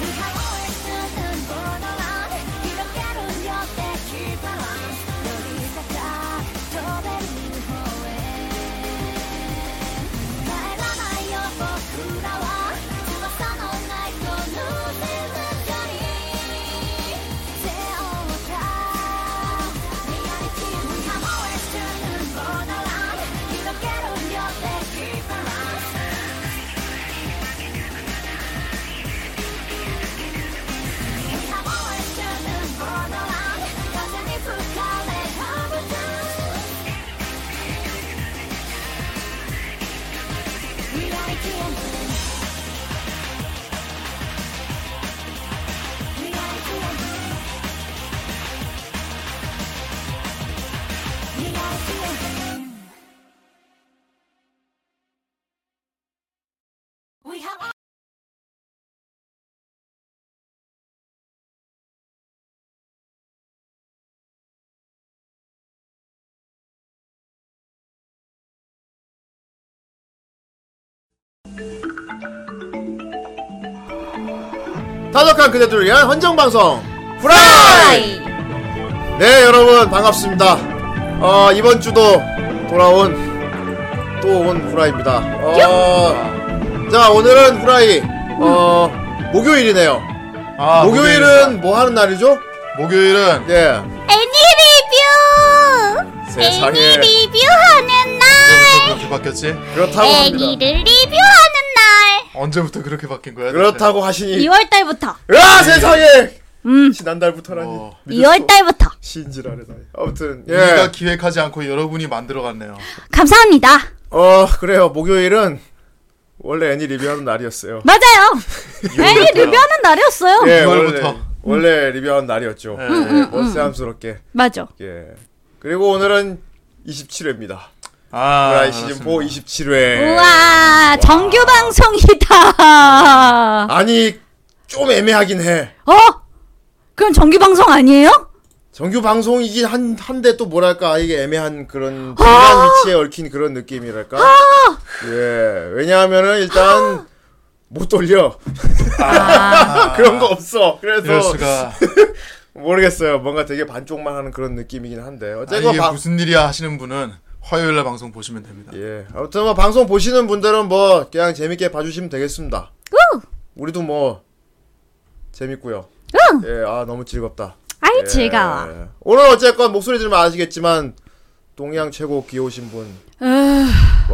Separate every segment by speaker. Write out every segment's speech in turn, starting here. Speaker 1: 누가 오해했던 번호만 이렇게로 역대길 바람 너를 닦아 저베리 호에 날아나요 보쿠라와 죽었어 넌날 떠누르는 별이 새어올까 리얼리티 누가 오해했던 번호만 이렇게로 역대길 바람 We have
Speaker 2: 타덕한 그대들을 위한 헌정방송 프라이! 네 여러분 반갑습니다 어, 이번 주도 돌아온 또 온 후라이입니다 어, 자 오늘은 후라이 어, 목요일이네요
Speaker 3: 아,
Speaker 2: 목요일은 뭐 하는 날이죠?
Speaker 3: 목요일은
Speaker 2: 예
Speaker 1: 애니 리뷰!
Speaker 2: 세상에.
Speaker 1: 애니 리뷰하는
Speaker 3: 언제부터
Speaker 1: 날!
Speaker 3: 그렇게 바뀌었지?
Speaker 2: 그렇다고
Speaker 1: 네,
Speaker 2: 합니다
Speaker 1: 애니를 리뷰하는 날!
Speaker 3: 언제부터 그렇게 바뀐 거야?
Speaker 2: 그렇다고 하시니
Speaker 1: 2월 달부터!
Speaker 2: 으아 세상에
Speaker 1: 음,
Speaker 2: 지난달부터라니
Speaker 3: 어.
Speaker 2: 믿을 수가
Speaker 1: 2월 달부터!
Speaker 2: 신지라네 나이. 아무튼
Speaker 3: 대체? 우리가
Speaker 2: 예.
Speaker 3: 기획하지 않고 여러분이 만들어갔네요.
Speaker 1: 감사합니다!
Speaker 2: 어 그래요 목요일은 원래 애니 리뷰하는 날이었어요
Speaker 1: 맞아요! 애니
Speaker 3: 이월부터요.
Speaker 1: 리뷰하는 날이었어요!
Speaker 2: 예
Speaker 3: 이월부터.
Speaker 2: 원래, 원래 리뷰하는 날이었죠
Speaker 3: 예.
Speaker 2: 예, 멋스함스럽게
Speaker 1: 맞아.
Speaker 2: 예 그리고 오늘은 27회입니다
Speaker 3: 아,
Speaker 2: 프라이 시즌 4
Speaker 3: 그렇습니다.
Speaker 2: 27회
Speaker 1: 우와, 정규 방송이다!
Speaker 2: 아니 좀 애매하긴 해
Speaker 1: 어? 그럼 정규 방송 아니에요?
Speaker 2: 정규 방송이긴 한, 한데 또 뭐랄까 아, 이게 애매한 그런
Speaker 1: 아!
Speaker 2: 중간 위치에 얽힌 그런 느낌이랄까 예 왜냐하면은
Speaker 1: 아!
Speaker 2: 일단 못 돌려 그런 거 없어 그래서
Speaker 3: 아. 이럴 수가.
Speaker 2: 모르겠어요 뭔가 되게 반쪽만 하는 그런 느낌이긴 한데
Speaker 3: 아,
Speaker 2: 어쨌건
Speaker 3: 이게
Speaker 2: 방-
Speaker 3: 무슨 일이야 하시는 분은 화요일 날 방송 보시면 됩니다.
Speaker 2: 예. 아무튼 뭐 방송 보시는 분들은 뭐 그냥 재밌게 봐주시면 되겠습니다. 우리도 뭐 재밌고요. 예, 아 너무 즐겁다.
Speaker 1: 아이,
Speaker 2: 예.
Speaker 1: 즐거워.
Speaker 2: 오늘 어쨌건 목소리 들으면 아시겠지만 동양 최고 귀여우신 분 와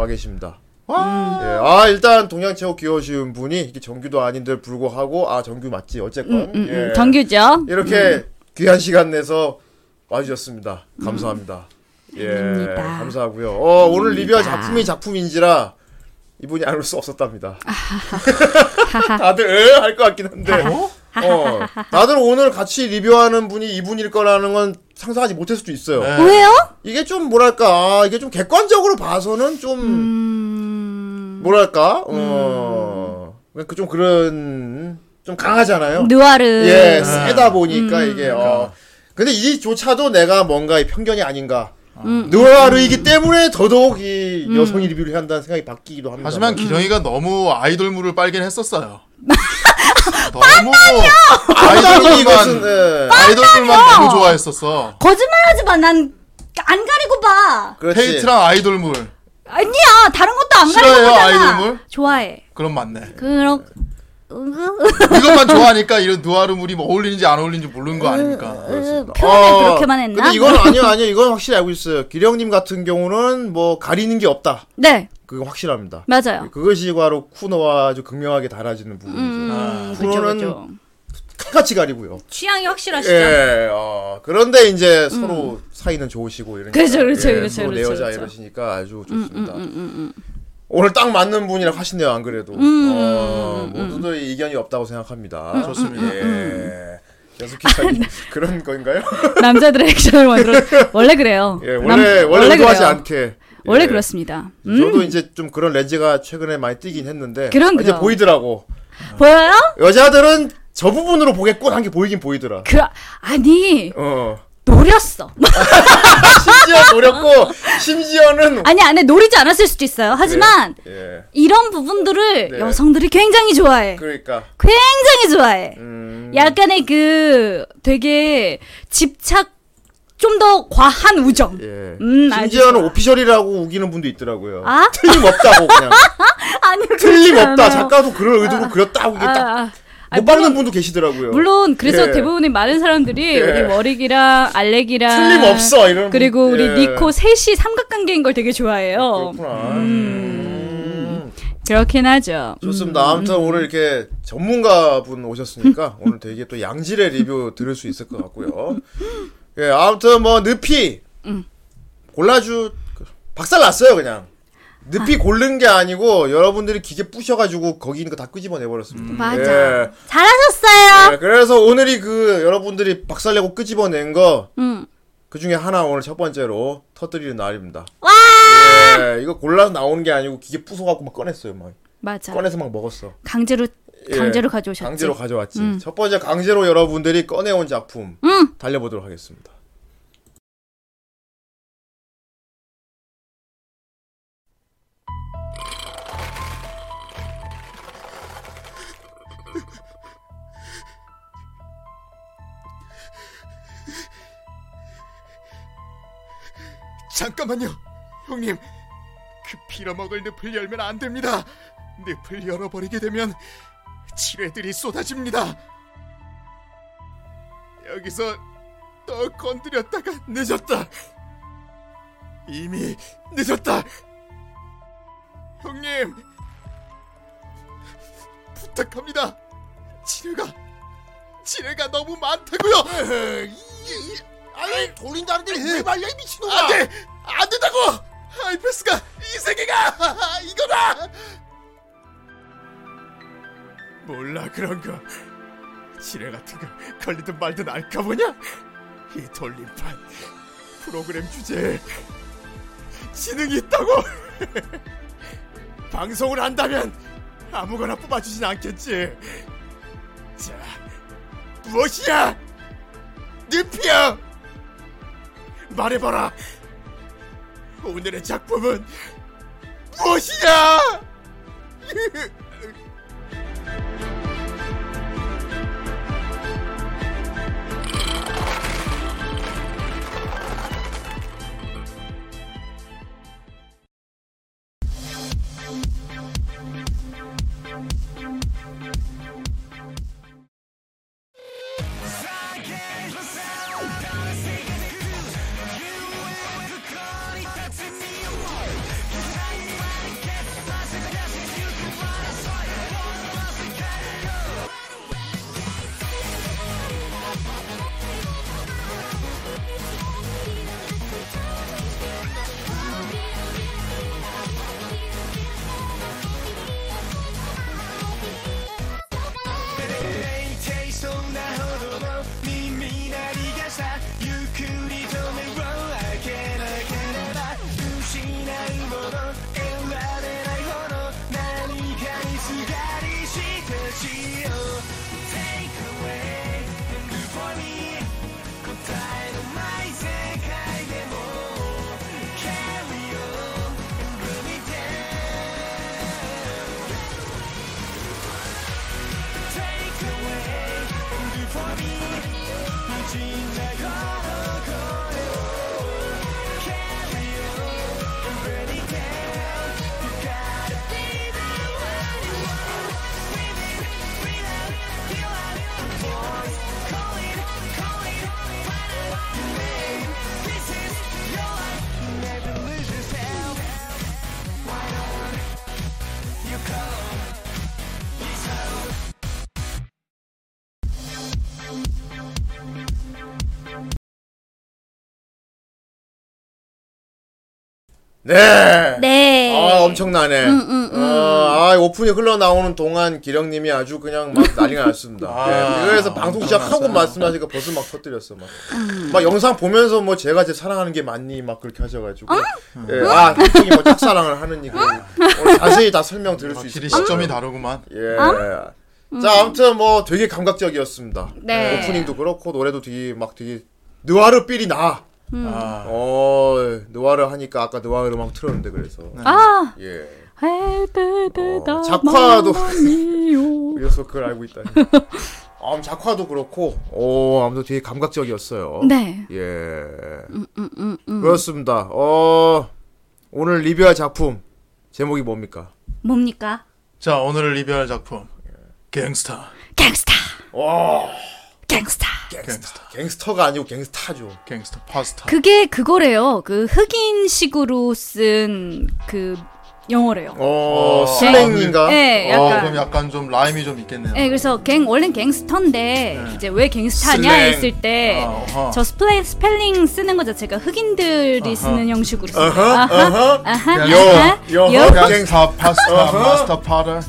Speaker 1: 아.
Speaker 2: 계십니다. 예, 아 일단 동양 최고 귀여우신 분이 이게 정규도 아닌데 불구하고 아 정규 맞지 어쨌건
Speaker 1: 음, 음,
Speaker 2: 예.
Speaker 1: 정규죠?
Speaker 2: 이렇게 귀한 시간 내서 와주셨습니다. 감사합니다. 예,
Speaker 1: 아닙니다.
Speaker 2: 감사하고요. 어, 오늘
Speaker 1: 아닙니다.
Speaker 2: 리뷰할 작품이 작품인지라 이분이 안 올 수 없었답니다. 다들 할 것 같긴 한데. 어, 다들 오늘 같이 리뷰하는 분이 이분일 거라는 건 상상하지 못했을 수도 있어요.
Speaker 3: 네.
Speaker 1: 왜요?
Speaker 2: 이게 좀 뭐랄까, 아, 이게 좀 객관적으로 봐서는 좀 음. 뭐랄까, 어, 그 좀 그런 좀 강하잖아요.
Speaker 1: 누아르.
Speaker 2: 예, 세다 보니까
Speaker 1: 음.
Speaker 2: 이게
Speaker 3: 그러니까.
Speaker 2: 어. 근데 이조차도 내가 뭔가 이 편견이 아닌가.
Speaker 1: 음,
Speaker 2: 느와르이기 때문에 더더욱 이 여성 리뷰를 해야 한다는 생각이 바뀌기도 합니다.
Speaker 3: 하지만 기정이가 너무 아이돌물을 빨긴 했었어요. 너무 아이돌물만
Speaker 2: 뭐. 아니 이것은 예.
Speaker 3: 아이돌물만 너무 좋아했었어.
Speaker 1: 거짓말하지 마. 난 안 가리고 봐.
Speaker 2: 그렇지.
Speaker 3: 페이트랑 아이돌물
Speaker 1: 아니야. 다른 것도 안 가리고
Speaker 3: 싫어해요,
Speaker 1: 보잖아.
Speaker 3: 아이돌물?
Speaker 1: 좋아해.
Speaker 3: 그럼 맞네.
Speaker 1: 그럼
Speaker 3: 이것만 좋아하니까 이런 누아르물이 뭐 어울리는지 안 어울리는지 모르는 거 아닙니까?
Speaker 2: 예,
Speaker 1: 그, 표현을 그렇게만 했나?
Speaker 2: 어, 근데 이건 아니요, 아니요. 이건 확실히 알고 있어요. 기령님 같은 경우는 뭐 가리는 게 없다.
Speaker 1: 네,
Speaker 2: 그건 확실합니다.
Speaker 1: 맞아요.
Speaker 2: 그것이 바로 쿠노와 아주 극명하게 달라지는 부분이죠.
Speaker 1: 음. 음, 그죠,
Speaker 2: 프로는
Speaker 1: 그죠.
Speaker 2: 칼같이 가리고요.
Speaker 1: 취향이 확실하시죠? 음.
Speaker 2: 예, 어, 그런데 이제 서로 사이는 좋으시고 이러니까.
Speaker 1: 그렇죠, 그렇죠,
Speaker 2: 예,
Speaker 1: 그렇죠,
Speaker 2: 서로 내
Speaker 1: 그렇죠, 음,
Speaker 2: 여자
Speaker 1: 그렇죠.
Speaker 2: 이러시니까 아주 좋습니다. 오늘 딱 맞는 분이라고 하시네요,
Speaker 1: 음, 음,
Speaker 2: 안 그래도. 어, 모두들 의견이 없다고 생각합니다.
Speaker 3: 좋습니다.
Speaker 2: 예. 연습
Speaker 1: 아, 네.
Speaker 2: 기사님 그런 건가요?
Speaker 4: 남자들의 액션을 만들어 원래 그래요.
Speaker 2: 예,
Speaker 4: 남-
Speaker 2: 원래 원래 의도하지 않게 예.
Speaker 4: 원래 그렇습니다. 음,
Speaker 2: 저도 이제 좀 그런 렌즈가 최근에 많이 뜨긴 했는데 아,
Speaker 4: 그럼,
Speaker 2: 이제
Speaker 4: 그럼.
Speaker 2: 보이더라고.
Speaker 4: 보여요?
Speaker 2: 여자들은 저 부분으로 보겠구나 한 게 보이긴 보이더라.
Speaker 4: 그 아니
Speaker 2: 어.
Speaker 4: 노렸어. 뭐,
Speaker 2: 심지어 노렸고 심지어는
Speaker 4: 아니 안에 노리지 않았을 수도 있어요. 하지만
Speaker 2: 예.
Speaker 4: 이런 부분들을
Speaker 2: 네.
Speaker 4: 여성들이 굉장히 좋아해.
Speaker 2: 그러니까
Speaker 4: 굉장히 좋아해.
Speaker 2: 음.
Speaker 4: 약간의 그 되게 집착 좀 더 과한 우정.
Speaker 2: 예.
Speaker 4: 음,
Speaker 2: 심지어는
Speaker 4: 알겠습니다.
Speaker 2: 오피셜이라고 우기는 분도 있더라고요.
Speaker 4: 아?
Speaker 2: 틀림없다고 그냥.
Speaker 4: 아니
Speaker 2: 틀림없다.
Speaker 4: 그렇지 않아요.
Speaker 2: 작가도 그런 의도로 그렸다고 이게
Speaker 4: 아,
Speaker 2: 딱
Speaker 4: 아. 아니,
Speaker 2: 못 받는 분도 계시더라고요.
Speaker 4: 물론 그래서
Speaker 2: 예.
Speaker 4: 대부분의 많은 사람들이
Speaker 2: 예.
Speaker 4: 우리 워릭이랑 알렉이랑
Speaker 2: 틀림없어 이런.
Speaker 4: 그리고 우리
Speaker 2: 예. 그렇죠.
Speaker 4: 니코 셋이 삼각관계인 걸 되게 좋아해요.
Speaker 2: 그렇구나. 음.
Speaker 4: 그렇긴 하죠. 음.
Speaker 2: 좋습니다. 아무튼 오늘 이렇게 전문가분 오셨으니까 오늘 되게 또 양질의 리뷰 들을 수 있을 것 같고요. 예, 아무튼 뭐 느피
Speaker 5: 음.
Speaker 2: 골라주 박살 났어요 그냥. 느피
Speaker 5: 아.
Speaker 2: 고른 게 아니고 여러분들이 기계 부셔가지고 거기 있는 거 다 끄집어내 버렸습니다.
Speaker 5: 음. 맞아.
Speaker 2: 예.
Speaker 5: 잘하셨어요.
Speaker 2: 네, 그래서 오늘이 그 여러분들이 박살내고 끄집어낸 거,
Speaker 4: 음,
Speaker 2: 그 중에 하나 오늘 첫 번째로 터뜨리는 날입니다. 와! 예, 이거 골라서 나오는 게 아니고 기계 부숴갖고 막 꺼냈어요, 막.
Speaker 4: 맞아.
Speaker 2: 꺼내서 막 먹었어.
Speaker 4: 강제로
Speaker 2: 예,
Speaker 4: 강제로 가져오셨지. 음.
Speaker 2: 강제로 가져왔지. 첫 번째 강제로 여러분들이 꺼내온 작품, 달려보도록 하겠습니다.
Speaker 6: 잠깐만요, 형님. 그 빌어먹을 늪을 열면 안 됩니다. 늪을 열어버리게 되면 지뢰들이 쏟아집니다. 여기서 또 건드렸다가 늦었다. 이미 늦었다. 형님, 부탁합니다. 지뢰가 지뢰가 너무 많다고요. 아니 돌린다는데 왜 말려 이 미친놈아 안돼 안된다고 하이패스가 이 세계가 이거다 몰라 그런 거 지뢰 같은 거 걸리든 말든 알까 보냐 이 돌림판 프로그램 주제에 지능이 있다고 방송을 한다면 아무거나 뽑아주진 않겠지 자 무엇이야 늪이야 네 말해봐라. 오늘의 작품은 무엇이냐?
Speaker 2: 네.
Speaker 1: 네.
Speaker 2: 아 엄청나네.
Speaker 4: 음,
Speaker 2: 어, 아 오픈이 흘러나오는 동안 기령님이 아주 그냥 막 난리가 났습니다.
Speaker 6: 아,
Speaker 2: 네, 그래서 방송 시작하고 말씀하시니까 벌써 막 터뜨렸어 막.
Speaker 4: 음.
Speaker 2: 막 영상 보면서 뭐 제가 제 사랑하는 게 맞니 막 그렇게 하셔가지고.
Speaker 4: 어?
Speaker 2: 예, 아 기령이 뭐 짝사랑을 하는 이거 오늘 자세히 다 설명 들을 수 있을
Speaker 6: 확실히
Speaker 2: 것 같아요.
Speaker 4: 음.
Speaker 6: 시점이 다르구만.
Speaker 2: 예.
Speaker 4: 어?
Speaker 2: 자 아무튼 뭐 되게 감각적이었습니다.
Speaker 4: 네.
Speaker 2: 오프닝도 그렇고 노래도 되게 막 되게 느와르 삘이 나.
Speaker 4: 음.
Speaker 6: 아,
Speaker 2: 어 느와르 하니까 아까 느와르 음악 틀었는데 그래서.
Speaker 6: 네.
Speaker 4: 아,
Speaker 2: 예.
Speaker 4: 헤드드다.
Speaker 2: 어, 작화도-
Speaker 4: 마마미오.
Speaker 2: 그래서 그걸 알고 있다니. 아, 작화도 그렇고, 오, 아무튼 되게 감각적이었어요.
Speaker 4: 네. 음,
Speaker 2: 예. 그렇습니다. 어, 오늘 리뷰할 작품, 제목이 뭡니까?
Speaker 1: 뭡니까?
Speaker 6: 자 오늘 리뷰할 작품 갱스타.
Speaker 4: 갱스타.
Speaker 2: 와,
Speaker 4: 갱스타.
Speaker 6: 갱스타.
Speaker 2: 갱스터가 아니고 갱스타죠.
Speaker 6: 갱스타 파스타.
Speaker 4: 그게 그거래요. 그 흑인식으로 쓴 그 영어래요.
Speaker 2: 어,
Speaker 6: 어,
Speaker 2: 슬랭인가?
Speaker 4: 예,
Speaker 6: 어,
Speaker 4: 약간.
Speaker 6: 그럼 약간 좀 라임이 좀 있겠네요.
Speaker 4: 네, 그래서 갱 원래는 갱스터인데
Speaker 6: 네.
Speaker 4: 이제 왜 갱스타냐
Speaker 2: 슬랭.
Speaker 4: 했을 때
Speaker 6: 아, 어허.
Speaker 4: 저 스플레, 스펠링 쓰는 거 자체가 흑인들이 쓰는 형식으로 쓰는 거예요. 아하,
Speaker 2: 어허,
Speaker 4: 아하,
Speaker 6: 야,
Speaker 4: 아하,
Speaker 2: 요, 요.
Speaker 4: 요.
Speaker 6: 갱스타 파스타 마스터 파더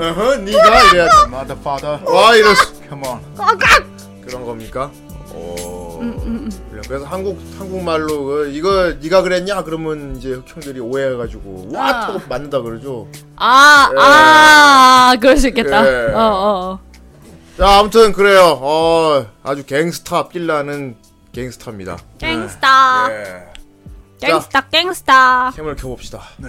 Speaker 2: 어허, 니가? 이래야 돼.
Speaker 6: 마더 파더.
Speaker 2: 와, 이럴 수.
Speaker 6: Come on.
Speaker 2: 그런 겁니까? 어,
Speaker 4: 음,
Speaker 2: 그래, 그래서 한국, 한국말로, 그, 이거, 니가 그랬냐? 그러면 이제 흑형들이 오해해가지고, 와! 하고 맞는다 그러죠.
Speaker 4: 아, 아, 그럴 수 있겠다.
Speaker 2: 예.
Speaker 4: 어, 어. 어.
Speaker 2: 자, 아무튼 그래요. 어, 아주 갱스타 삘나는 갱스타입니다.
Speaker 4: 갱스타,
Speaker 2: 예.
Speaker 4: 갱스타, 갱스타.
Speaker 2: 캠을 켜봅시다.
Speaker 6: 네.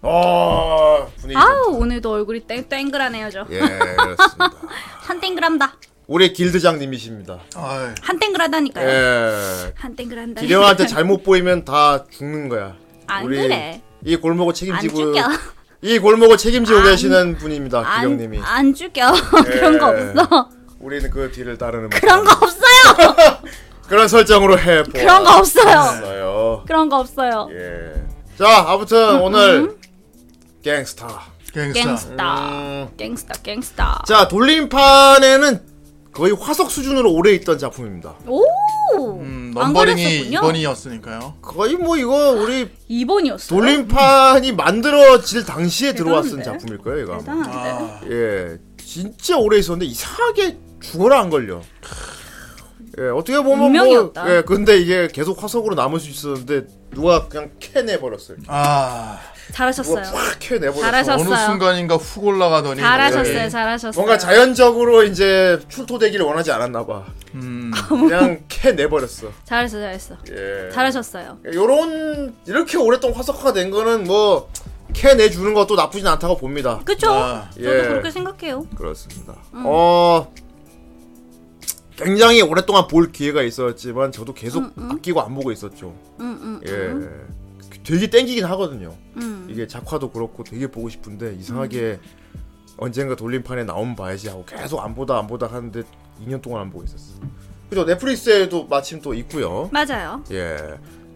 Speaker 2: 어, 분위기. 좀-
Speaker 4: 아우, 오늘도 얼굴이 땡, 땡글하네요, 저.
Speaker 2: 예, 그렇습니다.
Speaker 4: 한 땡글한다.
Speaker 2: 우리 길드장님이십니다.
Speaker 6: 아이.
Speaker 4: 한 땡글하다니까요.
Speaker 2: 예.
Speaker 4: 한 땡글한다.
Speaker 2: 기령한테 잘못 보이면 다 죽는 거야.
Speaker 4: 안 그래.
Speaker 2: 이 골목을
Speaker 4: 안
Speaker 2: 책임지고
Speaker 4: 죽여.
Speaker 2: 이 골목을 책임지고 계시는 분입니다, 기령님이.
Speaker 4: 안, 아. 안 죽여. 그런 거
Speaker 2: 예.
Speaker 4: 없어.
Speaker 2: 우리는 그 뒤를 따르는
Speaker 4: 그런 거 없어요.
Speaker 2: 그런 설정으로 해 보았어요.
Speaker 4: 그런 거 없어요. 그런 거 없어요.
Speaker 2: 예. 자,
Speaker 4: 음,
Speaker 2: 아무튼 오늘 갱스타.
Speaker 6: 갱스타.
Speaker 4: 갱스타,
Speaker 2: 음,
Speaker 4: 갱스타, 갱스타.
Speaker 2: 자 돌림판에는 거의 화석 수준으로 오래 있던 작품입니다.
Speaker 4: 오.
Speaker 6: 음,
Speaker 4: 안
Speaker 6: 넘버링이
Speaker 4: 걸렸었군요.
Speaker 6: 2번이었으니까요.
Speaker 2: 거의 뭐 이거 우리
Speaker 4: 2번이었어요.
Speaker 2: 돌림판이 만들어질
Speaker 4: 네,
Speaker 2: 당시에 들어왔던
Speaker 4: 대단한데? 네,
Speaker 2: 작품일 거예요, 이거. 아마.
Speaker 4: 대단한데.
Speaker 6: 아,
Speaker 2: 예, 진짜 오래 있었는데 이상하게 죽어라 안 걸려. 예, 어떻게 보면 뭐,
Speaker 4: 운명이었다.
Speaker 2: 예, 근데 이게 계속 화석으로 남을 수 있었는데 누가 그냥 캐내 버렸어요.
Speaker 6: 아
Speaker 2: 누가
Speaker 4: 잘하셨어요.
Speaker 2: 확 캐내 버렸어.
Speaker 4: 잘하셨-
Speaker 6: 어느
Speaker 4: 졌어요.
Speaker 6: 순간인가 훅 올라가더니 예,
Speaker 4: 잘하셨어요.
Speaker 6: 갑자기,
Speaker 4: 잘하셨어요.
Speaker 2: 예. 뭔가 자연적으로 이제 출토되기를 원하지 않았나 봐.
Speaker 6: 음,
Speaker 2: 그냥 캐내 버렸어.
Speaker 4: 잘했어, 잘했어.
Speaker 2: 예.
Speaker 4: 잘하셨어요.
Speaker 2: 요런 이렇게 오랫동안 화석화가 된 거는 뭐 캐내 주는 것도 나쁘진 않다고 봅니다.
Speaker 4: 그쵸?
Speaker 6: 아,
Speaker 4: 저도
Speaker 2: 예.
Speaker 4: 그렇게 생각해요.
Speaker 2: 그렇습니다. 어 굉장히 오랫동안 볼 기회가 있었지만 저도 계속 아끼고 안 보고 있었죠.
Speaker 4: 음, 음,
Speaker 2: 예. 되게 땡기긴 하거든요.
Speaker 4: 음.
Speaker 2: 이게 작화도 그렇고 되게 보고 싶은데 이상하게 언젠가 돌림판에 나오면 봐야지 하고 계속 안 보다 안 보다 하는데 2년 동안 안 보고 있었어. 그죠? 넷플릭스에도 마침 또 있고요.
Speaker 4: 맞아요.
Speaker 2: 예.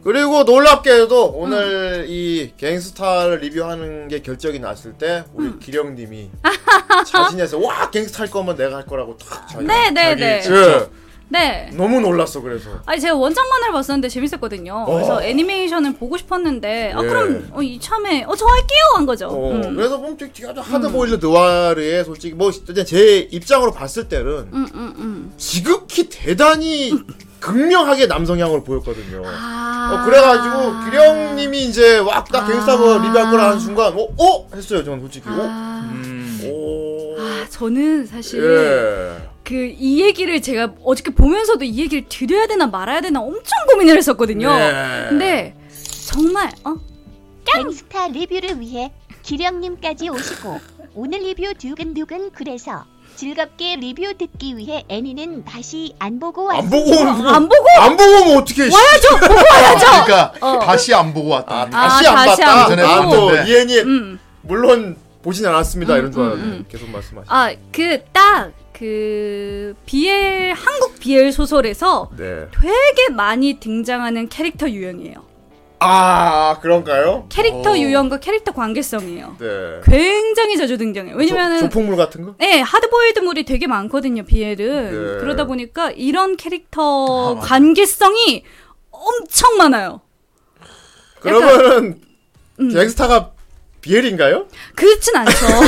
Speaker 2: 그리고 놀랍게도
Speaker 4: 음.
Speaker 2: 오늘 이 갱스타를 리뷰하는 게 결정이 났을 때 우리
Speaker 4: 음.
Speaker 2: 기령님이 자신에서 와 갱스타 할 거면 내가 할 거라고 탁 자기
Speaker 4: 네, 네,
Speaker 6: 자기
Speaker 4: 네.
Speaker 6: 집-
Speaker 2: 예.
Speaker 4: 네.
Speaker 2: 너무 놀랐어 그래서
Speaker 4: 아니 제가 원작 만화를 봤었는데 재밌었거든요. 그래서 애니메이션을 보고 싶었는데 아
Speaker 2: 어. 예.
Speaker 4: 그럼 어, 이참에 어 저 할게요 한 거죠.
Speaker 2: 어,
Speaker 4: 음.
Speaker 2: 그래서 보면 되게 되게 아주 하드 보일드 느와르에 솔직히 뭐 일단 제 입장으로 봤을 때는
Speaker 4: 음, 음, 음.
Speaker 2: 지극히 대단히 극명하게 남성향을 보였거든요.
Speaker 4: 아
Speaker 2: 어, 그래가지고 기령님이 이제 와나 갱스타 뭐 리뷰할 거라 하는 순간 어? 어? 했어요 저는 솔직히
Speaker 4: 아,
Speaker 6: 음,
Speaker 2: 어? 오
Speaker 4: 아, 저는 사실
Speaker 2: 예.
Speaker 4: 그 이 얘기를 제가 어저께 보면서도 이 얘기를 드려야 되나 말아야 되나 엄청 고민을 했었거든요.
Speaker 2: 네.
Speaker 4: 근데 정말 어
Speaker 7: 갱스타 리뷰를 위해 기령님까지 오시고 오늘 리뷰 두근두근 그래서 즐겁게 리뷰 듣기 위해 애니는 다시 안 보고
Speaker 2: 안
Speaker 7: 왔습니다.
Speaker 2: 보고 오는
Speaker 4: 아, 안 보고
Speaker 2: 안 보고 면 어떻게
Speaker 4: 와야죠 보고 와야죠. 어.
Speaker 6: 그러니까 다시 안 보고 왔다.
Speaker 2: 아, 다시
Speaker 4: 아,
Speaker 2: 안
Speaker 4: 다시
Speaker 2: 봤다.
Speaker 4: 안
Speaker 6: 전에
Speaker 2: 아, 또
Speaker 6: 봤는데.
Speaker 2: 이엔이
Speaker 4: 음.
Speaker 2: 물론 보진 않았습니다. 이런 줄 알았는데 계속 말씀하시죠.
Speaker 4: 아, 아그 딱 그 BL 한국 BL 소설에서
Speaker 2: 네.
Speaker 4: 되게 많이 등장하는 캐릭터 유형이에요.
Speaker 2: 아 그런가요?
Speaker 4: 캐릭터
Speaker 6: 오.
Speaker 4: 유형과 캐릭터 관계성이에요.
Speaker 2: 네.
Speaker 4: 굉장히 자주 등장해요. 왜냐면은
Speaker 2: 조, 조폭물 같은 거?
Speaker 4: 예, 하드보일드물이 되게 많거든요, BL은.
Speaker 2: 네.
Speaker 4: 그러다 보니까 이런 캐릭터
Speaker 6: 아, 맞아.
Speaker 4: 관계성이 엄청 많아요.
Speaker 2: 그러면은
Speaker 4: 음.
Speaker 2: 갱스타가 비엘인가요?
Speaker 4: 그렇진 않죠.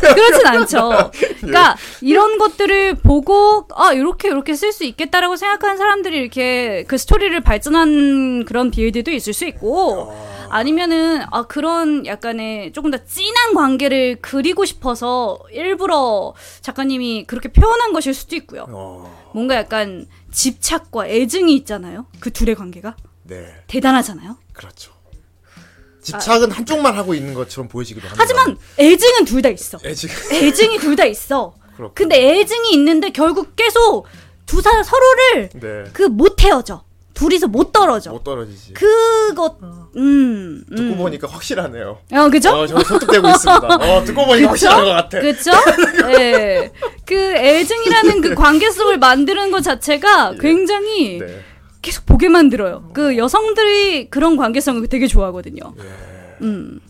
Speaker 4: 그렇진 않죠. 그러니까 이런 것들을 보고 아 이렇게 이렇게 쓸 수 있겠다라고 생각하는 사람들이 이렇게 그 스토리를 발전한 그런 빌드도 있을 수 있고 아니면은 아 그런 약간의 조금 더 진한 관계를 그리고 싶어서 일부러 작가님이 그렇게 표현한 것일 수도 있고요.
Speaker 2: 어,
Speaker 4: 뭔가 약간 집착과 애증이 있잖아요. 그 둘의 관계가
Speaker 2: 네,
Speaker 4: 대단하잖아요.
Speaker 2: 그렇죠. 집착은 한쪽만 하고 있는 것처럼 보이시기도 합니다.
Speaker 4: 아. 하지만 애증은 둘 다 있어.
Speaker 2: 예, 지금
Speaker 4: 애증이 둘 다 있어.
Speaker 2: 그렇군요.
Speaker 4: 근데 애증이 있는데 결국 계속 두 사람 서로를
Speaker 2: 네.
Speaker 4: 그 못 헤어져. 둘이서 못 떨어져.
Speaker 2: 못 떨어지지.
Speaker 4: 그것 음. 음.
Speaker 2: 듣고 보니까 확실하네요.
Speaker 4: 어 그죠?
Speaker 2: 어, 저 설득되고 있습니다. 어, 듣고 보니까 확실한 것 같아.
Speaker 4: 그쵸? 예. 그 애증이라는 그 관계 속을 만드는 것 자체가 굉장히
Speaker 2: 예. 네.
Speaker 4: 계속 보게 만들어요. 그 여성들이 그런 관계성을 되게 좋아하거든요.
Speaker 2: 예.
Speaker 4: 음.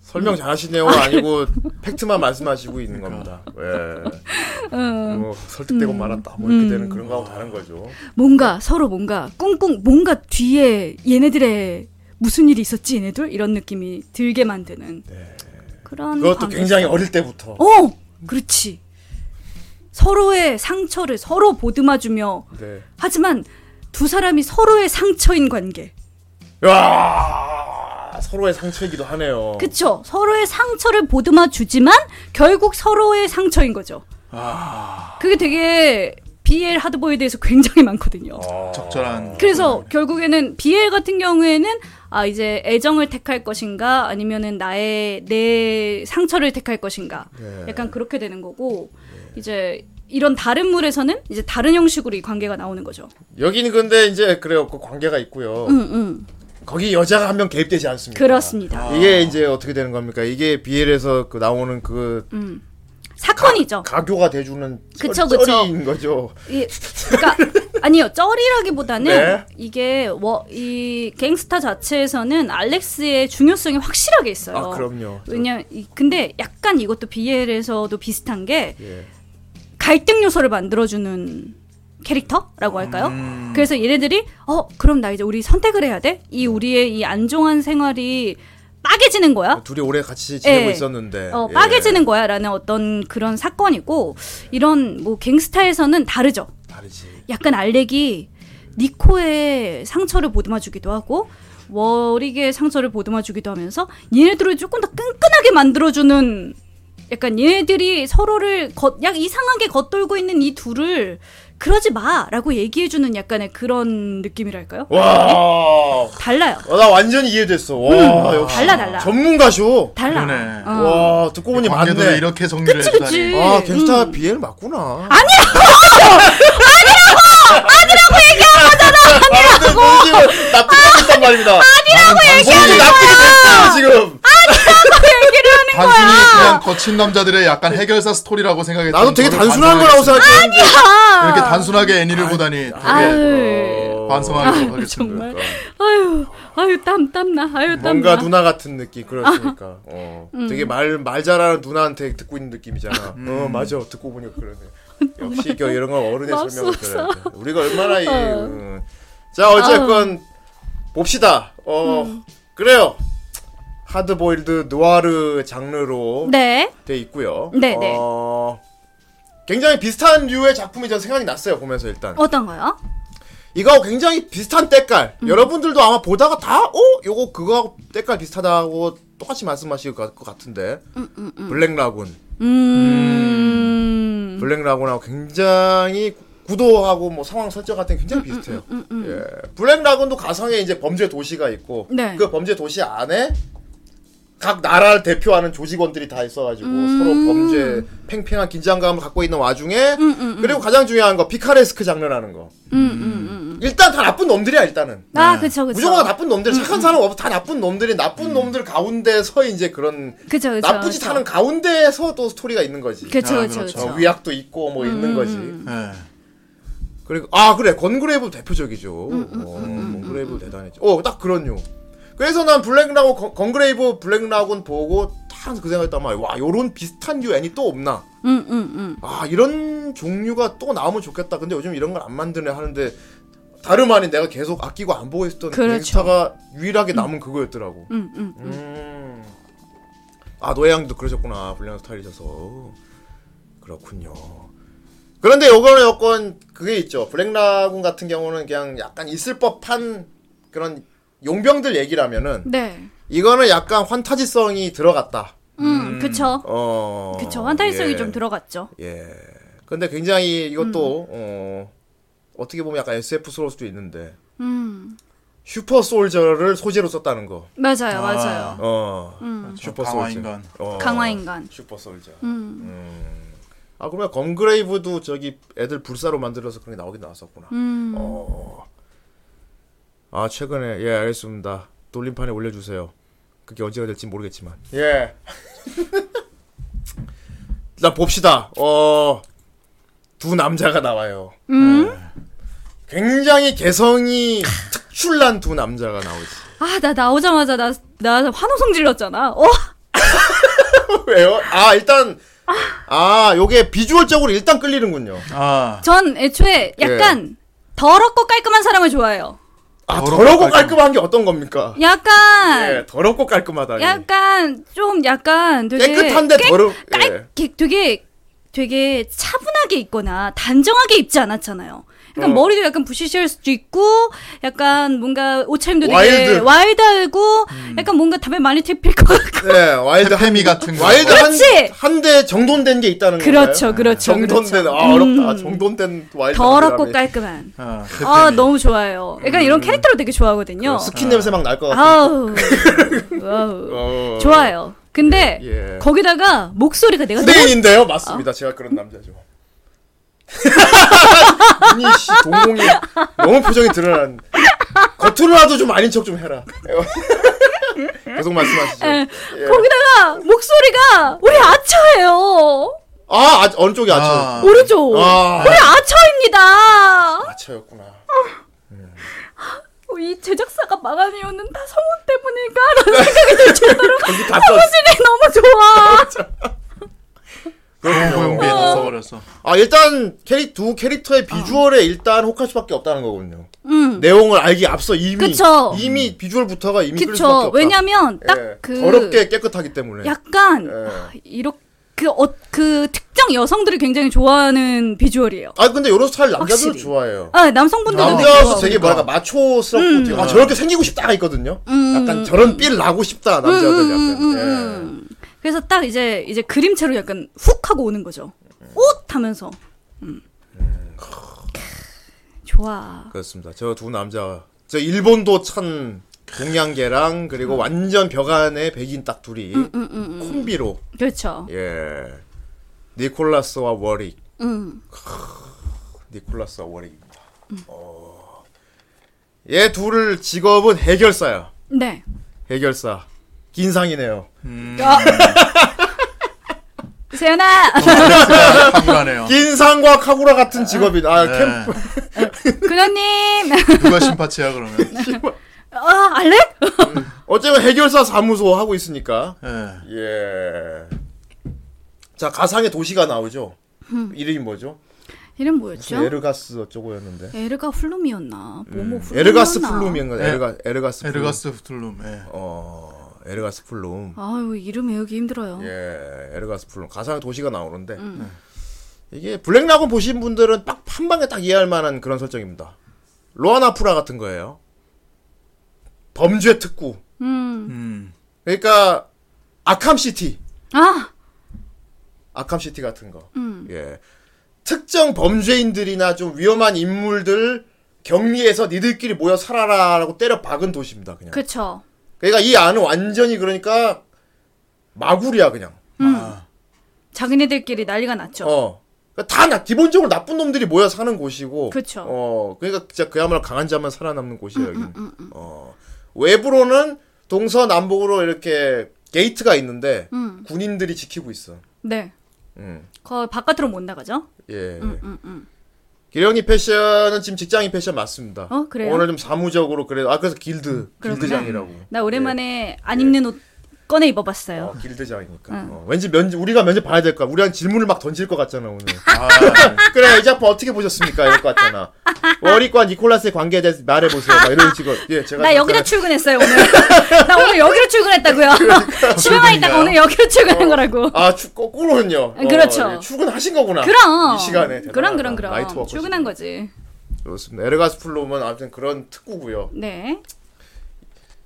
Speaker 2: 설명 잘하신 내용은 아니고 팩트만 말씀하시고 있는 겁니다. 예.
Speaker 4: 어.
Speaker 2: 뭐 설득되고 말았다. 뭐 이렇게 되는 그런 거하고 다른 거죠.
Speaker 4: 뭔가 서로 뭔가 꿍꿍 뭔가 뒤에 얘네들의 무슨 일이 있었지 얘네들 이런 느낌이 들게 만드는 그런
Speaker 2: 네. 그것도
Speaker 4: 관계.
Speaker 2: 굉장히 어릴 때부터.
Speaker 4: 어 그렇지 서로의 상처를 서로 보듬어주며
Speaker 2: 네.
Speaker 4: 하지만 두 사람이 서로의 상처인 관계
Speaker 2: 야 서로의 상처이기도 하네요.
Speaker 4: 그쵸 서로의 상처를 보듬어주지만 결국 서로의 상처인 거죠
Speaker 2: 아,
Speaker 4: 그게 되게 BL 하드보이에 대해서 굉장히 많거든요
Speaker 2: 어.
Speaker 6: 적절한.
Speaker 4: 그래서 결국에는 BL 같은 경우에는 아 이제 애정을 택할 것인가 아니면은 나의 내 상처를 택할 것인가
Speaker 2: 네.
Speaker 4: 약간 그렇게 되는 거고 이제 이런 다른 물에서는 이제 다른 형식으로 이 관계가 나오는 거죠.
Speaker 2: 여기는 근데 이제 그래요. 그 관계가 있고요.
Speaker 4: 음, 음.
Speaker 2: 거기 여자가 한 명 개입되지 않습니다.
Speaker 4: 그렇습니다.
Speaker 2: 이게 이제 어떻게 되는 겁니까? 이게 BL에서 그 나오는 그
Speaker 4: 사건이죠.
Speaker 2: 가교가 돼주는
Speaker 4: 그쵸,
Speaker 2: 쩔-
Speaker 4: 그쵸.
Speaker 2: 쩔이인 거죠.
Speaker 4: 이, 그러니까 아니요 쩔이라기보다는
Speaker 2: 네.
Speaker 4: 이게 워, 이 갱스타 자체에서는 알렉스의 중요성이 확실하게 있어요.
Speaker 2: 아 그럼요.
Speaker 4: 왜냐 이- 근데 약간 이것도 BL에서도 비슷한 게
Speaker 2: 예.
Speaker 4: 갈등 요소를 만들어주는 캐릭터라고 할까요?
Speaker 2: 음.
Speaker 4: 그래서 얘네들이 어 그럼 나 이제 우리 선택을 해야 돼? 이 우리의 이 안정한 생활이 빠개지는 거야?
Speaker 2: 둘이 오래 같이 어, 지내고
Speaker 4: 어? 예.
Speaker 2: 있었는데.
Speaker 4: 어
Speaker 2: 예.
Speaker 4: 빠개지는 거야라는 어떤 그런 사건이고 이런 뭐 갱스타에서는 다르죠.
Speaker 2: 다르지.
Speaker 4: 약간 알렉이 니코의 상처를 보듬어주기도 하고 워릭의 상처를 보듬어주기도 하면서 얘네들을 조금 더 끈끈하게 만들어주는 약간 얘네들이 서로를 겉, 약 이상하게 겉돌고 있는 이 둘을 그러지 마라고 얘기해주는 약간의 그런 느낌이랄까요?
Speaker 6: 어?
Speaker 2: 와.
Speaker 4: 달라요.
Speaker 2: 어, 나 완전 이해됐어. 와, 역시
Speaker 4: 달라 달라.
Speaker 2: 전문가쇼.
Speaker 4: 달라.
Speaker 6: 그러네.
Speaker 4: 어. 음.
Speaker 2: 와, 듣고 보니
Speaker 6: 관계도
Speaker 2: 맞네.
Speaker 6: 이렇게 정리를
Speaker 4: 그치
Speaker 6: 해주다니.
Speaker 4: 그치.
Speaker 2: 아, 갱스타 BL 맞구나. 아니라고! 아니라고! 아니라고 얘기한 거잖아! 아니라고! 지금 납득하고 있단 말입니다. 아니라고 얘기하는 거야! 납득이 됐어요, 지금!
Speaker 6: 단순히 그냥 거친 남자들의 약간 해결사 스토리라고 생각했던
Speaker 2: 나도 되게
Speaker 6: 저를
Speaker 2: 단순한 거라고
Speaker 6: 아, 그 반성하겠습니다.
Speaker 2: 생각했는데. 아,
Speaker 6: 이렇게 단순하게 애니를 보다니 되게
Speaker 4: 아유.
Speaker 6: 음. 반성하도록 하겠습니다.
Speaker 2: 그러니까.
Speaker 4: 정말. 아유. 아유 땀 땀나. 아유 땀나. 아. 음.
Speaker 2: 뭔가 누나 같은 느낌, 그렇습니까. 어. 되게 말, 말 잘하는 누나한테 듣고 있는 느낌이잖아. 어, 맞아. 듣고 보니까 그러네. 역시 겨 이런 건 어른의 설명을 들어야 돼. 우리가 얼마나 이.
Speaker 4: 어.
Speaker 2: 음. 자, 어쨌건, 봅시다. 어,
Speaker 4: 음.
Speaker 2: 그래요. 하드보일드 누아르 장르로
Speaker 4: 네.
Speaker 2: 돼 있고요.
Speaker 4: 네, 네.
Speaker 2: 어, 굉장히 비슷한 류의 작품이 전 생각이 났어요. 보면서 일단
Speaker 4: 어떤 거요?
Speaker 2: 이거 굉장히 비슷한 때깔. 여러분들도 아마 보다가 다 어? 요거 그거하고 때깔 비슷하다고 똑같이 말씀하실 것 같- 것 같은데 블랙라군,
Speaker 4: 음.
Speaker 2: 블랙라군하고 굉장히 구도하고 뭐 상황 설정 같은 게 굉장히 비슷해요. 예, 블랙라군도 가상에 이제 범죄 도시가 있고
Speaker 4: 네.
Speaker 2: 그 범죄 도시 안에 각 나라를 대표하는 조직원들이 다 있어가지고 서로 범죄 팽팽한 긴장감을 갖고 있는 와중에 그리고 가장 중요한 거 피카레스크 장르라는 거 일단 다 나쁜 놈들이야 일단은
Speaker 4: 아,
Speaker 6: 네.
Speaker 4: 그쵸, 음, 그쵸.
Speaker 2: 무조건 다 나쁜 놈들 착한 사람 없어 다 나쁜 놈들이 나쁜 놈들 가운데서 이제 그런
Speaker 4: 그쵸, 그쵸.
Speaker 2: 나쁜 짓
Speaker 4: 그쵸.
Speaker 2: 하는 가운데서 또 스토리가 있는 거지
Speaker 4: 그쵸, 음,
Speaker 6: 아,
Speaker 4: 그쵸,
Speaker 6: 그렇죠.
Speaker 2: 어,
Speaker 4: 그쵸.
Speaker 2: 위약도 있고 뭐 있는 거지
Speaker 6: 네.
Speaker 2: 그리고 아 그래 건그레이브 대표적이죠.
Speaker 4: 음,
Speaker 2: 어, 건그레이브 대단했죠. 어딱 그런요. 그래서 난 블랙라곤 건- 건그레이브 블랙라곤 보고 딱 그 생각했단 말이야. 와 요런 비슷한 류 애니 또 없나?
Speaker 4: 음, 음, 음.
Speaker 2: 아 이런 종류가 또 나오면 좋겠다. 근데 요즘 이런 걸 안 만드네 하는데 다름 아닌 내가 계속 아끼고 안 보고 있었던
Speaker 4: 그렇죠.
Speaker 2: 랭스타가 유일하게 남은 그거였더라고.
Speaker 4: 음, 음.
Speaker 2: 음. 아 노예양도 그러셨구나 불량 스타일이셔서 그렇군요. 그런데 요거는 여건 그게 있죠. 블랙라군 같은 경우는 그냥 약간 있을 법한 그런 용병들 얘기라면은
Speaker 4: 네.
Speaker 2: 이거는 약간 환타지성이 들어갔다.
Speaker 4: 음, 그쵸.
Speaker 2: 어.
Speaker 4: 그쵸. 환타지성이
Speaker 2: 예.
Speaker 4: 좀 들어갔죠. 음.
Speaker 2: 예. 근데 굉장히 이것도 어, 어떻게 보면 약간 SF스러울 수도 있는데
Speaker 4: 음.
Speaker 2: 슈퍼 솔저를 소재로 썼다는 거.
Speaker 4: 맞아요,
Speaker 6: 아.
Speaker 4: 맞아요.
Speaker 2: 어. 슈퍼
Speaker 6: 슈퍼 강화인간.
Speaker 2: 어.
Speaker 4: 음. 강화인간.
Speaker 2: 슈퍼 솔저.
Speaker 4: 음.
Speaker 2: 아 그러면 건그레이브도 저기 애들 불사로 만들어서 그런 게 나오긴 나왔었구나.
Speaker 4: 음.
Speaker 2: 어. 아 최근에 예 알겠습니다. 돌림판에 올려주세요. 그게 언제가 될지 모르겠지만. 예. 일단 봅시다. 어. 두 남자가 나와요.
Speaker 4: 음?
Speaker 2: 굉장히 개성이 특출난 두 남자가 나오지.
Speaker 4: 아, 나 나오자마자 나, 나 환호성 질렀잖아. 어?
Speaker 2: 왜요? 아 일단 아 요게 비주얼적으로 일단 끌리는군요.
Speaker 6: 아
Speaker 4: 전 애초에 약간 더럽고 깔끔한 사람을 좋아해요.
Speaker 2: 아
Speaker 6: 더럽고
Speaker 2: 더럽고
Speaker 6: 깔끔한.
Speaker 2: 깔끔한 게 어떤 겁니까?
Speaker 4: 약간
Speaker 2: 예, 더럽고 깔끔하다.
Speaker 4: 약간 좀 약간 되게
Speaker 2: 깨끗한데
Speaker 4: 깨-
Speaker 2: 더럽.
Speaker 4: 깔,
Speaker 2: 예.
Speaker 4: 게- 되게 되게 차분하게 입거나 단정하게 입지 않았잖아요. 약간
Speaker 2: 어.
Speaker 4: 머리도 약간 부시시할 수도 있고, 약간 뭔가 옷차림도 되게
Speaker 2: 와일드. 음.
Speaker 4: 와일드하고, 약간 뭔가 담배 많이 태필 것 같고.
Speaker 2: 네, 와일드 한,
Speaker 6: 페미 같은 거.
Speaker 2: 와일드
Speaker 4: 그렇지!
Speaker 2: 한한대 정돈된 게 있다는 거예요.
Speaker 4: 그렇죠, 그렇죠.
Speaker 2: 네. 정돈된
Speaker 4: 그렇죠.
Speaker 2: 아 어렵다. 아,
Speaker 4: 음.
Speaker 2: 정돈된 와일드.
Speaker 4: 더럽고
Speaker 2: 한대라니.
Speaker 4: 깔끔한.
Speaker 6: 아,
Speaker 4: 아
Speaker 6: 페미.
Speaker 4: 너무 좋아요. 약간 이런 캐릭터를 되게 좋아하거든요.
Speaker 2: 음. 그렇죠. 스킨 냄새 막 날 것 같아.
Speaker 4: 아우, 와우.
Speaker 2: 어.
Speaker 4: 좋아요. 근데
Speaker 2: 예. 네,
Speaker 4: 거기다가 목소리가 내가 너무
Speaker 2: 후대인인데요, 맞습니다. 제가 그런 남자죠. 눈이 씨 동공이 너무 표정이 드러난. 겉으로라도 좀 아닌 척 좀 해라. 계속 말씀하시죠. 예.
Speaker 4: 거기다가 목소리가 우리 아처예요.
Speaker 2: 아, 아 어느 쪽이 아차?
Speaker 6: 아.
Speaker 4: 오른쪽.
Speaker 2: 아.
Speaker 4: 우리 아처입니다.
Speaker 2: 아차였구나.
Speaker 4: 어, 이 제작사가 망한 이유는 다 성우 때문일까라는 생각이 들 정도로
Speaker 2: 거기 다 썼어.
Speaker 4: 성우진이 너무 좋아.
Speaker 6: 고용비에 나서버렸어.
Speaker 2: 아 일단 캐릭 두 캐릭터의 비주얼에 일단 혹할 수밖에 없다는 거군요.
Speaker 4: 음.
Speaker 2: 내용을 알기 앞서 이미
Speaker 4: 그쵸.
Speaker 2: 이미 비주얼부터가 이미 끌릴 네, 수밖에
Speaker 4: 그쵸.
Speaker 2: 없다.
Speaker 4: 왜냐면
Speaker 2: 예,
Speaker 4: 딱그
Speaker 2: 더럽게 깨끗하기 때문에.
Speaker 4: 약간 아,
Speaker 2: 예.
Speaker 4: 이렇게 그, 어, 그 특정 여성들을 굉장히 좋아하는 비주얼이에요.
Speaker 2: 아 근데 이런 스타일 남자들
Speaker 4: 확실히.
Speaker 2: 좋아해요.
Speaker 4: 아, 그러니까. 남성분들도 되게
Speaker 2: 남자서
Speaker 4: 좋아하고.
Speaker 2: 되게 뭐랄까 마초스럽고
Speaker 4: 음.
Speaker 2: 되게, 아 저렇게 생기고 싶다가 있거든요. 약간 저런 삘 나고 싶다 남자들
Speaker 4: 음,
Speaker 2: 약간.
Speaker 4: 음,
Speaker 2: 예.
Speaker 4: 음. 그래서 딱 이제 이제 그림체로 약간 훅 하고 오는 거죠. 옷 하면서. 음. 좋아.
Speaker 2: 그렇습니다. 저 두 남자 저 일본도 찬 동양계랑 그리고 완전 벽안의 백인 딱 둘이
Speaker 4: 음,
Speaker 2: 콤비로
Speaker 4: 그렇죠.
Speaker 2: 예 니콜라스와 워릭
Speaker 4: 음.
Speaker 2: 니콜라스와 워릭입니다. 어. 얘 둘을 직업은 해결사야.
Speaker 4: 네.
Speaker 2: 해결사. 긴상이네요.
Speaker 4: 세연아.
Speaker 2: 어.
Speaker 6: 탁구라네요.
Speaker 2: 긴상과 카구라 같은 직업이 아
Speaker 6: 네.
Speaker 2: 캠프
Speaker 4: 그녀님.
Speaker 6: 누가 심파치야 그러면?
Speaker 4: 아, 알렉?
Speaker 2: 어쨌든 해결사 사무소 하고 있으니까
Speaker 6: 예.
Speaker 2: 예. 자 가상의 도시가 나오죠. 이름이 뭐죠?
Speaker 4: 이름
Speaker 2: 무슨
Speaker 4: 뭐였죠?
Speaker 2: 네, 에르가스 어쩌고였는데.
Speaker 4: 에르가 훌룸이었나? 뭐뭐 훌룸.
Speaker 2: 에르가스 플룸인가?
Speaker 6: 네.
Speaker 2: 에르가 에르가스. 플룸.
Speaker 6: 에르가스 후툴룸. 예.
Speaker 2: 그 어 에르가스 플룸.
Speaker 4: 아유, 이름 외우기 힘들어요.
Speaker 2: 예, 에르가스 플룸 가상의 도시가 나오는데 이게 블랙라곤 보신 분들은 딱 한 방에 딱 이해할 만한 그런 설정입니다. 로아나프라 같은 거예요. 범죄 특구.
Speaker 4: 음.
Speaker 6: 음.
Speaker 2: 그러니까 아캄시티,
Speaker 4: 아,
Speaker 2: 아캄시티 같은 거.
Speaker 4: 음.
Speaker 2: 예, 특정 범죄인들이나 좀 위험한 인물들 격리해서 니들끼리 모여 살아라라고 때려 박은 도시입니다. 그냥.
Speaker 4: 그쵸.
Speaker 2: 그러니까 이 안은 완전히 그러니까 마구리야 그냥.
Speaker 6: 아.
Speaker 4: 자기네들끼리 난리가 났죠.
Speaker 2: 어. 그러니까 다 나, 기본적으로 나쁜 놈들이 모여 사는 곳이고.
Speaker 4: 그쵸. 음,
Speaker 2: 어. 그러니까 진짜 그야말로 강한 자만 살아남는 곳이에요, 여기. 어. 외부로는 동서남북으로 이렇게 게이트가 있는데
Speaker 4: 음.
Speaker 2: 군인들이 지키고 있어.
Speaker 4: 네.
Speaker 2: 음.
Speaker 4: 거 바깥으로 못 나가죠?
Speaker 2: 예.
Speaker 4: 음, 음.
Speaker 2: 기령이 패션은 지금 직장인 패션 맞습니다.
Speaker 4: 어, 그래요? 음,
Speaker 2: 오늘 좀 사무적으로 그래. 아, 그래서 길드,
Speaker 4: 그렇구나.
Speaker 2: 길드장이라고.
Speaker 4: 나 오랜만에 안 입는 옷 꺼내 입어봤어요.
Speaker 2: 예. 어, 길드장이니까.
Speaker 4: 음.
Speaker 2: 어, 왠지 면접 우리가 면접 봐야 될 거야. 우리한 질문을 막 던질 것 같잖아 오늘. 아, 그래 이 작품 어떻게 보셨습니까? 이럴 것 같잖아. 워릭과 니콜라스의 관계에 대해서 말해 보세요. 막 이런 식으로. 예, 제가
Speaker 4: 나 여기다 출근했어요 오늘. 나 오늘 여기로 출근했다고요.
Speaker 2: 그러니까
Speaker 4: 집에만 있다가 오늘 여기로 출근한 거라고.
Speaker 2: 아, 추, 거꾸로는요.
Speaker 4: 아, 그렇죠.
Speaker 2: 예, 출근하신 거구나.
Speaker 4: 그럼.
Speaker 2: 이 시간에.
Speaker 4: 그럼
Speaker 2: 대단하다.
Speaker 4: 그럼 그럼.
Speaker 2: 나이트 워커
Speaker 4: 출근한 거지.
Speaker 2: 좋습니다. 에르가스 플로우는 아무튼 그런 특구고요.
Speaker 4: 네.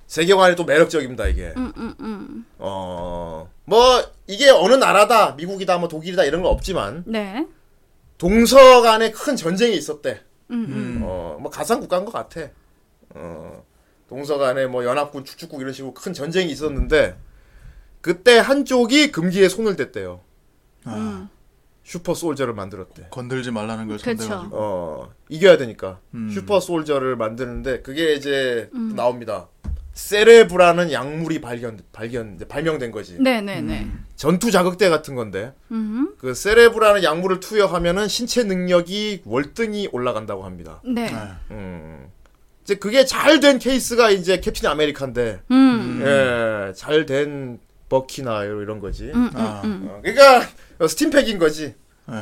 Speaker 2: 세계관이 또 매력적입니다 이게.
Speaker 4: 음,
Speaker 2: 어, 뭐 이게 어느 나라다, 미국이다, 뭐 독일이다 이런 거 없지만
Speaker 4: 네.
Speaker 2: 동서 간에 큰 전쟁이 있었대.
Speaker 6: 음.
Speaker 2: 어, 뭐 가상 국가인 것 같아. 어, 동서 간에 뭐 연합군, 축축국 이런 식으로 큰 전쟁이 있었는데 그때 한쪽이 금기에 손을 댔대요. 슈퍼 솔저를 만들었대.
Speaker 6: 건들지 말라는 걸
Speaker 4: 그쵸.
Speaker 6: 전대가지고.
Speaker 2: 어, 이겨야 되니까 슈퍼 솔저를 만드는데 그게 이제 나옵니다. 세레브라는 약물이 발견 발견 발명된 거지.
Speaker 4: 네네네. 네.
Speaker 2: 전투 자극대 같은 건데 그 세레브라는 약물을 투여하면은 신체 능력이 월등히 올라간다고 합니다.
Speaker 4: 네.
Speaker 6: 예,
Speaker 2: 이제 그게 잘 된 케이스가 이제 캡틴 아메리카인데
Speaker 4: 음.
Speaker 2: 예, 잘 된 버키나 이런 거지.
Speaker 4: 음.
Speaker 6: 아,
Speaker 2: 어, 그러니까 스팀팩인 거지.
Speaker 6: 네.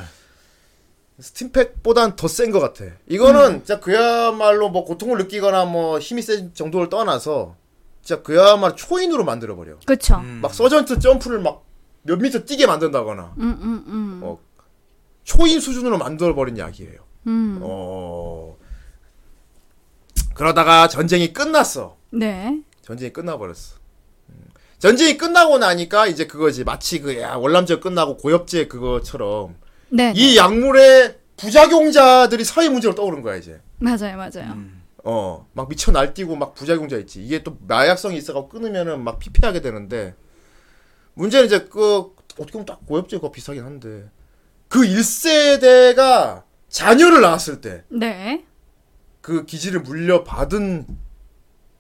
Speaker 2: 스팀팩보단 더 센 것 같아.
Speaker 4: 음.
Speaker 2: 이거는 진짜 그야말로 뭐 고통을 느끼거나 뭐 힘이 센 정도를 떠나서 진짜 그야말로 초인으로 만들어 버려.
Speaker 4: 그쵸.
Speaker 2: 막 서전트 점프를 막 몇 미터 뛰게 만든다거나
Speaker 4: 음, 음, 음.
Speaker 2: 어, 초인 수준으로 만들어 버린 약이에요.
Speaker 4: 음.
Speaker 2: 어. 그러다가 전쟁이 끝났어.
Speaker 4: 네.
Speaker 2: 전쟁이 끝나버렸어. 음. 전쟁이 끝나고 나니까 이제 그거지 마치 그 야, 월남전 끝나고 고엽제 그거처럼
Speaker 4: 네.
Speaker 2: 이 약물의 부작용자들이 사회 문제로 떠오른 거야 이제.
Speaker 4: 맞아요, 맞아요.
Speaker 2: 어, 막 미쳐 날뛰고 막 부작용자 있지. 이게 또 마약성이 있어가고 끊으면은 막 피폐하게 되는데 문제는 이제 그 어떻게 보면 딱 고엽제 그거 비슷하긴 한데 그 1세대가 자녀를 낳았을 때
Speaker 4: 네.
Speaker 2: 그 기질을 물려받은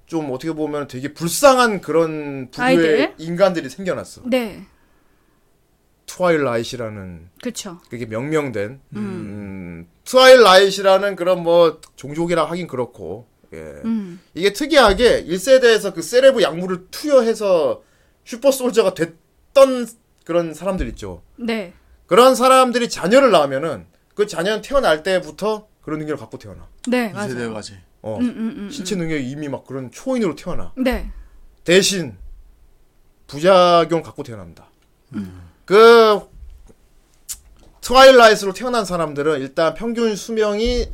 Speaker 2: 좀 어떻게 보면 되게 불쌍한 그런 부류의
Speaker 4: 아이들?
Speaker 2: 인간들이 생겨났어.
Speaker 4: 네.
Speaker 2: 트와일라잇이라는
Speaker 4: 그쵸.
Speaker 2: 그게 명명된 음. 트와일라잇이라는 그런 뭐 종족이라 하긴 그렇고 예.
Speaker 4: 음.
Speaker 2: 이게 특이하게 1세대에서 그 세레브 약물을 투여해서 슈퍼솔저가 됐던 그런 사람들 있죠.
Speaker 4: 네.
Speaker 2: 그런 사람들이 자녀를 낳으면은 그 자녀는 태어날 때부터 그런 능력을 갖고 태어나.
Speaker 4: 네,
Speaker 6: 이
Speaker 4: 맞아요.
Speaker 6: 세대까지.
Speaker 2: 어.
Speaker 4: 음, 음,
Speaker 2: 신체 능력이 이미 막 그런 초인으로 태어나.
Speaker 4: 음. 네.
Speaker 2: 대신 부작용 갖고 태어납니다. 그 트와일라이트로 태어난 사람들은 일단 평균 수명이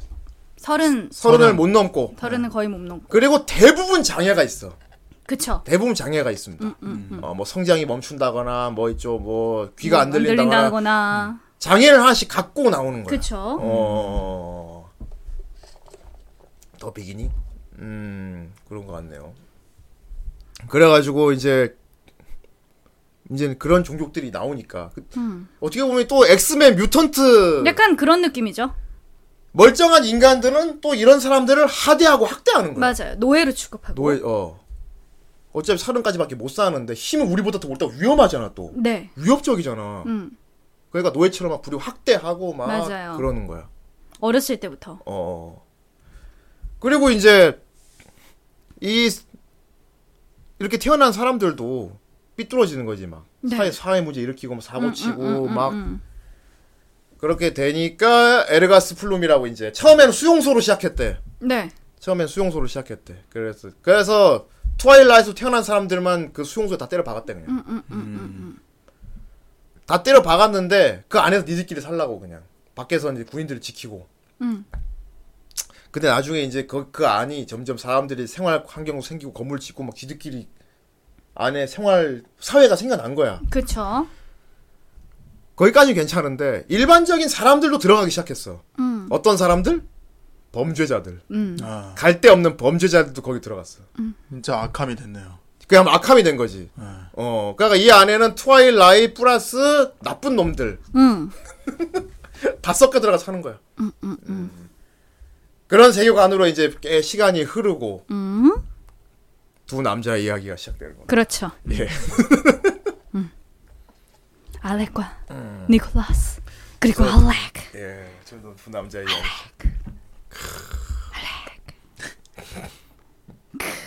Speaker 4: 서른,
Speaker 2: 서른을 못 넘고
Speaker 4: 서른은 거의 못 넘고.
Speaker 2: 그리고 대부분 장애가 있어.
Speaker 4: 그쵸.
Speaker 2: 대부분 장애가 있습니다. 어, 뭐 성장이 멈춘다거나 뭐 있죠 뭐 귀가 안
Speaker 4: 음, 안
Speaker 2: 들린다거나, 음.
Speaker 4: 들린다거나.
Speaker 2: 장애를 하나씩 갖고 나오는 거야.
Speaker 4: 그쵸.
Speaker 2: 어. 더 비기니? 음, 그런 것 같네요. 그래가지고, 이제, 이제 그런 종족들이 나오니까. 그-
Speaker 4: 음.
Speaker 2: 어떻게 보면 또 엑스맨 뮤턴트.
Speaker 4: 약간 그런 느낌이죠.
Speaker 2: 멀쩡한 인간들은 또 이런 사람들을 하대하고 학대하는 거야.
Speaker 4: 맞아요. 노예로 취급하고.
Speaker 2: 노예, 어. 어차피 서른까지밖에 못 사는데 힘은 우리보다 더 못하고 위험하잖아, 또.
Speaker 4: 네.
Speaker 2: 위협적이잖아.
Speaker 4: 음.
Speaker 2: 그러니까 노예처럼 막 부리고 학대하고 막
Speaker 4: 맞아요.
Speaker 2: 그러는 거야.
Speaker 4: 어렸을 때부터.
Speaker 2: 어. 그리고 이제 이 이렇게 태어난 사람들도 삐뚤어지는 거지 막
Speaker 4: 네.
Speaker 2: 사회 사회 문제 일으키고 막 사고 치고 막 그렇게 되니까 에르가스 플룸이라고 이제 처음에는 수용소로 시작했대.
Speaker 4: 네.
Speaker 2: 처음엔 수용소로 시작했대. 그래서 그래서 트와일라이트 태어난 사람들만 그 수용소에 다 때려 박았대 그냥. 음. 다 때려 박았는데 그 안에서 니들끼리 살라고 그냥 밖에서 이제 군인들을 지키고. 근데 나중에 이제 그, 그 안이 점점 사람들이 생활 환경 생기고 건물 짓고 막 지들끼리 안에 생활 사회가 생겨난 거야.
Speaker 4: 그쵸.
Speaker 2: 거기까지 괜찮은데 일반적인 사람들도 들어가기 시작했어. 어떤 사람들? 범죄자들.
Speaker 4: 음.
Speaker 6: 아,
Speaker 2: 갈 데 없는 범죄자들도 거기 들어갔어.
Speaker 6: 진짜 악함이 됐네요. 예.
Speaker 2: 그냥 악함이 된 거지. 어, 그러니까 이 안에는 트와일라이 플러스 나쁜 놈들
Speaker 4: 음.
Speaker 2: 다 섞여 들어가 사는 거야. 음. 그런 세계관으로 이제 꽤 시간이 흐르고 두 남자의 이야기가 시작되는 거야.
Speaker 4: 음. 그렇죠.
Speaker 2: 예.
Speaker 4: 알렉과
Speaker 2: 음.
Speaker 4: 니콜라스. 그리고 알렉.
Speaker 2: 예, 저도 두 남자의 이야기.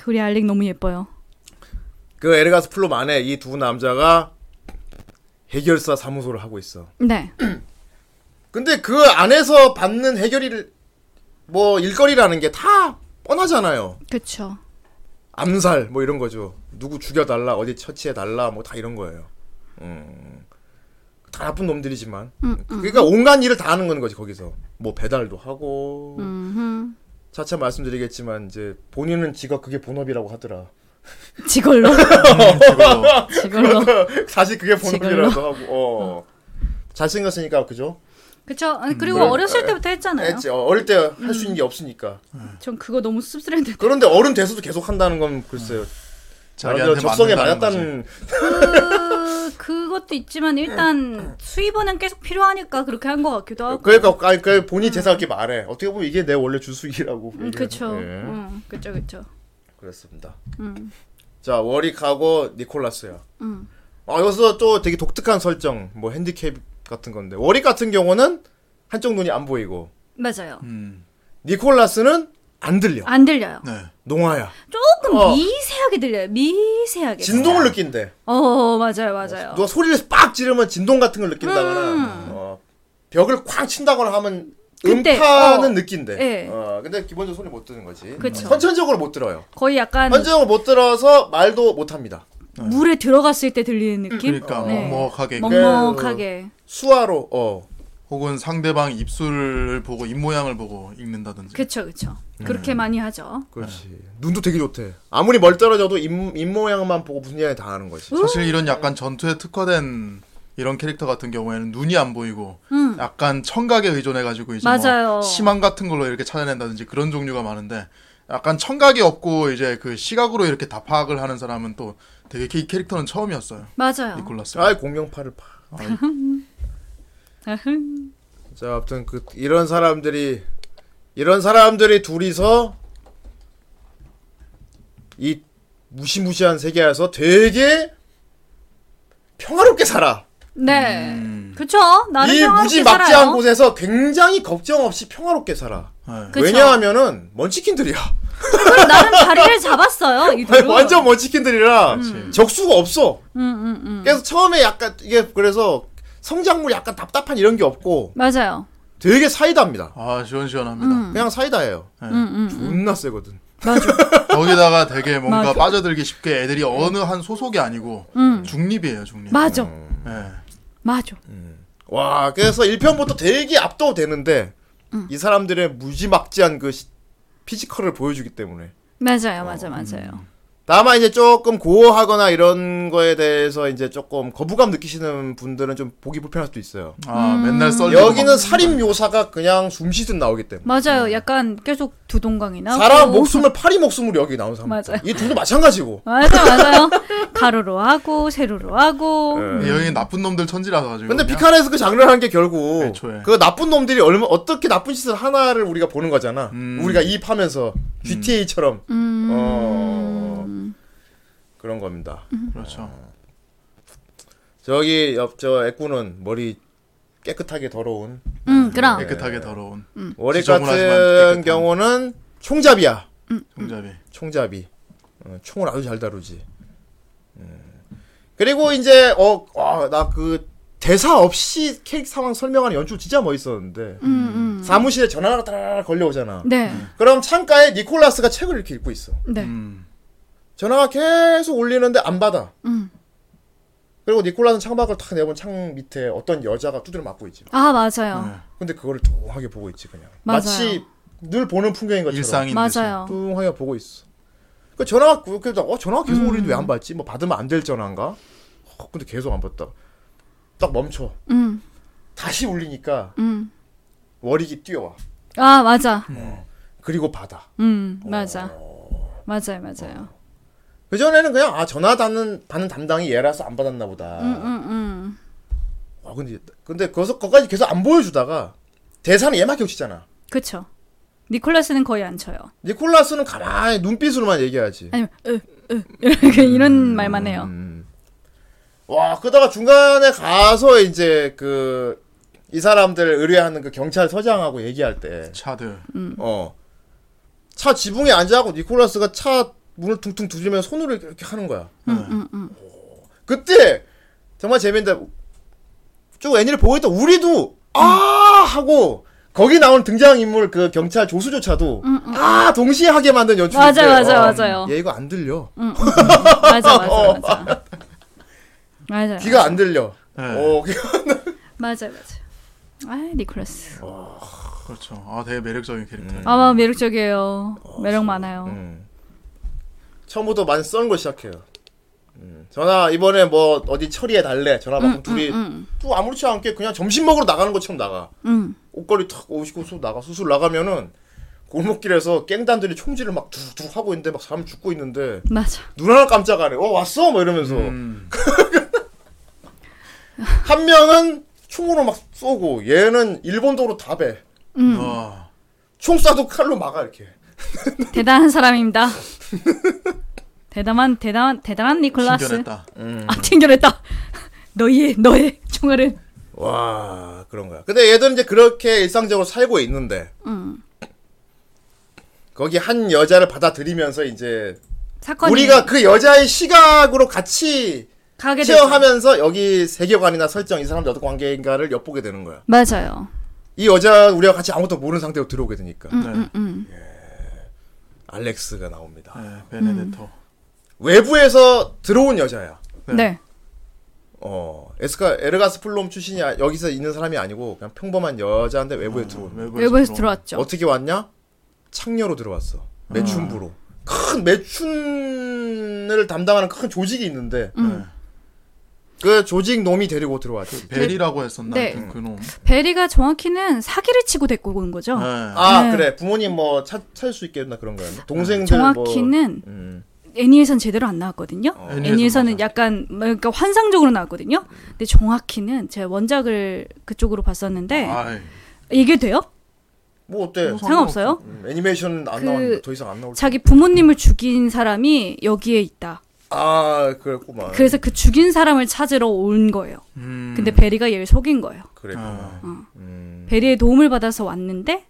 Speaker 4: 우리 알렉 너무 예뻐요.
Speaker 2: 그 에르가스 플롬 안에 이 두 남자가 해결사 사무소를 하고 있어.
Speaker 4: 네.
Speaker 2: 근데 그 안에서 받는 해결이 뭐 일거리라는 게 다 뻔하잖아요.
Speaker 4: 그쵸.
Speaker 2: 암살 뭐 이런 거죠. 누구 죽여달라 어디 처치해달라 뭐 다 이런 거예요. 음, 다 나쁜 놈들이지만. 그러니까 온갖 일을 다 하는 건 거지 거기서. 뭐 배달도 하고.
Speaker 4: 음.
Speaker 2: 차차 말씀드리겠지만 이제 본인은 직업 그게 본업이라고 하더라. 음.
Speaker 4: 지걸로.
Speaker 6: 음,
Speaker 4: 지걸로.
Speaker 2: 사실 그게 본업이라고 하고. 어. 잘생겼으니까 그죠?
Speaker 4: 그쵸. 아니, 그리고
Speaker 2: 음, 그래.
Speaker 4: 어렸을 때부터 했잖아요.
Speaker 2: 했지. 어, 어릴 때 할 수 있는 게 없으니까.
Speaker 4: 전 그거 너무 씁쓸했는데.
Speaker 2: 그런데 어른 돼서도 계속 한다는 건 글쎄요. 나름대로 적성에
Speaker 6: 음. 맞는다는
Speaker 2: 맞았다는
Speaker 4: 그, 그것도 있지만
Speaker 2: 네.
Speaker 4: 일단 수입원은 계속 필요하니까 그렇게 한 것 같기도 하고.
Speaker 2: 그러니까 아니, 그 본인 대사 이렇게 말해. 어떻게 보면 이게 내 원래 주수익이라고.
Speaker 4: 음, 그쵸.
Speaker 2: 예,
Speaker 4: 음, 그쵸, 그쵸.
Speaker 2: 그렇습니다. 자 워릭하고 니콜라스야.
Speaker 4: 음.
Speaker 2: 아 여기서 또 되게 독특한 설정, 뭐 핸디캡 같은 건데 워릭 같은 경우는 한쪽 눈이 안 보이고
Speaker 4: 맞아요.
Speaker 6: 음.
Speaker 2: 니콜라스는 안 들려.
Speaker 4: 안 들려요.
Speaker 6: 네.
Speaker 2: 농아야.
Speaker 4: 조금
Speaker 2: 어.
Speaker 4: 미세하게 들려요. 미세하게.
Speaker 2: 진동을 느낀대.
Speaker 4: 네. 어, 맞아요, 맞아요.
Speaker 2: 누가 소리를 빡 지르면 진동 같은 걸 느낀다거나 어, 벽을 쾅 친다거나 하면
Speaker 4: 그때,
Speaker 2: 음파는
Speaker 4: 어.
Speaker 2: 느낀대.
Speaker 4: 예.
Speaker 2: 어, 근데 기본적으로 소리 못 듣는 거지.
Speaker 4: 그쵸.
Speaker 2: 선천적으로 못 들어요.
Speaker 4: 거의 약간
Speaker 2: 선천적으로 못 들어서 말도 못 합니다.
Speaker 4: 물에 들어갔을 때 들리는 느낌?
Speaker 6: 그러니까
Speaker 4: 네.
Speaker 2: 뭐,
Speaker 6: 먹먹하게
Speaker 4: 먹먹하게.
Speaker 2: 수화로 어
Speaker 6: 혹은 상대방 입술을 보고 입 모양을 보고 읽는다든지.
Speaker 4: 그쵸, 그쵸.
Speaker 2: 음.
Speaker 4: 그렇게 많이 하죠.
Speaker 2: 그렇지. 눈도 되게 좋대. 아무리 멀 떨어져도 입, 입 모양만 보고 무슨 이야기 다 하는
Speaker 4: 음.
Speaker 2: 거지.
Speaker 6: 사실 이런 약간 전투에 특화된 이런 캐릭터 같은 경우에는 눈이 안 보이고 약간 청각에 의존해 가지고 이제
Speaker 4: 음. 맞아요.
Speaker 6: 뭐 심한 같은 걸로 이렇게 찾아낸다든지 그런 종류가 많은데 약간 청각이 없고 이제 그 시각으로 이렇게 다 파악을 하는 사람은 또 되게 이 캐릭터는 처음이었어요.
Speaker 4: 맞아요.
Speaker 6: 니콜라스.
Speaker 2: 아이 공룡파를 파. 자, 아무튼 그 이런 사람들이 이런 사람들이 둘이서 이 무시무시한 세계에서 되게 평화롭게 살아.
Speaker 4: 네. 그쵸. 나름
Speaker 2: 음. 이
Speaker 4: 아, 평화롭게
Speaker 2: 무지막지한
Speaker 4: 살아요.
Speaker 2: 곳에서 굉장히 걱정 없이 평화롭게 살아.
Speaker 6: 네.
Speaker 4: 그쵸.
Speaker 2: 왜냐하면은 먼치킨들이야.
Speaker 4: 그리고 나름 자리를 잡았어요. 이 둘은. 음,
Speaker 2: 완전 뭐- 먼치킨들이라 적수가 없어. 그래서 처음에 약간 이게 그래서 성장물 약간 답답한 이런 게 없고
Speaker 4: 맞아요.
Speaker 2: 되게 사이다입니다.
Speaker 6: 아 시원시원합니다.
Speaker 4: 음.
Speaker 2: 그냥 사이다예요.
Speaker 6: 네.
Speaker 2: 존나 세거든.
Speaker 6: 거기다가 되게 뭔가 빠져들기 쉽게 애들이 어느 한 소속이 아니고 중립이에요 중립.
Speaker 4: 네. 음. 맞아.
Speaker 2: 음.
Speaker 6: 네.
Speaker 4: 맞아.
Speaker 2: 와, 그래서 1편부터 되게 압도되는데, 이 사람들의 무지막지한 그 시- 피지컬을 보여주기 때문에.
Speaker 4: 맞아요.
Speaker 2: 음.
Speaker 4: 맞아. 맞아요.
Speaker 2: 다만 이제 조금 고어하거나 이런 거에 대해서 이제 조금 거부감 느끼시는 분들은 좀 보기 불편할 수도 있어요.
Speaker 6: 아
Speaker 4: 음.
Speaker 6: 맨날 썰리고
Speaker 2: 여기는
Speaker 6: 막-
Speaker 2: 살인 묘사가 그냥 숨쉬듯 나오기 때문에.
Speaker 4: 맞아요. 약간 계속 두동강이 나오고.
Speaker 2: 사람 목숨을 파리 목숨으로 여기 나온 사람.
Speaker 4: 아, 맞아요.
Speaker 2: 이 둘도 마찬가지고.
Speaker 4: 맞아요. 맞아요. 가로로 하고 세로로 하고.
Speaker 6: 네, 여기 나쁜 놈들 천지라서 가지고.
Speaker 2: 근데
Speaker 6: 그냥.
Speaker 2: 피카레스 그 장르를 한 게 결국
Speaker 6: 네, 애초에.
Speaker 2: 그 나쁜 놈들이 얼마 어떻게 나쁜 짓을 하나를 우리가 보는 거잖아.
Speaker 6: 음.
Speaker 2: 우리가 입하면서 GTA처럼
Speaker 4: 음.
Speaker 2: 어... 그런 겁니다.
Speaker 6: 그렇죠.
Speaker 2: 저기 옆저 애꾸는 머리 깨끗하게 더러운
Speaker 4: 음,
Speaker 2: 네,
Speaker 4: 그럼.
Speaker 6: 깨끗하게 더러운
Speaker 4: 음.
Speaker 2: 월릭
Speaker 6: 음. 지저분하지만
Speaker 2: 같은
Speaker 6: 깨끗한.
Speaker 2: 경우는 총잡이야.
Speaker 6: 종잡이.
Speaker 2: 총잡이. 어, 총을 아주 잘 다루지. 음. 그리고 이제 어나 그 대사 없이 캐릭 상황 설명하는 연출 진짜 멋있었는데 사무실에 전화가 따라 걸려오잖아.
Speaker 4: 음, 네.
Speaker 2: 그럼 창가에 니콜라스가 책을 이렇게 읽고 있어.
Speaker 4: 네.
Speaker 6: 음.
Speaker 2: 전화가 계속 울리는데 안 받아.
Speaker 4: 음.
Speaker 2: 그리고 니콜라스는 창밖을 탁 내본 창 밑에 어떤 여자가 두드려 맞고 있지.
Speaker 4: 아, 맞아요.
Speaker 2: 근데 그거를 뚱하게 보고 있지 그냥.
Speaker 4: 맞아요.
Speaker 2: 마치 늘 보는 풍경인 것처럼.
Speaker 6: 일상인
Speaker 4: 맞아요.
Speaker 2: 뚱하게 보고 있어. 그 전화가 그- 그래서 어 전화 가
Speaker 4: 음.
Speaker 2: 계속 울리는데 왜 안 받지? 뭐 받으면 안 될 전화인가? 어, 근데 계속 안 받다. 딱 멈춰.
Speaker 4: 음.
Speaker 2: 다시 울리니까
Speaker 4: 음.
Speaker 2: 월익이 뛰어와.
Speaker 4: 아, 맞아.
Speaker 2: 그리고 받아.
Speaker 4: 음, 맞아.
Speaker 2: 어.
Speaker 4: 맞아요, 맞아요.
Speaker 2: 그 전에는 그냥 아 전화 받는 받는 담당이 얘라서 안 받았나 보다.
Speaker 4: 음, 음.
Speaker 2: 아 근데 근데 거기서 거까지 계속 안 보여주다가 대사는 얘만 겹치잖아.
Speaker 4: 그쵸. 니콜라스는 거의 안 쳐요.
Speaker 2: 니콜라스는 가만히 눈빛으로만 얘기하지.
Speaker 4: 아니면, 으, 으, 이렇게 이런 말만 해요.
Speaker 2: 음. 와 그러다가 중간에 가서 이제 그 이 사람들 의뢰하는 그 경찰서장하고 얘기할 때,
Speaker 4: 음.
Speaker 6: 차들.
Speaker 2: 어. 차 지붕에 앉아하고 니콜라스가 차 문을 퉁퉁 두드리면 손으로 이렇게, 이렇게 하는 거야.
Speaker 4: 음,
Speaker 2: 오. 그때 정말 재밌는데 쭉 애니를 보고 있다 우리도 아 하고 거기 나오는 등장 인물 그 경찰 조수조차도 아 동시에 하게 만든 어. 연출.
Speaker 4: 음, 맞아, 맞아, 맞아요.
Speaker 2: 얘 이거 안 들려.
Speaker 4: 맞아 맞아 맞아. 맞아요.
Speaker 2: 네, 귀가 안 들려.
Speaker 6: 네,
Speaker 2: 어, 귀가
Speaker 4: 맞아요 맞아요. 아 니콜라스.
Speaker 2: 어.
Speaker 6: 그렇죠. 아 되게 매력적인 캐릭터.
Speaker 2: 음.
Speaker 6: 요
Speaker 4: 아마 매력적이에요.
Speaker 2: 어,
Speaker 4: 매력 많아요.
Speaker 2: 네. 처음부터 많이 써는 걸 시작해요. 음, 전화 이번에 뭐 어디 처리해 달래 전화 받고
Speaker 4: 음,
Speaker 2: 둘이 또 아무렇지 않게 그냥 점심 먹으러 나가는 것처럼 나가
Speaker 4: 음.
Speaker 2: 옷걸이 탁 오시고 수 나가 수술 나가면은 골목길에서 깽단들이 총질을 막 두둑 하고 있는데 막 사람 죽고 있는데
Speaker 4: 맞아.
Speaker 2: 눈 하나 깜짝하네 어 왔어 막 이러면서 한 명은 총으로 막 쏘고 얘는 일본도로 다배총
Speaker 6: 아,
Speaker 2: 쏴도 칼로 막아 이렇게
Speaker 4: 대단한 사람입니다. 대담한 대담한 대단한 니콜라스.
Speaker 6: 신견했다.
Speaker 2: 음.
Speaker 4: 아 튕겨냈다. 너희의 너의 총알은
Speaker 2: 와 그런 거야. 근데 얘들은 이제 그렇게 일상적으로 살고 있는데 거기 한 여자를 받아들이면서 이제
Speaker 4: 사건이
Speaker 2: 우리가 그 여자의 시각으로 같이
Speaker 4: 가게 되죠.
Speaker 2: 체험하면서 여기 세계관이나 설정 이 사람들 어떤 관계인가를 엿보게 되는 거야.
Speaker 4: 맞아요.
Speaker 2: 이 여자 우리가 같이 아무것도 모르는 상태로 들어오게 되니까
Speaker 4: 음.
Speaker 6: 네,
Speaker 2: 알렉스가 나옵니다.
Speaker 6: 네, 베네데토.
Speaker 2: 외부에서 들어온 여자야.
Speaker 6: 네.
Speaker 4: 음. 네.
Speaker 2: 어 에스카 에르가스 플롬 출신이 아- 여기서 있는 사람이 아니고 그냥 평범한 여자인데
Speaker 4: 음.
Speaker 2: 외부에 들어온 거야.
Speaker 4: 외부에서 들어왔죠. 음.
Speaker 2: 어떻게 왔냐? 창녀로 들어왔어. 매춘부로. 큰 매춘을 담당하는 큰 조직이 있는데
Speaker 4: 음.
Speaker 6: 네.
Speaker 2: 그 조직 놈이 데리고 들어왔지.
Speaker 6: 베리라고 했었나?
Speaker 4: 네.
Speaker 6: 그, 놈.
Speaker 4: 베리가 정확히는 사기를 치고 데리고 온 거죠.
Speaker 6: 네.
Speaker 2: 아
Speaker 4: 네.
Speaker 2: 그래 부모님 뭐 찾, 찾을 수 있겠나 그런 거야. 동생들 뭐. 어.
Speaker 4: 정확히는
Speaker 2: 음.
Speaker 4: 애니에선 제대로 안 나왔거든요.
Speaker 6: 애니에선
Speaker 4: 애니에서는
Speaker 6: 맞아.
Speaker 4: 약간 뭐 그러니까 환상적으로 나왔거든요. 근데 정확히는 제가 원작을 그쪽으로 봤었는데
Speaker 6: 아이,
Speaker 4: 이게 돼요?
Speaker 2: 뭐 어때?
Speaker 4: 상관없어요.
Speaker 2: 음, 애니메이션 안
Speaker 4: 그-
Speaker 2: 나왔는데 더 이상 안 나올.
Speaker 4: 자기 부모님을 죽인 사람이 여기에 있다.
Speaker 2: 아 그랬구만. 그...
Speaker 4: 그래서 그 죽인 사람을 찾으러 온 거예요.
Speaker 6: 음.
Speaker 4: 근데 베리가 얘를 속인 거예요.
Speaker 2: 그랬구만.
Speaker 6: 아,
Speaker 2: 음.
Speaker 4: 베리의 도움을 받아서 왔는데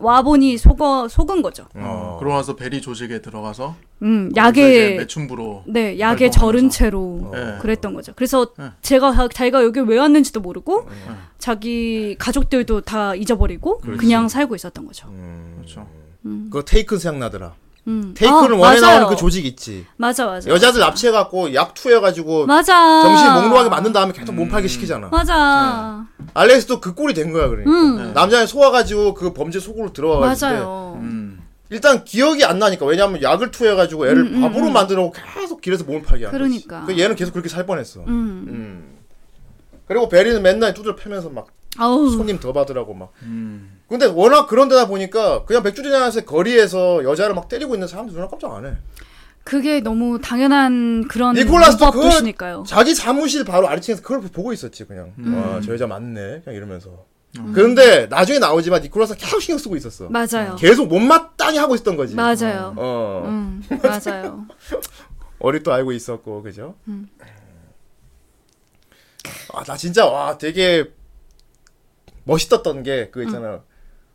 Speaker 4: 와보니 속어 속은 거죠.
Speaker 6: 어.
Speaker 2: 어.
Speaker 6: 그러고 나서 베리 조직에 들어가서
Speaker 4: 음,
Speaker 6: 거기서 이제
Speaker 4: 약에
Speaker 6: 매춘부로
Speaker 4: 네, 약에
Speaker 6: 활동하면서.
Speaker 4: 절은
Speaker 2: 어.
Speaker 4: 채로
Speaker 6: 네.
Speaker 4: 그랬던 거죠. 그래서
Speaker 6: 네.
Speaker 4: 제가 다- 자기가 여기 왜 왔는지도 모르고
Speaker 2: 네.
Speaker 4: 자기 가족들도 다 잊어버리고 그냥 살고 있었던 거죠.
Speaker 2: 네.
Speaker 6: 그렇죠.
Speaker 2: 그거 테이큰 생각나더라.
Speaker 4: 음.
Speaker 2: 테이큰을
Speaker 4: 아,
Speaker 2: 원해 나오는
Speaker 4: 맞아요.
Speaker 2: 그 조직 있지.
Speaker 4: 맞아 맞아.
Speaker 2: 여자들 납치해갖고 약 투여가지고
Speaker 4: 맞아.
Speaker 2: 정신 몽롱하게 만든 다음에 계속 몸팔게 시키잖아.
Speaker 4: 맞아. 음,
Speaker 2: 알렉스도 그 꼴이 된 거야 그러니까
Speaker 6: 네.
Speaker 2: 남자애 소화가지고 그 범죄 속으로 들어와가지고
Speaker 4: 맞아요.
Speaker 6: 음.
Speaker 2: 일단 기억이 안 나니까 왜냐하면 약을 투여해가지고 애를 바보로 만들어고 계속 길에서 몸을 팔게 하는
Speaker 4: 음, 그러니까.
Speaker 2: 거지. 그 얘는 계속 그렇게 살 뻔했어
Speaker 4: 음.
Speaker 2: 음. 그리고 베리는 맨날 두드려 패면서 막
Speaker 4: 아우.
Speaker 2: 손님 더 받으라고 막
Speaker 6: 음.
Speaker 2: 근데 워낙 그런 데다 보니까 그냥 백주리나에서 거리에서 여자를 막 때리고 있는 사람들 눈에 깜짝 안해
Speaker 4: 그게 너무 당연한 그런
Speaker 2: 니콜라스도
Speaker 4: 문법
Speaker 2: 그걸
Speaker 4: 도시니까요.
Speaker 2: 자기 사무실 바로 아래층에서 그걸 보고 있었지 그냥 와 저 여자 맞네 그냥 이러면서 그런데 나중에 나오지만 니콜라스 계속 신경 쓰고 있었어
Speaker 4: 맞아요.
Speaker 2: 계속 못마땅히 하고 있었던 거지.
Speaker 4: 맞아요.
Speaker 2: 어.
Speaker 4: 음, 맞아요.
Speaker 2: 어리도 알고 있었고, 그죠?
Speaker 6: 음.
Speaker 2: 아, 나 진짜, 와, 되게 멋있었던 게, 그거 있잖아.
Speaker 6: 음.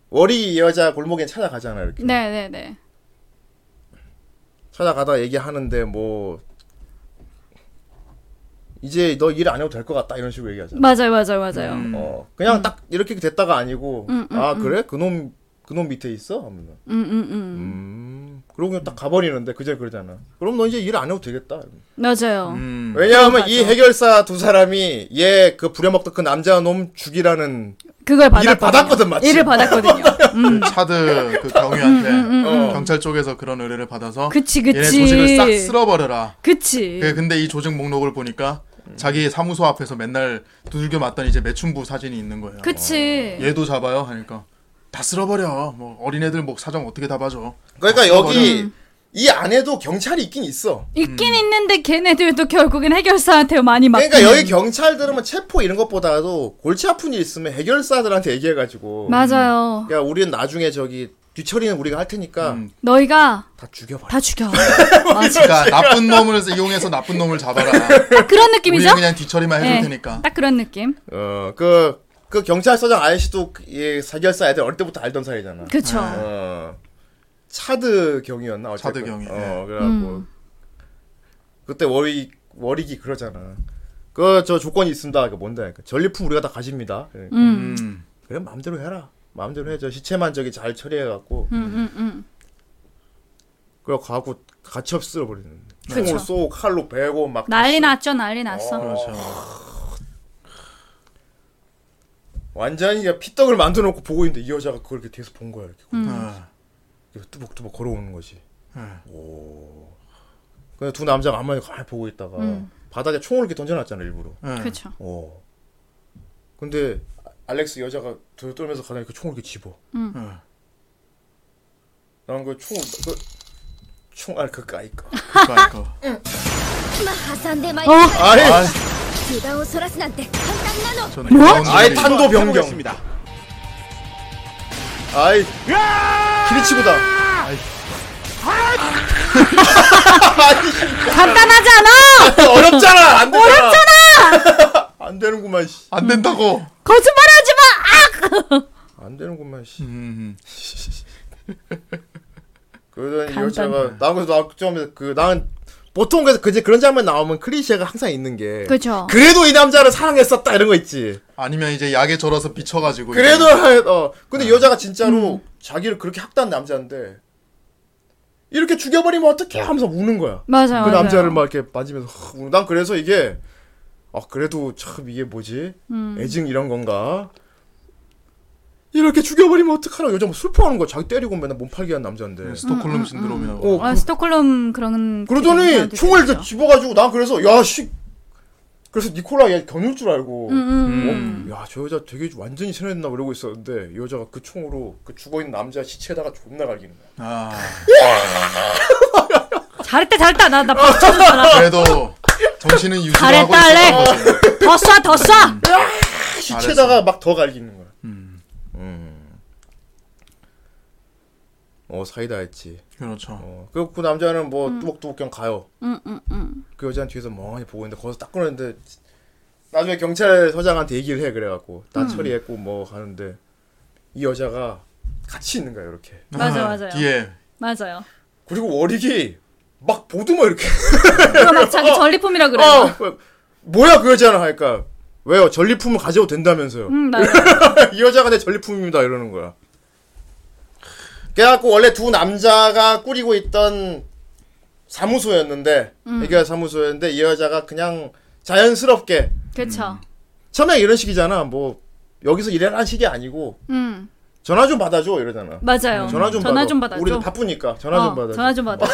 Speaker 2: 월이 이 여자 골목에 찾아가잖아, 이렇게.
Speaker 4: 네, 네, 네.
Speaker 2: 찾아가다 얘기하는데, 뭐, 이제 너 일 안 해도 될 것 같다, 이런 식으로 얘기하잖아.
Speaker 4: 맞아요, 맞아요, 맞아요.
Speaker 6: 음.
Speaker 2: 어, 그냥 딱 이렇게 됐다가 아니고, 아, 그래? 그놈, 그놈 밑에 있어? 하면.
Speaker 4: 음, 음, 음.
Speaker 2: 음. 그러고 그냥 딱 가버리는데, 그제 그러잖아. 그럼 너 이제 일 안 해도 되겠다. 이러면서.
Speaker 4: 맞아요.
Speaker 6: 음.
Speaker 2: 왜냐하면
Speaker 4: 맞아.
Speaker 2: 이 해결사 두 사람이 얘 그 부려먹던 그 남자 놈 죽이라는
Speaker 4: 그걸 받았
Speaker 2: 일을 받았거든 마치
Speaker 4: 일을 받았거든요. 음.
Speaker 6: 차드 그 경위한테 경찰 쪽에서 그런 의뢰를 받아서
Speaker 4: 그치,
Speaker 6: 얘네
Speaker 4: 그치.
Speaker 6: 조직을 예, 싹 쓸어버려라.
Speaker 4: 그치.
Speaker 6: 그- 근데 이 조직 목록을 보니까 자기 사무소 앞에서 맨날 두들겨 맞던 이제 매춘부 사진이 있는 어, 거예요. 뭐
Speaker 4: 그치.
Speaker 6: 얘도 잡아요 하니까 다 쓸어버려. 뭐 어린애들 목 사정 어떻게 다 봐줘.
Speaker 2: 그러니까 여기 이 안에도 경찰이 있긴 있어
Speaker 4: 있긴 있는데 걔네들도 결국엔 해결사한테 많이 막.
Speaker 2: 그러니까 여기 경찰들은 뭐 체포 이런 것보다도 골치 아픈 일 있으면 해결사들한테 얘기해가지고
Speaker 4: 맞아요.
Speaker 2: 그러니까 우리는 나중에 저기 뒤처리는 우리가 할 테니까
Speaker 6: 음.
Speaker 4: 너희가
Speaker 2: 다 죽여버려
Speaker 4: 다 죽여.
Speaker 6: 그러니까 나쁜 놈을 이용해서 나쁜 놈을 잡아라.
Speaker 4: 딱 그런
Speaker 6: 우리
Speaker 4: 느낌이죠?
Speaker 6: 그냥 뒤처리만 해줄
Speaker 4: 네.
Speaker 6: 테니까.
Speaker 4: 딱 그런 느낌.
Speaker 2: 어그 그 경찰서장 아저씨도 이 해결사 애들 어릴 때부터 알던 사이잖아
Speaker 4: 그쵸.
Speaker 2: 어 차드 경이었나 어쨌든.
Speaker 6: 차드 네. 경이,
Speaker 2: 어 그래갖고
Speaker 4: 음.
Speaker 2: 그때 워리 워릭이 그러잖아. 그 저 조건이 있습니다. 그러니까 뭔데? 그러니까 전리품 우리가 다 가집니다. 그러니까.
Speaker 6: 음.
Speaker 2: 그래 마음대로 해라. 마음대로 해. 저 시체만 저기 잘 처리해갖고.
Speaker 4: 음,
Speaker 2: 그래 갖고 같이 없어 버리는. 총을 쏘고 칼로 베고 막.
Speaker 4: 네. 난리 났죠, 난리 났어.
Speaker 6: 그렇죠.
Speaker 2: 완전히 그냥 피떡을 만들어놓고 보고 있는데 이 여자가 그걸 이렇게 뒤에서 본 거야 이렇게.
Speaker 4: 음.
Speaker 6: 아,
Speaker 2: 이렇게 뚜벅뚜벅 걸어오는 거지.
Speaker 6: 네.
Speaker 2: 오. 근데 두 남자가 한마디 가만히 보고 있다가 바닥에 총을 이렇게 던져놨잖아 일부러.
Speaker 6: 네.
Speaker 4: 그렇죠.
Speaker 2: 오. 근데 아- 알렉스 여자가 들 떨면서 가다니 그 총을 이렇게 집어.
Speaker 6: 네.
Speaker 2: 난그 총, 그, 총, 아니, 그, 아이, 그.
Speaker 6: 그러니까 이거.
Speaker 8: 挟んで
Speaker 1: 어?
Speaker 8: まい
Speaker 2: 아니!
Speaker 8: 油断をそらすなんて簡単なの
Speaker 6: 저는
Speaker 4: 뭐?
Speaker 6: 이런
Speaker 2: 아예
Speaker 6: 일이-
Speaker 2: 탄도 변경. 아이. 기리치고다. 아!
Speaker 4: 간단하지 않아!
Speaker 2: 어렵잖아! 안 되잖아! 안 되는구만, 씨.
Speaker 6: 안 된다고.
Speaker 4: 거짓말하지 마!
Speaker 2: 안 되는구만, 씨.
Speaker 6: 음.
Speaker 2: 그러더니 여자가, 나, 그래서 나, 좀, 그, 난, 보통 그래서 그제 그런 장면 나오면 클리셰가 항상 있는 게.
Speaker 4: 그렇죠.
Speaker 2: 그래도 이 남자를 사랑했었다, 이런 거 있지.
Speaker 6: 아니면 이제 약에 절어서 비쳐가지고.
Speaker 2: 그래도
Speaker 6: 이제-
Speaker 2: 하- 어 근데 여자가 진짜로
Speaker 4: 음.
Speaker 2: 자기를 그렇게 학대한 남자인데 이렇게 죽여버리면 어떡해 하면서 우는 거야.
Speaker 4: 맞아요.
Speaker 2: 그
Speaker 4: 맞아요.
Speaker 2: 남자를 막 이렇게 만지면서 허, 우는. 난 그래서 이게 아 그래도 참 이게 뭐지
Speaker 4: 음.
Speaker 2: 애증 이런 건가? 이렇게 죽여버리면 어떡하라고 여자 뭐 슬퍼하는 거야. 자기 때리고 맨날 몸 팔게 한 남자인데.
Speaker 6: 네, 스톡홀름 신드롬이라고.
Speaker 2: 어,
Speaker 4: 아, 스톡홀름 그런.
Speaker 2: 그러더니
Speaker 4: 사람들이
Speaker 2: 총을
Speaker 4: 있죠.
Speaker 2: 이렇게 집어가지고 난 그래서 야씨 그래서 니콜라 얘 겨눌 줄 알고 어?
Speaker 6: 음.
Speaker 2: 야 저 여자 되게 완전히 세뇌됐나 그러고 있었는데 이 여자가 그 총으로 그 죽어있는 남자 시체에다가 존나 갈기는 거야
Speaker 6: 아.
Speaker 4: 잘했다, 잘했다. 나, 나 박수
Speaker 6: 그래도 정신은 유지하고
Speaker 4: 잘했다,
Speaker 6: 있었던
Speaker 4: 알렉.
Speaker 6: 거지.
Speaker 4: 더 쏴, 더 쏴!
Speaker 2: 시체에다가 막 더 갈기는 거야
Speaker 6: 음.
Speaker 2: 어 사이다 했지
Speaker 6: 그렇죠.
Speaker 2: 어, 그, 그 남자는 뭐
Speaker 4: 음.
Speaker 2: 뚜벅뚜벅 그냥 가요 그 여자는 뒤에서 멍하니 보고 있는데 거기서 딱 끊었는데 나중에 경찰서장한테 얘기를 해 그래갖고
Speaker 4: 음.
Speaker 2: 나 처리했고 뭐 하는데 이 여자가 같이 있는 거야 이렇게
Speaker 4: 맞아,
Speaker 6: 아,
Speaker 4: 맞아요.
Speaker 6: 뒤에
Speaker 4: 맞아요.
Speaker 2: 그리고 워릭이 막 보듬어 이렇게
Speaker 4: 그거 막 자기 전리품이라 그래요.
Speaker 2: 어, 뭐야 그 여자는 하니까 왜요 전리품을 가져도 된다면서요
Speaker 4: 음, 맞아요.
Speaker 2: 이 여자가 내 전리품입니다 이러는 거야 그래갖고 원래 두 남자가 꾸리고 있던 사무소였는데
Speaker 4: 음.
Speaker 2: 애교야 사무소였는데 이 여자가 그냥 자연스럽게
Speaker 4: 그쵸.
Speaker 2: 처음에 이런 식이잖아 뭐 여기서 일하는 식이 아니고
Speaker 4: 음,
Speaker 2: 전화 좀 받아줘 이러잖아
Speaker 4: 맞아요.
Speaker 2: 전화 좀
Speaker 4: 전화
Speaker 2: 받아
Speaker 4: 좀 받아줘.
Speaker 2: 우리도 바쁘니까 전화 좀
Speaker 4: 어,
Speaker 2: 받아줘
Speaker 4: 전화 좀 받아.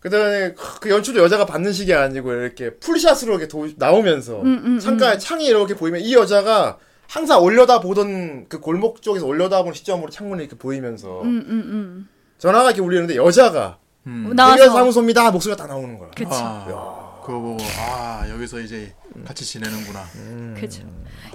Speaker 2: 그다음에 그 연출도 여자가 받는 식이 아니고 이렇게 풀샷으로 이렇게 도- 나오면서
Speaker 4: 음,
Speaker 2: 창가 창이 이렇게 보이면 이 여자가 항상 올려다 보던 그 골목 쪽에서 올려다 보는 시점으로 창문이 이렇게 보이면서
Speaker 4: 음, 음,
Speaker 2: 전화가 이렇게 울리는데 여자가
Speaker 4: 음.
Speaker 2: 여기가
Speaker 4: 나와서.
Speaker 2: 사무소입니다 목소리가 다 나오는 거야.
Speaker 4: 그쵸.
Speaker 6: 아, 그거 보고 아 여기서 이제 같이 지내는구나.
Speaker 2: 음.
Speaker 4: 그죠.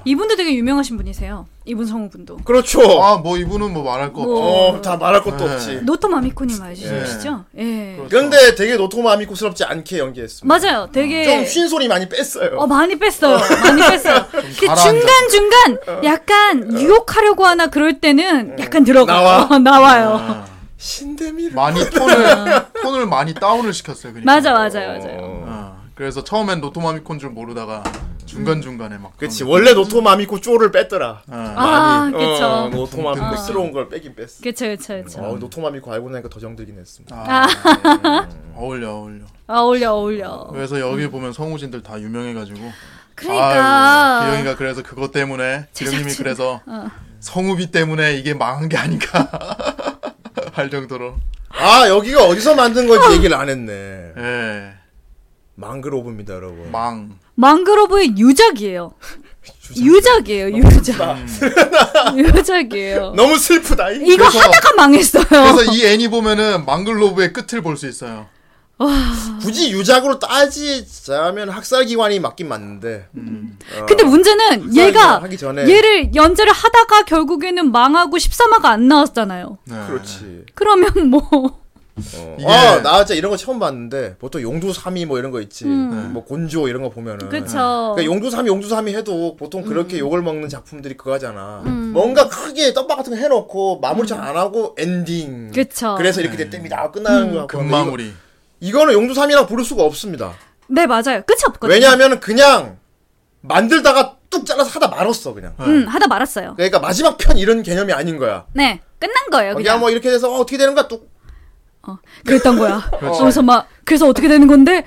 Speaker 4: 이분도 되게 유명하신 분이세요. 이분 성우분도.
Speaker 2: 그렇죠.
Speaker 6: 아 뭐 이분은 뭐 말할 거 없죠.
Speaker 2: 어, 다 말할 것도
Speaker 6: 네.
Speaker 2: 없지.
Speaker 4: 노토 마미코님 아시죠? 예.
Speaker 6: 그렇죠.
Speaker 2: 근데 되게 노토마미코스럽지 않게 연기했습니다.
Speaker 4: 맞아요. 되게
Speaker 2: 좀 쉰소리 많이 뺐어요.
Speaker 4: 어 많이 뺐어요. 많이 뺐어요. 근데
Speaker 6: 가라앉아서.
Speaker 4: 중간
Speaker 2: 어.
Speaker 4: 중간 약간 유혹하려고 하나 그럴 때는 약간 들어가
Speaker 2: 음. 나와. 아.
Speaker 4: 어, 나와요.
Speaker 2: 신데미를
Speaker 6: 많이 톤을 톤을 많이 다운을 시켰어요. 그러니까.
Speaker 4: 음. 맞아 맞아요 맞아요.
Speaker 6: 어, 그래서 처음엔 노토마미콘 줄 모르다가 중간 중간에 막.
Speaker 2: 그치 원래 노토마미코 쪼를 뺐더라.
Speaker 4: 아
Speaker 2: 어,
Speaker 4: 그쵸. 아.
Speaker 2: 노토마미코 스러운 걸 빼긴 뺐어.
Speaker 4: 그쵸 그쵸 그쵸.
Speaker 2: 어, 노토마미코 알고 나니까 더 정들긴 했습니다.
Speaker 6: 아, 예.
Speaker 2: 뭐.
Speaker 6: 어울려 어울려.
Speaker 4: 아 어울려 어울려.
Speaker 6: 그래서 여기 보면 성우진들 다 유명해가지고.
Speaker 4: 그러니까. 어.
Speaker 6: 아유, 기영이가 그래서 그것 때문에 기영님이 그래서 성우비 때문에 이게 망한 게 아닌가 할 정도로.
Speaker 2: 아 여기가 어디서 만든 건지 얘기를 안 했네.
Speaker 6: 예.
Speaker 2: 망그로브입니다 여러분.
Speaker 6: 망.
Speaker 4: 망그로브의 유작이에요. 유작이에요 유작. 유작이에요.
Speaker 2: 너무 슬프다. 이.
Speaker 4: 이거
Speaker 6: 그래서-
Speaker 4: 하다가 망했어요.
Speaker 6: 그래서 이 애니 보면은 망글로브의 끝을 볼 수 있어요.
Speaker 2: 굳이 유작으로 따지자면 학살기관이 맞긴 맞는데.
Speaker 4: 근데 문제는 얘가
Speaker 2: 하기 전에.
Speaker 4: 얘를 연재를 하다가 결국에는 망하고 13화가 안 나왔잖아요.
Speaker 6: 네.
Speaker 2: 그렇지.
Speaker 4: 그러면 뭐
Speaker 2: 어.
Speaker 6: 이게-
Speaker 2: 아, 나 진짜 이런 거 처음 봤는데 보통 용두삼이 뭐 이런 거 있지. 뭐 곤조 이런 거 보면은.
Speaker 4: 그쵸.
Speaker 2: 그러니까 용두삼이 용두삼이 해도 보통
Speaker 4: 음.
Speaker 2: 그렇게 욕을 먹는 작품들이 그거 하잖아. 뭔가 크게 떡밥 같은 거 해놓고 마무리 잘 안 하고 엔딩.
Speaker 4: 음. 그쵸. 음.
Speaker 2: 래서 이렇게 때문이다 끝나는 거 같고.
Speaker 6: 네. 금마무리.
Speaker 2: 이거, 이거는 용두삼이랑 부를 수가 없습니다.
Speaker 4: 네 맞아요. 끝이 없거든요.
Speaker 2: 왜냐하면 그냥 만들다가 뚝 잘라서 하다 말았어 그냥.
Speaker 6: 아.
Speaker 4: 음 하다 말았어요.
Speaker 2: 그러니까 마지막 편 이런 개념이 아닌 거야.
Speaker 4: 네 끝난 거예요.
Speaker 2: 그냥
Speaker 4: 그냥
Speaker 2: 뭐 이렇게 돼서 어, 어떻게 되는 거야 뚝.
Speaker 4: 그랬던 거야. 어, 그래서 막 그래서 어떻게 되는 건데?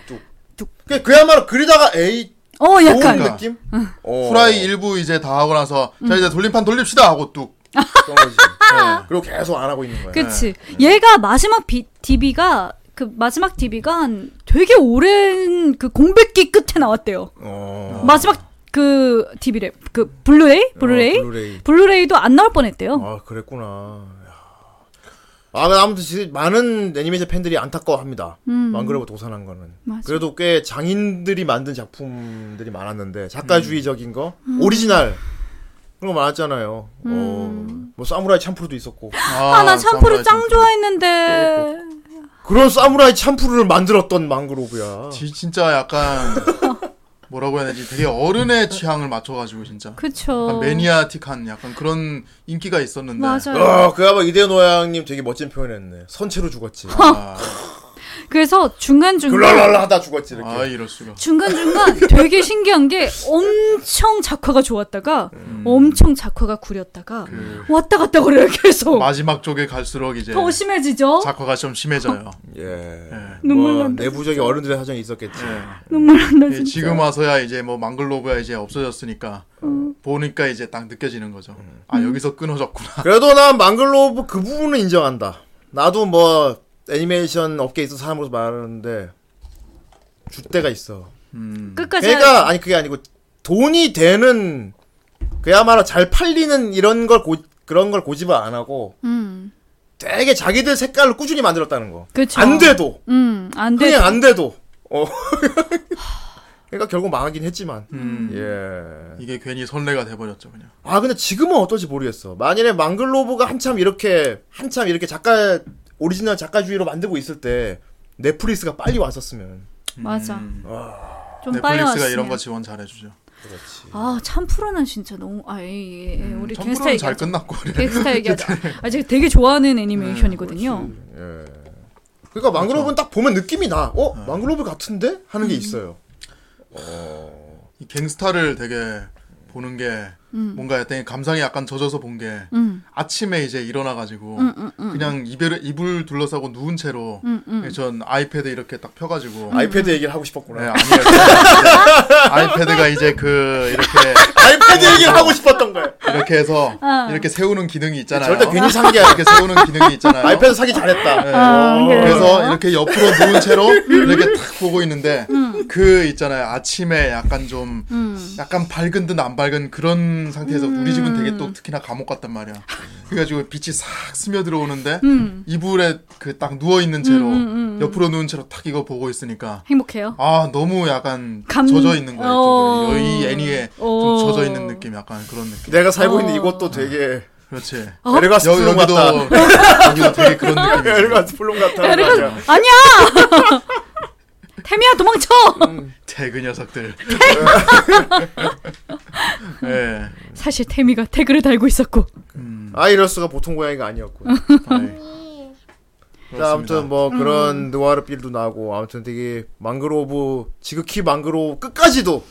Speaker 2: 그- 그야말로 그리다가 에이
Speaker 4: 어
Speaker 2: 좋은
Speaker 4: 약간
Speaker 6: 그러니까.
Speaker 2: 느낌? 어.
Speaker 6: 후라이 일부 이제 다 하고 나서
Speaker 4: 음.
Speaker 6: 자 이제 돌림판 돌립시다 하고 뚝.
Speaker 2: 그런 거지. 네. 그리고 계속 안 하고 있는 거야.
Speaker 4: 그치. 얘가 마지막 비, DB가 그 마지막 DB가 한 되게 오랜 그 공백기 끝에 나왔대요.
Speaker 2: 어.
Speaker 4: 마지막 그 DB래 그 블루레이 블루레이
Speaker 2: 어, 블루레이.
Speaker 4: 블루레이도 안 나올 뻔했대요.
Speaker 2: 아 그랬구나. 야. 아 근데 아무튼 지금 많은 애니메이션 팬들이 안타까워합니다. 망그레버 도산한 거는.
Speaker 4: 음. 맞아.
Speaker 2: 그래도 꽤 장인들이 만든 작품들이 많았는데 작가주의적인 거,
Speaker 4: 음.
Speaker 2: 오리지널 그런 거 많았잖아요.
Speaker 4: 음.
Speaker 2: 어, 뭐 사무라이 참프루도 있었고
Speaker 4: 아 나 참프루 짱 좋아했는데
Speaker 2: 그런 사무라이 참프루를 만들었던 망그로브야.
Speaker 6: 지, 진짜 약간 뭐라고 해야 되지? 되게 어른의 취향을 맞춰가지고 진짜 약간
Speaker 4: 그쵸
Speaker 6: 아, 매니아틱한 약간 그런 인기가 있었는데.
Speaker 4: 맞아요
Speaker 2: 아, 그야말로 이대호 노양님 되게 멋진 표현했네. 선체로 죽었지.
Speaker 6: 아,
Speaker 4: 그래서 중간중간
Speaker 2: 글랄랄라 하다 죽었지 이렇게.
Speaker 6: 아 이럴 수가.
Speaker 4: 중간중간 되게 신기한 게 엄청 작화가 좋았다가 엄청 작화가 구렸다가 왔다 갔다 그래요 계속
Speaker 6: 마지막 쪽에 갈수록 이제
Speaker 4: 더 어. 심해지죠
Speaker 6: 작화가 좀 심해져요.
Speaker 2: 예.
Speaker 4: 눈물
Speaker 2: 뭐
Speaker 4: 난다,
Speaker 2: 내부적인 어른들의 사정이 있었겠지.
Speaker 4: 눈물 난다
Speaker 6: 예,
Speaker 4: 아, 진짜
Speaker 6: 네. 지금 와서야 이제 뭐 망글로브야 이제 없어졌으니까
Speaker 4: 음.
Speaker 6: 보니까 이제 딱 느껴지는 거죠. 아 여기서 끊어졌구나.
Speaker 2: 그래도 난 망글로브 그 부분은 인정한다. 나도 뭐 애니메이션 업계에 있어서 사람으로서 말하는데 줏대가 있어.
Speaker 4: 끝까지
Speaker 2: 그러니까 아니 그게 아니고 돈이 되는 그야말로 잘 팔리는 이런 걸 고, 그런 걸 고집을 안 하고
Speaker 4: 음
Speaker 2: 되게 자기들 색깔을 꾸준히 만들었다는 거.
Speaker 4: 그쵸
Speaker 2: 안 돼도
Speaker 4: 음안 돼.
Speaker 2: 그냥 안 돼도. 어. 그러니까 결국 망하긴 했지만.
Speaker 6: 음,
Speaker 2: 예.
Speaker 6: 이게 괜히 선례가 돼버렸죠 그냥.
Speaker 2: 아 근데 지금은 어떨지 모르겠어. 만일에 망글로브가 한참 이렇게 한참 이렇게 작가 오리지널 작가주의로 만들고 있을 때 넷플릭스가 빨리 왔었으면.
Speaker 4: 맞아 좀 빨리
Speaker 6: 음. 넷플릭스가
Speaker 4: 왔으면
Speaker 6: 이런 거 지원 잘해주죠.
Speaker 4: 아참 프로는 진짜 너무 아예 예, 예.
Speaker 2: 음,
Speaker 4: 우리
Speaker 6: 청부
Speaker 4: 갱스타
Speaker 6: 잘
Speaker 4: 얘기하자
Speaker 6: 끝났고 그래.
Speaker 4: 갱스타 얘기하자
Speaker 2: 네.
Speaker 4: 아 제가 되게 좋아하는 애니메이션이거든요
Speaker 6: 그렇죠.
Speaker 2: 그러니까 예. 망글로브는 딱 보면 느낌이 나. 어 망글로브 같은데 하는
Speaker 6: 음.
Speaker 2: 게 있어요.
Speaker 6: 이 갱스타를 되게 보는 게
Speaker 4: 음.
Speaker 6: 뭔가 약간 감상이 약간 젖어서 본 게 아침에 이제 일어나가지고
Speaker 4: 음,
Speaker 6: 그냥 이불 이불 둘러싸고 누운 채로
Speaker 4: 음.
Speaker 6: 예, 전 아이패드 이렇게 딱 펴가지고
Speaker 2: 아이패드 얘기를 하고
Speaker 6: 음. 네,
Speaker 2: 싶었구나.
Speaker 6: 아니에요. 아이패드가 이제 그 이렇게
Speaker 2: 아이패드 얘기를 하고 싶었던 거야.
Speaker 6: 이렇게 해서
Speaker 4: 어.
Speaker 6: 이렇게 세우는 기능이 있잖아요.
Speaker 2: 절대 괜히 산 게 아니야.
Speaker 6: 이렇게 세우는 기능이 있잖아요.
Speaker 2: 아이패드 사기 잘했다.
Speaker 6: 네.
Speaker 4: 어.
Speaker 6: 그래서 이렇게 옆으로 누운 채로 이렇게 탁 보고 있는데 그 있잖아요 아침에 약간 좀
Speaker 4: 음.
Speaker 6: 약간 밝은 듯 안 밝은 그런 상태에서 우리 집은 되게 또 특히나 감옥 같단 말이야 그래가지고 빛이 싹 스며 들어오는데
Speaker 4: 음.
Speaker 6: 이불에 그 딱 누워 있는 채로 옆으로 누운 채로 탁 이거 보고 있으니까
Speaker 4: 행복해요
Speaker 6: 아 너무 약간
Speaker 4: 감-
Speaker 6: 젖어 있는 거예요
Speaker 4: 어.
Speaker 6: 어... 이 애니에
Speaker 4: 어.
Speaker 6: 좀 젖어 있는 느낌 약간 그런 느낌
Speaker 2: 내가 살고 있는 이곳도 되게
Speaker 6: 그렇지
Speaker 2: 아, 에르가스
Speaker 6: 여,
Speaker 2: 플룸
Speaker 6: 여기도
Speaker 2: 같다.
Speaker 6: 여기도 되게 그런 느낌이 있어요.
Speaker 2: 에르가스 플룸 같다. 맞아.
Speaker 4: 아니야! 태미야 도망쳐!
Speaker 2: 음.
Speaker 6: 태그 녀석들. 예.
Speaker 4: 사실 태미가 태그를 달고 있었고
Speaker 6: 음.
Speaker 2: 아 이럴 수가 보통 고양이가 아니었고.
Speaker 4: 음.
Speaker 2: 자, 아무튼 뭐 그런 느와르 빌도 나고 아무튼 되게 망그로브 지극히 망그로브 끝까지도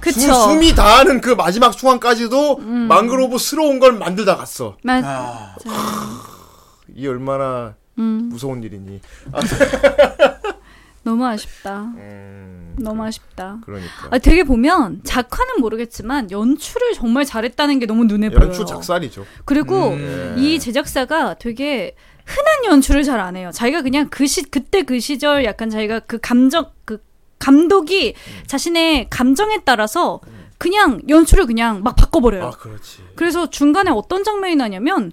Speaker 4: 그쵸 음.
Speaker 2: 수- 숨이 닿는 그 마지막 순간까지도 망그로브스러운 걸 만들다 갔어.
Speaker 4: 맞...
Speaker 6: 아,
Speaker 2: 이 얼마나 무서운 일이니.
Speaker 4: 음, 너무 아쉽다
Speaker 2: 음,
Speaker 4: 너무 아쉽다
Speaker 2: 그러니까.
Speaker 4: 아, 되게 보면 작화는 모르겠지만 연출을 정말 잘했다는 게 너무 눈에 보여요
Speaker 2: 연출 작살이죠.
Speaker 4: 그리고
Speaker 6: 음.
Speaker 2: 네.
Speaker 4: 이 제작사가 되게 흔한 연출을 잘 안 해요. 자기가 그냥 그 시, 그때 그 시절 약간 자기가 그 감정, 그 감독이
Speaker 2: 음.
Speaker 4: 자신의 감정에 따라서 그냥 연출을 그냥 막 바꿔버려요.
Speaker 2: 아, 그렇지. 음.
Speaker 4: 그래서 중간에 어떤 장면이 나냐면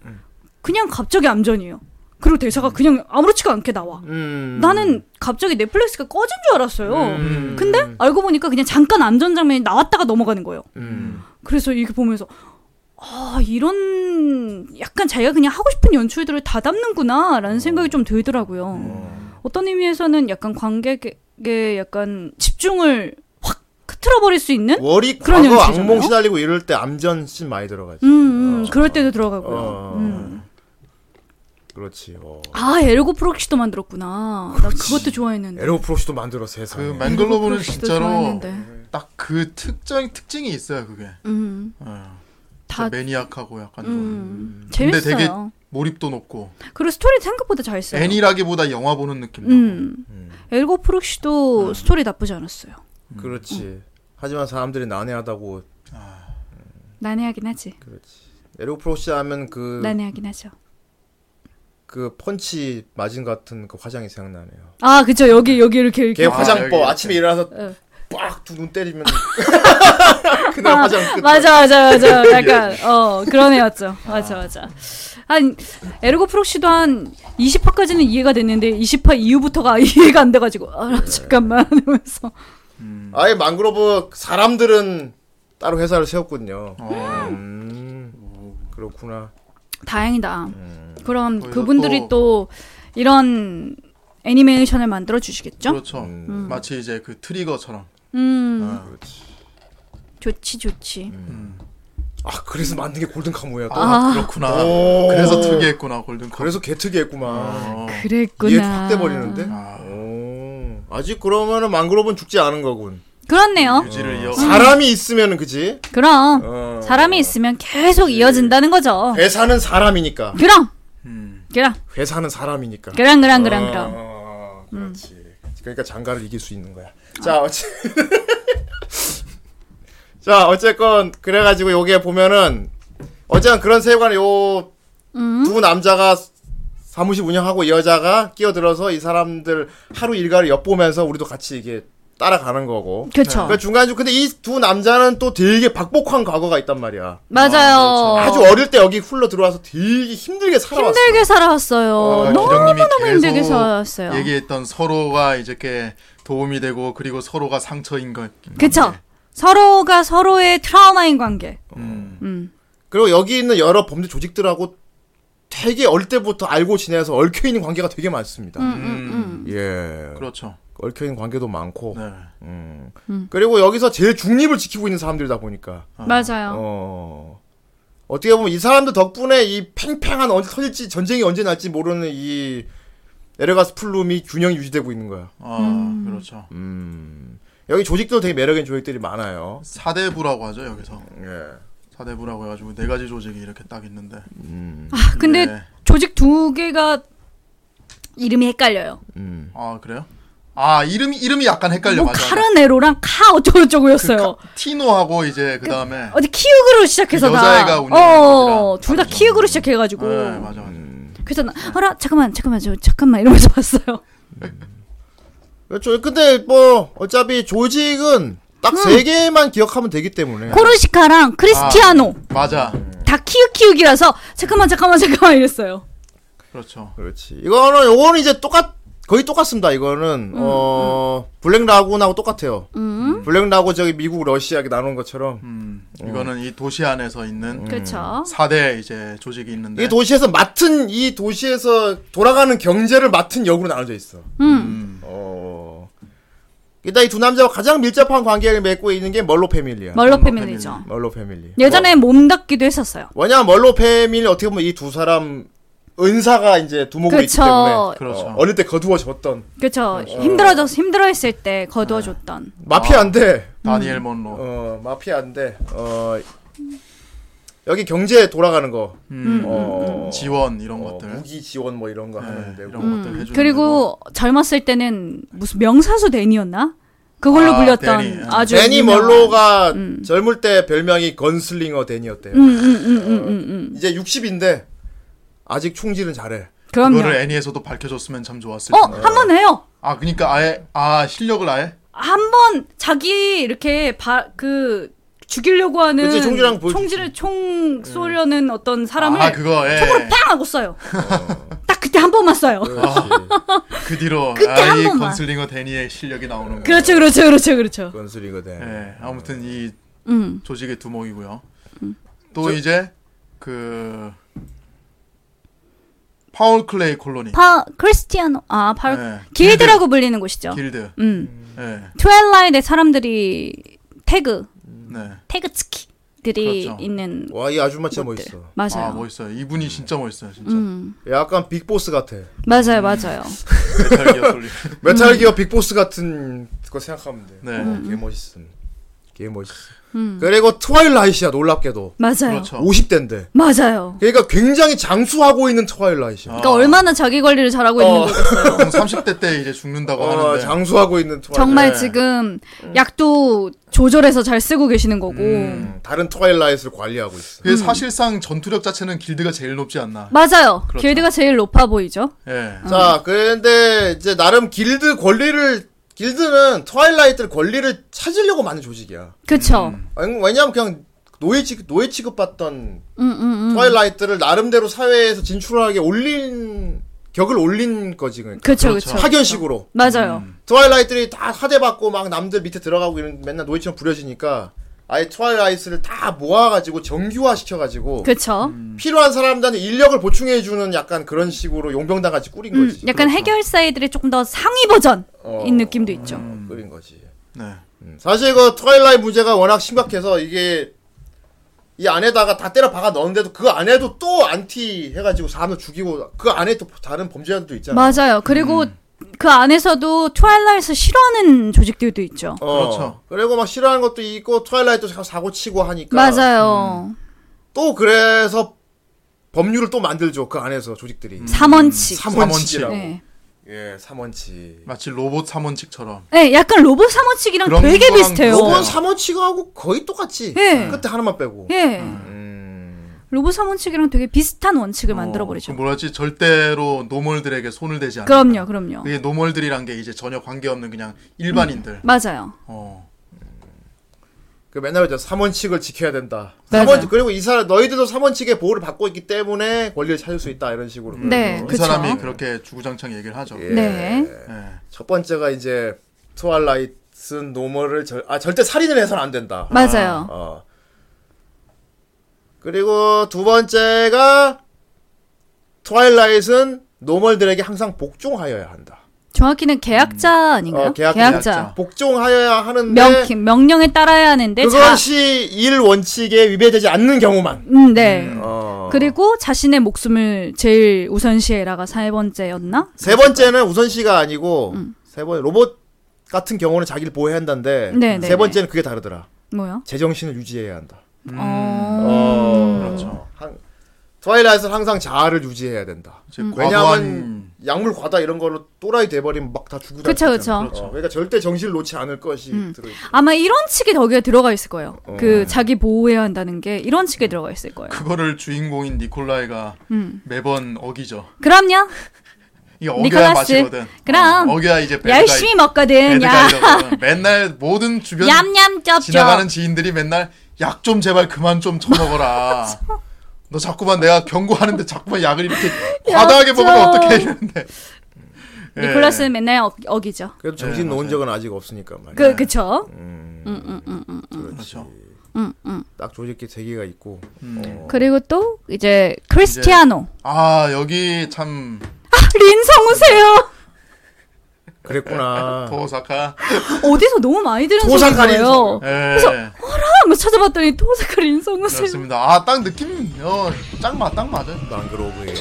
Speaker 4: 그냥 갑자기 암전이에요. 그리고 대사가 그냥 아무렇지가 않게 나와.
Speaker 2: 음.
Speaker 4: 나는 갑자기 넷플릭스가 꺼진 줄 알았어요.
Speaker 2: 음.
Speaker 4: 근데 알고 보니까 그냥 잠깐 암전 장면이 나왔다가 넘어가는 거예요.
Speaker 2: 음.
Speaker 4: 그래서 이렇게 보면서 아, 이런 약간 자기가 그냥 하고 싶은 연출들을 다
Speaker 6: 어.
Speaker 4: 담는구나라는 생각이 좀 들더라고요. 어떤 의미에서는 약간 관객의 약간 집중을 확 흐트러버릴 수 있는
Speaker 2: 월이
Speaker 4: 그런
Speaker 2: 과거
Speaker 4: 연출이잖아요?
Speaker 2: 악몽 시달리고 이럴 때 암전 씬 많이 들어가지.
Speaker 4: 음, 음,
Speaker 6: 아,
Speaker 2: 어.
Speaker 4: 그럴 때도 들어가고요.
Speaker 2: 어.
Speaker 4: 음.
Speaker 2: 그렇지. 어.
Speaker 4: 아, 에르고 프록시도 만들었구나. 나 그것도 좋아했는데.
Speaker 2: 에로프로시도 만들어
Speaker 6: 그
Speaker 2: 세상에.
Speaker 4: 에르고
Speaker 6: 맨글로브는
Speaker 4: 프록시도
Speaker 6: 진짜로
Speaker 4: 좋아했는데.
Speaker 6: 딱 그 특정 특징이 있어요 그게.
Speaker 4: 음.
Speaker 6: 어,
Speaker 4: 다-
Speaker 6: 진짜 매니악하고 약간 좀
Speaker 4: 음.
Speaker 6: 근데 되게-
Speaker 4: 재밌어요.
Speaker 6: 몰입도 높고
Speaker 4: 그리고 스토리 생각보다 잘 써요.
Speaker 6: 애니라기보다 영화 보는 느낌.
Speaker 4: 음.
Speaker 2: 음.
Speaker 4: 엘고 프록시도
Speaker 6: 음.
Speaker 4: 스토리 나쁘지 않았어요.
Speaker 2: 그렇지. 하지만 사람들이 난해하다고
Speaker 4: 난해하긴 하지.
Speaker 2: 에로프로시 하면 그 그
Speaker 4: 난해하긴 하죠.
Speaker 2: 펀치 마진 같은 그 화장이 생각나네요.
Speaker 4: 아, 그쵸. 여기, 여기 이렇게, 이렇게.
Speaker 2: 걔 화장법 뭐
Speaker 6: 여기.
Speaker 2: 아침에 일어나서
Speaker 4: 어.
Speaker 2: 빡두눈 때리면 그날 화장 끝.
Speaker 4: 맞아, 맞아, 맞아. 약간, 어, 그런 애였죠. 맞아, 맞아. 한, 에르고 프록시도 한 20화까지는 이해가 됐는데, 20화 이후부터가 이해가 안 돼가지고,
Speaker 2: 네.
Speaker 4: 아, 잠깐만, 이러면서.
Speaker 2: 음. 아예 망그로브 사람들은 따로 회사를 세웠군요.
Speaker 6: 어.
Speaker 2: 음, 그렇구나.
Speaker 4: 다행이다.
Speaker 2: 음.
Speaker 4: 그럼
Speaker 6: 거기서
Speaker 4: 그분들이
Speaker 6: 또-
Speaker 4: 또, 이런 애니메이션을 만들어주시겠죠?
Speaker 6: 그렇죠.
Speaker 2: 음.
Speaker 6: 마치 이제 그 트리거처럼.
Speaker 4: 음,
Speaker 2: 아. 그렇지.
Speaker 4: 좋지, 좋지.
Speaker 2: 음. 아 그래서 만든 게 골든 카모야. 또.
Speaker 6: 아, 그렇구나.
Speaker 2: 오.
Speaker 6: 그래서 특이했구나 골든 컵.
Speaker 2: 그래서 개특이했구만.
Speaker 6: 어.
Speaker 4: 아. 그랬구나.
Speaker 2: 이해 확 돼버리는데.
Speaker 6: 아.
Speaker 2: 오, 아직 그러면은 망그로브는 죽지 않은 거군.
Speaker 4: 그렇네요.
Speaker 2: 아.
Speaker 6: 유지를 이어.
Speaker 2: 사람이 있으면은 그지.
Speaker 4: 그럼.
Speaker 2: 음. 어. 네.
Speaker 4: 사람이 있으면 계속 이어진다는 거죠.
Speaker 2: 회사는 사람이니까.
Speaker 4: 그럼,
Speaker 6: 음.
Speaker 4: 그럼,
Speaker 2: 회사는 사람이니까.
Speaker 4: 그럼, 그럼, 그럼,
Speaker 6: 아.
Speaker 4: 그럼.
Speaker 2: 어,
Speaker 4: 음.
Speaker 2: 그렇지. 그러니까 장가를 이길 수 있는 거야.
Speaker 4: 아.
Speaker 2: 자, 어찌. 자, 어쨌건 그래가지고 요게 보면은 어쨌든 그런 세계관 요두
Speaker 4: 음.
Speaker 2: 남자가 사무실 운영하고 이 여자가 끼어들어서 이 사람들 하루 일과를 엿보면서 우리도 같이 이게 따라가는 거고.
Speaker 4: 그쵸.
Speaker 2: 그러니까 중간중 근데 이 두 남자는 또 되게 박복한 과거가 있단 말이야.
Speaker 4: 맞아요.
Speaker 2: 아주 어릴 때 여기 훌러 들어와서 되게 힘들게 살아왔어.
Speaker 4: 힘들게 살아왔어요. 너무너무
Speaker 6: 기령님이 계속
Speaker 4: 힘들게 살아왔어요.
Speaker 6: 얘기했던 서로가 이제 게 도움이 되고 그리고 서로가 상처인 것.
Speaker 2: 음.
Speaker 6: 네.
Speaker 4: 그쵸. 서로가 서로의 트라우마인 관계.
Speaker 6: 음.
Speaker 4: 음.
Speaker 2: 그리고 여기 있는 여러 범죄 조직들하고 되게 어릴 때부터 알고 지내서 얽혀 있는 관계가 되게 많습니다.
Speaker 4: 음, 음,
Speaker 2: 예.
Speaker 6: 그렇죠.
Speaker 2: 얽혀 있는 관계도 많고.
Speaker 6: 네.
Speaker 2: 음. 그리고 여기서 제일 중립을 지키고 있는 사람들이다 보니까.
Speaker 4: 음. 맞아요.
Speaker 2: 어. 어떻게 보면 이 사람들 덕분에 이 팽팽한 언제 터질지 전쟁이 언제 날지 모르는 이 에르가스 플룸이 균형이 유지되고 있는 거야.
Speaker 6: 아, 그렇죠.
Speaker 2: 음. 여기 조직도 되게 매력있는 조직들이 많아요.
Speaker 6: 사대부라고 하죠 여기서.
Speaker 2: 예.
Speaker 6: 사대부라고 해가지고 네 가지 조직이 이렇게 딱 있는데.
Speaker 2: 음.
Speaker 4: 아, 근데
Speaker 6: 네.
Speaker 4: 조직 두 개가 이름이 헷갈려요.
Speaker 2: 음.
Speaker 6: 아 그래요? 아 이름이 이름이 약간 헷갈려
Speaker 4: 뭐
Speaker 6: 맞아. 그
Speaker 4: 카르네로랑 카 어쩌고저쩌고였어요.
Speaker 6: 카- 티노하고 이제 그 다음에.
Speaker 4: 어디 키읔으로 시작해서
Speaker 6: 그
Speaker 4: 다.
Speaker 6: 여자애가 운영하는
Speaker 4: 어,
Speaker 6: 곳이라.
Speaker 4: 둘다 키읔으로 시작해가지고.
Speaker 6: 네 맞아 맞아.
Speaker 2: 음.
Speaker 4: 그래서 나, 어라, 잠깐만, 잠깐만, 저, 잠깐만, 이러면서 봤어요.
Speaker 2: 그렇죠. 근데 뭐 어차피 조직은 딱 세 개만 기억하면 되기 때문에.
Speaker 4: 코르시카랑 크리스티아노.
Speaker 6: 네. 맞아.
Speaker 2: 음.
Speaker 4: 다 키읔키읔이라서, 잠깐만, 잠깐만, 잠깐만, 이랬어요.
Speaker 6: 그렇죠.
Speaker 2: 그렇지. 이거는 요거는 이제 똑같 거의 똑같습니다. 이거는 어 블랙 라군하고 똑같아요. 블랙 라군 저기 미국 러시아에 나눈 것처럼
Speaker 6: 음. 이거는 이 도시 안에서
Speaker 2: 음.
Speaker 6: 있는 그렇죠. 음.
Speaker 4: 그쵸.
Speaker 6: 4대 이제 조직이 있는데
Speaker 2: 이 도시에서 맡은 이 도시에서 돌아가는 경제를 맡은 역으로 나눠져 있어.
Speaker 6: 음.
Speaker 2: 어. 일단 이 두 남자와 가장 밀접한 관계를 맺고 있는 게 멀로 패밀리야.
Speaker 4: 멀로
Speaker 6: 멀로
Speaker 4: 패밀리죠.
Speaker 6: 패밀리.
Speaker 2: 멀로 패밀리.
Speaker 4: 예전에 몸 닦기도 했었어요.
Speaker 2: 왜냐 멀로 패밀리 어떻게 보면 이 두 사람 은사가 이제 두목으로 있기 때문에
Speaker 4: 그쵸.
Speaker 6: 그렇죠.
Speaker 2: 어, 어릴 때 거두어줬던
Speaker 4: 그쵸. 그렇죠. 힘들어져, 힘들어했을 때 거두어줬던.
Speaker 2: 마피아인데
Speaker 6: 다니엘 먼로.
Speaker 2: 어 마피아인데 어 여기 경제 돌아가는 거
Speaker 6: 음.
Speaker 2: 어,
Speaker 6: 지원 이런
Speaker 2: 어,
Speaker 6: 것들
Speaker 2: 무기 지원 뭐 이런 거
Speaker 6: 네,
Speaker 2: 하는데
Speaker 6: 이런
Speaker 2: 고
Speaker 6: 것들 해주는
Speaker 4: 음. 그리고 젊었을 때는 무슨 명사수 데니였나? 그걸로
Speaker 6: 아,
Speaker 4: 불렸던
Speaker 6: 데니.
Speaker 4: 아주.
Speaker 2: 데니
Speaker 4: 유명한-
Speaker 2: 멀로가 젊을 때 별명이 건슬링어 데니였대요 어,
Speaker 4: 음, 음, 음, 음, 음, 음.
Speaker 2: 이제 60인데 아직 총질은 잘해
Speaker 4: 그럼요.
Speaker 6: 그거를 애니에서도 밝혀줬으면 참 좋았을
Speaker 4: 어,
Speaker 6: 텐데.
Speaker 4: 한 번 해요.
Speaker 6: 아 그러니까 아예 아 실력을 아예
Speaker 4: 한 번 자기 이렇게 바, 그 죽이려고 하는
Speaker 2: 그치, 총질한 거 보여주지.
Speaker 4: 총질을 총 쏘려는 어떤 사람을
Speaker 6: 아 그거 예.
Speaker 4: 총으로 팡 하고 쏴요. 딱 그때 한 번만 쏴요.
Speaker 2: 그렇지
Speaker 6: 그 뒤로
Speaker 4: 그때
Speaker 6: 아,
Speaker 4: 한
Speaker 6: 이
Speaker 4: 번만.
Speaker 6: 건슬링어 데니의 실력이 나오는 거.
Speaker 4: 그렇죠, 그렇죠, 그렇죠, 그렇죠.
Speaker 6: 네.
Speaker 2: 건슬링어 데니
Speaker 6: 예. 아무튼 이
Speaker 4: 음,
Speaker 6: 조직의 두목이고요. 또 이제 그 파울 클레이 콜로니
Speaker 4: 파 크리스티아노 아 파울
Speaker 6: 네.
Speaker 4: 길드라고 불리는 곳이죠.
Speaker 6: 길드.
Speaker 4: 음
Speaker 6: 네.
Speaker 4: 트웰라이의 사람들이 태그
Speaker 6: 네.
Speaker 4: 태그츠키들이
Speaker 6: 그렇죠.
Speaker 4: 있는
Speaker 2: 와 이 아줌마 진짜 멋있어.
Speaker 6: 아
Speaker 4: 맞아요. 음.
Speaker 6: 멋있어요. 이분이 진짜 멋있어요. 진짜.
Speaker 2: 약간 빅보스 같아.
Speaker 4: 맞아요, 맞아요.
Speaker 6: 메탈 기어 솔리.
Speaker 2: 메탈 기어 빅보스 같은 거 생각하면 돼.
Speaker 6: 네.
Speaker 2: 어, 음. 개 멋있음. 개 멋있어.
Speaker 4: 음.
Speaker 2: 그리고 트와일라이트야 놀랍게도
Speaker 4: 맞아요.
Speaker 6: 그렇죠.
Speaker 2: 50대인데.
Speaker 4: 맞아요.
Speaker 2: 그러니까 굉장히 장수하고 있는 트와일라이트야.
Speaker 4: 그러니까 얼마나 자기 관리를 잘하고 있는 거예요.
Speaker 6: 30대 때 이제 죽는다고
Speaker 2: 어,
Speaker 6: 하는데
Speaker 2: 장수하고 있는 트와일라이트.
Speaker 4: 정말 지금 약도 조절해서 잘 쓰고 계시는 거고.
Speaker 2: 다른 트와일라이트를 관리하고 있어.
Speaker 4: 음.
Speaker 6: 그 사실상 전투력 자체는 길드가 제일 높지 않나.
Speaker 4: 맞아요.
Speaker 6: 그렇죠.
Speaker 4: 길드가 제일 높아 보이죠.
Speaker 6: 예.
Speaker 2: 자, 그런데 이제 나름 길드 권리를 길드는 트와일라이트를 권리를 찾으려고 많은 조직이야.
Speaker 4: 그쵸.
Speaker 2: 아니, 왜냐면 그냥 노예 취급 노예 취급받던
Speaker 4: 음, 음, 음.
Speaker 2: 트와일라이트를 나름대로 사회에서 진출하게 올린 격을 올린 거지 그러니까.
Speaker 4: 그쵸,
Speaker 6: 그렇죠.
Speaker 4: 그쵸.
Speaker 2: 파견식으로
Speaker 4: 맞아요.
Speaker 2: 음. 트와일라이트들이 다 하대받고 막 남들 밑에 들어가고 이런 맨날 노예처럼 부려지니까 아예 트와일라이트를 다 모아가지고 정규화 시켜가지고
Speaker 4: 그쵸.
Speaker 2: 필요한 사람들한테 인력을 보충해주는 약간 그런 식으로 용병단 같이 꾸린
Speaker 4: 음,
Speaker 2: 거지.
Speaker 4: 약간 해결사이들이 조금 더 상위 버전인
Speaker 2: 어.
Speaker 4: 느낌도 있죠.
Speaker 2: 어, 꾸린 거지.
Speaker 6: 네.
Speaker 2: 음. 사실 그 트와일라이트 문제가 워낙 심각해서 이게 이 안에다가 다 때려 박아 넣는데도 그 안에도 또 안티 해가지고 사람을 죽이고 그 안에 또 다른 범죄자들도 있잖아.
Speaker 4: 맞아요. 그리고 그 안에서도 트와일라이트 싫어하는 조직들도 있죠.
Speaker 2: 어,
Speaker 6: 그렇죠.
Speaker 2: 그리고 막 싫어하는 것도 있고 트와일라이트 사고 치고 하니까
Speaker 4: 맞아요.
Speaker 2: 또 그래서 법률을 또 만들죠 그 안에서 조직들이
Speaker 4: 삼원칙.
Speaker 2: 삼원칙이라고
Speaker 4: 네.
Speaker 2: 예 삼원칙
Speaker 6: 마치 로봇 삼원칙처럼.
Speaker 4: 네, 약간 로봇 삼원칙이랑
Speaker 6: 그런
Speaker 4: 되게
Speaker 6: 거랑
Speaker 4: 비슷해요.
Speaker 2: 로봇 삼원칙하고 거의 똑같지
Speaker 4: 예.
Speaker 2: 끝에 하나만 빼고
Speaker 4: 예.
Speaker 2: 음,
Speaker 4: 로봇 삼원칙이랑 되게 비슷한 원칙을 만들어
Speaker 6: 그
Speaker 4: 버리죠.
Speaker 6: 뭐랄지 절대로 노멀들에게 손을 대지 않는.
Speaker 4: 그럼요, 그럼요.
Speaker 6: 그게 노멀들이란 게 이제 전혀 관계없는 그냥 일반인들.
Speaker 4: 음. 맞아요.
Speaker 6: 어.
Speaker 2: 그 맨날 이제 삼원칙을 지켜야 된다
Speaker 4: 맞아요.
Speaker 2: 삼원칙 그리고 이 사람 너희들도 삼원칙의 보호를 받고 있기 때문에 권리를 찾을 수 있다 이런 식으로
Speaker 4: 네,
Speaker 6: 이
Speaker 4: 그쵸.
Speaker 6: 사람이 그렇게 주구장창 얘기를 하죠.
Speaker 2: 예.
Speaker 4: 네.
Speaker 6: 예.
Speaker 2: 첫 번째가 이제 트와일라이트는 노멀을 절, 아 절대 살인을 해서는 안 된다
Speaker 4: 맞아요.
Speaker 2: 어. 그리고 두 번째가 트와일라이트는 노멀들에게 항상 복종하여야 한다.
Speaker 4: 정확히는 계약자 아닌가요?
Speaker 2: 어, 계약-
Speaker 4: 계약자.
Speaker 2: 복종하여야 하는데
Speaker 6: 네.
Speaker 4: 명 명령에 따라야 하는데 네, 자,
Speaker 2: 그것이 일 원칙에 위배되지 않는 경우만.
Speaker 4: 음, 네.
Speaker 2: 어.
Speaker 4: 그리고 자신의 목숨을 제일 우선시해라가 세 번째였나?
Speaker 2: 세 번째는 우선시가 아니고
Speaker 4: 음.
Speaker 2: 세 번 로봇 같은 경우는 자기를 보호해야 한다는데
Speaker 4: 네, 네,
Speaker 2: 세 번째는 그게 다르더라.
Speaker 4: 뭐요?
Speaker 2: 제정신을 유지해야 한다.
Speaker 6: 음.
Speaker 4: 어...
Speaker 2: 어.
Speaker 6: 그렇죠.
Speaker 2: 항- 트와일라이트는 항상 자아를 유지해야 된다.
Speaker 6: 이제
Speaker 4: 음.
Speaker 2: 왜냐하면
Speaker 6: 과도한
Speaker 2: 약물 과다 이런 걸로 또라이 돼버리면 막 다 죽고
Speaker 4: 그쵸, 음.
Speaker 2: 다니잖아.
Speaker 4: 그쵸.
Speaker 2: 어, 그러니까 절대 정신을 놓지 않을 것이 들어있죠.
Speaker 4: 아마 이런 측이 거기에 들어가 있을 거예요. 그 자기 보호해야 한다는 게 이런 측에 들어가 있을 거예요.
Speaker 6: 그거를 주인공인 니콜라이가 매번 어기죠.
Speaker 4: 그럼요.
Speaker 6: 이 어겨야
Speaker 4: 음. 니콜라스.
Speaker 6: 맛이거든.
Speaker 4: 그럼
Speaker 6: 어, 어겨야 이제 배드가
Speaker 4: 열심히 먹거든. 야.
Speaker 6: 배드가이거든. 맨날 모든 주변
Speaker 4: 얌얌
Speaker 6: 지나가는
Speaker 4: 쩝쩝.
Speaker 6: 지인들이 맨날 약 좀 제발 그만 좀 처먹어라. 너 자꾸만 내가 경고하는데 자꾸만 약을 이렇게 과다하게 먹으면
Speaker 4: 좀.
Speaker 6: 어떡해 이러는데. 예.
Speaker 4: 니콜라스는 맨날 어, 어기죠.
Speaker 2: 그래도 정신 놓은 적은 아직 없으니까
Speaker 6: 네.
Speaker 2: 말이야.
Speaker 4: 그 그쵸?
Speaker 6: 음. 그렇죠.
Speaker 2: 딱 조직기 세 개가 있고. 어.
Speaker 4: 그리고 또 이제 크리스티아노. 아,
Speaker 6: 아 여기 참
Speaker 4: 린성 오세요.
Speaker 2: 그랬구나.
Speaker 6: 도사카.
Speaker 4: 어디서 너무 많이 들은
Speaker 2: 도사카
Speaker 4: 소리예요.
Speaker 2: 린성.
Speaker 6: 예.
Speaker 4: 어, 한번 찾아봤더니 도사카 린성 오세요.
Speaker 6: 그렇습니다. 아 딱 느낌 어딱맞딱 맞아.
Speaker 2: 망그로브의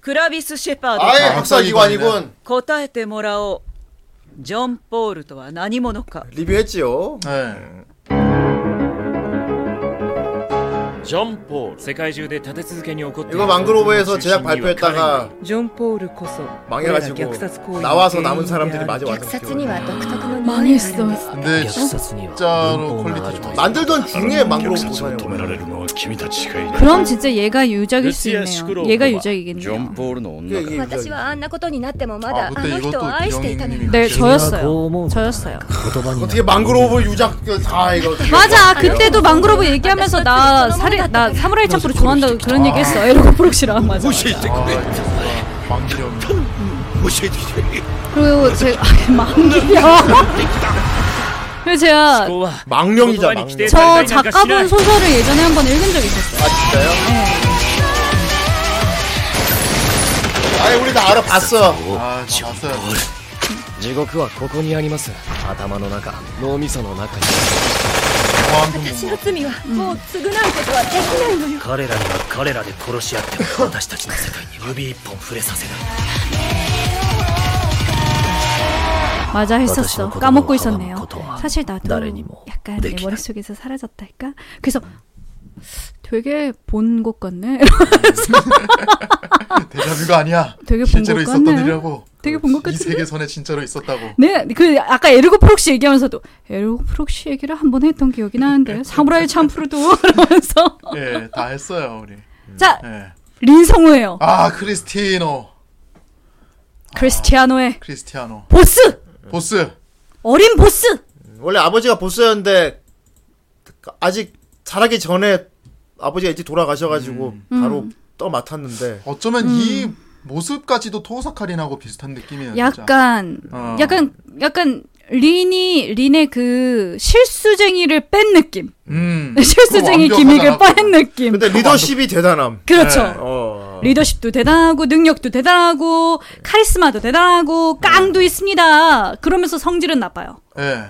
Speaker 9: クラビス・シェパード
Speaker 2: 아예
Speaker 6: 아,
Speaker 2: 학사기관이군.
Speaker 9: 答えてもらおうジョン・ポールとは何者か
Speaker 2: 리뷰했지요.
Speaker 6: 예.
Speaker 10: ジョン・ポール世界中で立て続けに起こってい
Speaker 2: 이거
Speaker 10: マングローブ
Speaker 2: 망그로브에서 제작 발표했다가
Speaker 9: ジョン・ポールこそこれら虐殺行為の
Speaker 2: 망해가지고 나와서
Speaker 9: 原因で
Speaker 2: 남은
Speaker 9: あ
Speaker 2: 사람들이
Speaker 9: り
Speaker 2: 마저
Speaker 8: 虐殺に
Speaker 2: 완성시켜.
Speaker 8: は独特の
Speaker 4: 망했어.
Speaker 8: です。
Speaker 6: 근데
Speaker 10: 殺には
Speaker 6: 진짜로 퀄리티 좋아.
Speaker 2: 만들던 중에 망그로브
Speaker 11: 殺を止め
Speaker 2: 도사냐고.
Speaker 11: られるのは君たちしかいない。
Speaker 4: 그럼 진짜 얘가 유작일 수
Speaker 11: ルツィア
Speaker 4: 있네요.
Speaker 11: シクローバ
Speaker 4: 얘가
Speaker 11: ジョン
Speaker 4: 유작이겠네요.
Speaker 11: ポールの女
Speaker 2: 이게
Speaker 11: が
Speaker 2: 이게
Speaker 8: 私はあんなことにな
Speaker 7: 뭐
Speaker 8: ってもま
Speaker 6: 아,
Speaker 8: だあ
Speaker 6: 그때
Speaker 8: の人
Speaker 6: 이것도
Speaker 8: を愛していたのに
Speaker 6: 기영님이
Speaker 4: 네, 저였어요. 저였어요.
Speaker 2: 어떻게 망그로브 유작들 다 이거.
Speaker 4: 맞아. 그때도 아, 망그로브 얘기하면서 나
Speaker 8: 그래서
Speaker 4: 사례 나 사무라이 참프로 좋아한다고 그런 얘기했어. 에르고 프록시랑 맞아.
Speaker 6: 망령.
Speaker 4: 아, 그리고 제가 망기야. 그래서 제가
Speaker 10: 思考は
Speaker 2: 망령이자
Speaker 10: 言葉に
Speaker 2: 망령.
Speaker 10: 規定さ
Speaker 4: 저
Speaker 10: れたりな
Speaker 4: 작가분
Speaker 10: んかしない
Speaker 4: 소설을 예전에 한 번 읽은 적이 있었어요.
Speaker 2: 네. 아니 우리 다 알아봤어. 음,
Speaker 6: 아, 다 봤어요.
Speaker 11: 地獄はここにあります頭の中脳みその中に
Speaker 6: 정황 좀
Speaker 8: 私の罪はもう償うことはできないのよ
Speaker 11: 彼らには彼らで殺し合っても私たちの世界に指一本触れさせない
Speaker 4: 맞아
Speaker 11: 다시
Speaker 4: 했었어.
Speaker 11: 한번
Speaker 4: 까먹고
Speaker 11: 가방
Speaker 4: 있었네요.
Speaker 11: 걷어와.
Speaker 4: 사실 나도
Speaker 11: 나란히 뭐
Speaker 4: 약간 내
Speaker 11: 내키나.
Speaker 4: 머릿속에서 사라졌달까? 그래서 되게 본 것 같네.
Speaker 6: 데자뷰가 아니야.
Speaker 4: 되게 본것
Speaker 6: 실제로 있었던
Speaker 4: 같네.
Speaker 6: 일이라고.
Speaker 4: 되게 본것
Speaker 6: 이
Speaker 4: 같은데?
Speaker 6: 세계선에 진짜로 있었다고.
Speaker 4: 네, 그 아까 에르고 프록시 얘기하면서도 에르고 프록시 얘기를 한 번 했던 기억이
Speaker 6: 네.
Speaker 4: 나는데 사무라이 참프루도 그러면서
Speaker 6: 예, 다 했어요 우리.
Speaker 4: 자
Speaker 6: 예.
Speaker 4: 린성우예요.
Speaker 6: 아 크리스티노,
Speaker 4: 크리스티아노의
Speaker 6: 크리스티아노.
Speaker 4: 보스
Speaker 6: 보스.
Speaker 4: 어린 보스
Speaker 6: 네,
Speaker 2: 원래 아버지가 보스였는데 아직 자라기 전에 아버지가 일찍 돌아가셔가지고 바로 떠 맡았는데
Speaker 4: 음.
Speaker 6: 어쩌면 이 모습까지도 토사카린하고 비슷한 느낌이에요. 진짜.
Speaker 4: 약간
Speaker 6: 어.
Speaker 4: 약간 약간 린이 린의 그 실수쟁이를 뺀 느낌
Speaker 6: 음.
Speaker 4: 실수쟁이
Speaker 6: 그거
Speaker 4: 김익을
Speaker 6: 완벽하잖아,
Speaker 4: 뺀 느낌
Speaker 2: 근데 리더십이 대단함.
Speaker 4: 그렇죠
Speaker 6: 네.
Speaker 2: 어.
Speaker 4: 리더십도 대단하고 능력도 대단하고 카리스마도 대단하고
Speaker 6: 네.
Speaker 4: 깡도 있습니다 그러면서 성질은 나빠요
Speaker 6: 그거. 예.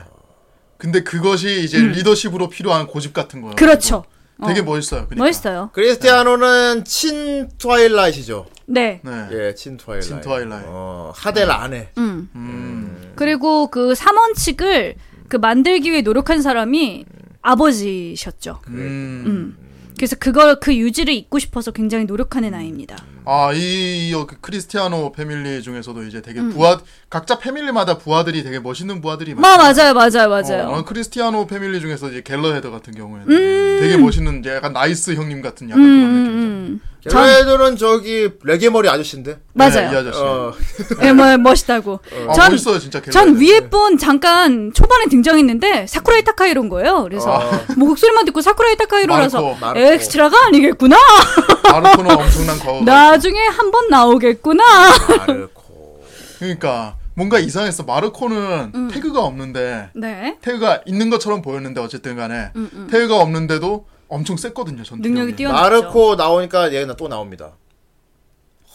Speaker 6: 근데 그것이 이제 리더십으로 필요한 고집 같은 거예요.
Speaker 4: 음. 그렇죠
Speaker 6: 그거. 되게 멋있어요. 그러니까.
Speaker 4: 멋있어요
Speaker 2: 크리스티아노는 친 트와일라이트죠.
Speaker 4: 네
Speaker 6: 네.
Speaker 2: 예, 친 트와일라이트.
Speaker 6: 친 트와일라이트.
Speaker 2: 어, 하델 안 해.
Speaker 4: 음.
Speaker 6: 음.
Speaker 4: 그리고 그 3원칙을 그 만들기 위해 노력한 사람이 아버지셨죠.
Speaker 6: 음.
Speaker 4: 그래서 그걸 그 유지를 잊고 싶어서 굉장히
Speaker 6: 음.
Speaker 4: 노력하는 아이입니다.
Speaker 6: 아, 이, 이 크리스티아노 패밀리 중에서도 이제 되게 부하, 각자 패밀리마다 부하들이 되게 멋있는 부하들이
Speaker 4: 음. 마 맞아요, 맞아요, 맞아요.
Speaker 6: 어, 크리스티아노 패밀리 중에서 이제 갤러헤더 같은 경우에는 되게 멋있는 이제 약간 나이스 형님 같은 약간 그런 느낌이죠.
Speaker 4: 음,
Speaker 2: 걔네들은 저기 레게머리 아저씨인데.
Speaker 6: 네, 이
Speaker 4: 맞아요.
Speaker 6: 아저씨.
Speaker 2: 어,
Speaker 4: 예, 뭐 멋있다고.
Speaker 6: 아,
Speaker 4: 전,
Speaker 6: 멋있어요, 진짜 갤러헤더.
Speaker 4: 전 위에 분 잠깐 초반에 등장했는데 사쿠라이 타카이로인 거예요. 그래서 뭐 목소리만 듣고 사쿠라이 타카이로라서
Speaker 6: 아. 마르코,
Speaker 2: 마르코.
Speaker 4: 엑스트라가 아니겠구나.
Speaker 6: 마르코는 엄청난 과거.
Speaker 4: 나중에 한 번 나오겠구나.
Speaker 2: 마르코.
Speaker 6: 그러니까 뭔가 이상했어. 마르코는
Speaker 4: 음.
Speaker 6: 태그가 없는데
Speaker 4: 네.
Speaker 6: 태그가 있는 것처럼 보였는데 어쨌든 간에 태그가 없는데도 엄청 셌거든요. 전
Speaker 4: 음, 능력이 뛰어나죠.
Speaker 2: 마르코 나오니까 얘가 또 나옵니다.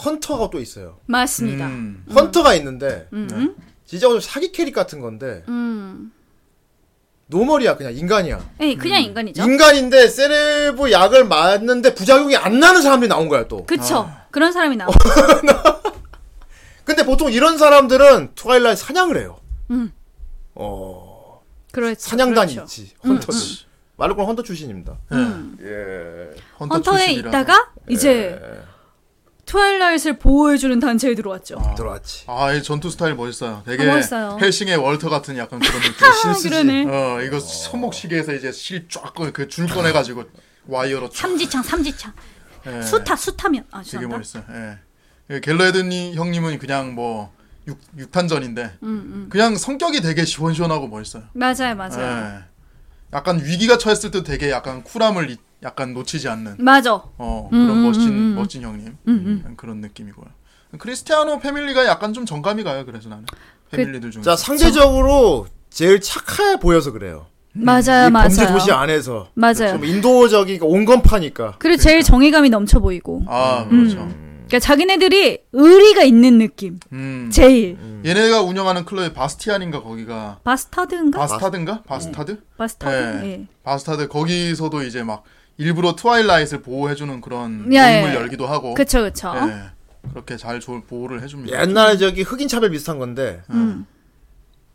Speaker 2: 헌터가 또 있어요.
Speaker 4: 맞습니다.
Speaker 6: 음.
Speaker 2: 헌터가 있는데
Speaker 4: 음.
Speaker 2: 진짜 좀 사기 캐릭 같은 건데
Speaker 4: 음.
Speaker 2: 노멀이야 그냥 인간이야.
Speaker 4: 에이, 그냥 인간이죠.
Speaker 2: 인간인데 세레브 약을 맞는데 부작용이 안 나는 사람들이 나온 거야 또.
Speaker 4: 그쵸. 그런 사람이 나와.
Speaker 2: 근데 보통 이런 사람들은 트와일라이트 사냥을 해요.
Speaker 4: 음.
Speaker 2: 어
Speaker 4: 그렇죠.
Speaker 2: 사냥단이
Speaker 4: 그렇죠.
Speaker 2: 있지 헌터들. 마르코는 헌터 출신입니다. 예.
Speaker 6: 헌터
Speaker 4: 헌터에
Speaker 6: 출신이라서.
Speaker 4: 있다가 이제 트와일라이트를 보호해주는 단체에 들어왔죠.
Speaker 2: 들어왔지.
Speaker 6: 아, 이 전투 스타일 멋있어요. 되게
Speaker 4: 아, 멋있어요.
Speaker 6: 헬싱의 월터 같은 약간 그런 느낌. 실수지.
Speaker 4: 그러네.
Speaker 6: 어, 이거 손목시계에서 이제 실쫙그줄 꺼내가지고 와이어로 쫙.
Speaker 4: 삼지창, 삼지창.
Speaker 6: 예,
Speaker 4: 수타, 수타면. 아,
Speaker 6: 되게
Speaker 4: 죄송합니다.
Speaker 6: 멋있어요. 예. 예, 갤러헤드니 형님은 그냥 뭐 육, 육탄전인데
Speaker 4: 음,
Speaker 6: 그냥 성격이 되게 시원시원하고 멋있어요.
Speaker 4: 맞아요, 맞아요.
Speaker 6: 예. 약간 위기가 처했을 때 되게 약간 쿨함을 이- 약간 놓치지 않는
Speaker 4: 맞아.
Speaker 6: 어,
Speaker 4: 음,
Speaker 6: 그런 멋진 멋진 형님 음, 그런 느낌이고요. 크리스티아노 패밀리가 약간 좀 정감이 가요. 그래서 나는 패밀리들 중에
Speaker 2: 자 상대적으로 제일 착해 보여서 그래요.
Speaker 4: 맞아요,
Speaker 2: 이 범죄
Speaker 4: 네, 맞아요.
Speaker 2: 도시 안에서
Speaker 4: 맞아요.
Speaker 2: 좀 인도적이니까 온건파니까.
Speaker 4: 그리고 제일 정의감이 넘쳐 보이고.
Speaker 2: 음.
Speaker 6: 아 그렇죠.
Speaker 4: 그러니까 자기네들이 의리가 있는 느낌.
Speaker 6: 음.
Speaker 4: 제일.
Speaker 6: 얘네가 운영하는 클럽이 바스티안인가 거기가
Speaker 4: 바스타드인가?
Speaker 6: 바스타드인가 바스타드?
Speaker 4: 바스타드.
Speaker 6: 예.
Speaker 4: 예.
Speaker 6: 바스타드 거기서도 이제 막 일부러 트와일라이트를 보호해주는 그런
Speaker 4: 예, 예.
Speaker 6: 동물 열기도 하고
Speaker 4: 그쵸, 그쵸.
Speaker 6: 예. 그렇게 잘 조- 보호를 해줍니다.
Speaker 2: 옛날에 저기 흑인 차별 비슷한 건데
Speaker 4: 음.
Speaker 6: 음.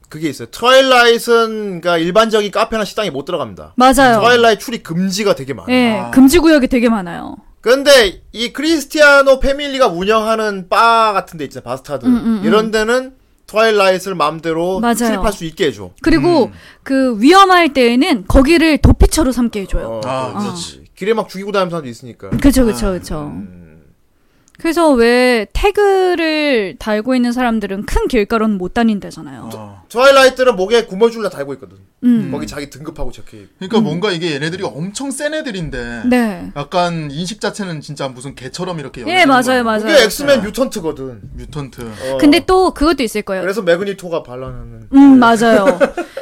Speaker 2: 그게 있어요. 트와일라이트는 그러니까 일반적인 카페나 식당에 못 들어갑니다.
Speaker 4: 맞아요.
Speaker 2: 트와일라이트 출입 금지가 되게 많아요.
Speaker 4: 예,
Speaker 6: 아.
Speaker 4: 금지구역이 되게 많아요.
Speaker 2: 근데 이 크리스티아노 패밀리가 운영하는 바 같은 데 있잖아 바스타드 이런 데는 트와일라이트를 마음대로
Speaker 4: 음, 맞아요. 어.
Speaker 2: 출입할 수 있게 해줘.
Speaker 4: 그리고
Speaker 2: 음.
Speaker 4: 그 위험할 때에는 거기를 도피처로 삼게 해줘요.
Speaker 2: 어,
Speaker 6: 아,
Speaker 2: 그렇지. 길에 막 죽이고 다니는 사람도 있으니까.
Speaker 4: 그쵸, 그쵸, 그쵸.
Speaker 2: 음.
Speaker 4: 그래서 왜 태그를 달고 있는 사람들은 큰 길가로는 못 다닌다잖아요.
Speaker 6: 어.
Speaker 2: 트와일라이트는 목에 구멍줄 다 달고 있거든.
Speaker 4: 음.
Speaker 2: 거기 자기 등급하고 적혀 있고.
Speaker 6: 그러니까 뭔가 이게 얘네들이 엄청 센
Speaker 2: 음.
Speaker 6: 애들인데
Speaker 4: 네.
Speaker 6: 약간 인식 자체는 진짜 무슨 개처럼 이렇게
Speaker 4: 예,
Speaker 6: 연결된
Speaker 4: 맞아요,
Speaker 6: 거예요.
Speaker 4: 맞아요.
Speaker 2: 네.
Speaker 4: 네.
Speaker 2: 그게 엑스맨 뮤턴트거든.
Speaker 6: 뮤턴트
Speaker 2: 어.
Speaker 4: 근데 또 그것도 있을 거예요.
Speaker 2: 그래서 매그니토가 반란하는.
Speaker 4: 음, 맞아요.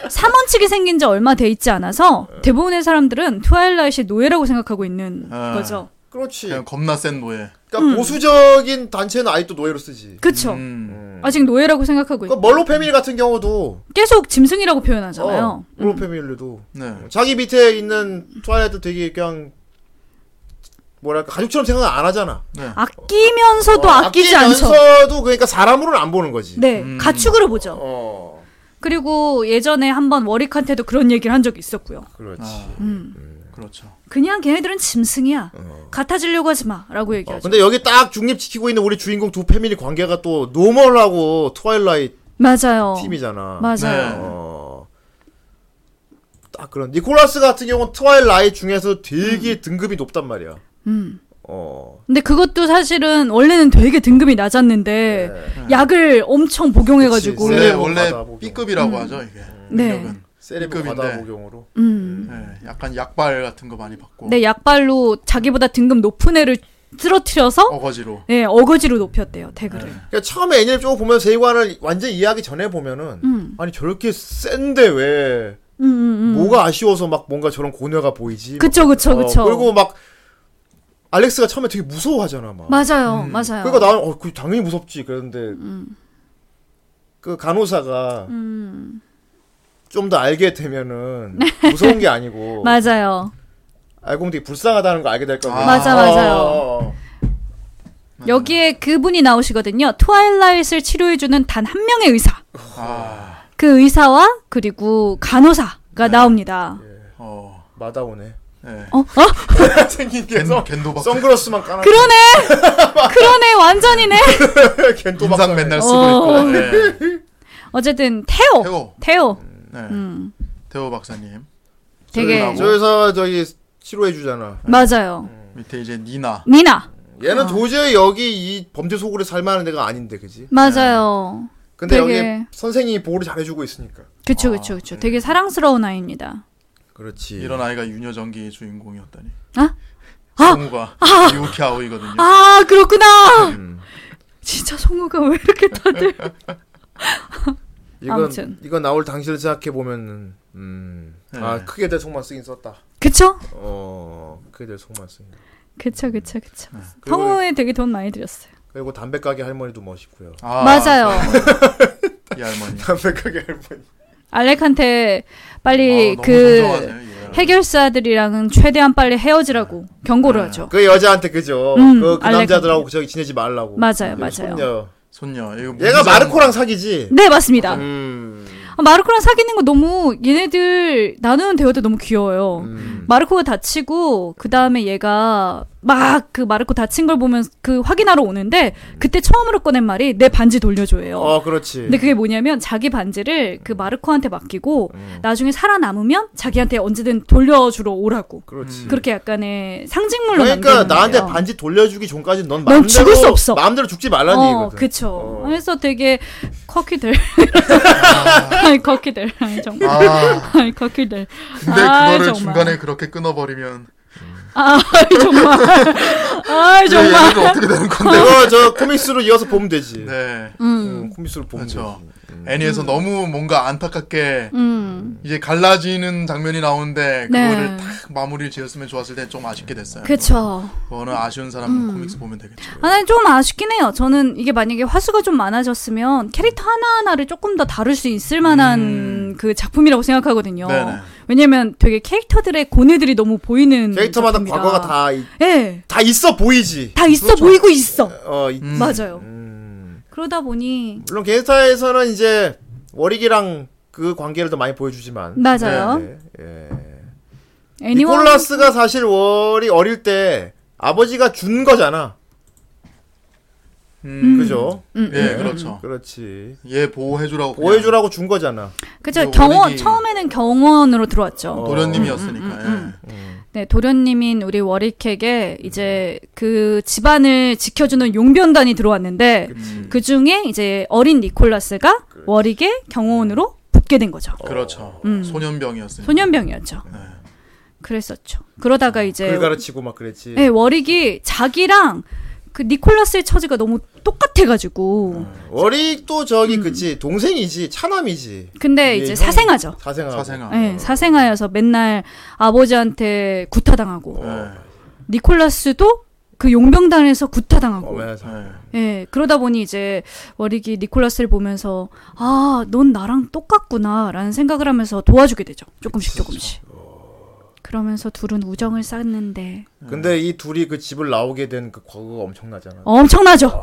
Speaker 4: 삼원칙이 생긴 지 얼마 돼 있지 않아서
Speaker 2: 어.
Speaker 4: 대부분의 사람들은 트와일라이트의 노예라고 생각하고 있는
Speaker 6: 아.
Speaker 4: 거죠.
Speaker 2: 그렇지.
Speaker 6: 그냥 겁나 센 노예.
Speaker 4: 음.
Speaker 2: 그러니까 보수적인 단체는 아직도 노예로 쓰지.
Speaker 4: 그쵸.
Speaker 6: 음.
Speaker 4: 아직 노예라고 생각하고 있고
Speaker 2: 그러니까 멀로 패밀리 같은 경우도
Speaker 4: 계속 짐승이라고
Speaker 2: 어,
Speaker 4: 표현하잖아요. 음.
Speaker 2: 멀로 패밀리도
Speaker 6: 네.
Speaker 2: 자기 밑에 있는 트와일라이트 되게 그냥 뭐랄까 가족처럼 생각 안 하잖아.
Speaker 4: 아끼면서도
Speaker 2: 어,
Speaker 4: 아끼지 않죠.
Speaker 2: 아끼면서도 그러니까 사람으로는 안 보는 거지.
Speaker 4: 네,
Speaker 6: 음.
Speaker 4: 가축으로 보죠.
Speaker 2: 어,
Speaker 4: 그리고 예전에 한번 워릭한테도 그런 얘기를 한 적이 있었고요.
Speaker 2: 그렇지. 어,
Speaker 6: 아,
Speaker 4: 음.
Speaker 6: 그렇죠.
Speaker 4: 그냥 걔네들은 짐승이야. 같아지려고 하지 마라고
Speaker 2: 어,
Speaker 4: 얘기하죠.
Speaker 2: 근데 여기 딱 중립 지키고 있는 우리 주인공 두 패밀리 관계가 또 노멀하고 트와일라이트
Speaker 4: 맞아요.
Speaker 2: 팀이잖아.
Speaker 4: 어. 맞아요.
Speaker 6: 네.
Speaker 2: 어. 딱 그런 니콜라스 같은 경우는 트와일라이트 중에서 되게 등급이 높단 말이야.
Speaker 4: 음.
Speaker 2: 어.
Speaker 4: 근데 그것도 사실은 원래는 되게 등급이 낮았는데 약을 엄청 복용해가지고
Speaker 2: 네. 그치, 네.
Speaker 6: 원래 원래
Speaker 2: 받아 보고.
Speaker 6: B급이라고 하죠 이게.
Speaker 4: 네.
Speaker 6: 능력은.
Speaker 2: 세레브
Speaker 6: B급인데.
Speaker 2: 바다 복용으로.
Speaker 4: 음.
Speaker 6: 네, 약간 약발 같은 거 많이 받고
Speaker 4: 네, 약발로 자기보다 등급 높은 애를 쓰러뜨려서
Speaker 6: 어거지로.
Speaker 4: 네, 어거지로 높였대요 태그를.
Speaker 2: 그러니까 처음에 애니를 쭉 보면 세이관을 완전 이해하기 전에 보면은
Speaker 4: 음.
Speaker 2: 아니 저렇게 센데 왜
Speaker 4: 음, 음, 음.
Speaker 2: 뭐가 아쉬워서 막 뭔가 저런 고뇌가 보이지?
Speaker 4: 그쵸, 그쵸, 그쵸.
Speaker 2: 어, 그리고 막 알렉스가 처음에 되게 무서워하잖아 막.
Speaker 4: 맞아요,
Speaker 6: 음.
Speaker 4: 맞아요.
Speaker 2: 그러니까 나는 어, 그 당연히 무섭지. 그런데 그 간호사가
Speaker 4: 음.
Speaker 2: 좀 더 알게 되면은 무서운 게 아니고
Speaker 4: 네. 맞아요.
Speaker 2: 알고 보면 되게 불쌍하다는 걸 알게 될 거고.
Speaker 6: 아.
Speaker 4: 맞아, 맞아요.
Speaker 2: 어,
Speaker 6: 네.
Speaker 4: 여기에 그분이 나오시거든요. 트와일라잇을 치료해주는 단 한 명의 의사.
Speaker 6: 아,
Speaker 4: 그 의사와 그리고 간호사가 나옵니다.
Speaker 6: 어,
Speaker 2: 마다오네.
Speaker 6: 네.
Speaker 4: 어? 어?
Speaker 2: 생긴 게
Speaker 6: 겐,
Speaker 2: 선-
Speaker 6: 겐도박.
Speaker 2: 선글라스만 까나.
Speaker 4: 그러네! 그러네, 완전이네!
Speaker 2: 겐토박.
Speaker 6: 인상 맨날 쓰고
Speaker 4: 어.
Speaker 6: 있고. 네.
Speaker 4: 어쨌든, 태오!
Speaker 6: 태호.
Speaker 4: 태오!
Speaker 6: 네.
Speaker 4: 음,
Speaker 6: 태호 박사님.
Speaker 4: 되게.
Speaker 6: 저기 나오고.
Speaker 2: 저기서 저기 치료해 주잖아.
Speaker 4: 맞아요.
Speaker 6: 밑에 이제 니나.
Speaker 4: 니나!
Speaker 2: 얘는
Speaker 4: 어.
Speaker 2: 도저히 여기 이 범죄 소굴에 살만한 애가 아닌데 그지?
Speaker 4: 맞아요.
Speaker 2: 근데
Speaker 4: 되게-
Speaker 2: 여기 선생님이 보호를 잘해주고 있으니까.
Speaker 4: 그쵸, 그쵸, 그쵸. 되게 사랑스러운 아이입니다.
Speaker 2: 그렇지.
Speaker 6: 이런 아이가 유녀전기 주인공이었다니.
Speaker 4: 아? 아!
Speaker 6: 성우가 유키 아오이거든요.
Speaker 4: 아, 그렇구나!
Speaker 2: 음.
Speaker 4: 진짜 송우가 왜 이렇게 다들.
Speaker 2: 이건
Speaker 4: 아무튼.
Speaker 2: 이건 나올 당시를 생각해 보면은 음. 아
Speaker 6: 네.
Speaker 2: 크게 될 속만 쓰긴 썼다.
Speaker 4: 그쵸?
Speaker 2: 어 크게 될 속만 쓰긴.
Speaker 4: 그쵸, 그쵸, 그쵸.
Speaker 2: 그리고-
Speaker 4: 성우에 되게 돈 많이 들였어요.
Speaker 2: 그리고 담배 가게 할머니도 멋있고요.
Speaker 6: 아,
Speaker 4: 맞아요.
Speaker 6: 이 할머니.
Speaker 2: 담배 가게 할머니.
Speaker 4: 알렉한테 빨리
Speaker 6: 아,
Speaker 4: 그
Speaker 6: 너무 존경하네요, 이 할머니.
Speaker 4: 해결사들이랑은 최대한 빨리 헤어지라고 경고를 하죠.
Speaker 2: 네. 그 여자한테 그죠.
Speaker 4: 음,
Speaker 2: 그, 그
Speaker 4: 알레
Speaker 2: 남자들하고
Speaker 4: 가게.
Speaker 2: 저기 지내지 말라고.
Speaker 4: 맞아요,
Speaker 2: 그
Speaker 4: 맞아요.
Speaker 2: 손녀.
Speaker 6: 손녀. 이거
Speaker 2: 얘가
Speaker 6: 문장-
Speaker 2: 마르코랑 사귀지.
Speaker 4: 네 맞습니다.
Speaker 2: 음.
Speaker 4: 아, 마르코랑 사귀는 거 너무 얘네들 나누는 대화 때 너무 귀여워요.
Speaker 2: 음.
Speaker 4: 마르코가 다치고 그 다음에 얘가 막 그 마르코 다친 걸 보면 그 확인하러 오는데 그때 처음으로 꺼낸 말이 내 반지 돌려줘예요.
Speaker 2: 어 그렇지.
Speaker 4: 근데 그게 뭐냐면 자기 반지를 그 마르코한테 맡기고
Speaker 2: 음.
Speaker 4: 나중에 살아남으면 자기한테 언제든 돌려주러 오라고
Speaker 2: 그렇지.
Speaker 4: 그렇게 약간의 상징물로
Speaker 2: 그러니까
Speaker 4: 남겨놓은
Speaker 2: 나한테
Speaker 4: 거예요.
Speaker 2: 반지 돌려주기 전까지 넌
Speaker 4: 넌
Speaker 2: 마음대로
Speaker 4: 죽을 수 없어.
Speaker 2: 마음대로 죽지 말라는
Speaker 4: 어,
Speaker 2: 얘기거든.
Speaker 4: 그쵸.
Speaker 2: 어.
Speaker 4: 그래서 되게 커키들. 아니, 커키들. 아니, 정말.
Speaker 6: 아,
Speaker 4: 아니, 커키들.
Speaker 6: 근데
Speaker 4: 아,
Speaker 6: 그거를
Speaker 4: 정말.
Speaker 6: 중간에 그렇게 끊어버리면.
Speaker 4: 아, 정말. 아, 정말.
Speaker 6: 얘네가 예, 어떻게 되는 건데?
Speaker 2: 내가 저 코믹스로 이어서 보면 되지.
Speaker 6: 네.
Speaker 4: 음,
Speaker 2: 음, 코믹스로 보면
Speaker 6: 그렇죠.
Speaker 2: 되지.
Speaker 6: 애니에서 너무 뭔가 안타깝게
Speaker 4: 음.
Speaker 6: 이제 갈라지는 장면이 나오는데
Speaker 4: 네.
Speaker 6: 그거를 딱 마무리를 지었으면 좋았을 때 좀 아쉽게 됐어요.
Speaker 4: 그쵸. 음.
Speaker 6: 그거는 아쉬운 사람은 코믹스 보면 되겠죠.
Speaker 4: 아, 난 좀 아쉽긴 해요. 저는 이게 만약에 화수가 좀 많아졌으면 캐릭터 하나하나를 조금 더 다룰 수 있을 만한
Speaker 6: 음.
Speaker 4: 그 작품이라고 생각하거든요.
Speaker 6: 네네.
Speaker 4: 왜냐면 되게 캐릭터들의 고뇌들이 너무 보이는.
Speaker 2: 캐릭터마다
Speaker 4: 작품이라.
Speaker 2: 과거가 다, 이-
Speaker 4: 예.
Speaker 2: 다 있어 보이지.
Speaker 4: 다 있어 보이고 있어.
Speaker 2: 어, 이-
Speaker 6: 음.
Speaker 4: 맞아요.
Speaker 2: 음.
Speaker 4: 그러다 보니
Speaker 2: 물론 게스타에서는 이제 워릭이랑 그 관계를 더 많이 보여주지만.
Speaker 4: 맞아요.
Speaker 2: 네, 예.
Speaker 4: 애니원 음.
Speaker 2: 니콜라스가 사실 월이 어릴 때 아버지가 준 거잖아.
Speaker 6: 음.
Speaker 2: 그죠?
Speaker 4: 음,
Speaker 6: 예, 그렇죠.
Speaker 2: 그렇지.
Speaker 6: 얘 보호해주라고. 그냥
Speaker 2: 보여주라고 준 거잖아.
Speaker 4: 그죠
Speaker 6: 그
Speaker 4: 경원
Speaker 6: 원액이-
Speaker 4: 처음에는 경원으로 들어왔죠.
Speaker 6: 도련님이었으니까.
Speaker 4: 음,
Speaker 6: 예.
Speaker 4: 네 도련님인 우리 워리캑에 이제 그 집안을 지켜주는 용변단이 들어왔는데
Speaker 6: 음.
Speaker 4: 그 중에 이제 어린 니콜라스가 워릭의 경호원으로 붙게 된 거죠.
Speaker 6: 예. 그렇죠.
Speaker 4: 음.
Speaker 6: 소년병이었으니까.
Speaker 4: 소년병이었죠.
Speaker 6: 네.
Speaker 4: 그랬었죠. 그러다가 이제
Speaker 2: 글 가르치고 막 그랬지.
Speaker 4: 네, 워릭이 자기랑 그 니콜라스의 처지가 너무 똑같아가지고
Speaker 2: 월이 또 저기
Speaker 4: 음.
Speaker 2: 그치 동생이지 차남이지.
Speaker 4: 근데
Speaker 2: 이게
Speaker 4: 이제
Speaker 2: 형이
Speaker 4: 사생아죠.
Speaker 2: 사생아.
Speaker 6: 사생아.
Speaker 4: 예, 사생아여서 맨날 아버지한테 구타당하고 니콜라스도 그 용병단에서 구타당하고
Speaker 2: 어메 네, 사.
Speaker 4: 예, 그러다 보니 이제 워릭이 니콜라스를 보면서 아, 넌 나랑 똑같구나라는 생각을 하면서 도와주게 되죠. 조금씩 조금씩. 그러면서 둘은 우정을 쌓는데
Speaker 2: 근데 이 둘이 그 집을 나오게 된 그 과거가 엄청나잖아.
Speaker 4: 어. 엄청나죠.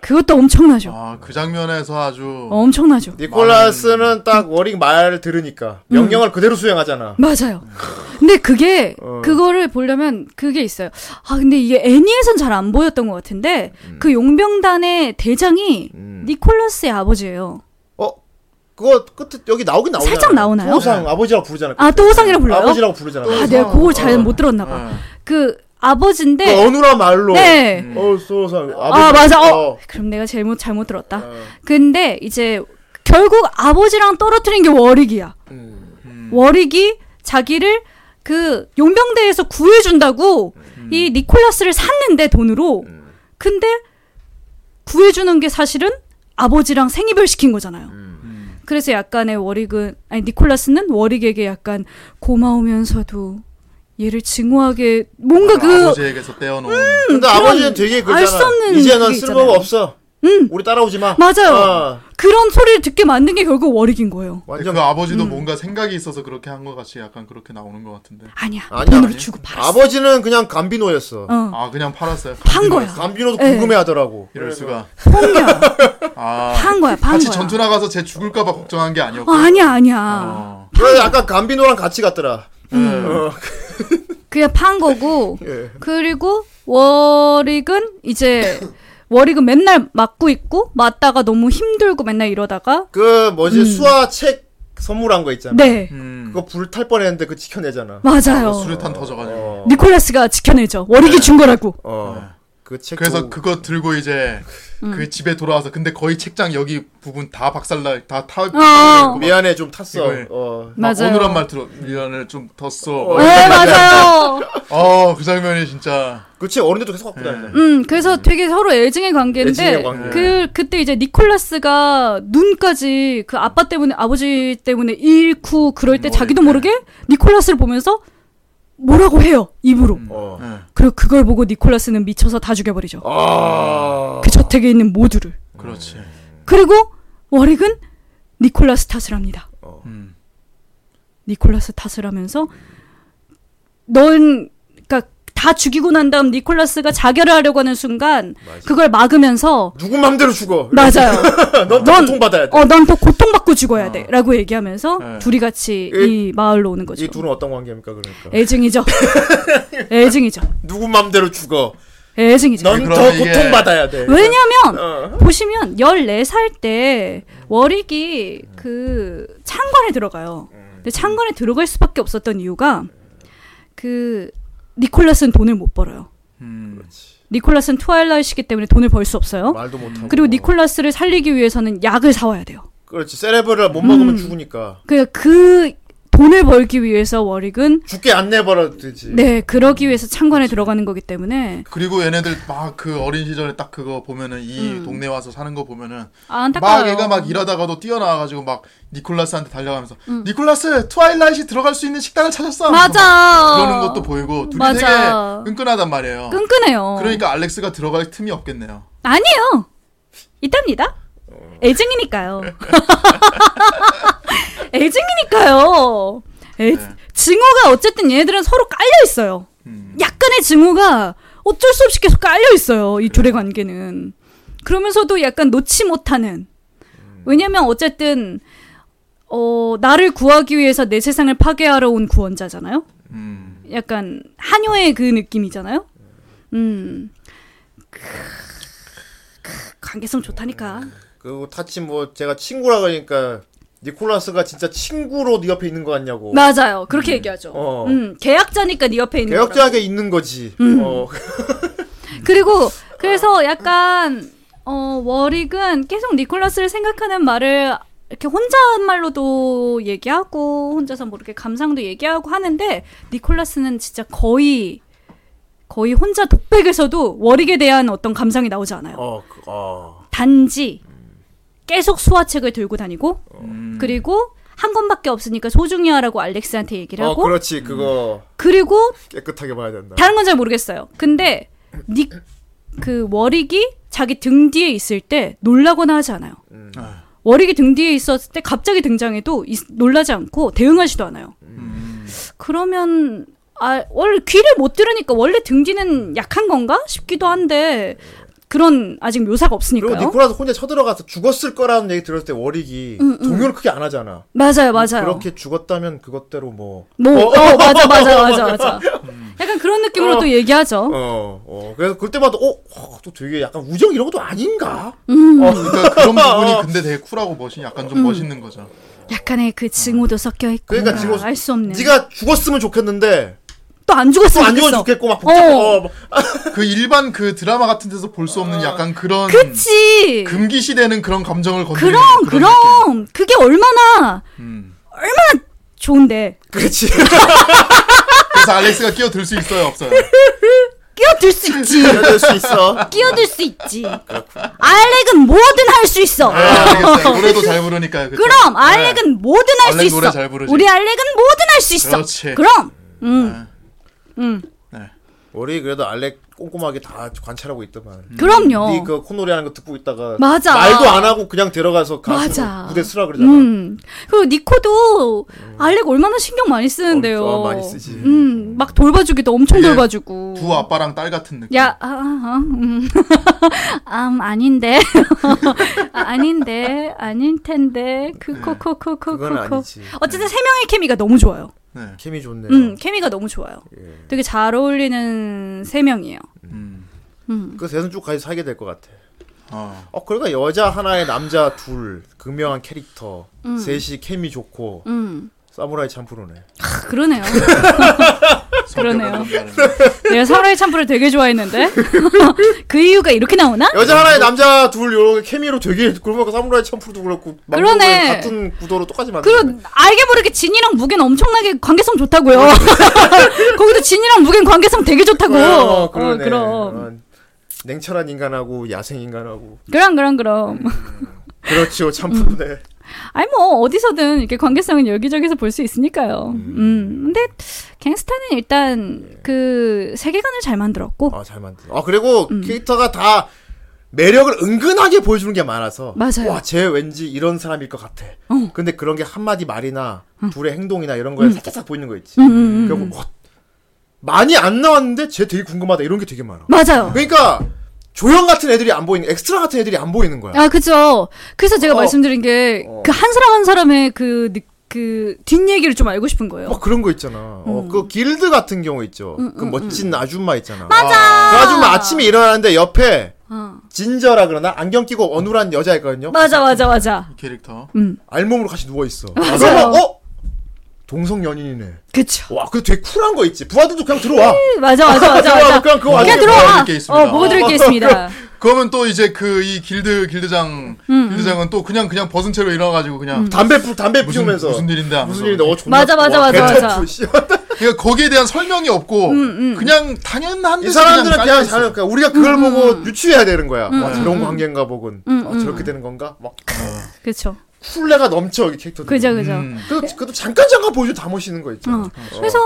Speaker 4: 그것도 엄청나죠.
Speaker 6: 아, 그 장면에서 아주
Speaker 4: 어? 엄청나죠.
Speaker 2: 니콜라스는 딱 워릭 말을 들으니까 명령을
Speaker 4: 음.
Speaker 2: 그대로 수행하잖아.
Speaker 4: 맞아요. 근데 그게
Speaker 2: 어.
Speaker 4: 그거를 보려면 그게 있어요. 아 근데 이게 애니에선 잘 안 보였던 것 같은데 그 용병단의 대장이
Speaker 2: 음.
Speaker 4: 니콜라스의 아버지예요.
Speaker 2: 어 그거 끝에 여기 나오긴 나오잖아.
Speaker 4: 살짝 나오나요?
Speaker 2: 또호상 아버지라고 부르잖아.
Speaker 4: 아, 또호상이라고 불러요?
Speaker 2: 아버지라고 부르잖아.
Speaker 4: 아 내가 그걸 잘 못 들었나 봐.
Speaker 6: 예.
Speaker 4: 그
Speaker 2: 그
Speaker 4: 아버지인데
Speaker 2: 어눌한 말로.
Speaker 4: 네.
Speaker 2: 어 또호상.
Speaker 6: 네.
Speaker 4: 아 맞아. 어. 그럼 내가 잘못 잘못 들었다.
Speaker 6: 어.
Speaker 4: 근데 이제 결국 아버지랑 떨어뜨린 게 워릭이야.
Speaker 6: 음.
Speaker 4: 워릭이 자기를 그 용병대에서 구해준다고
Speaker 6: 음.
Speaker 4: 이 니콜라스를 샀는데 돈으로. 근데 구해주는 게 사실은 아버지랑 생이별 시킨 거잖아요.
Speaker 6: 음.
Speaker 4: 그래서 약간의 워릭은 아니 니콜라스는 워릭에게 약간 고마우면서도 얘를 증오하게 뭔가 그
Speaker 6: 아버지에게서 떼어놓은
Speaker 2: 근데
Speaker 4: 그런
Speaker 2: 아버지는 되게 그잖아.
Speaker 4: 알수 없는
Speaker 2: 이제 넌
Speaker 4: 그게
Speaker 2: 쓸모가
Speaker 4: 있잖아요.
Speaker 2: 없어.
Speaker 4: 음.
Speaker 2: 우리 따라오지 마.
Speaker 4: 맞아요.
Speaker 2: 어,
Speaker 4: 그런 소리를 듣게 만든 게 결국 워릭인 거예요.
Speaker 2: 완전
Speaker 6: 그 아버지도
Speaker 4: 음.
Speaker 6: 뭔가 생각이 있어서 그렇게 한 것 같이 약간 그렇게 나오는 것 같은데.
Speaker 4: 아니야.
Speaker 2: 아니야,
Speaker 4: 돈으로
Speaker 2: 아니야.
Speaker 4: 주고 팔았어.
Speaker 2: 아버지는 그냥 감비노였어.
Speaker 4: 어.
Speaker 6: 아 그냥 팔았어요.
Speaker 4: 판 거야.
Speaker 2: 감비노도
Speaker 4: 네.
Speaker 2: 궁금해하더라고.
Speaker 6: 이럴 수가.
Speaker 4: 펑이야.
Speaker 6: 아
Speaker 4: 판 거야. 판
Speaker 6: 같이
Speaker 4: 거야.
Speaker 6: 전투 나가서 쟤 죽을까봐 걱정한 게
Speaker 4: 어,
Speaker 6: 아니었고.
Speaker 4: 아니야 아니야.
Speaker 6: 어.
Speaker 2: 그래 약간 감비노랑 같이 갔더라. 어.
Speaker 6: 음.
Speaker 4: 그냥 판 거고.
Speaker 2: 예.
Speaker 4: 그리고 워릭은 이제 워릭은 맨날 맞고 있고 맞다가 너무 힘들고 맨날 이러다가
Speaker 2: 그 뭐지 수화 책 선물한 거 있잖아.
Speaker 4: 음. 네
Speaker 6: 음.
Speaker 2: 그거 불 탈 뻔했는데 그 지켜내잖아.
Speaker 4: 맞아요.
Speaker 6: 수류탄 터져가지고.
Speaker 2: 어.
Speaker 4: 니콜라스가 지켜내죠. 워릭이 준 거라고.
Speaker 2: 어. 그책
Speaker 6: 그래서 그거 들고 이제
Speaker 4: 음.
Speaker 6: 그 집에 돌아와서 근데 거의 책장 여기 부분 다 박살날 다 타.
Speaker 4: 어.
Speaker 2: 미안해 좀 탔어.
Speaker 6: 이거에.
Speaker 2: 어.
Speaker 6: 막
Speaker 4: 맞아요.
Speaker 6: 오늘한 말 들어 미안해 좀 텄어.
Speaker 4: 네 맞아요.
Speaker 6: 어그 장면이 진짜.
Speaker 2: 그치 어른들도 계속 갖고 다니잖아.
Speaker 4: 음 그래서 되게 서로 애증의 관계인데
Speaker 2: 애증의 관계.
Speaker 4: 그 그때 이제 니콜라스가 눈까지 그 아빠 때문에 아버지 때문에 잃고 그럴 때
Speaker 6: 모르니까.
Speaker 4: 자기도 모르게
Speaker 2: 네.
Speaker 4: 니콜라스를 보면서 뭐라고 해요 입으로
Speaker 2: 어.
Speaker 6: 네,
Speaker 4: 그리고 그걸 보고 니콜라스는 미쳐서 다 죽여버리죠
Speaker 2: 아.
Speaker 4: 그 저택에 있는 모두를
Speaker 6: 그렇지.
Speaker 2: 어.
Speaker 4: 그리고 워릭은 니콜라스 탓을 합니다
Speaker 2: 어.
Speaker 6: 음.
Speaker 4: 니콜라스 탓을 하면서 넌 그러니까 다 죽이고 난 다음 니콜라스가 자결을 하려고 하는 순간 그걸 막으면서
Speaker 2: 누구 맘대로 죽어.
Speaker 4: 맞아요.
Speaker 2: 넌
Speaker 4: 넌-
Speaker 2: 고통 받아야 돼.
Speaker 4: 어, 넌 또 고통받고 죽어야 돼. 라고 얘기하면서
Speaker 6: 네.
Speaker 4: 둘이 같이
Speaker 2: 이-
Speaker 4: 이, 마을로 오는 거죠.
Speaker 2: 이 둘은 어떤 관계입니까
Speaker 4: 예.
Speaker 2: 그러니까.
Speaker 4: 애증이죠. 애증이죠.
Speaker 2: 누구 맘대로 죽어.
Speaker 4: 애증이죠.
Speaker 2: 넌
Speaker 6: 그럼
Speaker 2: 더
Speaker 6: 이게-
Speaker 2: 고통 받아야 돼.
Speaker 4: 왜냐면,
Speaker 2: 어.
Speaker 4: 보시면, 14살 때, 워릭이 그, 창관에 들어가요. 근데 창관에 들어갈 수밖에 없었던 이유가, 그, 니콜라스는 돈을 못 벌어요.
Speaker 6: 음.
Speaker 4: 니콜라스는 트와일라이시기 때문에 돈을 벌 수 없어요.
Speaker 2: 말도 못하고.
Speaker 4: 그리고 니콜라스를 살리기 위해서는 약을 사와야 돼요.
Speaker 2: 그렇지 세레브를 못 먹으면
Speaker 4: 음.
Speaker 2: 죽으니까.
Speaker 4: 그, 그, 돈을 벌기 위해서 워릭은
Speaker 2: 죽게 안 내버려 두지.
Speaker 4: 네, 그러기 위해서 창관에 들어가는 거기 때문에
Speaker 6: 그리고 얘네들 막 그 어린 시절에 딱 그거 보면은 이 동네 와서 사는 거 보면은
Speaker 4: 아, 음. 안타까워요.
Speaker 6: 막 얘가 막 일하다가도 뛰어나와가지고 막 니콜라스한테 달려가면서 니콜라스 트와일라이시 들어갈 수 있는 식당을 찾았어
Speaker 4: 음. 맞아.
Speaker 6: 그러는 것도 보이고 둘이
Speaker 4: 맞아.
Speaker 6: 되게 끈끈하단 말이에요
Speaker 4: 끈끈해요.
Speaker 6: 그러니까 알렉스가 들어갈 틈이 없겠네요
Speaker 4: 아니에요. 있답니다. 애증이니까요. 애증이니까요. 애, 증오가 어쨌든 얘네들은 서로 깔려 있어요.
Speaker 6: 음.
Speaker 4: 약간의 증오가 어쩔 수 없이 계속 깔려 있어요. 이 둘의 관계는. 그러면서도 약간 놓지 못하는. 왜냐면 어쨌든 어, 나를 구하기 위해서 내 세상을 파괴하러 온 구원자잖아요.
Speaker 6: 음.
Speaker 4: 약간 한효의 그 느낌이잖아요. 음. 크- 크- 관계성 좋다니까.
Speaker 2: 그리고 타치 뭐 제가 친구라 그러니까 니콜라스가 진짜 친구로 네 옆에 있는 거 같냐고.
Speaker 4: 맞아요. 그렇게 얘기하죠.
Speaker 2: 어.
Speaker 4: 음, 계약자니까 네 옆에 있는 거라고.
Speaker 2: 개혁자하게 있는 거지.
Speaker 4: 음,
Speaker 2: 어.
Speaker 4: 그리고 그래서 약간 어, 워릭은 계속 니콜라스를 생각하는 말을 이렇게 혼잣말로도 얘기하고 혼자서 뭐 이렇게 감상도 얘기하고 하는데 니콜라스는 진짜 거의 거의 혼자 독백에서도 월익에 대한 어떤 감상이 나오지 않아요.
Speaker 2: 어, 그- 어.
Speaker 4: 단지 계속 수화책을 들고 다니고
Speaker 2: 음.
Speaker 4: 그리고 한 권밖에 없으니까 소중히 하라고 알렉스한테 얘기를
Speaker 2: 어,
Speaker 4: 하고
Speaker 2: 그렇지. 아. 그거
Speaker 4: 그리고
Speaker 2: 깨끗하게 봐야 된다.
Speaker 4: 다른 건 잘 모르겠어요. 근데 닉 그 월익이 자기 등 뒤에 있을 때 놀라거나 하지 않아요.
Speaker 2: 음.
Speaker 4: 월익이 등 뒤에 있었을 때 갑자기 등장해도 이- 놀라지 않고 대응하지도 않아요.
Speaker 2: 음.
Speaker 4: 그러면 아 원래 귀를 못 들으니까 원래 등 뒤는 약한 건가 싶기도 한데 그런 아직 묘사가
Speaker 2: 그리고
Speaker 4: 없으니까요.
Speaker 2: 니콜라스 혼자 쳐들어가서 죽었을 거라는 얘기 들었을 때 워릭이 동요를 크게 안 하잖아.
Speaker 4: 맞아요, 음, 맞아요.
Speaker 2: 그렇게 죽었다면 그것대로 뭐.
Speaker 4: 뭐, 어, 맞아, 맞아, 맞아, 맞아. 약간 그런 느낌으로 또 얘기하죠.
Speaker 2: 어, 어. 그래서 그때마다 어, 어, 또 되게 약간 우정 이런 것도 아닌가?
Speaker 4: 음.
Speaker 6: 그러니까 그런 부분이 근데 되게 쿨하고 멋이 약간 좀 멋있는 거죠.
Speaker 4: 약간의 그 증오도 섞여 있고,
Speaker 2: 그러니까 증오-
Speaker 4: 알 수 없네.
Speaker 2: 네가 죽었으면 좋겠는데
Speaker 4: 또 안 죽었으면
Speaker 2: 또 안 죽었으면
Speaker 4: 좋겠어.
Speaker 2: 좋겠고 막 복잡해.
Speaker 4: 어.
Speaker 2: 어, 막.
Speaker 6: 그 일반 그 드라마 같은 데서 볼 수 없는 약간 그런
Speaker 4: 그치.
Speaker 6: 금기시되는 음. 그런 감정을 건드리는
Speaker 4: 그럼,
Speaker 6: 그런
Speaker 4: 그럼. 그게 얼마나
Speaker 6: 느낌. 음.
Speaker 4: 좋은데.
Speaker 2: 그렇지.
Speaker 6: 그래서 알렉스가 끼어들 수 있어요, 없어요?
Speaker 4: 끼어들 수 있지.
Speaker 2: 그럴 수 있어.
Speaker 4: 끼어들 수 있지. 알렉은 뭐든 할 수 있어.
Speaker 6: 아, 알겠어요. 노래도 잘 부르니까요. 그쵸? 네.
Speaker 4: 그럼 알렉은 뭐든 할 수
Speaker 6: 알렉 노래
Speaker 4: 있어.
Speaker 6: 잘 부르지.
Speaker 4: 우리 알렉은 뭐든 할 수 있어.
Speaker 6: 그렇지.
Speaker 4: 럼 음,
Speaker 2: 우리 그래도 알렉 꼼꼼하게 다 관찰하고 있더만.
Speaker 4: 그럼요.
Speaker 2: 네그 콧노래 하는 거 듣고 있다가
Speaker 4: 어. 맞아.
Speaker 2: 말도 안 하고 그냥 들어가서 가수
Speaker 4: 맞아.
Speaker 2: 무대 쓰라 그러잖아.
Speaker 4: 음. 그리고 니코도 알렉 얼마나 신경 많이 쓰는데요.
Speaker 2: 어, 많이 쓰지.
Speaker 4: 음, 막 돌봐주기도 엄청
Speaker 6: 이게
Speaker 4: 돌봐주고.
Speaker 6: 두 아빠랑 딸 같은 느낌.
Speaker 4: 야, 아, 아, 음. 음, 아닌데. 아, 아닌데. 아닌 텐데. 그,
Speaker 2: 네. 그건
Speaker 4: 크코코코코코.
Speaker 2: 아니지.
Speaker 4: 어쨌든 세 명의 케미가 너무 좋아요.
Speaker 6: 네.
Speaker 2: 케미 좋네요. 예.
Speaker 4: 음, 케미가 너무 좋아요. 되게 잘 어울리는 세 명이에요.
Speaker 6: 음.
Speaker 2: 그 대선 쭉 가서 살게 될 것 같아.
Speaker 6: 어.
Speaker 2: 어, 그러니까 여자 하나에 남자 둘, 극명한 캐릭터, 셋이 케미 좋고,
Speaker 4: 음.
Speaker 2: 사무라이 참프로네.
Speaker 4: 크, 그러네요. 그러네요.
Speaker 6: 성격은
Speaker 4: 내가 사라의 참프를 되게 좋아했는데. 그 이유가 이렇게 나오나?
Speaker 2: 여자 하나에 남자 둘, 요런 케미로 되게, 그러니까 사무라이 참프로도 그렇고,
Speaker 4: 그러네.
Speaker 2: 만들어낸 같은 구도로 똑같이 만든
Speaker 4: 그리고 알게 모르게 진이랑 무겐 엄청나게 관계성 좋다고요. 거기도 진이랑 무겐 관계성 되게 좋다고.
Speaker 2: 어, 그러네.
Speaker 4: 어, 그럼.
Speaker 2: 어, 냉철한 인간하고, 야생 인간하고.
Speaker 4: 그럼 그럼 그럼.
Speaker 2: 그렇죠, 참프로네.
Speaker 4: 아니 뭐 어디서든 이렇게 관계성은 여기저기서 볼 수 있으니까요. 음. 근데 갱스타는 일단 그 세계관을 잘 만들었고
Speaker 2: 아, 잘 만든. 아, 그리고
Speaker 4: 음.
Speaker 2: 캐릭터가 다 매력을 은근하게 보여주는 게 많아서.
Speaker 4: 맞아요. 어.
Speaker 2: 와, 쟤 왠지 이런 사람일 것 같아. 근데 그런 게 한마디 말이나 둘의 행동이나 이런
Speaker 4: 음.
Speaker 2: 거에 살짝싹 보이는 거 있지. 그리고 와, 많이 안 나왔는데 쟤 되게 궁금하다 이런 게 되게 많아.
Speaker 4: 맞아요.
Speaker 2: 그러니까 조연 같은 애들이 안 보이는, 엑스트라 같은 애들이 안 보이는 거야.
Speaker 4: 아 그죠. 그래서
Speaker 2: 그러니까.
Speaker 4: 제가
Speaker 2: 어.
Speaker 4: 말씀드린 게 그 한 사람 한 사람의 그 그 뒷얘기를 좀 알고 싶은 거예요.
Speaker 2: 막 그런 거 있잖아. 어,
Speaker 4: 음.
Speaker 2: 그 길드 같은 경우 있죠. 그 멋진 아줌마 있잖아.
Speaker 4: 맞아.
Speaker 2: 그 아줌마 아침에 일어나는데 옆에 진저라 그러나 안경 끼고 어눌한 여자 있거든요.
Speaker 4: 맞아 맞아 맞아.
Speaker 6: 이 캐릭터.
Speaker 2: 알몸으로 같이 누워 있어.
Speaker 4: 아,
Speaker 2: 그러면 어 동성 연인이네.
Speaker 4: 그쵸.
Speaker 2: 와, 그 되게 쿨한 거 있지. 부하들도 그냥 들어와.
Speaker 4: 맞아 음, 맞아 맞아
Speaker 2: 들어와,
Speaker 4: 맞아.
Speaker 2: 그냥 그거
Speaker 4: 그냥
Speaker 2: 완전
Speaker 4: 들어와.
Speaker 6: 보여드릴 게 있습니다.
Speaker 4: 어 보여드릴 게 있습니다.
Speaker 6: 그러면 또 이제 그 이 길드
Speaker 4: 음,
Speaker 6: 길드장 길드장은 또 그냥 그냥 벗은 채로 일어나가지고 그냥
Speaker 2: 담배 부 담배
Speaker 6: 무슨
Speaker 2: 피우면서
Speaker 6: 무슨 일인데 하면서
Speaker 2: 무슨 일인데 어 존나
Speaker 4: 맞아, 맞아,
Speaker 2: 와,
Speaker 4: 맞아,
Speaker 2: 괜찮다,
Speaker 4: 맞아.
Speaker 2: 씨.
Speaker 6: 그러니까 거기에 대한 설명이 없고
Speaker 4: 음,
Speaker 6: 그냥 당연한
Speaker 2: 이
Speaker 6: 듯이
Speaker 2: 사람들은
Speaker 6: 깔려
Speaker 2: 그냥
Speaker 6: 있어요.
Speaker 2: 잘, 그러니까 우리가 그걸
Speaker 4: 음,
Speaker 2: 보고 유추해야 되는 거야. 와, 저런 관계인가 보군. 아, 저렇게 되는 건가? 막
Speaker 4: 그쵸.
Speaker 2: 쿨레가 넘쳐 여기 캐릭터들.
Speaker 4: 그죠 어. 그죠.
Speaker 6: 음.
Speaker 2: 그, 그것도 잠깐 잠깐 보여줘 다 멋있는 거 있잖아.
Speaker 4: 그래서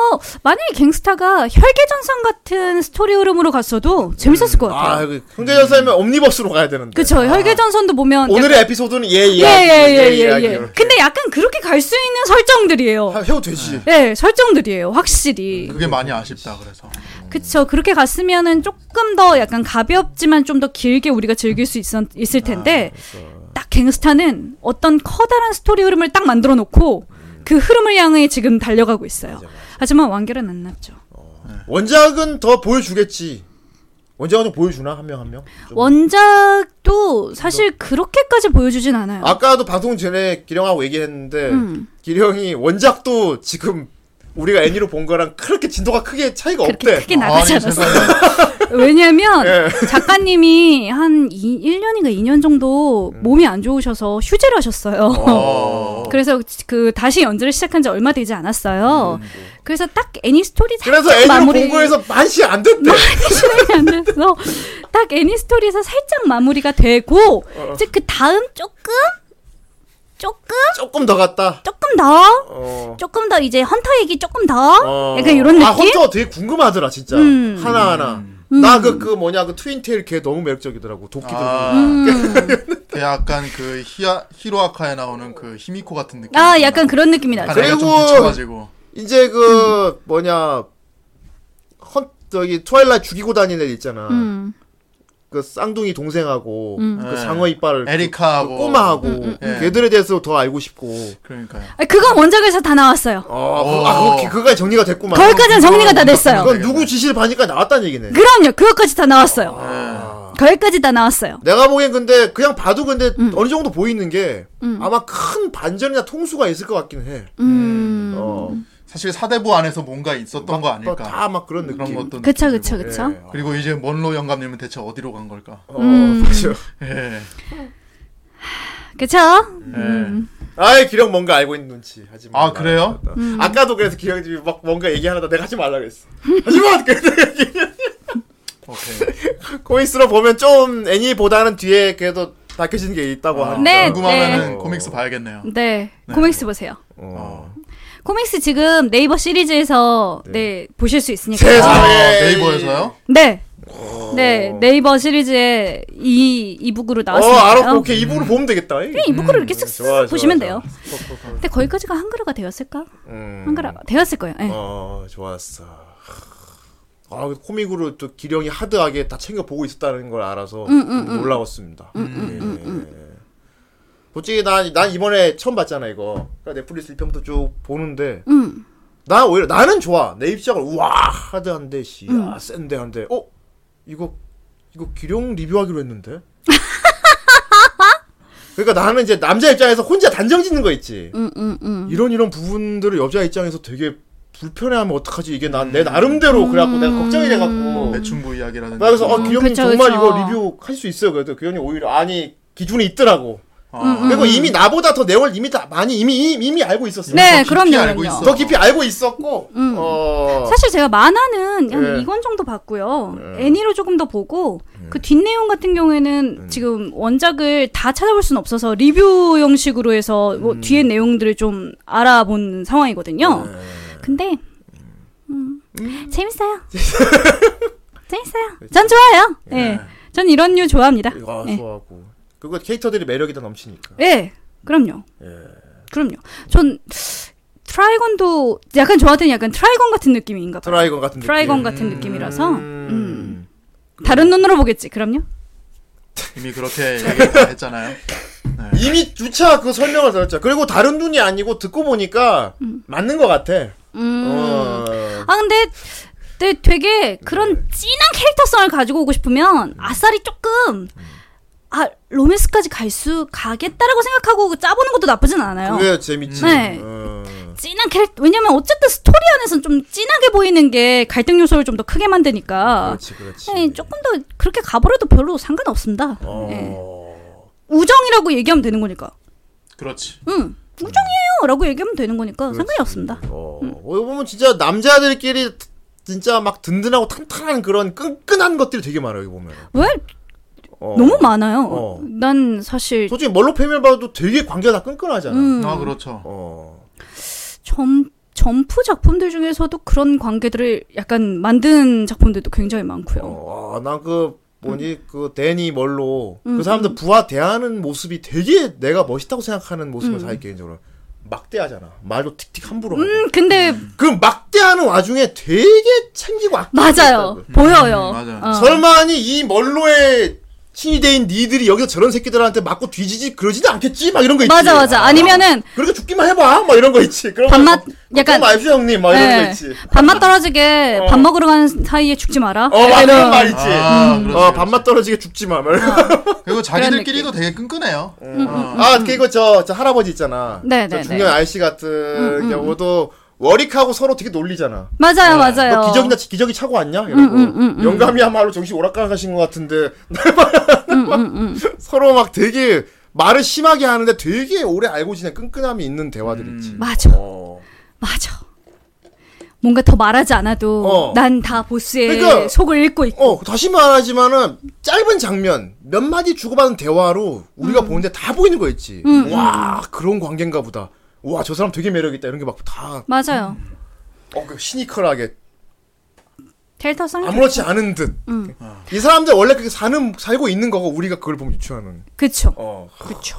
Speaker 4: 만약에 갱스타가 혈계전선 같은 스토리 흐름으로 갔어도 재밌었을 것 같아요.
Speaker 2: 아, 형제 전사면 옴니버스로 가야 되는데.
Speaker 4: 그쵸. 혈계전선도 보면
Speaker 2: 오늘의 에피소드는 얘
Speaker 4: 예,
Speaker 2: 이야기.
Speaker 4: 예, 예, 예, 예,
Speaker 2: 이야기, 이렇게.
Speaker 4: 근데 약간 그렇게 갈 수 있는 설정들이에요.
Speaker 2: 하- 음. 해도 되지.
Speaker 4: 예, 설정들이에요. 확실히.
Speaker 6: 그게 많이 아쉽다 그래서
Speaker 4: 그쵸. 그렇게 갔으면은 조금 더 약간 가볍지만 좀 더 길게 우리가 즐길 수 있, 있을 텐데,
Speaker 2: 아,
Speaker 4: 딱 갱스타는 어떤 커다란 스토리 흐름을 딱 만들어 놓고, 그 흐름을 향해 지금 달려가고 있어요. 하지만 완결은 안 났죠.
Speaker 2: 원작은 더 보여주겠지. 원작은 좀 보여주나 한 명 한 명. 좀.
Speaker 4: 원작도 사실 그렇게까지 보여주진 않아요.
Speaker 2: 아까도 방송 전에 기령하고 얘기했는데
Speaker 4: 음.
Speaker 2: 기령이 원작도 지금 우리가 애니로 본 거랑 그렇게 진도가 크게 차이가
Speaker 4: 그렇게
Speaker 2: 없대.
Speaker 4: 크게 나가지
Speaker 6: 아니,
Speaker 4: 않았어.
Speaker 6: 세상에.
Speaker 4: 왜냐면
Speaker 2: 예.
Speaker 4: 작가님이 한 이, 1년인가 2년 정도 몸이 안 좋으셔서 휴재를 하셨어요.
Speaker 2: 음. 어.
Speaker 4: 그래서 그 다시 연주를 시작한 지 얼마 되지 않았어요. 그래서 딱 애니 스토리
Speaker 2: 음, 그래서
Speaker 4: 살짝
Speaker 2: 애니로
Speaker 4: 마무리 뭐?
Speaker 2: 본 거에서 만시 안 됐대.
Speaker 4: 진행이 안 돼서 딱 애니 스토리에서 살짝 마무리가 되고
Speaker 2: 어.
Speaker 4: 이제 그 다음 조금 조금
Speaker 2: 조금 더 갔다.
Speaker 4: 조금 더
Speaker 2: 어.
Speaker 4: 조금 더 이제 헌터 얘기 조금 더
Speaker 2: 어.
Speaker 4: 약간 이런 느낌
Speaker 2: 아, 헌터 되게 궁금하더라, 진짜.
Speaker 4: 음.
Speaker 2: 하나하나. 나 그, 그 뭐냐, 그 트윈테일 걔 너무 매력적이더라고. 도끼 들고.
Speaker 6: 아,
Speaker 4: 음.
Speaker 2: 그
Speaker 6: 걔 약간 그 히야, 히로아카에 나오는 그 히미코 같은 느낌.
Speaker 4: 아 약간 그런 느낌이 나죠.
Speaker 6: 약간 애가 좀
Speaker 2: 그리고-
Speaker 6: 미쳐가지고.
Speaker 2: 이제 그, 뭐냐, 헌, 저기, 트와일라이 죽이고 다니는 애 있잖아.
Speaker 4: 음.
Speaker 2: 그 쌍둥이 동생하고, 그
Speaker 6: 네.
Speaker 2: 장어 이빨. 그,
Speaker 6: 에리카하고.
Speaker 2: 그 꼬마하고.
Speaker 6: 음.
Speaker 2: 걔들에 대해서 더 알고 싶고.
Speaker 6: 그러니까요.
Speaker 4: 아, 그건 원작에서 다 나왔어요.
Speaker 2: 아, 그, 아 그거, 그거까지 정리가 됐구만.
Speaker 4: 거기까지는 정리가 다 됐어요.
Speaker 2: 그건 누구 지시를 받으니까 나왔다는 얘기네. 아.
Speaker 4: 그럼요. 그거까지 다 나왔어요. 거기까지 다 나왔어요.
Speaker 2: 내가 보기엔 근데 그냥 봐도 근데
Speaker 4: 음.
Speaker 2: 어느 정도 보이는 게 아마 큰 반전이나 통수가 있을 것 같긴 해.
Speaker 4: 음.
Speaker 2: 네. 어.
Speaker 6: 사실 사대부 안에서 뭔가 있었던 거 아닐까.
Speaker 2: 뭐 다 막 그런 느낌.
Speaker 6: 그러니까 그런 것도.
Speaker 4: 그쵸 그쵸
Speaker 6: 느끼고.
Speaker 4: 그쵸.
Speaker 2: 예.
Speaker 6: 그리고 이제 먼로 영감님은 대체 어디로 간 걸까?
Speaker 2: 어,
Speaker 4: 음.
Speaker 2: 맞아요.
Speaker 6: 예.
Speaker 4: 그쵸.
Speaker 2: 네.
Speaker 4: 음.
Speaker 6: 예.
Speaker 2: 아이 기령 뭔가 알고 있는 눈치 하지 마.
Speaker 6: 아, 그래요?
Speaker 4: 음.
Speaker 2: 아까도 그래서 기령이 지금 막 뭔가 얘기하려다 내가 하지 말라 그랬어. 하지 마. 그랬더니
Speaker 6: 오케이.
Speaker 2: 코믹스로 보면 좀 애니보다는 뒤에 그래도 밝혀진 게 있다고 하니까.
Speaker 4: 네,
Speaker 6: 아, 궁금하면은
Speaker 2: 아, 네.
Speaker 6: 코믹스 봐야겠네요.
Speaker 4: 네. 코믹스 보세요.
Speaker 2: 어.
Speaker 4: 코믹스 지금 네이버 시리즈에서 네, 보실 수 있으니까.
Speaker 2: 세상에.
Speaker 6: 아,
Speaker 2: 에이.
Speaker 6: 네이버에서요?
Speaker 4: 네. 네, 네이버 시리즈에 이 이북으로
Speaker 2: 어,
Speaker 4: 나왔으니까.
Speaker 2: 알았고 오케이 이분을 보면 되겠다.
Speaker 4: 아, 그냥 이북으로 이렇게 쓱쓱
Speaker 2: 좋아,
Speaker 4: 보시면
Speaker 2: 좋아,
Speaker 4: 돼요.
Speaker 2: 좋아. 톡, 톡 하고.
Speaker 4: 근데 거기까지가 한글화가 되었을까?
Speaker 2: 음.
Speaker 4: 한글화 되었을 거예요. 예.
Speaker 2: 어, 좋았어. 아, 코믹으로 또 기령이 하드하게 다 챙겨 보고 있었다는 걸 알아서 놀라웠습니다. 예. 솔직히 난, 난 이번에 처음 봤잖아 이거. 그러니까 넷플릭스 1편부터 쭉 보는데,
Speaker 4: 음.
Speaker 2: 나 오히려 나는 좋아. 내 입장을 우와 하드한데, 씨야 아, 센데 한데, 어 이거 이거 기령 리뷰하기로 했는데. 그러니까 나는 이제 남자 입장에서 혼자 단정짓는 거 있지.
Speaker 4: 음, 음, 음.
Speaker 2: 이런 이런 부분들을 여자 입장에서 되게 불편해하면 어떡하지 이게 난 내
Speaker 4: 음.
Speaker 2: 나름대로 그래갖고 내가 걱정이 돼갖고
Speaker 6: 매춘부 음. 이야기라는.
Speaker 2: 나 음. 그래서 어 기현님
Speaker 4: 그쵸,
Speaker 2: 정말
Speaker 4: 그쵸.
Speaker 2: 이거 리뷰 할 수 있어요 그래도 기현이 오히려 아니 기준이 있더라고
Speaker 6: 아,
Speaker 4: 음.
Speaker 2: 그리고 이미 나보다 더 내월 이미 다 많이 이미 이미, 이미 알고 있었어
Speaker 4: 네, 음.
Speaker 6: 깊이
Speaker 4: 그럼요.
Speaker 6: 알고
Speaker 4: 그럼요.
Speaker 6: 있어.
Speaker 2: 더 깊이 알고 있었고 어
Speaker 4: 사실 제가 만화는 한
Speaker 2: 예.
Speaker 4: 이 2권 정도 봤고요. 애니로 조금 더 보고 그 뒷내용 같은 경우에는 지금 원작을 다 찾아볼 수는 없어서 리뷰 형식으로 해서 뭐 뒤에 내용들을 좀 알아본 상황이거든요. 근데 네. 음, 재밌어요. 재밌어요. 전 좋아요. 예. 전 이런 류 좋아합니다.
Speaker 2: 이거
Speaker 4: 예.
Speaker 2: 좋아하고 그거 캐릭터들이 매력이 다 넘치니까
Speaker 4: 예. 그럼요. 그럼요. 전 트라이건도 약간 저한테는 약간 트라이건 같은 느낌인가 봐요.
Speaker 2: 트라이건 같은 느낌
Speaker 4: 트라이건 같은 느낌이라서 음.
Speaker 2: 음.
Speaker 4: 다른 눈으로 보겠지. 그럼요.
Speaker 6: 이미 그렇게 얘기 다 했잖아요.
Speaker 2: 이미 주차 그 설명을 들었죠 그리고 다른 눈이 아니고 듣고 보니까
Speaker 4: 음.
Speaker 2: 맞는 것 같아 어.
Speaker 4: 아 근데 근데 되게
Speaker 2: 네.
Speaker 4: 그런 진한 캐릭터성을 가지고 오고 싶으면 아싸리 조금 아 로맨스까지 갈 수 가겠다라고 생각하고 짜보는 것도 나쁘진 않아요.
Speaker 2: 그게 재밌지.
Speaker 4: 네.
Speaker 2: 어.
Speaker 4: 진한 캐릭터 왜냐면 어쨌든 스토리 안에서는 좀 진하게 보이는 게 갈등 요소를 좀 더 크게 만드니까
Speaker 2: 그렇지, 그렇지.
Speaker 4: 네, 조금 더 그렇게 가버려도 별로 상관없습니다.
Speaker 2: 어.
Speaker 4: 네. 우정이라고 얘기하면 되는 거니까.
Speaker 6: 그렇지.
Speaker 4: 응. 우정이에요라고 얘기하면 되는 거니까 상관이 없습니다.
Speaker 2: 어. 어, 이거 보면 진짜 남자들끼리 진짜 막 든든하고 탄탄한 그런 끈끈한 것들이 되게 많아요, 여기 보면.
Speaker 4: 왜
Speaker 2: 어.
Speaker 4: 너무 많아요.
Speaker 2: 어.
Speaker 4: 난 사실
Speaker 2: 솔직히 멀로 패밀 봐도 되게 관계가 다 끈끈하잖아.
Speaker 4: 음,
Speaker 6: 아 그렇죠.
Speaker 2: 어.
Speaker 4: 점 점프 작품들 중에서도 그런 관계들을 약간 만든 작품들도 굉장히 많고요.
Speaker 2: 어. 아, 난그 뭐니
Speaker 4: 음.
Speaker 2: 그 데니 멀로 그 사람들 부하 대하는 모습이 되게 내가 멋있다고 생각하는 모습을 자기 개인적으로 막대하잖아. 말도 틱틱 함부로. 하고.
Speaker 4: 음, 근데
Speaker 2: 그 막대하는 와중에 되게 챙기고 아끼고 있다고. 그.
Speaker 4: 맞아요. 보여요.
Speaker 6: 음, 맞아요.
Speaker 4: 어.
Speaker 2: 음, 설마 아니 이 멀로의 친위대인 니들이 여기서 저런 새끼들한테 맞고 뒤지지 그러지도 않겠지 막 이런 거 있지
Speaker 4: 맞아 맞아. 아니면은
Speaker 2: 그렇게 죽기만 해봐 막 이런 거 있지 어, 그런
Speaker 4: 밥맛
Speaker 2: 거,
Speaker 4: 약간-
Speaker 2: 마이 형님 막 이런 거
Speaker 4: 예,
Speaker 2: 있지
Speaker 4: 밥맛 떨어지게
Speaker 2: 어.
Speaker 4: 밥 먹으러 가는 사이에 죽지 마라.
Speaker 2: 어 막
Speaker 4: 약간
Speaker 2: 그런
Speaker 4: 이런-
Speaker 2: 말 있지
Speaker 6: 아, 그렇지,
Speaker 2: 어
Speaker 6: 그렇지.
Speaker 2: 밥맛 떨어지게 죽지 마 말.
Speaker 6: 그리고 자기들끼리도 되게 끈끈해요.
Speaker 2: 음.
Speaker 4: 음,
Speaker 6: 어.
Speaker 2: 아 그리고 저, 저 할아버지 있잖아
Speaker 4: 네,
Speaker 2: 저
Speaker 4: 네,
Speaker 2: 중년 아이씨 같은 경우도 워릭하고 서로 되게 놀리잖아.
Speaker 4: 맞아요, 맞아요. 음,
Speaker 2: 너 네. 뭐 기저귀나 기저귀 차고 왔냐? 이러고 영감이야말로 정신 오락가락하신 것 같은데
Speaker 4: 음,
Speaker 2: 서로 막 되게 말을 심하게 하는데 되게 오래 알고 지낸 끈끈함이 있는 대화들 있지.
Speaker 4: 맞아,
Speaker 2: 어.
Speaker 4: 맞아. 뭔가 더 말하지 않아도
Speaker 2: 어.
Speaker 4: 난 다 보스의
Speaker 2: 그러니까-
Speaker 4: 속을 읽고 있고.
Speaker 2: 어 다시 말하지만은 짧은 장면 몇 마디 주고받은 대화로 우리가
Speaker 4: 음.
Speaker 2: 보는데 다 보이는 거 있지. 와 그런 관계인가 보다. 와 저 사람 되게 매력 있다 이런 게 막 다
Speaker 4: 맞아요.
Speaker 2: 어, 그 시니컬하게
Speaker 4: 델타 선
Speaker 2: 아무렇지 않은 듯.
Speaker 4: 음.
Speaker 2: 이 사람들 원래 그렇게 사는 살고 있는 거고 우리가 그걸 보면 유추하는.
Speaker 4: 그쵸.
Speaker 2: 어, 그렇죠.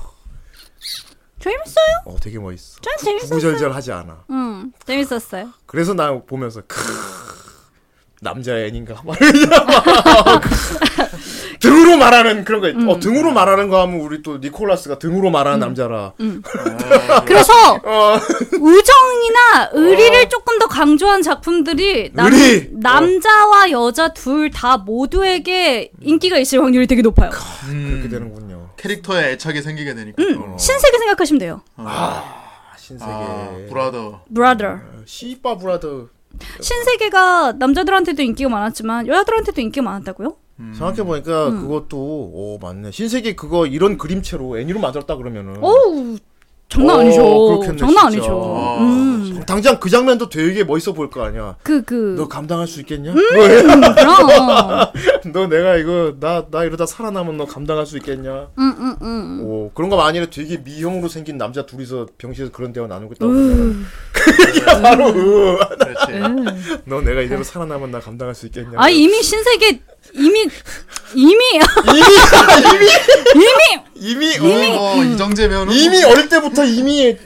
Speaker 4: 재밌어요.
Speaker 2: 어 되게 멋있어.
Speaker 4: 전 재밌었어요.
Speaker 2: 구구절절하지 않아.
Speaker 4: 음, 재밌었어요.
Speaker 2: 그래서 나 보면서 크으, 남자 애인가 막 등으로 말하는 그런 거 있- 어 등으로 말하는 거 하면 우리 또 니콜라스가 등으로 말하는 남자라
Speaker 4: 아, 그래서
Speaker 2: 어.
Speaker 4: 우정이나 의리를 조금 더 강조한 작품들이 남,
Speaker 2: 의리!
Speaker 4: 남자와 여자 둘 다 모두에게 인기가 있을 확률이 되게 높아요.
Speaker 2: 어. 그렇게 되는군요.
Speaker 6: 캐릭터에 애착이 생기게 되니까.
Speaker 4: 음, 신세계 생각하시면 돼요.
Speaker 2: 아, 신세계.
Speaker 6: 아, 브라더.
Speaker 4: 브라더.
Speaker 2: 시바 브라더
Speaker 4: 신세계가 남자들한테도 인기가 많았지만 여자들한테도 인기가 많았다고요?
Speaker 2: 생각해 보니까 그것도 오 맞네. 신세계 그거 이런 그림체로 애니로 만들었다 그러면은
Speaker 4: 어우 장난
Speaker 2: 오,
Speaker 4: 아니죠.
Speaker 2: 그렇겠네,
Speaker 4: 장난
Speaker 2: 진짜.
Speaker 4: 아니죠.
Speaker 6: 어,
Speaker 4: 음,
Speaker 2: 아, 당장 그 장면도 되게 멋있어 보일 거 아니야. 너 그-
Speaker 4: 그그 음,
Speaker 2: 감당할 수 있겠냐?
Speaker 4: 그럼
Speaker 2: 너 내가 이거 나 나 이러다 살아남으면 너 감당할 수 있겠냐?
Speaker 4: 음,
Speaker 2: 오 그런 거 아니라 되게 미형으로 생긴 남자 둘이서 병실에서 그런 대화 나누겠다고. 그러면 그게 바로 으.
Speaker 4: 음.
Speaker 6: 그렇지.
Speaker 2: 너 내가 이대로 살아남으면 나 감당할 수 있겠냐?
Speaker 4: 아 이미 신세계 이미 이미
Speaker 2: 이미
Speaker 6: 이미 어,
Speaker 4: 음.
Speaker 6: 이정재면은
Speaker 2: 이미 어릴 때부터 이미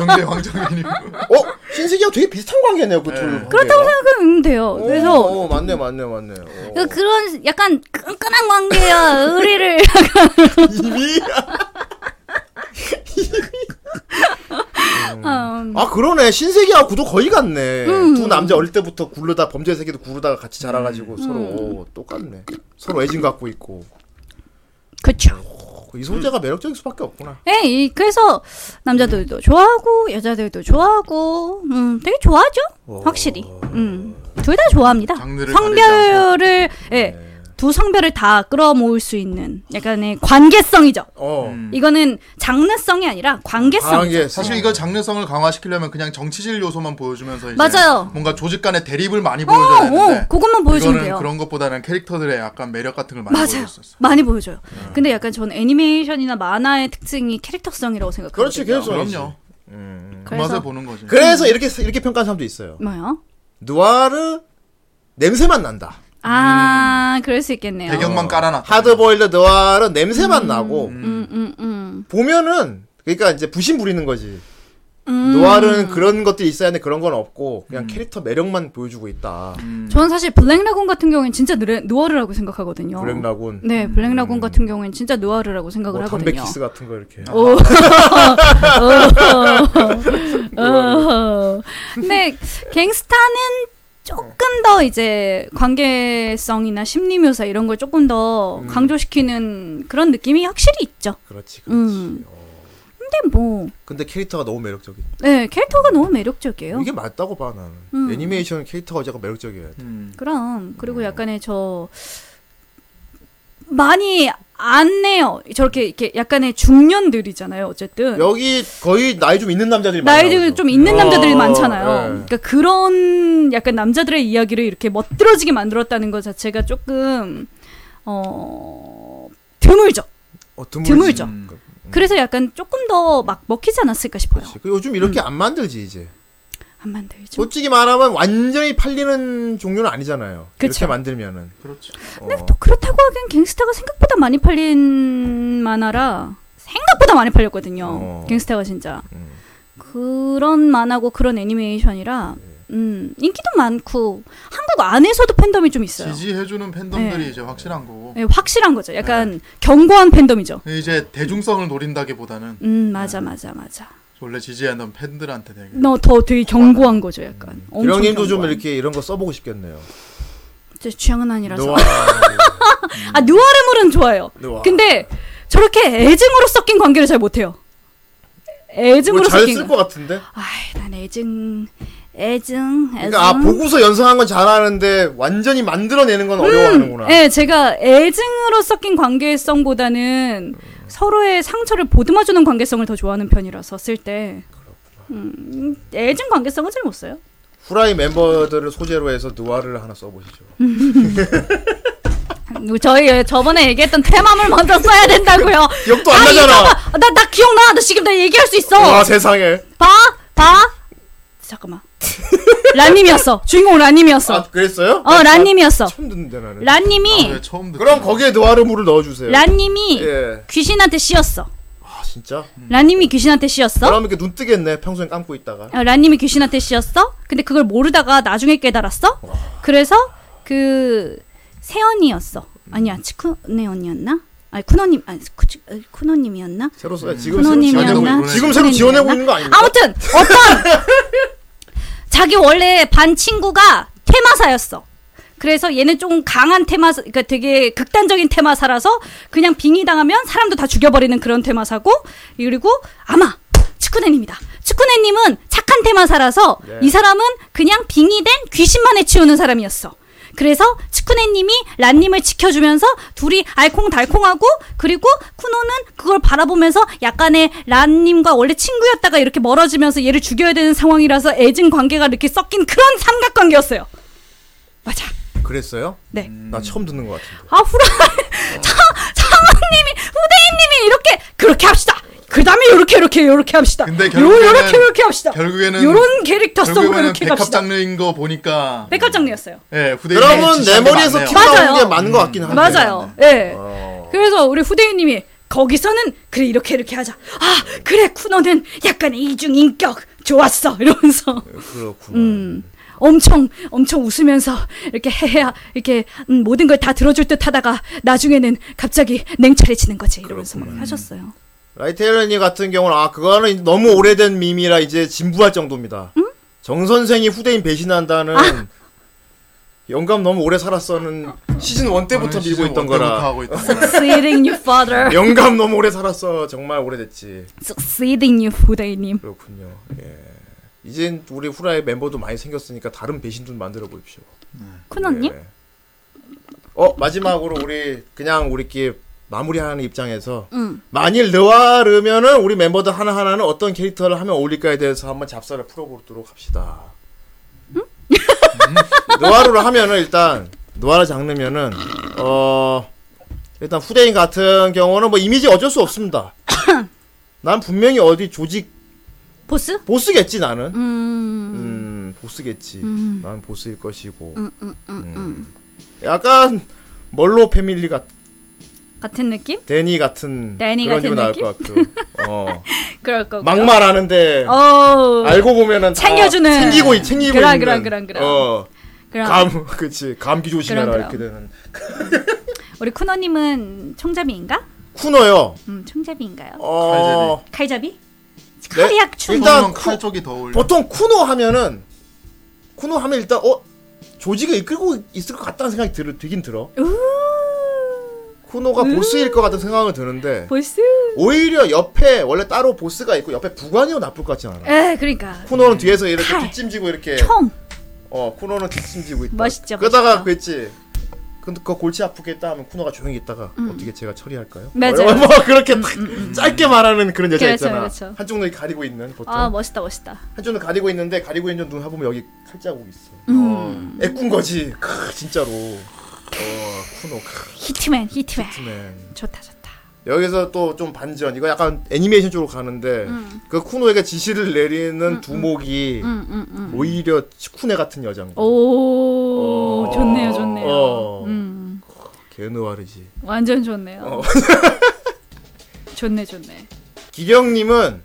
Speaker 6: 영재 황정민이고.
Speaker 2: 어 신세계와 되게 비슷한 관계네요 그 둘.
Speaker 4: 그렇다고 생각하면 돼요. 그래서
Speaker 2: 오, 오, 맞네 맞네 맞네. 오.
Speaker 4: 그, 그런 약간 끈끈한 관계야 의리를
Speaker 2: 이미
Speaker 6: 음.
Speaker 2: 아 그러네 신세계하고도 거의 같네 두 남자 어릴 때부터 굴르다 범죄 세계도 굴르다가 같이 자라가지고 서로 오, 똑같네 서로 애증 갖고 있고
Speaker 4: 그쵸 예,
Speaker 2: 오, 이
Speaker 6: 음.
Speaker 2: 소재가 매력적일 수밖에 없구나
Speaker 4: 에이 그래서 남자들도 좋아하고 여자들도 좋아하고 음 되게 좋아하죠 확실히 음둘 다 좋아합니다
Speaker 6: 장르를 네.
Speaker 4: 성별을 예두 성별을 다 끌어모을 수 있는 약간의 관계성이죠
Speaker 2: 어
Speaker 6: 음.
Speaker 4: 이거는 장르성이 아니라 관계성
Speaker 2: 아, 예.
Speaker 6: 사실 이거 장르성을 강화시키려면 그냥 정치질 요소만 보여주면서 이제
Speaker 4: 맞아요.
Speaker 6: 뭔가 조직 간의 대립을 많이
Speaker 4: 어,
Speaker 6: 보여줘야
Speaker 4: 어,
Speaker 6: 되는데
Speaker 4: 그것만 보여주면
Speaker 6: 이거는
Speaker 4: 돼요.
Speaker 6: 그런 것보다는 캐릭터들의 약간 매력 같은 걸 많이
Speaker 4: 맞아요.
Speaker 6: 보여줬었어.
Speaker 4: 많이 보여줘요.
Speaker 2: 네.
Speaker 4: 근데 약간 전 애니메이션이나 만화의 특징이 캐릭터성이라고
Speaker 2: 그렇지
Speaker 4: 생각하거든요.
Speaker 2: 계속
Speaker 6: 아, 그럼요. 그 맛을
Speaker 4: 그래서-
Speaker 6: 보는 거지.
Speaker 2: 그래서 이렇게 이렇게 평가하는 사람도 있어요
Speaker 4: 뭐요?
Speaker 2: 누아르 냄새만 난다
Speaker 6: 음.
Speaker 4: 아, 그럴 수 있겠네요.
Speaker 6: 배경만 깔아놨다.
Speaker 2: 하드보일드 누아르 냄새만 나고
Speaker 4: 음, 음, 음.
Speaker 2: 보면은 그러니까 이제 부심 부리는 거지
Speaker 4: 음.
Speaker 2: 노아르는 그런 것들이 있어야 하는데 그런 건 없고 그냥 캐릭터 매력만 보여주고 있다.
Speaker 6: 음,
Speaker 4: 저는 사실 블랙라군 같은 경우엔 진짜 누레, 누아르라고 생각하거든요.
Speaker 2: 블랙라군.
Speaker 4: 네, 블랙라군 같은 경우엔 진짜 누아르라고 생각을
Speaker 2: 뭐 담배
Speaker 4: 하거든요.
Speaker 2: 키스 같은 거 이렇게.
Speaker 4: 오. 어. 근데 갱스타는 조금 더 이제 관계성이나 심리 묘사 이런 걸 조금 더 강조시키는 그런 느낌이 확실히 있죠.
Speaker 2: 그렇지, 그렇지.
Speaker 4: 음. 근데 뭐,
Speaker 2: 근데 캐릭터가 너무 매력적이.
Speaker 4: 네 캐릭터가 너무 매력적이에요.
Speaker 2: 이게 맞다고 봐 나는.
Speaker 4: 음.
Speaker 2: 애니메이션 캐릭터가 제가 매력적이에요.
Speaker 6: 음.
Speaker 4: 그럼 그리고 약간의 저 많이 안 내요. 저렇게 이렇게 약간의 중년들이잖아요. 어쨌든
Speaker 2: 여기 거의 나이 좀 있는 남자들이 많이
Speaker 4: 나이도
Speaker 2: 나오죠.
Speaker 4: 좀 있는 남자들이
Speaker 2: 어,
Speaker 4: 많잖아요.
Speaker 2: 예.
Speaker 4: 그러니까 그런 약간 남자들의 이야기를 이렇게 멋들어지게 만들었다는 것 자체가 조금 어 드물죠.
Speaker 2: 어,
Speaker 4: 드물죠.
Speaker 2: 음.
Speaker 4: 그래서 약간 조금 더 막 먹히지 않았을까 싶어요.
Speaker 2: 그렇지. 그 요즘
Speaker 4: 음.
Speaker 2: 이렇게 안 만들지 이제.
Speaker 4: 안 만들죠.
Speaker 2: 솔직히 말하면 완전히 팔리는 종류는 아니잖아요. 이렇게
Speaker 4: 그쵸.
Speaker 2: 만들면은.
Speaker 6: 그렇지.
Speaker 2: 어.
Speaker 4: 또 그렇다고 하기엔 갱스타가 생각보다 많이 팔린 만화라 생각보다 많이 팔렸거든요.
Speaker 2: 어.
Speaker 4: 갱스타가 진짜
Speaker 2: 음.
Speaker 4: 그런 만화고 그런 애니메이션이라
Speaker 2: 네.
Speaker 4: 음, 인기도 많고 한국 안에서도 팬덤이 좀 있어요.
Speaker 6: 지지해주는 팬덤들이
Speaker 4: 네.
Speaker 6: 이제 확실한 거고.
Speaker 4: 네, 확실한 거죠. 약간 견고한 팬덤이죠.
Speaker 6: 이제 대중성을 노린다기보다는
Speaker 4: 음
Speaker 2: 네.
Speaker 4: 맞아 맞아 맞아.
Speaker 6: 원래 지지하던 팬들한테 되게.
Speaker 4: 너 더 되게 견고한 거죠 약간. 엄청
Speaker 2: 기령님도 좀
Speaker 4: 견고한.
Speaker 2: 이렇게 이런 거 써보고 싶겠네요.
Speaker 4: 제 취향은 아니라서.
Speaker 2: 노아.
Speaker 4: 아 누아르물은 좋아요.
Speaker 2: 누아르.
Speaker 4: 근데 저렇게 애증으로 섞인 관계를 잘 못해요.
Speaker 2: 뭐
Speaker 4: 애증으로
Speaker 2: 잘
Speaker 4: 섞인
Speaker 2: 쓸 것 같은데.
Speaker 4: 아이, 난 애증, 애증, 애증.
Speaker 2: 그러니까 아 보고서 연상한 건 잘하는데 완전히 만들어내는 건 어려워하는구나.
Speaker 4: 네, 제가 애증으로 섞인 관계성보다는
Speaker 2: 음.
Speaker 4: 서로의 상처를 보듬어주는 관계성을 더 좋아하는 편이라서 쓸 때. 음, 애증 관계성은 잘 못 써요.
Speaker 2: 후라이 멤버들을 소재로 해서 누아르를 하나 써보시죠.
Speaker 4: 저희 저번에 얘기했던 테마물 먼저 써야 된다고요.
Speaker 2: 기억도 안
Speaker 4: 아, 이거
Speaker 2: 나잖아.
Speaker 4: 봐. 나, 나 기억나. 나 지금 나 얘기할 수 있어.
Speaker 2: 와 아, 세상에.
Speaker 4: 봐, 봐. 잠깐만. 란님이었어. 주인공 란님이었어.
Speaker 2: 아 그랬어요?
Speaker 4: 어, 란님이었어.
Speaker 2: 처음 듣는데 나는.
Speaker 4: 란님이
Speaker 6: 네, 처음 듣
Speaker 2: 그럼 거기에 누아르 물을 넣어주세요.
Speaker 4: 란님이
Speaker 2: 예.
Speaker 4: 귀신한테 씌었어.
Speaker 2: 아 진짜?
Speaker 4: 란님이 귀신한테 씌었어.
Speaker 2: 그러면 이렇게 눈 뜨겠네. 평소엔 감고 있다가.
Speaker 4: 어, 란님이 귀신한테 씌었어. 근데 그걸 모르다가 나중에 깨달았어. 그래서 그 세연이었어. 아니야, 치쿠네 언니였나? 아니 쿠노님, 아니 쿠치, 어, 쿠노님이었나?
Speaker 2: 새로 써요.
Speaker 6: 음.
Speaker 2: 지금 새로 지원하고
Speaker 4: 쿠노님이었나?
Speaker 2: 있는 지금 새로 지원하고 있는 거 아닙니까?
Speaker 4: 아무튼 어떤 자기 원래 반 친구가 테마사였어. 그래서 얘는 좀 강한 테마사, 그러니까 되게 극단적인 테마사라서 그냥 빙의 당하면 사람도 다 죽여버리는 그런 테마사고 그리고 아마 츠쿠네님이다. 츠쿠네님은 착한 테마사라서
Speaker 2: 네.
Speaker 4: 이 사람은 그냥 빙의된 귀신만 해치우는 사람이었어. 그래서 츠쿠네님이 란님을 지켜주면서 둘이 알콩달콩하고 그리고 쿠노는 그걸 바라보면서 약간의 란님과 원래 친구였다가 이렇게 멀어지면서 얘를 죽여야 되는 상황이라서 애증 관계가 이렇게 섞인 그런 삼각관계였어요. 맞아.
Speaker 2: 그랬어요?
Speaker 4: 네.
Speaker 2: 나 처음 듣는 것 같은데.
Speaker 4: 아 후라이 차 차원님이 후대인님이 이렇게 그렇게 합시다. 그다음에 요렇게 요렇게 요렇게 합시다.
Speaker 6: 근데
Speaker 4: 요
Speaker 6: 결국에는-
Speaker 4: 요렇게 요렇게 합시다.
Speaker 6: 결국에는
Speaker 4: 요런 캐릭터성으로
Speaker 6: 결국에는
Speaker 4: 이렇게
Speaker 6: 백합
Speaker 4: 갑시다.
Speaker 6: 장르인 거 보니까
Speaker 4: 백합 장르였어요.
Speaker 6: 예, 후대인이
Speaker 2: 그러면 내
Speaker 6: 지시한 게
Speaker 2: 머리에서
Speaker 6: 맞네요.
Speaker 2: 튀어
Speaker 4: 맞아요.
Speaker 2: 나오는 게 맞는 것 같긴 한데.
Speaker 4: 맞아요. 예.
Speaker 2: 네. 어.
Speaker 4: 그래서 우리 후대인님이 거기서는 그래 이렇게 이렇게 하자. 아 그래 쿠너는 약간의 이중 인격 좋았어 이러면서
Speaker 2: 그렇구나.
Speaker 4: 음. 엄청 엄청 웃으면서 이렇게 해야 이렇게 음, 모든 걸 다 들어줄 듯 하다가 나중에는 갑자기 냉철해지는 거지 이러면서 막 하셨어요.
Speaker 2: 라이테일러님 같은 경우는 아 그거는 너무 오래된 밈이라 이제 진부할 정도입니다. 정 선생이 후대인 배신한다는 영감 너무 오래 살았어는 시즌 1 때부터
Speaker 6: 저는
Speaker 2: 밀고
Speaker 6: 시즌
Speaker 2: 있던
Speaker 6: 원 때부터
Speaker 2: 거라.
Speaker 6: 하고 아, 있던 거라.
Speaker 4: Succeeding you father,
Speaker 2: 영감 너무 오래 살았어 정말 오래됐지.
Speaker 4: succeeding you 후대인님.
Speaker 2: 그렇군요. 예. 이젠 우리 후라이 멤버도 많이 생겼으니까 다른 배신도 만들어 보십시오.
Speaker 4: 쿠너님?
Speaker 2: 예. 어 마지막으로 우리 그냥 우리끼리 마무리하는 입장에서 만일 느와르면은 우리 멤버들 하나 하나는 어떤 캐릭터를 하면 어울릴까에 대해서 한번 잡사를 풀어보도록 합시다. 음? 느와르로 하면은 일단 느와르 장르면은 어 일단 후대인 같은 경우는 뭐 이미지 어쩔 수 없습니다. 난 분명히 어디 조직
Speaker 4: 보스?
Speaker 2: 보스겠지 나는. 음, 보스겠지. 난 보스일 것이고. 음. 약간 멀로 패밀리 같
Speaker 4: 같은 느낌?
Speaker 2: 데니 같은
Speaker 4: 데니
Speaker 2: 그런
Speaker 4: 같은
Speaker 2: 류 나올
Speaker 4: 느낌?
Speaker 2: 것 같고. 어.
Speaker 4: 그럴 거고.
Speaker 2: 막말하는데
Speaker 4: 어.
Speaker 2: 알고 보면은 다
Speaker 4: 챙겨주는.
Speaker 2: 챙기고 있- 챙기고
Speaker 4: 그라,
Speaker 2: 있는.
Speaker 4: 그라, 그라, 그라.
Speaker 2: 어.
Speaker 4: 그럼
Speaker 2: 감 그치 감기 조심해라
Speaker 4: 그럼,
Speaker 2: 이렇게 되는
Speaker 4: 우리 쿠너님은 총잡이인가?
Speaker 2: 쿠너요.
Speaker 4: 음, 총잡이인가요?
Speaker 2: 어.
Speaker 4: 칼잡이?
Speaker 2: 네?
Speaker 4: 칼이야 총.
Speaker 2: 일단
Speaker 6: 일단
Speaker 2: 쿠-
Speaker 6: 칼 쪽이 더 어울려.
Speaker 2: 보통 쿠노 하면은 쿠노 하면 일단 어 조직을 이끌고 있을 것 같다는 생각이 들, 들긴 들어.
Speaker 4: 음.
Speaker 2: 쿠노가 보스일 것 같은 생각은 드는데
Speaker 4: 보스?
Speaker 2: 오히려 옆에 원래 따로 보스가 있고 옆에 부관이면 나쁠 것 같진 않아.
Speaker 4: 에 그러니까
Speaker 2: 쿠노는 뒤에서 이렇게
Speaker 4: 칼.
Speaker 2: 뒷짐지고 이렇게
Speaker 4: 총.
Speaker 2: 어 쿠노는 뒷짐지고 있다.
Speaker 4: 멋있죠,
Speaker 2: 그러다가
Speaker 4: 멋있죠.
Speaker 2: 그랬지. 근데 그거 골치 아프겠다 하면 쿠노가 조용히 있다가 어떻게 제가 처리할까요?
Speaker 4: 음. 맞아요. 음,
Speaker 2: 뭐, 뭐 그렇게 탁 짧게 말하는 그런 여자
Speaker 4: 그렇죠,
Speaker 2: 있잖아.
Speaker 4: 그렇죠.
Speaker 2: 한쪽 눈이 가리고 있는 보통.
Speaker 4: 아 멋있다 멋있다.
Speaker 2: 한쪽 눈 가리고 있는데 가리고 있는 눈 하보면 여기 칼자국 있어.
Speaker 4: 음.
Speaker 2: 어, 애꾼 거지. 크, 진짜로. 어 쿠노 크,
Speaker 4: 히트맨 히트맨.
Speaker 2: 히트맨.
Speaker 4: 좋다 좋다.
Speaker 2: 여기서 또 좀 반전 이거 약간 애니메이션 쪽으로 가는데
Speaker 4: 음.
Speaker 2: 그 쿠노에게 지시를 내리는 두목이
Speaker 4: 음.
Speaker 2: 음. 오히려 쿠네 같은 여잔 거.
Speaker 4: 오
Speaker 2: 어,
Speaker 4: 좋네요 좋네요.
Speaker 2: 어.
Speaker 4: 음
Speaker 2: 개누아르지.
Speaker 4: 완전 좋네요.
Speaker 2: 어.
Speaker 4: 좋네 좋네.
Speaker 2: 기경님은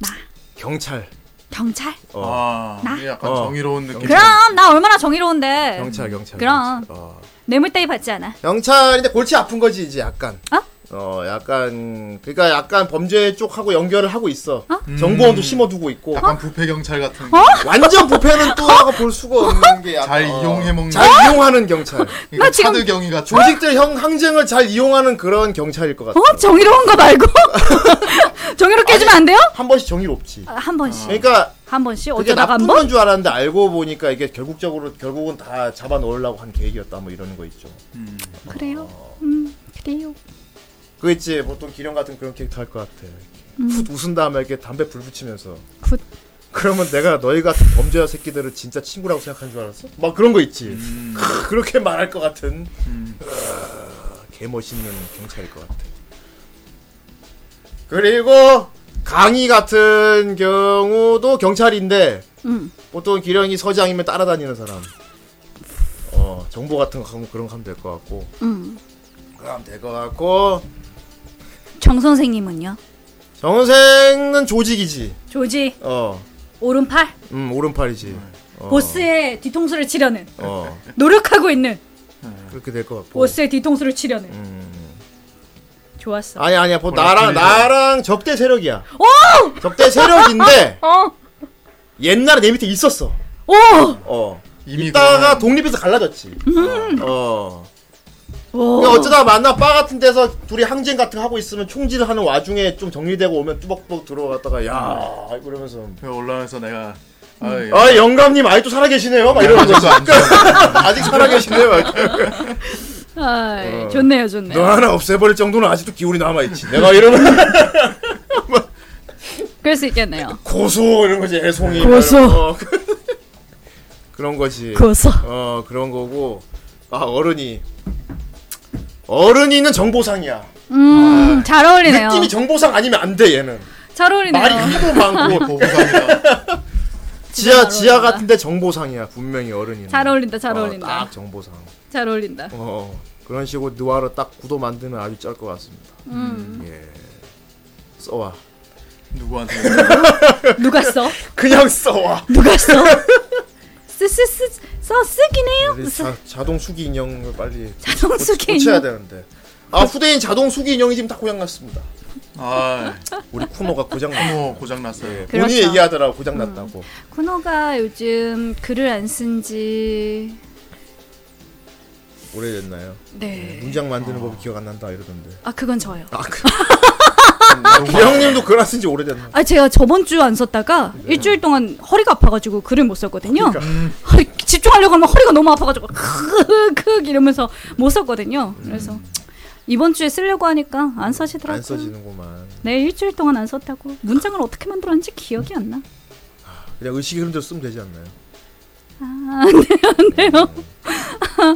Speaker 4: 나.
Speaker 2: 경찰.
Speaker 4: 경찰?
Speaker 2: 어.
Speaker 6: 아,
Speaker 4: 나?
Speaker 6: 이게 약간
Speaker 2: 어.
Speaker 6: 정의로운 느낌.
Speaker 4: 그럼 나 얼마나 정의로운데.
Speaker 2: 경찰 경찰.
Speaker 4: 음. 그럼.
Speaker 2: 경찰. 어.
Speaker 4: 뇌물대위 받지 않아.
Speaker 2: 경찰인데 골치 아픈 거지 이제 약간.
Speaker 4: 어?
Speaker 2: 어 약간 그러니까 약간 범죄 쪽하고 연결을 하고 있어.
Speaker 6: 음.
Speaker 2: 정보원도 심어두고 있고
Speaker 6: 약간 부패 경찰 같은.
Speaker 4: 어?
Speaker 2: 완전 부패는 또 하고 볼 수가 없는 게 약간
Speaker 6: 잘
Speaker 2: 어.
Speaker 6: 이용해 먹는.
Speaker 2: 잘 이용하는 경찰.
Speaker 6: 그러니까
Speaker 4: 지금-
Speaker 6: 차드경이 같은.
Speaker 2: 조직들 형 항쟁을 잘 이용하는 그런 경찰일 것 같아요.
Speaker 4: 어 정의로운 거 말고 정의롭게 해주면 안 돼요?
Speaker 2: 한 번씩 정의롭지.
Speaker 4: 아, 한 번씩.
Speaker 2: 그러니까
Speaker 4: 한 번씩
Speaker 2: 그게
Speaker 4: 어쩌다가
Speaker 2: 나쁜
Speaker 4: 한 번?
Speaker 2: 건 줄 알았는데 알고 보니까 이게 결국적으로 결국은 다 잡아 넣으려고 한 계획이었다 뭐 이런 거 있죠.
Speaker 4: 그래요. 음, 그래요.
Speaker 2: 그 있지 보통 기령 같은 그런 캐릭터 할 것 같아. 훗 웃은 다음에 이렇게 담배 불 붙이면서.
Speaker 4: 굿.
Speaker 2: 그러면 내가 너희 같은 범죄자 새끼들을 진짜 친구라고 생각한 줄 알았어? 막 그런 거 있지. 크, 그렇게 말할 것 같은 아, 개 멋있는 경찰일 것 같아. 그리고 강희 같은 경우도 경찰인데
Speaker 4: 음,
Speaker 2: 보통 기령이 서장이면 따라다니는 사람. 어 정보 같은 거 하면 그런 거 하면 될 것 같고.
Speaker 4: 음.
Speaker 2: 그럼 될 것 같고
Speaker 4: 정 선생님은요?
Speaker 2: 정생은 조직이지.
Speaker 4: 조지
Speaker 2: 어,
Speaker 4: 오른팔
Speaker 2: 음 오른팔이지. 어,
Speaker 4: 보스의 뒤통수를 치려는
Speaker 2: 어
Speaker 4: 노력하고 있는
Speaker 2: 그렇게 될 것 같고.
Speaker 4: 보스의 뒤통수를 치려는. 좋았어.
Speaker 2: 음. 아니 아니야. 보 나랑 나랑 적대 세력이야. 적대 세력인데
Speaker 4: 어.
Speaker 2: 옛날에 내 밑에 있었어.
Speaker 4: 오.
Speaker 2: 어.
Speaker 6: 이미
Speaker 2: 있다가 독립해서 갈라졌지.
Speaker 4: 음.
Speaker 2: 어. 그러니까 어쩌다 만나 바 같은 데서 둘이 항쟁 같은 거 하고 있으면 총질하는 와중에 좀 정리되고 오면 뚜벅뚜벅 들어갔다가 야 이러면서
Speaker 6: 그 올라와서 내가 아이,
Speaker 2: 아 영감님 아직도 살아계시네요 막 이러는 거죠
Speaker 6: 아직도 안 죽었어.
Speaker 2: 아직 살아계시네요 막 이렇게.
Speaker 4: 아이, 좋네요, 좋네요.
Speaker 2: 어. 너 하나 없애버릴 정도는 아직도 기운이 남아있지 내가 이러면
Speaker 4: 그럴 수 있겠네요.
Speaker 2: 고소 이런 거지 애송이
Speaker 4: 고소.
Speaker 2: 이런 거. 그런 거지
Speaker 4: 그래서
Speaker 2: 어 그런 거고 아 어른이 어른이는 정보상이야
Speaker 4: 음, 잘 어울리네요.
Speaker 2: 느낌이 정보상 아니면 안 돼 얘는
Speaker 4: 잘 어울리네요.
Speaker 2: 말이 하도
Speaker 6: 이
Speaker 2: 많고
Speaker 6: 보부상이다.
Speaker 2: 지하
Speaker 4: 잘
Speaker 2: 지하
Speaker 4: 어울린다.
Speaker 2: 같은데 정보상이야 분명히 어른이는
Speaker 4: 잘 어울린다, 잘
Speaker 2: 어,
Speaker 4: 어울린다.
Speaker 2: 딱 정보상
Speaker 4: 잘 어울린다.
Speaker 2: 어 그런 식으로 느와르 딱 구도 만들면 아주 짤 것 같습니다
Speaker 4: 음.
Speaker 2: 예 써와
Speaker 6: 누구한테
Speaker 4: 누가 써?
Speaker 2: 그냥 써와
Speaker 4: 누가 써? 쓰쓰쓰 써 쓰긴 해요. 써-
Speaker 2: 자, 자동 수기 인형을 빨리
Speaker 4: 자동
Speaker 2: 고-
Speaker 4: 수기
Speaker 2: 고쳐야
Speaker 4: 인형.
Speaker 2: 되는데 아 후대인 자동 수기 인형이 지금 다 고장났습니다
Speaker 6: 아
Speaker 2: 우리 쿠노가 고장났어 예,
Speaker 6: 뭐 고장 났어요.
Speaker 4: 그렇죠. 음.
Speaker 2: 본인이 얘기하더라고 고장났다고
Speaker 4: 쿠노가 요즘 글을 안 쓴지
Speaker 2: 오래됐나요
Speaker 4: 네.
Speaker 2: 문장 만드는 법 기억 안 난다 이러던데
Speaker 4: 아 그건 저요.
Speaker 2: 아 그... 기영님도 그걸 쓴지 오래됐나
Speaker 4: 아 제가 저번 주 안 썼다가 일주일 동안 허리가 아파가지고 글을 못 썼거든요.
Speaker 2: 네.
Speaker 4: 음.
Speaker 2: 그러니까.
Speaker 4: 허리- 집중하려고 하면 허리가 너무 아파가지고 크크 이러면서 못 썼거든요. 그래서 이번 주에 쓰려고 하니까 안
Speaker 2: 음.
Speaker 4: 써지더라고요.
Speaker 2: 안 써지는구만
Speaker 4: 네 일주일 동안 안 썼다고 문장을 어떻게 만들었는지 기억이 안 나.
Speaker 2: 그냥 의식의 흐름대로 쓰면 되지 않나요? 아,
Speaker 4: 네,
Speaker 2: 안돼요, 안돼요.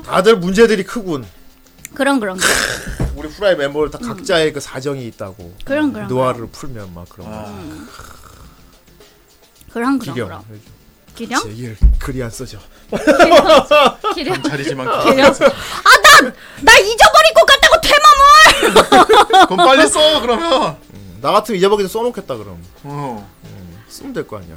Speaker 2: 다들 문제들이 크군.
Speaker 4: 그런 그런 그런.
Speaker 2: 우리 후라이 멤버들 다 각자의 그 사정이 있다고.
Speaker 4: 음. 그럼, 그럼,
Speaker 2: 노화를 풀면 막
Speaker 6: 아.
Speaker 2: 그런 거.
Speaker 4: 그런 그런
Speaker 2: 기령.
Speaker 4: 그런. 기령?
Speaker 2: 제일 글이 안 써져.
Speaker 4: 기령?
Speaker 6: 자리지만 기-
Speaker 4: 기령? 아, 아나나 잊어버릴 것 같다고 퇴마물.
Speaker 6: 그럼 빨리 써 그러면.
Speaker 2: 나 같으면 잊어버리게 써놓겠다 그럼.
Speaker 6: 어.
Speaker 2: 쓰면 될 거 아니야.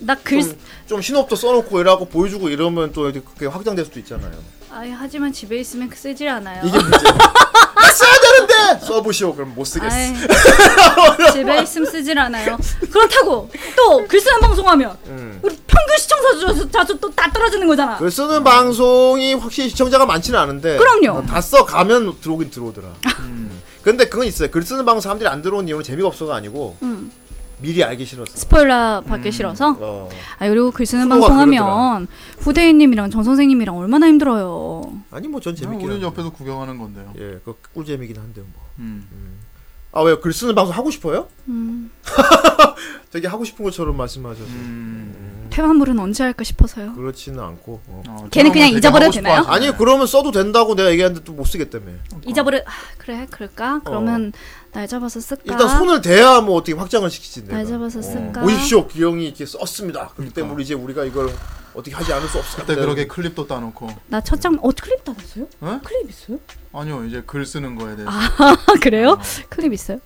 Speaker 4: 나글
Speaker 2: 좀, 좀 신업도 써놓고 이러고 보여주고 이러면 또 이렇게 그게 확장될 수도 있잖아요.
Speaker 4: 아 하지만 집에 있으면 그 쓰질 않아요.
Speaker 2: 이게 문제. 나 써야 되는데 써보시오 그럼 못 쓰겠어.
Speaker 4: 아이, 집에 있으면 쓰질 않아요. 그렇다고 또 글 쓰는 방송하면
Speaker 2: 음.
Speaker 4: 우리 평균 시청자 자수 또 다 떨어지는 거잖아.
Speaker 2: 글 쓰는 방송이 확실히 시청자가 많지는 않은데
Speaker 4: 그럼요.
Speaker 2: 어, 다 써가면 들어오긴 들어오더라
Speaker 6: 음.
Speaker 2: 근데 그건 있어요 글 쓰는 방송 사람들이 안 들어온 이유는 재미가 없어가 아니고
Speaker 4: 음.
Speaker 2: 미리 알기 싫었어
Speaker 4: 스포일러 받기 싫어서.
Speaker 2: 어.
Speaker 4: 아 그리고 글 쓰는
Speaker 2: 후보가
Speaker 4: 방송하면 후대인님이랑 정 선생님이랑 얼마나 힘들어요.
Speaker 2: 아니 뭐 전 재밌긴
Speaker 6: 우리는
Speaker 2: 한데
Speaker 6: 옆에서 구경하는 건데요.
Speaker 2: 예, 그거 꿀잼이긴 한데 뭐아 아,
Speaker 6: 음.
Speaker 2: 왜요? 글 쓰는 방송 하고 싶어요? 되게 하고 싶은 것처럼 말씀하셔서
Speaker 6: 음.
Speaker 4: 퇴화물은 언제 할까 싶어서요.
Speaker 2: 그렇지는 않고 어.
Speaker 6: 어, 저런 거
Speaker 4: 걔는 그냥
Speaker 6: 되게
Speaker 4: 잊어버려도
Speaker 6: 하고 싶어
Speaker 4: 되나요?
Speaker 6: 하시네.
Speaker 2: 아니 그러면 써도 된다고 내가 얘기하는데 또 못 쓰겠다며
Speaker 4: 잊어버려. 아, 그래 그럴까? 그러면 날 잡아서 쓸까?
Speaker 2: 일단 손을 대야 뭐 어떻게 확장을 시키지 내가
Speaker 4: 날 잡아서 쓸까?
Speaker 2: 오십시오 그 기영이 이렇게 썼습니다 그렇기
Speaker 6: 그러니까.
Speaker 2: 때문에 이제 우리가 이걸 어떻게 하지 않을 수 없어
Speaker 6: 그때 그렇게 클립도 따놓고
Speaker 4: 나 첫 장면 어 클립 따놨어요?
Speaker 6: 어?
Speaker 4: 클립 있어요?
Speaker 6: 아니요 이제 글 쓰는 거에 대해서
Speaker 4: 아 그래요? 클립 있어요?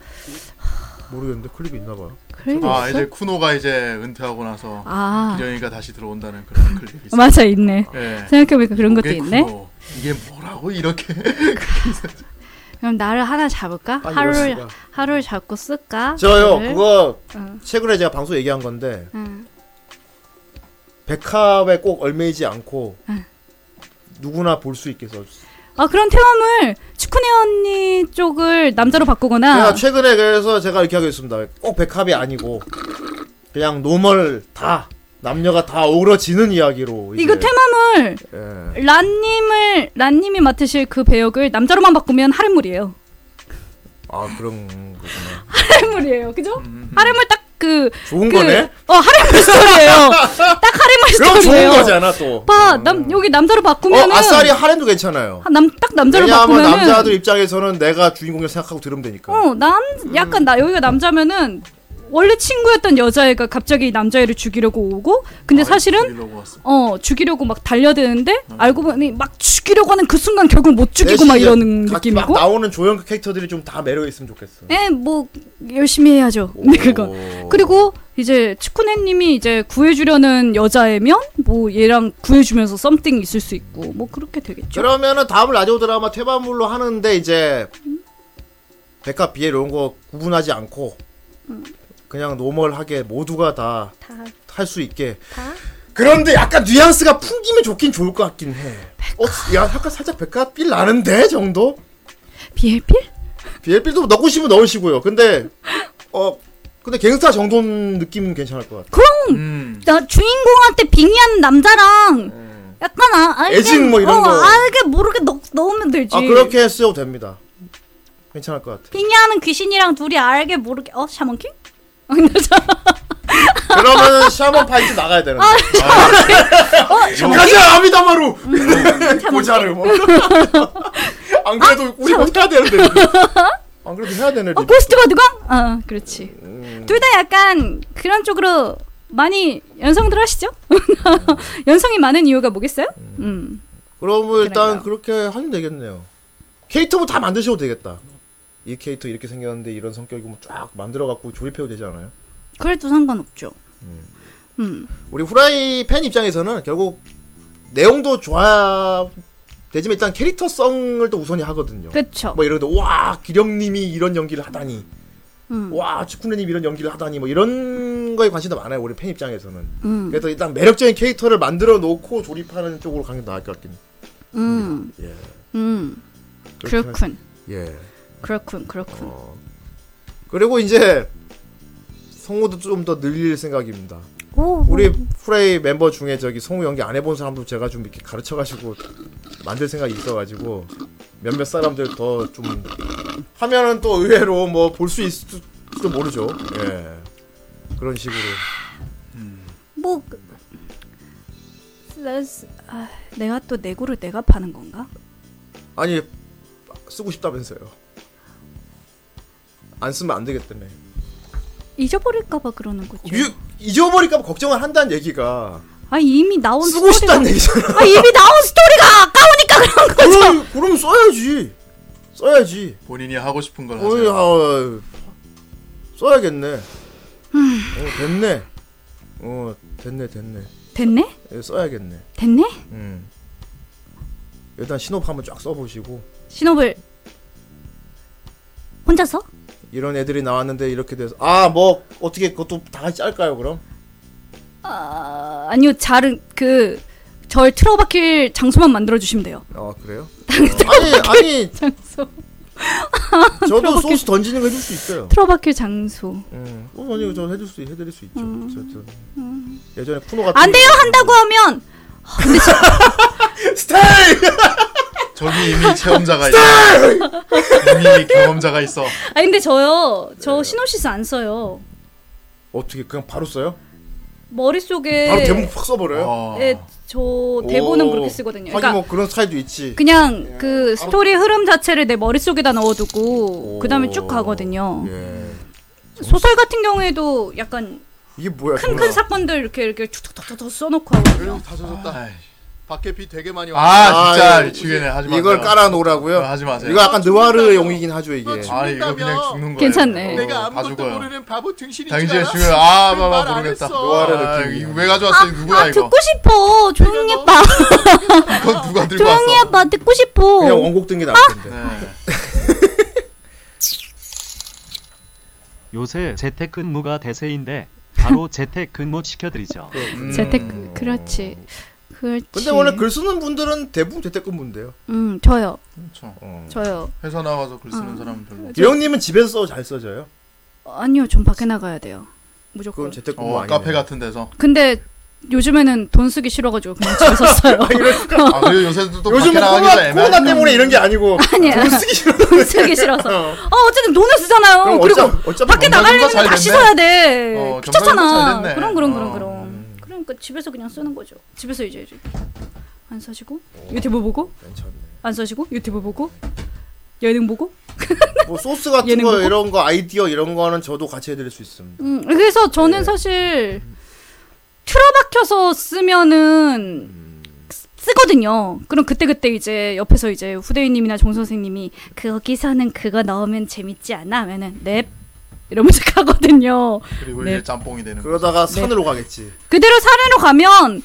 Speaker 2: 모르겠는데 클립이 있나봐요
Speaker 4: 클립
Speaker 6: 아
Speaker 4: 있어?
Speaker 6: 이제 쿠노가 이제 은퇴하고 나서
Speaker 4: 아
Speaker 6: 기령이가 다시 들어온다는 그런 클립이 있어요.
Speaker 4: 맞아 있네.
Speaker 6: 예.
Speaker 4: 생각해보니까 그런 것도
Speaker 6: 그게
Speaker 4: 있네.
Speaker 6: 쿠노. 이게 뭐라고 이렇게
Speaker 4: 그럼 나를 하나 잡을까?
Speaker 2: 아니,
Speaker 4: 하루를
Speaker 2: 이럴 수가.
Speaker 4: 하루를 잡고 쓸까?
Speaker 2: 저요
Speaker 4: 그거를?
Speaker 2: 그거
Speaker 4: 응.
Speaker 2: 최근에 제가 방송 얘기한 건데
Speaker 4: 응.
Speaker 2: 백합에 꼭 얼매이지 않고 누구나 볼 수 있게 써
Speaker 4: 아 그런 태움을 축구네 언니 쪽을 남자로
Speaker 2: 제가
Speaker 4: 바꾸거나
Speaker 2: 최근에 그래서 제가 이렇게 하고 있습니다. 꼭 백합이 아니고 그냥 노멀 다 남녀가 다 어우러지는 이야기로 이제,
Speaker 4: 이거 태맘을
Speaker 2: 예.
Speaker 4: 란님을 란님이 맡으실 그 배역을 남자로만 바꾸면 하렘물이에요.
Speaker 2: 아 그런 거구나.
Speaker 4: 하렘물이에요, 그죠? 하렘물 딱그
Speaker 2: 음. 좋은
Speaker 4: 그,
Speaker 2: 거네.
Speaker 4: 어 하렘물 스토리예요. 딱 하렘물
Speaker 2: 그럼 좋은
Speaker 4: 스토리예요.
Speaker 2: 거잖아 또.
Speaker 4: 봐, 남 여기 남자로
Speaker 2: 어
Speaker 4: 바꾸면은
Speaker 2: 아싸리 하렘도 괜찮아요.
Speaker 4: 남딱 남자로
Speaker 2: 왜냐하면
Speaker 4: 바꾸면은
Speaker 2: 남자들 입장에서는 내가 주인공을 생각하고 들으면 되니까.
Speaker 4: 어, 남 약간 나 여기가 남자면은 원래 친구였던 여자애가 갑자기 남자애를 죽이려고 오고
Speaker 2: 아,
Speaker 4: 근데 사실은
Speaker 6: 이러고 왔어.
Speaker 4: 어 죽이려고 막 달려드는데 알고 보니 막 죽이려고 하는 그 순간 결국 못 죽이고 막
Speaker 2: 음. 대신에
Speaker 4: 이러는
Speaker 2: 각- 막
Speaker 4: 느낌이고
Speaker 2: 나오는 조연 캐릭터들이 좀 다 매력 있으면 좋겠어.
Speaker 4: 에 뭐 열심히 해야죠 근데 그건
Speaker 2: 오.
Speaker 4: 그리고 이제 축구네님이 이제 구해주려는 여자애면 뭐 얘랑 구해주면서 썸띵 있을 수 있고 뭐 그렇게 되겠죠
Speaker 2: 그러면은 다음 라디오 드라마 퇴바물로 하는데 이제 백합 비엘 이런 거 구분하지 않고 그냥 노멀하게 모두가 다 할 수 있게 그런데 약간 뉘앙스가 풍기면 좋긴 좋을 것 같긴 해. 어, 야 약간 살짝 백합 빌 나는데 정도?
Speaker 4: 비엘필
Speaker 2: 비엘 빌도 넣고 싶으면 넣으시고요. 근데 어 근데 갱스타 정도 느낌은 괜찮을 것 같아.
Speaker 6: 음.
Speaker 1: 나 주인공한테 빙의하는 남자랑 약간 아, 알게,
Speaker 2: 음. 애증 뭐 이런
Speaker 1: 어,
Speaker 2: 거.
Speaker 1: 알게 모르게 넣, 넣으면 되지
Speaker 2: 아 그렇게 쓰셔도 됩니다. 괜찮을 것 같아.
Speaker 1: 빙의하는 귀신이랑 둘이 알게 모르게 어? 샤먼킹?
Speaker 2: 그러면은 샤먼 파이트 나가야 되는데.
Speaker 4: 아, 네. 어,
Speaker 2: 가자 아미다마루
Speaker 4: 음,
Speaker 2: 고자를 뭐. 안 그래도 우리 못 해야 되는데. 안 그래도 해야 되는데.
Speaker 4: 아, 어, 고스트 바둑왕? 아, 그렇지.
Speaker 2: 음.
Speaker 4: 둘 다 약간 그런 쪽으로 많이 연성들 하시죠? 연성이 많은 이유가 뭐겠어요? 음.
Speaker 2: 그러면 일단
Speaker 4: 그래요.
Speaker 2: 그렇게 하면 되겠네요. 캐릭터도 다 만드셔도 되겠다. 이 캐릭터 이렇게 생겼는데 이런 성격이고 뭐쫙 만들어 갖고 조립해도 되지 않아요?
Speaker 4: 그래도 상관없죠. 음.
Speaker 2: 우리 후라이 팬 입장에서는 결국 내용도 좋아 되지만 일단 캐릭터성을 또 우선이 하거든요.
Speaker 4: 그쵸.
Speaker 2: 뭐 이러도 와 기령님이 이런 연기를 하다니
Speaker 4: 음.
Speaker 2: 와 축구네님 이런 연기를 하다니 뭐 이런 거에 관심도 많아요 우리 팬 입장에서는
Speaker 4: 음.
Speaker 2: 그래서 일단 매력적인 캐릭터를 만들어 놓고 조립하는 쪽으로 가는 게 나을 것 같긴
Speaker 4: 음.
Speaker 2: 예.
Speaker 4: 음.
Speaker 2: 그렇게
Speaker 4: 그렇군.
Speaker 2: 예
Speaker 4: 그렇군. 그렇군.
Speaker 2: 어. 그리고 이제 성우도 좀 더 늘릴 생각입니다
Speaker 1: 오,
Speaker 2: 우리 프레이 멤버 중에 저기 성우 연기 안 해본 사람도 제가 좀 이렇게 가르쳐가지고 만들 생각이 있어가지고 몇몇 사람들 더 좀 하면은 또 의외로 뭐 볼 수 있을지도 모르죠 예 그런 식으로
Speaker 4: 뭐 그- 쓰- 아, 내가 또 내고를 내가 파는 건가?
Speaker 2: 아니 쓰고 싶다면서요. 안 쓰면 안 되겠다며.
Speaker 4: 잊어버릴까 봐 그러는 거죠.
Speaker 2: 유- 잊어버릴까봐 걱정을 한다는 얘기가
Speaker 4: 아 이미 나온
Speaker 2: 쓰고
Speaker 4: 스토리가
Speaker 2: 싶다는 얘기잖아.
Speaker 4: 아 이미 나온 스토리가 아까우니까 그런 거죠.
Speaker 2: 그럼 그럼 써야지. 써야지.
Speaker 6: 본인이 하고 싶은 걸
Speaker 2: 어이,
Speaker 6: 하세요.
Speaker 2: 아, 써야겠네. 어, 됐네. 어 됐네 됐네.
Speaker 4: 됐네?
Speaker 2: 예, 써야겠네.
Speaker 4: 됐네?
Speaker 2: 음. 일단 신호흡 한번 쫙 써보시고
Speaker 4: 신업을
Speaker 1: 혼자서?
Speaker 2: 이런 애들이 나왔는데 이렇게 돼서 아 뭐 어떻게 그것도 다 같이 짤까요 그럼?
Speaker 4: 아, 아니요 자른 그 절 틀어박힐 장소만 만들어 주시면 돼요.
Speaker 2: 아 그래요? 아니 아니
Speaker 4: 장소
Speaker 2: 저도 소스 던지는 거 해줄 수 있어요.
Speaker 4: 틀어박힐 장소
Speaker 2: 음. 어, 아니 저 해줄 수 해드릴 수 있죠. 저, 저. 예전에 쿠노 같은
Speaker 4: 음. 안 돼요 한다고 하면
Speaker 2: 스테이
Speaker 6: 저기 이미 체험자가 있어. 이미 경험자가 있어.
Speaker 4: 아 근데 저요
Speaker 2: 네.
Speaker 4: 저 시노시스 안 써요
Speaker 2: 어떻게 그냥 바로 써요?
Speaker 4: 머릿속에
Speaker 2: 바로 대본 확 써버려요?
Speaker 6: 어.
Speaker 4: 예, 저 네. 대본은
Speaker 2: 오.
Speaker 4: 그렇게 쓰거든요.
Speaker 2: 하긴
Speaker 4: 그러니까
Speaker 2: 뭐 그런 스타일도 있지.
Speaker 4: 그냥 그 스토리 흐름 자체를 내 머릿속에다 넣어두고 그 다음에 쭉 가거든요.
Speaker 2: 예.
Speaker 4: 소설 같은 경우에도 약간
Speaker 2: 이게 뭐야?
Speaker 4: 큰
Speaker 2: 정말.
Speaker 4: 큰 사건들 이렇게 이렇게 툭툭툭툭 써놓고 하거든요.
Speaker 12: 다 젖었다.
Speaker 6: 아이.
Speaker 12: 밖에 비 되게 많이 왔다.
Speaker 6: 아 진짜
Speaker 2: 아,
Speaker 6: 미치겠네 하지 마세요.
Speaker 2: 이걸 깔아 놓으라고요?
Speaker 6: 아, 하지 마세요.
Speaker 2: 이거 약간 느와르 용이긴 하죠 이게.
Speaker 12: 아,
Speaker 6: 아 이거 그냥
Speaker 12: 죽는다며.
Speaker 6: 죽는 거예요.
Speaker 4: 괜찮네.
Speaker 12: 내가
Speaker 6: 어, 다
Speaker 12: 아무것도
Speaker 6: 죽어요.
Speaker 12: 모르는 바보 등신인 줄
Speaker 6: 당신의
Speaker 12: 알아?
Speaker 6: 죽을 아 봐봐
Speaker 12: 말안
Speaker 6: 모르겠다.
Speaker 12: 했어.
Speaker 2: 노화를
Speaker 6: 아,
Speaker 2: 느끼는
Speaker 6: 이거 왜 가져왔어? 이거 누구야
Speaker 4: 아
Speaker 6: 이거?
Speaker 4: 듣고 싶어 조용히 해봐
Speaker 6: 이거 누가 들고
Speaker 4: 조용히
Speaker 6: 왔어?
Speaker 4: 해봐 듣고
Speaker 2: 그냥
Speaker 4: 싶어 아.
Speaker 2: 원곡 뜬게 나을 텐데.
Speaker 6: 네.
Speaker 13: 요새
Speaker 4: 음,
Speaker 6: 음,
Speaker 13: 재택근무가 대세인데 바로 재택근무 시켜드리죠.
Speaker 4: 재택 그, 그렇지 그렇지.
Speaker 2: 근데 원래 글 쓰는 분들은 대부분 재택근무인데요.
Speaker 4: 음, 저요.
Speaker 6: 그렇죠.
Speaker 4: 저요.
Speaker 6: 회사 나가서 글
Speaker 4: 어.
Speaker 6: 쓰는 사람은 별로.
Speaker 4: 그렇죠.
Speaker 2: 저... 영님은 집에서 써도 잘 써져요.
Speaker 4: 아니요, 전 밖에 나가야 돼요. 무조건.
Speaker 2: 그건 재택근무
Speaker 6: 어,
Speaker 2: 뭐 아니네.
Speaker 6: 카페 같은 데서.
Speaker 4: 근데 요즘에는 돈 쓰기 싫어가지고 그냥 집에서 써요.
Speaker 6: 아, 그리고 요새도 또 밖에
Speaker 2: 요즘은
Speaker 6: 나가기도
Speaker 2: 코로나,
Speaker 6: 애매하지.
Speaker 2: 코로나 때문에 이런 게 아니고
Speaker 4: 아니야.
Speaker 2: 돈 쓰기 싫어.
Speaker 4: 돈 쓰기 싫어서. 어, 어쨌든 돈을 쓰잖아요.
Speaker 2: 그럼
Speaker 4: 그리고
Speaker 2: 어차- 어차피 정말
Speaker 4: 밖에 나가려면
Speaker 6: 잘
Speaker 4: 다시
Speaker 6: 됐네.
Speaker 4: 써야 돼.
Speaker 6: 어, 정말
Speaker 4: 귀찮잖아.
Speaker 6: 잘 됐네.
Speaker 4: 그럼 그럼
Speaker 2: 어.
Speaker 4: 그럼 그럼. 그러니까 집에서 그냥 쓰는 거죠. 집에서 이제 이렇게 안 써시고 유튜브 보고 안 써시고 유튜브 보고 예능 보고.
Speaker 2: 뭐 소스 같은
Speaker 4: 예능
Speaker 2: 거
Speaker 4: 보고?
Speaker 2: 이런 거 아이디어 이런 거는 저도 같이 해드릴 수 있습니다.
Speaker 4: 음, 그래서 저는 사실 틀어박혀서 쓰면은 쓰거든요. 그럼 그때 그때 이제 옆에서 이제 후대인님이나 종 선생님이 거기서는 그거 넣으면 재밌지 않아? 하면은 넵 이러면서 가거든요.
Speaker 6: 그리고
Speaker 4: 네.
Speaker 6: 이제 짬뽕이 되는. 거죠.
Speaker 2: 그러다가 산으로 가겠지.
Speaker 4: 그대로 산으로 가면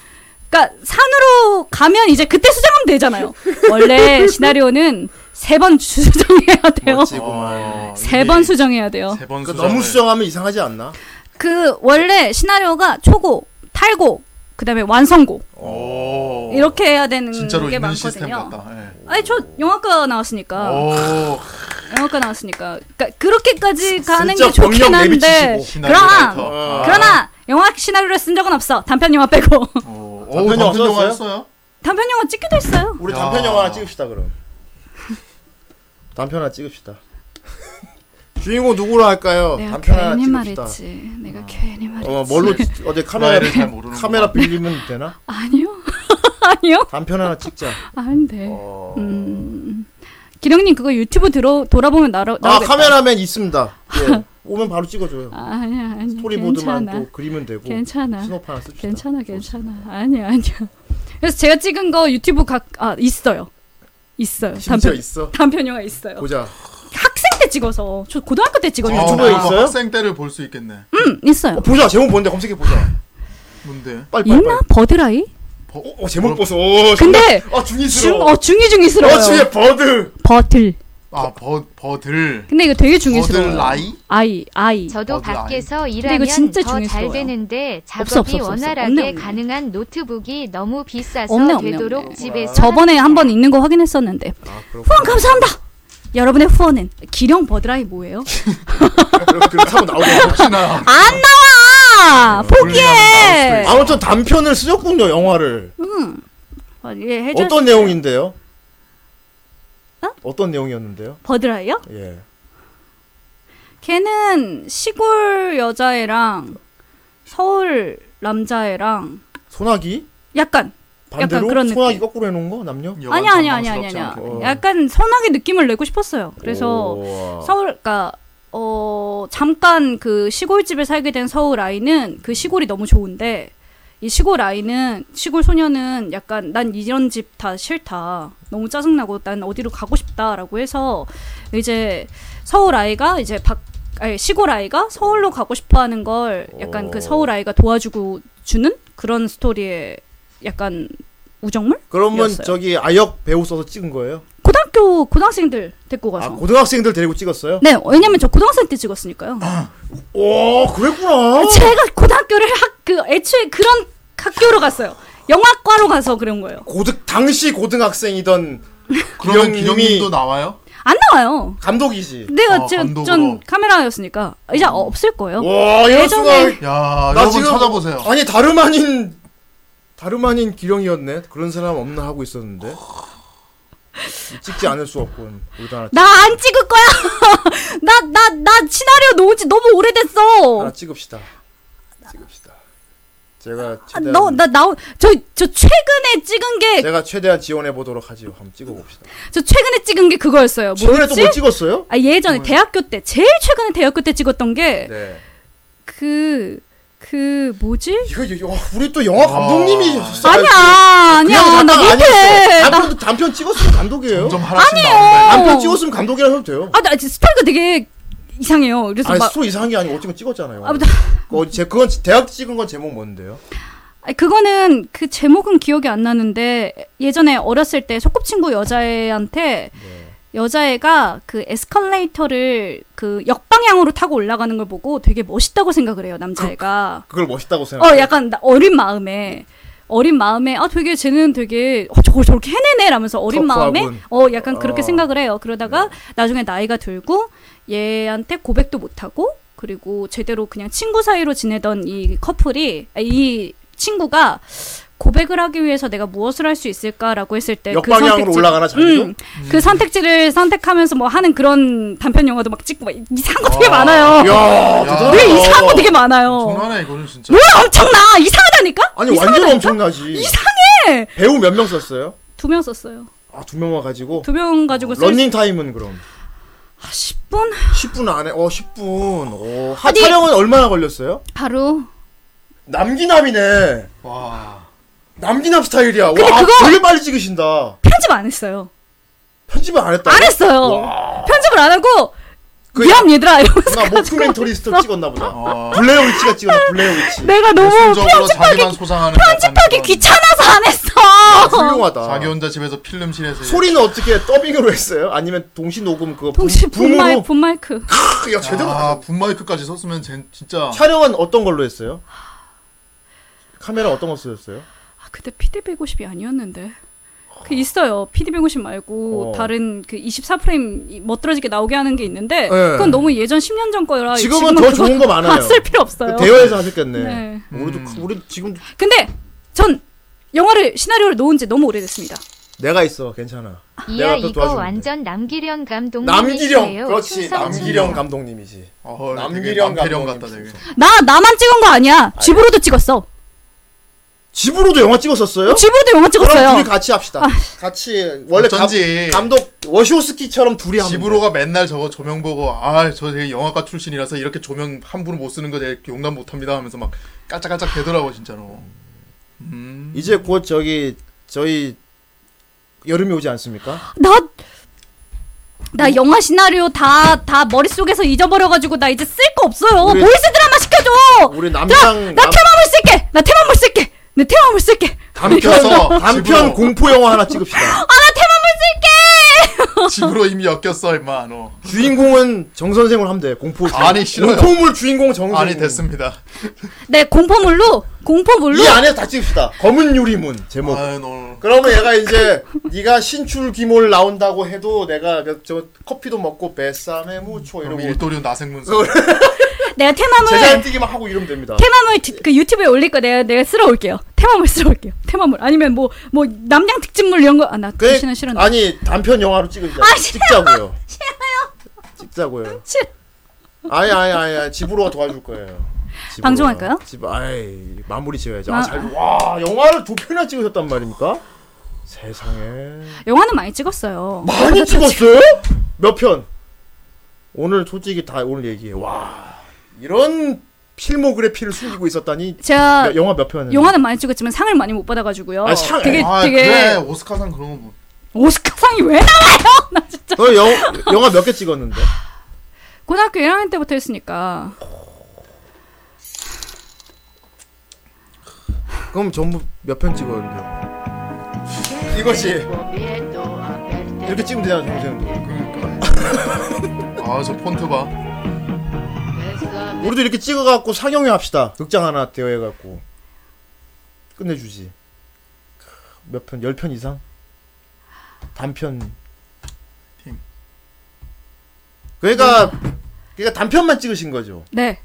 Speaker 4: 그러니까 산으로 가면 이제 그때 수정하면 되잖아요. 원래 시나리오는 세 번 수정해야 돼요.
Speaker 6: 어,
Speaker 2: 멋지구만.
Speaker 4: 세 번 수정해야 돼요.
Speaker 6: 네. 세번
Speaker 2: 그
Speaker 6: 수정.
Speaker 2: 너무 수정하면 이상하지 않나?
Speaker 4: 그 원래 시나리오가 초고, 탈고, 그다음에 완성고
Speaker 2: 어,
Speaker 6: 오.
Speaker 4: 이렇게 해야 되는
Speaker 6: 어. 진짜로
Speaker 4: 게
Speaker 6: 있는 시스템
Speaker 4: 많거든요. 어.
Speaker 6: 같다. 예. 어.
Speaker 4: 아니 저 영화과 나왔으니까
Speaker 2: 어.
Speaker 6: 오.
Speaker 4: 영화과 나왔으니까 그러니까 그렇게까지 가는 게
Speaker 2: 슬쩍
Speaker 4: 좋긴
Speaker 2: 병력
Speaker 4: 한데
Speaker 2: 내비치시고.
Speaker 4: 그러나
Speaker 2: 어.
Speaker 6: 시나리오라이터.
Speaker 4: 그러나 영화 시나리오를 쓴 적은 없어 단편 영화 빼고
Speaker 6: 오,
Speaker 2: 아, 단편
Speaker 6: 단편
Speaker 2: 영화
Speaker 6: 어, 영화
Speaker 2: 썼어요?
Speaker 6: 했어요?
Speaker 4: 단편 영화 찍기도 했어요.
Speaker 2: 우리
Speaker 6: 야.
Speaker 2: 단편 영화 하나 찍읍시다 그럼. 단편 하나 찍읍시다. 주인공 누구로 할까요?
Speaker 4: 내가
Speaker 2: 어, 단편 하나
Speaker 4: 괜히
Speaker 2: 찍읍시다.
Speaker 4: 말했지. 내가 괜히 말했지.
Speaker 2: 어 뭘로 어제 카메라
Speaker 6: 나이를 잘 모르는구나.
Speaker 2: 카메라 빌리면 되나?
Speaker 4: 아니요 아니요
Speaker 2: 단편 하나 찍자.
Speaker 4: 안 돼.
Speaker 2: 어.
Speaker 4: 음. 기령님 그거 유튜브 들어 돌아보면 나로
Speaker 2: 아
Speaker 4: 나오겠다.
Speaker 2: 카메라맨 있습니다. 예. 오면 바로 찍어줘요.
Speaker 4: 아. 아니야 아니야.
Speaker 2: 스토리보드만
Speaker 4: 괜찮아.
Speaker 2: 또 그리면 되고.
Speaker 4: 괜찮아.
Speaker 2: 스노파 하나 씁시다.
Speaker 4: 괜찮아, 괜찮아. 아니야, 아니야. 그래서 제가 찍은 거 유튜브 각, 아, 있어요. 있어요.
Speaker 2: 심지어
Speaker 4: 단편,
Speaker 2: 있어.
Speaker 4: 단편 영화 있어요.
Speaker 2: 보자.
Speaker 4: 학생 때 찍어서. 저 고등학교 때 찍었는데.
Speaker 2: 유튜브에
Speaker 6: 아,
Speaker 2: 있어요?
Speaker 6: 학생 때를 볼 수 있겠네.
Speaker 4: 음, 있어요.
Speaker 2: 어, 보자. 제목 뭔데 검색해 보자.
Speaker 6: 뭔데?
Speaker 2: 빨리 빨리.
Speaker 4: 있나?
Speaker 2: 빨리.
Speaker 4: 버드라이?
Speaker 2: 어, 어, 제목 보소. 오,
Speaker 4: 근데,
Speaker 2: 아 중이스러워.
Speaker 4: 중, 어, 중이중이스러워요.
Speaker 2: 어 중에 버드.
Speaker 4: 버틀.
Speaker 6: 아, 버 버들.
Speaker 4: 근데 이거 되게 중이스러워요.
Speaker 6: 버들 라이?
Speaker 4: 아이, 아이.
Speaker 8: 저도
Speaker 6: 어디 아이?
Speaker 8: 밖에서
Speaker 4: 이거
Speaker 8: 일하면
Speaker 4: 진짜
Speaker 8: 더
Speaker 4: 중요했어요.
Speaker 8: 잘 되는데 작업이
Speaker 4: 없어, 없어, 없어.
Speaker 8: 원활하게
Speaker 4: 없네, 없네.
Speaker 8: 가능한 노트북이 너무 비싸서
Speaker 4: 없네, 없네,
Speaker 8: 되도록
Speaker 4: 없네.
Speaker 8: 집에서
Speaker 4: 저번에 한 번 있는 거 확인했었는데.
Speaker 2: 아
Speaker 4: 후원 감사합니다! 여러분의 후원은 기령 버드라이 뭐예요?
Speaker 2: 그렇게 그렇게 하고
Speaker 4: 네.
Speaker 2: 나오고.
Speaker 6: 혹시나
Speaker 2: 아.
Speaker 4: 안 나와! 포기해!
Speaker 2: 아무튼 단편을 쓰셨군요 영화를.
Speaker 4: 어, 예, 해줄
Speaker 2: 어떤
Speaker 4: 수 있어요.
Speaker 2: 내용인데요?
Speaker 4: 어?
Speaker 2: 어떤 내용이었는데요?
Speaker 4: 버드라이요?
Speaker 2: 예.
Speaker 4: 걔는 시골 여자애랑 서울 남자애랑
Speaker 2: 소나기?
Speaker 4: 약간
Speaker 2: 반대로
Speaker 4: 약간 그런
Speaker 2: 소나기
Speaker 4: 느낌.
Speaker 2: 거꾸로 해놓은 거 남녀?
Speaker 6: 여간
Speaker 4: 아니 아니 아니 아니
Speaker 6: 장난스럽지
Speaker 4: 아니야.
Speaker 6: 않게.
Speaker 2: 않게.
Speaker 4: 약간 선하게 느낌을 내고 싶었어요. 그래서
Speaker 2: 오.
Speaker 4: 서울 그러니까 어 잠깐 그 시골집에 살게 된 서울 아이는 그 시골이 너무 좋은데 이 시골 아이는 시골 소녀는 약간 난 이런 집 다 싫다. 너무 짜증나고 난 어디로 가고 싶다라고 해서 이제 서울 아이가 이제 밖 아니, 시골 아이가 서울로 가고 싶어 하는 걸 약간
Speaker 2: 오.
Speaker 4: 그 서울 아이가 도와주고 주는 그런 스토리의 약간 우정물?
Speaker 2: 그러면
Speaker 4: 이었어요.
Speaker 2: 저기 아역 배우 써서 찍은 거예요?
Speaker 4: 고등학교 고등학생들 데리고 가서
Speaker 2: 아 고등학생들 데리고 찍었어요?
Speaker 4: 네, 왜냐면 저 고등학생 때 찍었으니까요. 네.
Speaker 2: 오 그랬구나.
Speaker 4: 제가 고등학교를 학, 그, 애초에 그런 학교로 갔어요. 영화과로 가서 그런 거예요.
Speaker 2: 고등 당시 고등학생이던
Speaker 6: 그러면
Speaker 2: 기령님이-
Speaker 6: 기령님도 나와요?
Speaker 4: 안 나와요.
Speaker 2: 감독이지.
Speaker 4: 내가
Speaker 6: 아,
Speaker 4: 지금
Speaker 6: 감독으로.
Speaker 4: 전 카메라였으니까 이제 없을 거예요.
Speaker 2: 와 이럴
Speaker 4: 네. 예전에-
Speaker 2: 수가.
Speaker 6: 야,
Speaker 2: 나
Speaker 6: 여러분
Speaker 2: 지금-
Speaker 6: 찾아보세요.
Speaker 2: 아니 다름 아닌 다름 아닌 기령이었네. 그런 사람 없나 하고 있었는데 찍지 않을 수 없군. 우리 하나
Speaker 4: 나 안 찍을 거야. 나 나 나 시나리오 놓은 지 너무
Speaker 2: 하나 아,
Speaker 4: 오래됐어.
Speaker 2: 찍읍시다. 찍읍시다. 제가 최대한
Speaker 4: 아, 너 나 나온 저 저 최근에 찍은 게 저
Speaker 2: 제가 최대한 지원해 보도록 하지요. 한번 찍어 봅시다.
Speaker 4: 최근에 찍은 게 그거였어요.
Speaker 2: 최근에 또 뭐
Speaker 4: 뭐였지?
Speaker 2: 찍었어요?
Speaker 4: 아 예전에 대학교 때 제일 최근에 대학교 때 찍었던
Speaker 2: 네.
Speaker 4: 게 그 그 뭐지?
Speaker 2: 이거 이거 와, 우리 또
Speaker 6: 아.
Speaker 2: 영화 감독님이 그
Speaker 4: 아니야, 아니야, 나 못해. 어. 나,
Speaker 2: 단편 단편 찍었으면 감독이에요.
Speaker 6: 좀 하나씩 나온다.
Speaker 2: 단편 찍었으면 감독이라 해도 돼요.
Speaker 4: 아, 나 진짜 스토리가 되게 이상해요. 그래서
Speaker 2: 아니
Speaker 4: 막,
Speaker 2: 스토리 이상한 게 아니고 어쨌건 찍었잖아요.
Speaker 4: 아, 나-
Speaker 2: 어, 제 그건 대학 찍은 건 제목 뭔데요?
Speaker 4: 아니, 그거는 그 제목은 기억이 안 나는데 예전에 어렸을 때 소꿉친구 여자애한테
Speaker 2: 네.
Speaker 4: 여자애가 그 에스컬레이터를 그 역방향으로 타고 올라가는 걸 보고 되게 멋있다고 생각을 해요 남자애가.
Speaker 2: 그걸 멋있다고 생각.
Speaker 4: 어, 약간 나- 어린 마음에. 어린 마음에 아 되게 쟤는 되게 어, 저걸 저렇게 해내네 라면서 어린
Speaker 1: 터프하군.
Speaker 4: 마음에 어 약간 그렇게
Speaker 2: 아.
Speaker 1: 어.
Speaker 4: 생각을 해요.
Speaker 2: 네.
Speaker 4: 그러다가 나중에 나이가 들고 얘한테 고백도 못 하고 그리고 제대로 그냥 친구 사이로 지내던 이 커플이 아, 이 친구가 고백을 하기 위해서 내가 무엇을 할 수 있을까라고 했을 때그
Speaker 2: 역방향으로 올라가나, 자기도?
Speaker 4: 음, 그 선택지를 선택하면서 뭐 하는 그런 단편 영화도 막 찍고 막 이상한 거 되게 많아요.
Speaker 2: 이야, 대단하다.
Speaker 4: 되게 이상한 거 되게 많아요.
Speaker 6: 장난해 이거는 진짜.
Speaker 4: 뭐야 엄청나 이상하다니까?
Speaker 2: 아니 완전 엄청나지.
Speaker 4: 이상해.
Speaker 2: 배우 몇 명 썼어요?
Speaker 4: 두 명 썼어요.
Speaker 2: 아 두 명만 가지고.
Speaker 4: 두 명 가지고 쓸
Speaker 2: 어, 런닝
Speaker 4: 수-
Speaker 2: 타임은 그럼?
Speaker 4: 10분?
Speaker 2: 10분 안에 어 10분. 어, 하,
Speaker 4: 아니-
Speaker 2: 촬영은 얼마나 걸렸어요?
Speaker 4: 바로
Speaker 2: 남기남이네.
Speaker 6: 와.
Speaker 2: 남기남 스타일이야.
Speaker 4: 근데
Speaker 2: 와
Speaker 4: 그거-
Speaker 2: 되게 빨리 찍으신다.
Speaker 4: 편집 안 했어요.
Speaker 2: 편집을 안 했다.
Speaker 4: 안 했어요. 편집을 안 하고 미안 얘들아 이러면서
Speaker 2: 그나 뭐 모큐멘터리스트를 찍었나 보다.
Speaker 6: 아.
Speaker 2: 블레어 위치가 찍었나 블레어 위치.
Speaker 4: 내가 너무
Speaker 6: 순정으로
Speaker 4: 편집하기
Speaker 6: 자기만 소상하는
Speaker 4: 편집하기 귀찮아서 안 했어.
Speaker 2: 훌륭하다.
Speaker 6: 자기 혼자 집에서 필름실에서
Speaker 2: 소리는 어떻게 더빙으로 했어요? 아니면 동시 녹음 그거 붐-
Speaker 4: 동시 분마이
Speaker 2: 붐으로
Speaker 4: 분마이크.
Speaker 2: 야 제대로
Speaker 6: 아 분마이크까지 썼으면 젠, 진짜
Speaker 2: 촬영은 어떤 걸로 했어요? 카메라 어떤 거 쓰셨어요?
Speaker 4: 아, 그때 PD 150이 아니었는데. 그 있어요. PD 150 말고
Speaker 2: 어.
Speaker 4: 다른 그 24프레임 멋들어지게 나오게 하는 게 있는데
Speaker 2: 예.
Speaker 4: 그건 너무 예전 10년 전 거라
Speaker 2: 지금은 더 좋은 거 많아요.
Speaker 4: 쓸 필요 없어요.
Speaker 2: 그 대여해서 하셨겠네.
Speaker 4: 네.
Speaker 2: 우리도
Speaker 6: 음.
Speaker 2: 그- 우리 지금
Speaker 4: 근데 전 영화를 시나리오를 놓은 지 너무 오래됐습니다.
Speaker 2: 내가 있어 괜찮아.
Speaker 8: 이야
Speaker 2: 내가 또
Speaker 8: 이거
Speaker 2: 도와주면 돼.
Speaker 8: 완전 남기령
Speaker 2: 남기령
Speaker 8: 감독님이세요.
Speaker 2: 그렇지 남기령 감독님이지. 남기령
Speaker 6: 아,
Speaker 2: 감독님.
Speaker 6: 남태령 같다 되게.
Speaker 4: 나 나만 찍은 거 아니야. 집으로도 찍었어.
Speaker 2: 집으로도 영화 찍었었어요? 아.
Speaker 4: 집으로도 영화 찍었어요.
Speaker 2: 그럼 둘이 같이 합시다. 같이 원래 감,
Speaker 6: 어쩐지.
Speaker 2: 감독 워시오스키처럼 둘이 하면
Speaker 6: 집으로가 맨날 저거 조명 보고 아 저 되게 영화과 출신이라서 이렇게 조명 함부로 못 쓰는 거 되게 용납 못합니다 하면서 막 깔짝깔짝 되더라고 진짜로. 음.
Speaker 2: 돼. 이제 곧 저기 저희 여름이 오지 않습니까?
Speaker 4: 나,
Speaker 2: 음.
Speaker 4: 나 영화 시나리오 다, 다 머릿속에서 잊어버려가지고 나 이제 쓸 거 없어요.
Speaker 2: 우리-
Speaker 4: 보이스 드라마 시켜줘!
Speaker 2: 우리
Speaker 4: 나,
Speaker 2: 남장
Speaker 4: 나 테마물 쓸게! 나 테마물 쓸게! 내 테마물 쓸게!
Speaker 2: 단편
Speaker 6: 집으로.
Speaker 2: 단편 공포 영화 하나 찍읍시다.
Speaker 4: 아, 나 테마물 쓸게!
Speaker 6: 집으로 이미 엮였어 임마 너.
Speaker 2: 주인공은 정 선생으로 하면 돼. 공포 주인공.
Speaker 6: 아니, 싫어요.
Speaker 2: 공포물 주인공 정 선생.
Speaker 6: 아니 됐습니다.
Speaker 4: 네, 공포물로, 공포물로.
Speaker 2: 이 안에서 다 찍읍시다. 검은 유리문 제목.
Speaker 6: 아유 너.
Speaker 2: 그러면 얘가 이제 네가 신출 기몰 나온다고 해도 내가 몇- 저 커피도 먹고 뱃삼에 무초
Speaker 6: 그럼
Speaker 2: 이러고
Speaker 6: 일도류 나생문서.
Speaker 4: 내가 테마물,
Speaker 2: 제자뛰기만 하고 이러면 됩니다.
Speaker 4: 테마물 디- 그 유튜브에 올릴 거 내가, 내가 쓸어 올게요. 테마물 쓸어 올게요. 테마물. 아니면 뭐, 뭐, 남양 특집물 이런 거. 아, 나
Speaker 2: 그래,
Speaker 4: 대신은 싫은데.
Speaker 2: 아니 단편 영화로 찍으자.
Speaker 4: 아, 싫어.
Speaker 2: 찍자고요.
Speaker 4: 싫어요.
Speaker 2: 찍자고요.
Speaker 4: 싫어.
Speaker 2: 아니 아니 아니, 아니 집으로가 도와줄 거예요. 집으로가.
Speaker 4: 방종할까요?
Speaker 2: 집 아이 마무리 지어야죠. 아,
Speaker 4: 아.
Speaker 2: 잘, 와 영화를 두 편이나 찍으셨단 말입니까? 세상에
Speaker 4: 영화는 많이 찍었어요.
Speaker 2: 많이 찍었어요? 몇 편? 오늘 솔직히 다 오늘 얘기해. 와 이런 필모그래피를 숨기고 있었다니.
Speaker 4: 제가
Speaker 2: 야, 영화 몇 편?
Speaker 4: 아, 영화는 많이 찍었지만 상을 많이 못 받아가지고요.
Speaker 2: 네, 아, 상-
Speaker 4: 되게,
Speaker 6: 아
Speaker 4: 되게.
Speaker 6: 그래 오스카상 그런 거 뭐.
Speaker 4: 오스카상이 왜 나와요? 나 진짜
Speaker 2: 너 어, 영, 영화 몇 개 찍었는데?
Speaker 4: 고등학교 1학년 때부터 했으니까
Speaker 2: 그럼 전부 몇 편 찍었는데요? 이것이 이렇게 찍으면 되잖아 동생도
Speaker 6: 아 저 폰트 봐.
Speaker 2: 우리도 이렇게 찍어갖고 상영회 합시다 극장 하나 대여해갖고 끝내주지 몇 편? 열 편 이상? 단편
Speaker 6: 팀.
Speaker 2: 그러니까 그러니까 단편만 찍으신 거죠 아,
Speaker 4: 네.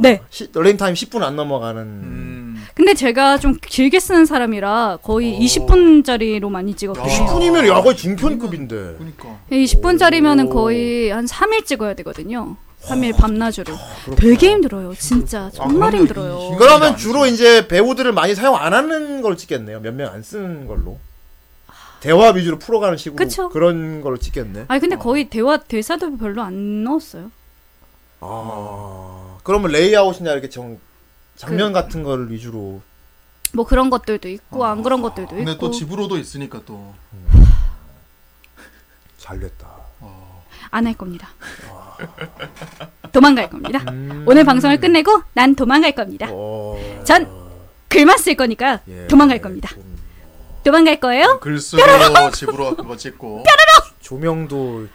Speaker 4: 네.
Speaker 2: 시, 런닝타임 10분 안 넘어가는
Speaker 6: 음.
Speaker 4: 근데 제가 좀 길게 쓰는 사람이라 거의 20분짜리로 많이
Speaker 2: 어.
Speaker 4: 찍었거든요.
Speaker 2: 10분이면 야 거의 중편급인데
Speaker 6: 그러니까.
Speaker 4: 20분짜리면은 거의 한 3일 찍어야 되거든요. 3일 밤낮으로. 되게 힘들어요. 진짜 정말
Speaker 6: 아, 그럼요.
Speaker 4: 힘들어요.
Speaker 6: 이-
Speaker 2: 그러면
Speaker 6: 안
Speaker 2: 주로 이제 배우들을 많이 사용 안 하는 걸 찍겠네요. 몇 명 안 쓰는 걸로. 대화 위주로 풀어가는 식으로
Speaker 4: 그쵸.
Speaker 2: 그런 걸로 찍겠네.
Speaker 4: 아니 근데 거의 대화 대사도 별로 안 넣었어요.
Speaker 2: 아. 그러면 레이아웃이나 이렇게 정 장면
Speaker 4: 그
Speaker 2: 같은 걸 위주로
Speaker 4: 뭐 그런 것들도 있고 안 그런
Speaker 6: 아,
Speaker 4: 것들도
Speaker 6: 근데
Speaker 4: 있고
Speaker 6: 또 집으로도 있으니까 또.
Speaker 2: 잘렸다.
Speaker 4: 안 할 겁니다. 도망갈 겁니다.
Speaker 6: 음.
Speaker 4: 오늘 방송을 끝내고 난 도망갈 겁니다.
Speaker 2: 어. 예.
Speaker 4: 전 글만 쓸 거니까 네? 도망갈 겁니다. 도망갈 거예요?
Speaker 6: 글 쓰고 집으로 그거 찍고.
Speaker 2: 조명도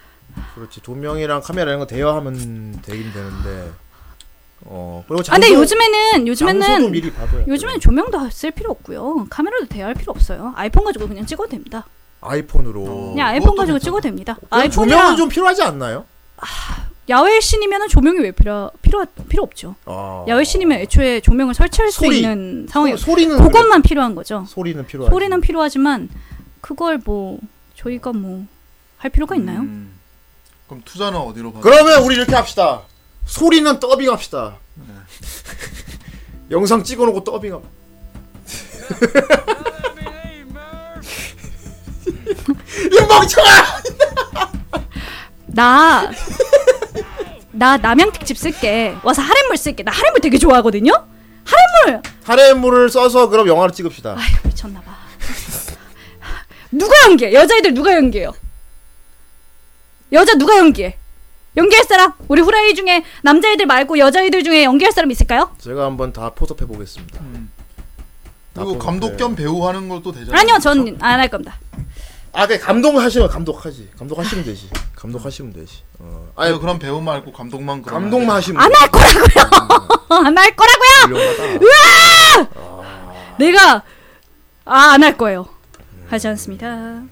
Speaker 2: 그렇지. 조명이랑 카메라 이런 거 대화하면 되긴 되는데 어 그리고
Speaker 4: 아, 근데 요즘에는 요즘에는
Speaker 13: 장소도 미리 봐둬야
Speaker 4: 요즘에는 조명도 쓸 필요 없고요. 카메라도 대여할 필요 없어요. 아이폰 가지고 그냥 찍어도 됩니다.
Speaker 2: 아이폰으로
Speaker 4: 그냥 아이폰 가지고 찍어도 됩니다.
Speaker 2: 그냥
Speaker 4: 아이폰이랑
Speaker 2: 조명은 좀 필요하지 않나요?
Speaker 4: 야외 씬이면 조명이 왜 필요 필요 필요 없죠.
Speaker 2: 아
Speaker 4: 야외 씬이면 애초에 조명을 설치할 수
Speaker 2: 소리.
Speaker 4: 있는 상황이
Speaker 2: 소- 소리는
Speaker 4: 그것만 필요한 거죠.
Speaker 2: 소리는 필요하지.
Speaker 4: 소리는 필요하지만 그걸 뭐 저희가 뭐 할 필요가 있나요?
Speaker 2: 음.
Speaker 6: 그럼 투자는 어디로 봐?
Speaker 2: 그러면 우리 이렇게 합시다. 소리는 더빙합시다. 영상 찍어놓고 더빙합. 이 멍청아!
Speaker 4: 나, 나 남양특집 쓸게. 와서 하렘물 쓸게. 나 하렘물 되게 좋아하거든요? 하렘물!
Speaker 2: 하렘물을 써서 그럼 영화를 찍읍시다.
Speaker 4: 미쳤나봐. 누가 연기해? 여자애들 누가 연기해요? 여자 누가 연기해? 연기할 사람? 우리 후라이 중에 남자애들 말고 여자애들 중에 연기할 사람 있을까요?
Speaker 2: 제가 한번 다 포섭해 보겠습니다.
Speaker 6: 그리고 감독 겸 배우 하는 것도
Speaker 2: 네,
Speaker 6: 되잖아요.
Speaker 4: 아니요, 전 안 할 겁니다.
Speaker 2: 아, 그 감독하시면 감독하지. 감독하시면 되지. 감독하시면 되지. 어. 아,
Speaker 6: 아니 그럼 배우 말고 감독만 그럼
Speaker 2: 감독만 하시면
Speaker 4: 안 할 거라고요! 안 할 거라고요! 으아! 내가, 아, 안 할 거예요. 하지 않습니다.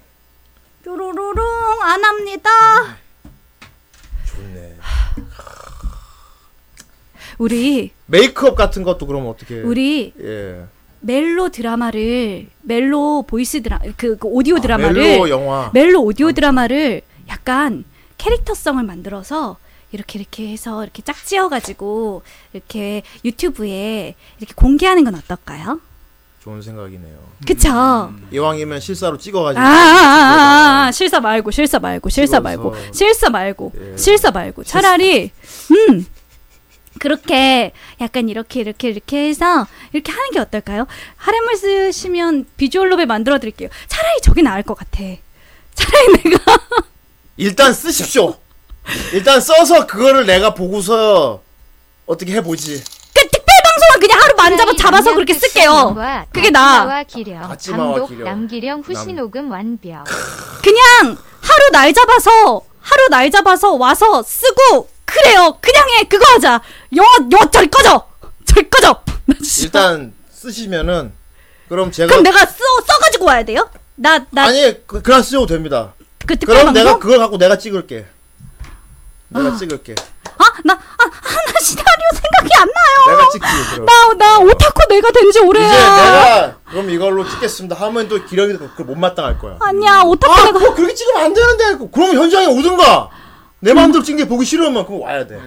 Speaker 4: 뾰로로롱, 안 합니다.
Speaker 2: 음. 좋네.
Speaker 4: 우리,
Speaker 2: 메이크업 같은 것도 그럼 어떻게?
Speaker 4: 우리,
Speaker 2: 예.
Speaker 4: 멜로 드라마를 멜로 보이스 드라 그, 그 오디오 드라마를
Speaker 2: 아, 멜로 영화. 아,
Speaker 4: 멜로 오디오 드라마를 약간 캐릭터성을 만들어서 이렇게 이렇게 해서 이렇게 짝지어 가지고 이렇게 유튜브에 이렇게 공개하는 건 어떨까요?
Speaker 2: 좋은 생각이네요.
Speaker 4: 그쵸?
Speaker 2: 음. 이왕이면 실사로 찍어가지고.
Speaker 4: 아, 아, 아, 아, 아, 실사 말고 실사 말고 실사
Speaker 2: 찍어서.
Speaker 4: 말고 실사 말고
Speaker 2: 예.
Speaker 4: 실사 말고 차라리 음 그렇게 약간 이렇게 이렇게 이렇게 해서 이렇게 하는 게 어떨까요? 하렘을 쓰시면 비주얼로에 만들어 드릴게요. 차라리 저게 나을 것 같아.
Speaker 2: 일단 쓰십시오. 일단 써서 그거를 내가 보고서 어떻게 해보지.
Speaker 4: 방송은 그냥 하루
Speaker 8: 네,
Speaker 4: 만잡아 잡아서 그렇게 쓸게요. 그게 나.
Speaker 8: 와 기령
Speaker 2: 다치마와
Speaker 8: 감독
Speaker 2: 기령.
Speaker 8: 남기령 후시
Speaker 2: 남-
Speaker 8: 녹음 완벽.
Speaker 4: 그냥 하루 날 잡아서 하루 날 잡아서 와서 쓰고 그래요. 그냥 해 그거 하자. 여여절 꺼져. 절 꺼져.
Speaker 2: 일단 쓰시면은 그럼 제가
Speaker 4: 그럼 내가 써 써가지고 와야 돼요? 나 나
Speaker 2: 아니 그, 그냥 쓰셔도 됩니다.
Speaker 4: 그 특별
Speaker 2: 그럼 내가
Speaker 4: 방송?
Speaker 2: 그걸 갖고 내가 찍을게.
Speaker 4: 아.
Speaker 2: 내가 찍을게.
Speaker 4: 어? 아나 시나리오 생각이 안 나요.
Speaker 2: 내가 찍지. 그럼.
Speaker 4: 나 나 오타쿠 내가 된 지 오래야.
Speaker 2: 이제 내가 그럼 이걸로 찍겠습니다. 하면 또 기령이 그못 마땅할 거야.
Speaker 4: 아니야 오타쿠
Speaker 2: 아,
Speaker 4: 내가
Speaker 2: 그거 그렇게 찍으면 안 되는데. 그럼 현장에 오든가. 내 마음대로 찍는 게 보기 싫으면 그거 와야 돼.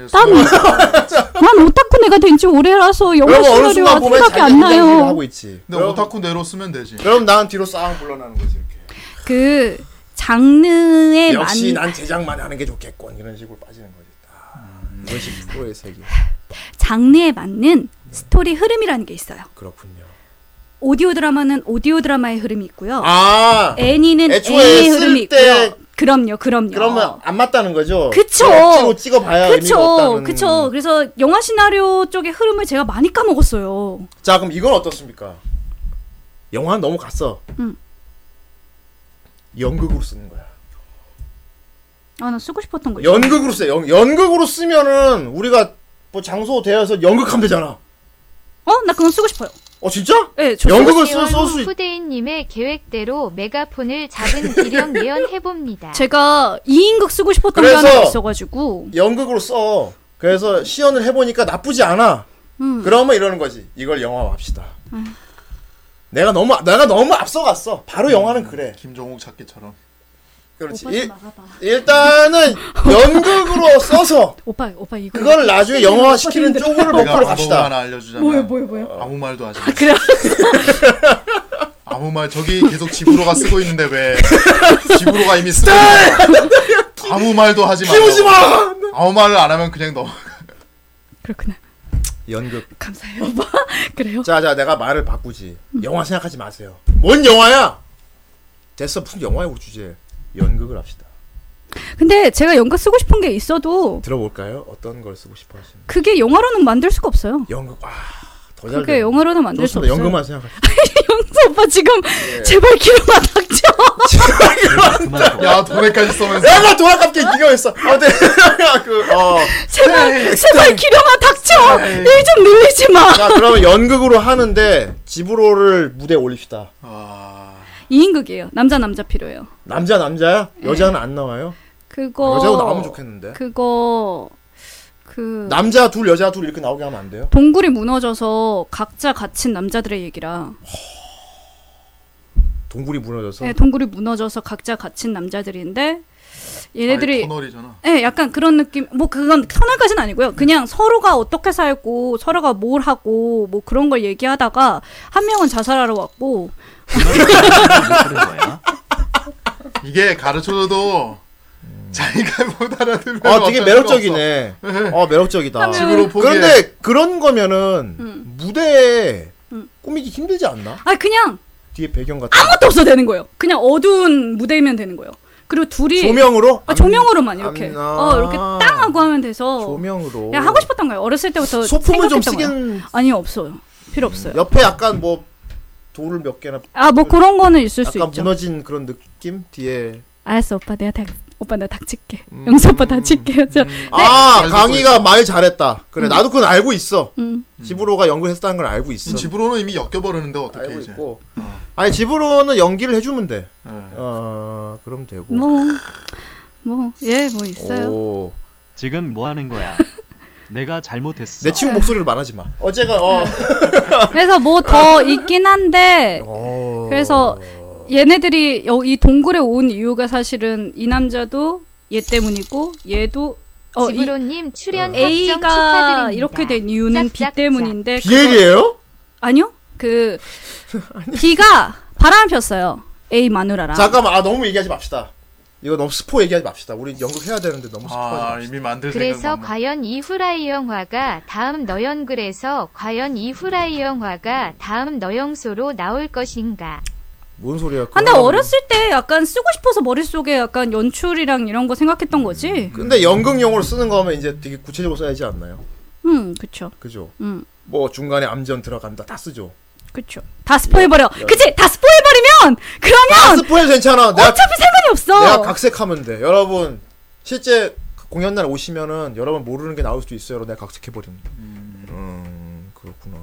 Speaker 4: 난 오타쿠 내가 된 지 오래라서 영화
Speaker 2: 그럼 어느 순간
Speaker 4: 시나리오가
Speaker 2: 보면
Speaker 4: 생각이
Speaker 2: 자기
Speaker 4: 안
Speaker 2: 혼자 일을
Speaker 4: 나요.
Speaker 2: 하고 있지.
Speaker 6: 근데 오타쿠 내로 쓰면 되지.
Speaker 2: 그럼 난 뒤로 쌍 물러나는 거지.
Speaker 4: 그 장르에
Speaker 2: 역시
Speaker 4: 만
Speaker 2: 난 제작만 하는 게 좋겠군 이런 식으로 빠지는 거지. 아, 이런 식으로 프로의 세계.
Speaker 4: 장르에 맞는 스토리 흐름이라는 게 있어요.
Speaker 2: 그렇군요.
Speaker 4: 오디오 드라마는 오디오 드라마의 흐름이 있고요.
Speaker 2: 아,
Speaker 4: 애니는
Speaker 2: 애초에
Speaker 4: 애의
Speaker 2: 쓸
Speaker 4: 흐름이
Speaker 2: 때-
Speaker 4: 있고요. 그럼요, 그럼요.
Speaker 2: 그러면 안 맞다는 거죠.
Speaker 4: 어. 그쵸.
Speaker 2: 억지로 찍어봐야 아, 의미가
Speaker 4: 그쵸,
Speaker 2: 없다는.
Speaker 4: 그쵸. 그래서 영화 시나리오 쪽의 흐름을 제가 많이 까먹었어요.
Speaker 2: 자 그럼 이건 어떻습니까? 영화는 너무 갔어.
Speaker 4: 음. 어,
Speaker 2: 연극으로 쓰는 거야.
Speaker 4: 아, 나 쓰고 싶었던 거. 있어.
Speaker 2: 연극으로 써. 연, 연극으로 쓰면은 우리가 뭐 장소 대여해서 연극하면 되잖아.
Speaker 4: 어, 나 그거 쓰고 싶어요.
Speaker 2: 어 진짜?
Speaker 4: 예, 저
Speaker 2: 연극을
Speaker 8: 쓰고
Speaker 2: 써-
Speaker 8: 싶어요.
Speaker 2: 쓸수 있-
Speaker 8: 후대인님의 계획대로 메가폰을 잡은 기령 예언해 봅니다.
Speaker 4: 제가 2인극 쓰고 싶었던 게
Speaker 2: 그래서-
Speaker 4: 하나 있어가지고.
Speaker 2: 연극으로 써. 그래서 시연을 해보니까 나쁘지 않아.
Speaker 4: 음.
Speaker 2: 그러면 이러는 거지. 이걸 영화로 합시다. 내가 너무 내가 너무 앞서갔어. 바로 영화는 그래.
Speaker 6: 김종욱 찾기처럼.
Speaker 4: 어,
Speaker 2: 그렇지. 일, 일단은 연극으로 써서
Speaker 4: 오빠, 오빠 이거.
Speaker 2: 그걸 나중에 영화 시키는 쪽으로
Speaker 6: 내가
Speaker 2: 목표로
Speaker 6: 방법
Speaker 2: 갑시다. 어.
Speaker 6: 하나 알려주자면 뭐요,
Speaker 4: 뭐요, 뭐요?
Speaker 6: 아무 말도 하지.
Speaker 4: 그래.
Speaker 6: 아무 말 저기 계속 집으로가 쓰고 있는데 왜 집으로가 이미 쓰고 있는데 아무 말도 하지 마.
Speaker 2: 키우지 마!
Speaker 6: 아무 말을 안 하면 그냥 너.
Speaker 2: 연극.
Speaker 4: 감사해요. 오빠. 그래요?
Speaker 2: 자자 내가 말을 바꾸지.
Speaker 4: 음.
Speaker 2: 영화 생각하지 마세요. 뭔 영화야? 됐어 무슨 영화야 우리 주제. 연극을 합시다.
Speaker 4: 근데 제가 연극 쓰고 싶은 게 있어도
Speaker 2: 들어볼까요? 어떤 걸 쓰고 싶어 하시는?
Speaker 4: 그게 영화로는 만들 수가 없어요.
Speaker 2: 연극 와 고달려.
Speaker 4: 그게 영어로는 만들 수
Speaker 2: 좋습니다.
Speaker 4: 없어요.
Speaker 2: 연금만 생각하세요.
Speaker 4: 영수 오빠 지금
Speaker 2: 예.
Speaker 4: 제발 기로만 닥쳐.
Speaker 2: 어.
Speaker 6: 야 돈에까지 써면서
Speaker 2: 야, 나뭐 돌아갑게 네가 했어. 아무튼 그어
Speaker 4: 제발 제발 기령아 닥쳐.
Speaker 2: 네.
Speaker 4: 일 좀 늘리지 마.
Speaker 2: 자, 그러면 연극으로 하는데 집으로를 무대에 올립시다.
Speaker 6: 아,
Speaker 4: 2인극이에요. 남자 남자 필요해요.
Speaker 2: 남자 남자야? 여자는 안 나와요?
Speaker 4: 그거
Speaker 2: 아, 여자로 나오면 좋겠는데.
Speaker 4: 네. 어. 그거 그
Speaker 2: 남자 둘 여자 둘 이렇게 나오게 하면 안 돼요?
Speaker 4: 동굴이 무너져서 각자 갇힌 남자들의 얘기라.
Speaker 2: 동굴이 무너져서.
Speaker 4: 네, 동굴이 무너져서 각자 갇힌 남자들인데 얘네들이
Speaker 6: 아니, 터널이잖아.
Speaker 4: 예, 약간 그런 느낌. 뭐 그건 터널까지는 아니고요. 그냥 서로가 어떻게 살고 서로가 뭘 하고 뭐 그런 걸 얘기하다가 한 명은 자살하러 왔고
Speaker 6: 이게 가르쳐줘도 자기가 못 알아들면
Speaker 2: 음. 아, 되게
Speaker 6: 어쩔 수가
Speaker 2: 매력적이네. 어, 매력적이다.
Speaker 6: 하면- 집으로 포기해.
Speaker 2: 그런데 그런 거면은
Speaker 4: 음.
Speaker 2: 무대에 꾸미기 힘들지 않나?
Speaker 4: 아 그냥
Speaker 2: 뒤에 배경 같은 거.
Speaker 4: 음. 아무것도 없어 되는 거예요. 그냥 어두운 무대면 되는 거예요. 그리고 둘이
Speaker 2: 조명으로?
Speaker 4: 아, 조명으로만 이렇게
Speaker 2: 안- 아.
Speaker 4: 어 이렇게 땅 하고 하면 돼서
Speaker 2: 조명으로.
Speaker 4: 그냥 하고 싶었던 거예요. 어렸을 때부터
Speaker 2: 소품을 좀
Speaker 4: 생각했던
Speaker 2: 쓰긴- 음.
Speaker 4: 거예요. 아니 없어요. 필요 없어요.
Speaker 2: 옆에 약간 뭐 돌을 몇 개나
Speaker 4: 아 뭐 그런 거는 있을 수
Speaker 2: 약간
Speaker 4: 있죠.
Speaker 2: 무너진 그런 느낌 뒤에
Speaker 4: 알았어 오빠 내가 다 오빠 내가 닥칠게.
Speaker 2: 음.
Speaker 4: 영수 오빠 닥칠게요. 저 네.
Speaker 2: 아 강희가 말 잘했다 그래
Speaker 4: 음.
Speaker 2: 나도 그건 알고 있어
Speaker 4: 음.
Speaker 2: 집으로가 연구했다는 걸 알고 있어
Speaker 6: 집으로는 이미 엮여버렸는데 어떻게 네.
Speaker 2: 알고
Speaker 6: 이제 예.
Speaker 2: 있고 아니 집으로는 연기를 해주면 돼 어, 그럼 되고
Speaker 4: 뭐, 뭐뭐예 뭐 있어요.
Speaker 2: 오.
Speaker 13: 지금 뭐 하는 거야? 내가 잘못했어.
Speaker 2: 내
Speaker 4: 네.
Speaker 2: 친구 목소리를 말하지 마 어제가 어
Speaker 4: 그래서 뭐 더 있긴 한데
Speaker 2: 어. 오.
Speaker 4: 그래서 얘네들이 여- 이 동굴에 온 이유가 사실은 이 남자도 얘 때문이고 얘도 어, 이
Speaker 8: 지브로님
Speaker 2: 네.
Speaker 8: 출연 확정
Speaker 4: A가
Speaker 8: 축하드립니다.
Speaker 4: 이렇게 된 이유는 B 때문인데
Speaker 2: 비엘이에요?
Speaker 4: 아니요 그 B가 바람을 폈어요 A 마누라랑
Speaker 2: 잠깐만 아 너무 얘기하지 맙시다 이거 너무 스포 얘기하지 맙시다 우리 연극해야 되는데 너무 스포하지
Speaker 6: 아 이미
Speaker 2: 네.
Speaker 6: 만들
Speaker 8: 그래서
Speaker 6: 생각
Speaker 8: 과연 이 후라이 영화가 다음 너연글에서 과연 이 후라이 영화가 다음 너영소로 나올 것인가?
Speaker 2: 뭔 소리야
Speaker 4: 아, 근데
Speaker 2: 그거는.
Speaker 4: 어렸을 때 약간 쓰고 싶어서 머릿속에 약간 연출이랑 이런 거 생각했던 거지
Speaker 2: 근데 연극용으로 쓰는 거면 이제 되게 구체적으로 써야지 않나요?
Speaker 4: 음 그쵸
Speaker 2: 그죠?
Speaker 4: 음
Speaker 2: 뭐 중간에 암전 들어간다 다 쓰죠.
Speaker 4: 그쵸 다 스포해버려
Speaker 2: 야.
Speaker 4: 그치 다 스포해버리면
Speaker 2: 다
Speaker 4: 그러면
Speaker 2: 스포해도 괜찮아. 내가,
Speaker 4: 어차피 상관이
Speaker 2: 내가
Speaker 4: 없어
Speaker 2: 각색하면 돼. 여러분 실제 그 공연 날 오시면은 여러분 모르는 게 나올 수도 있어요. 내가 각색해 버립니다. 음. 그렇구나.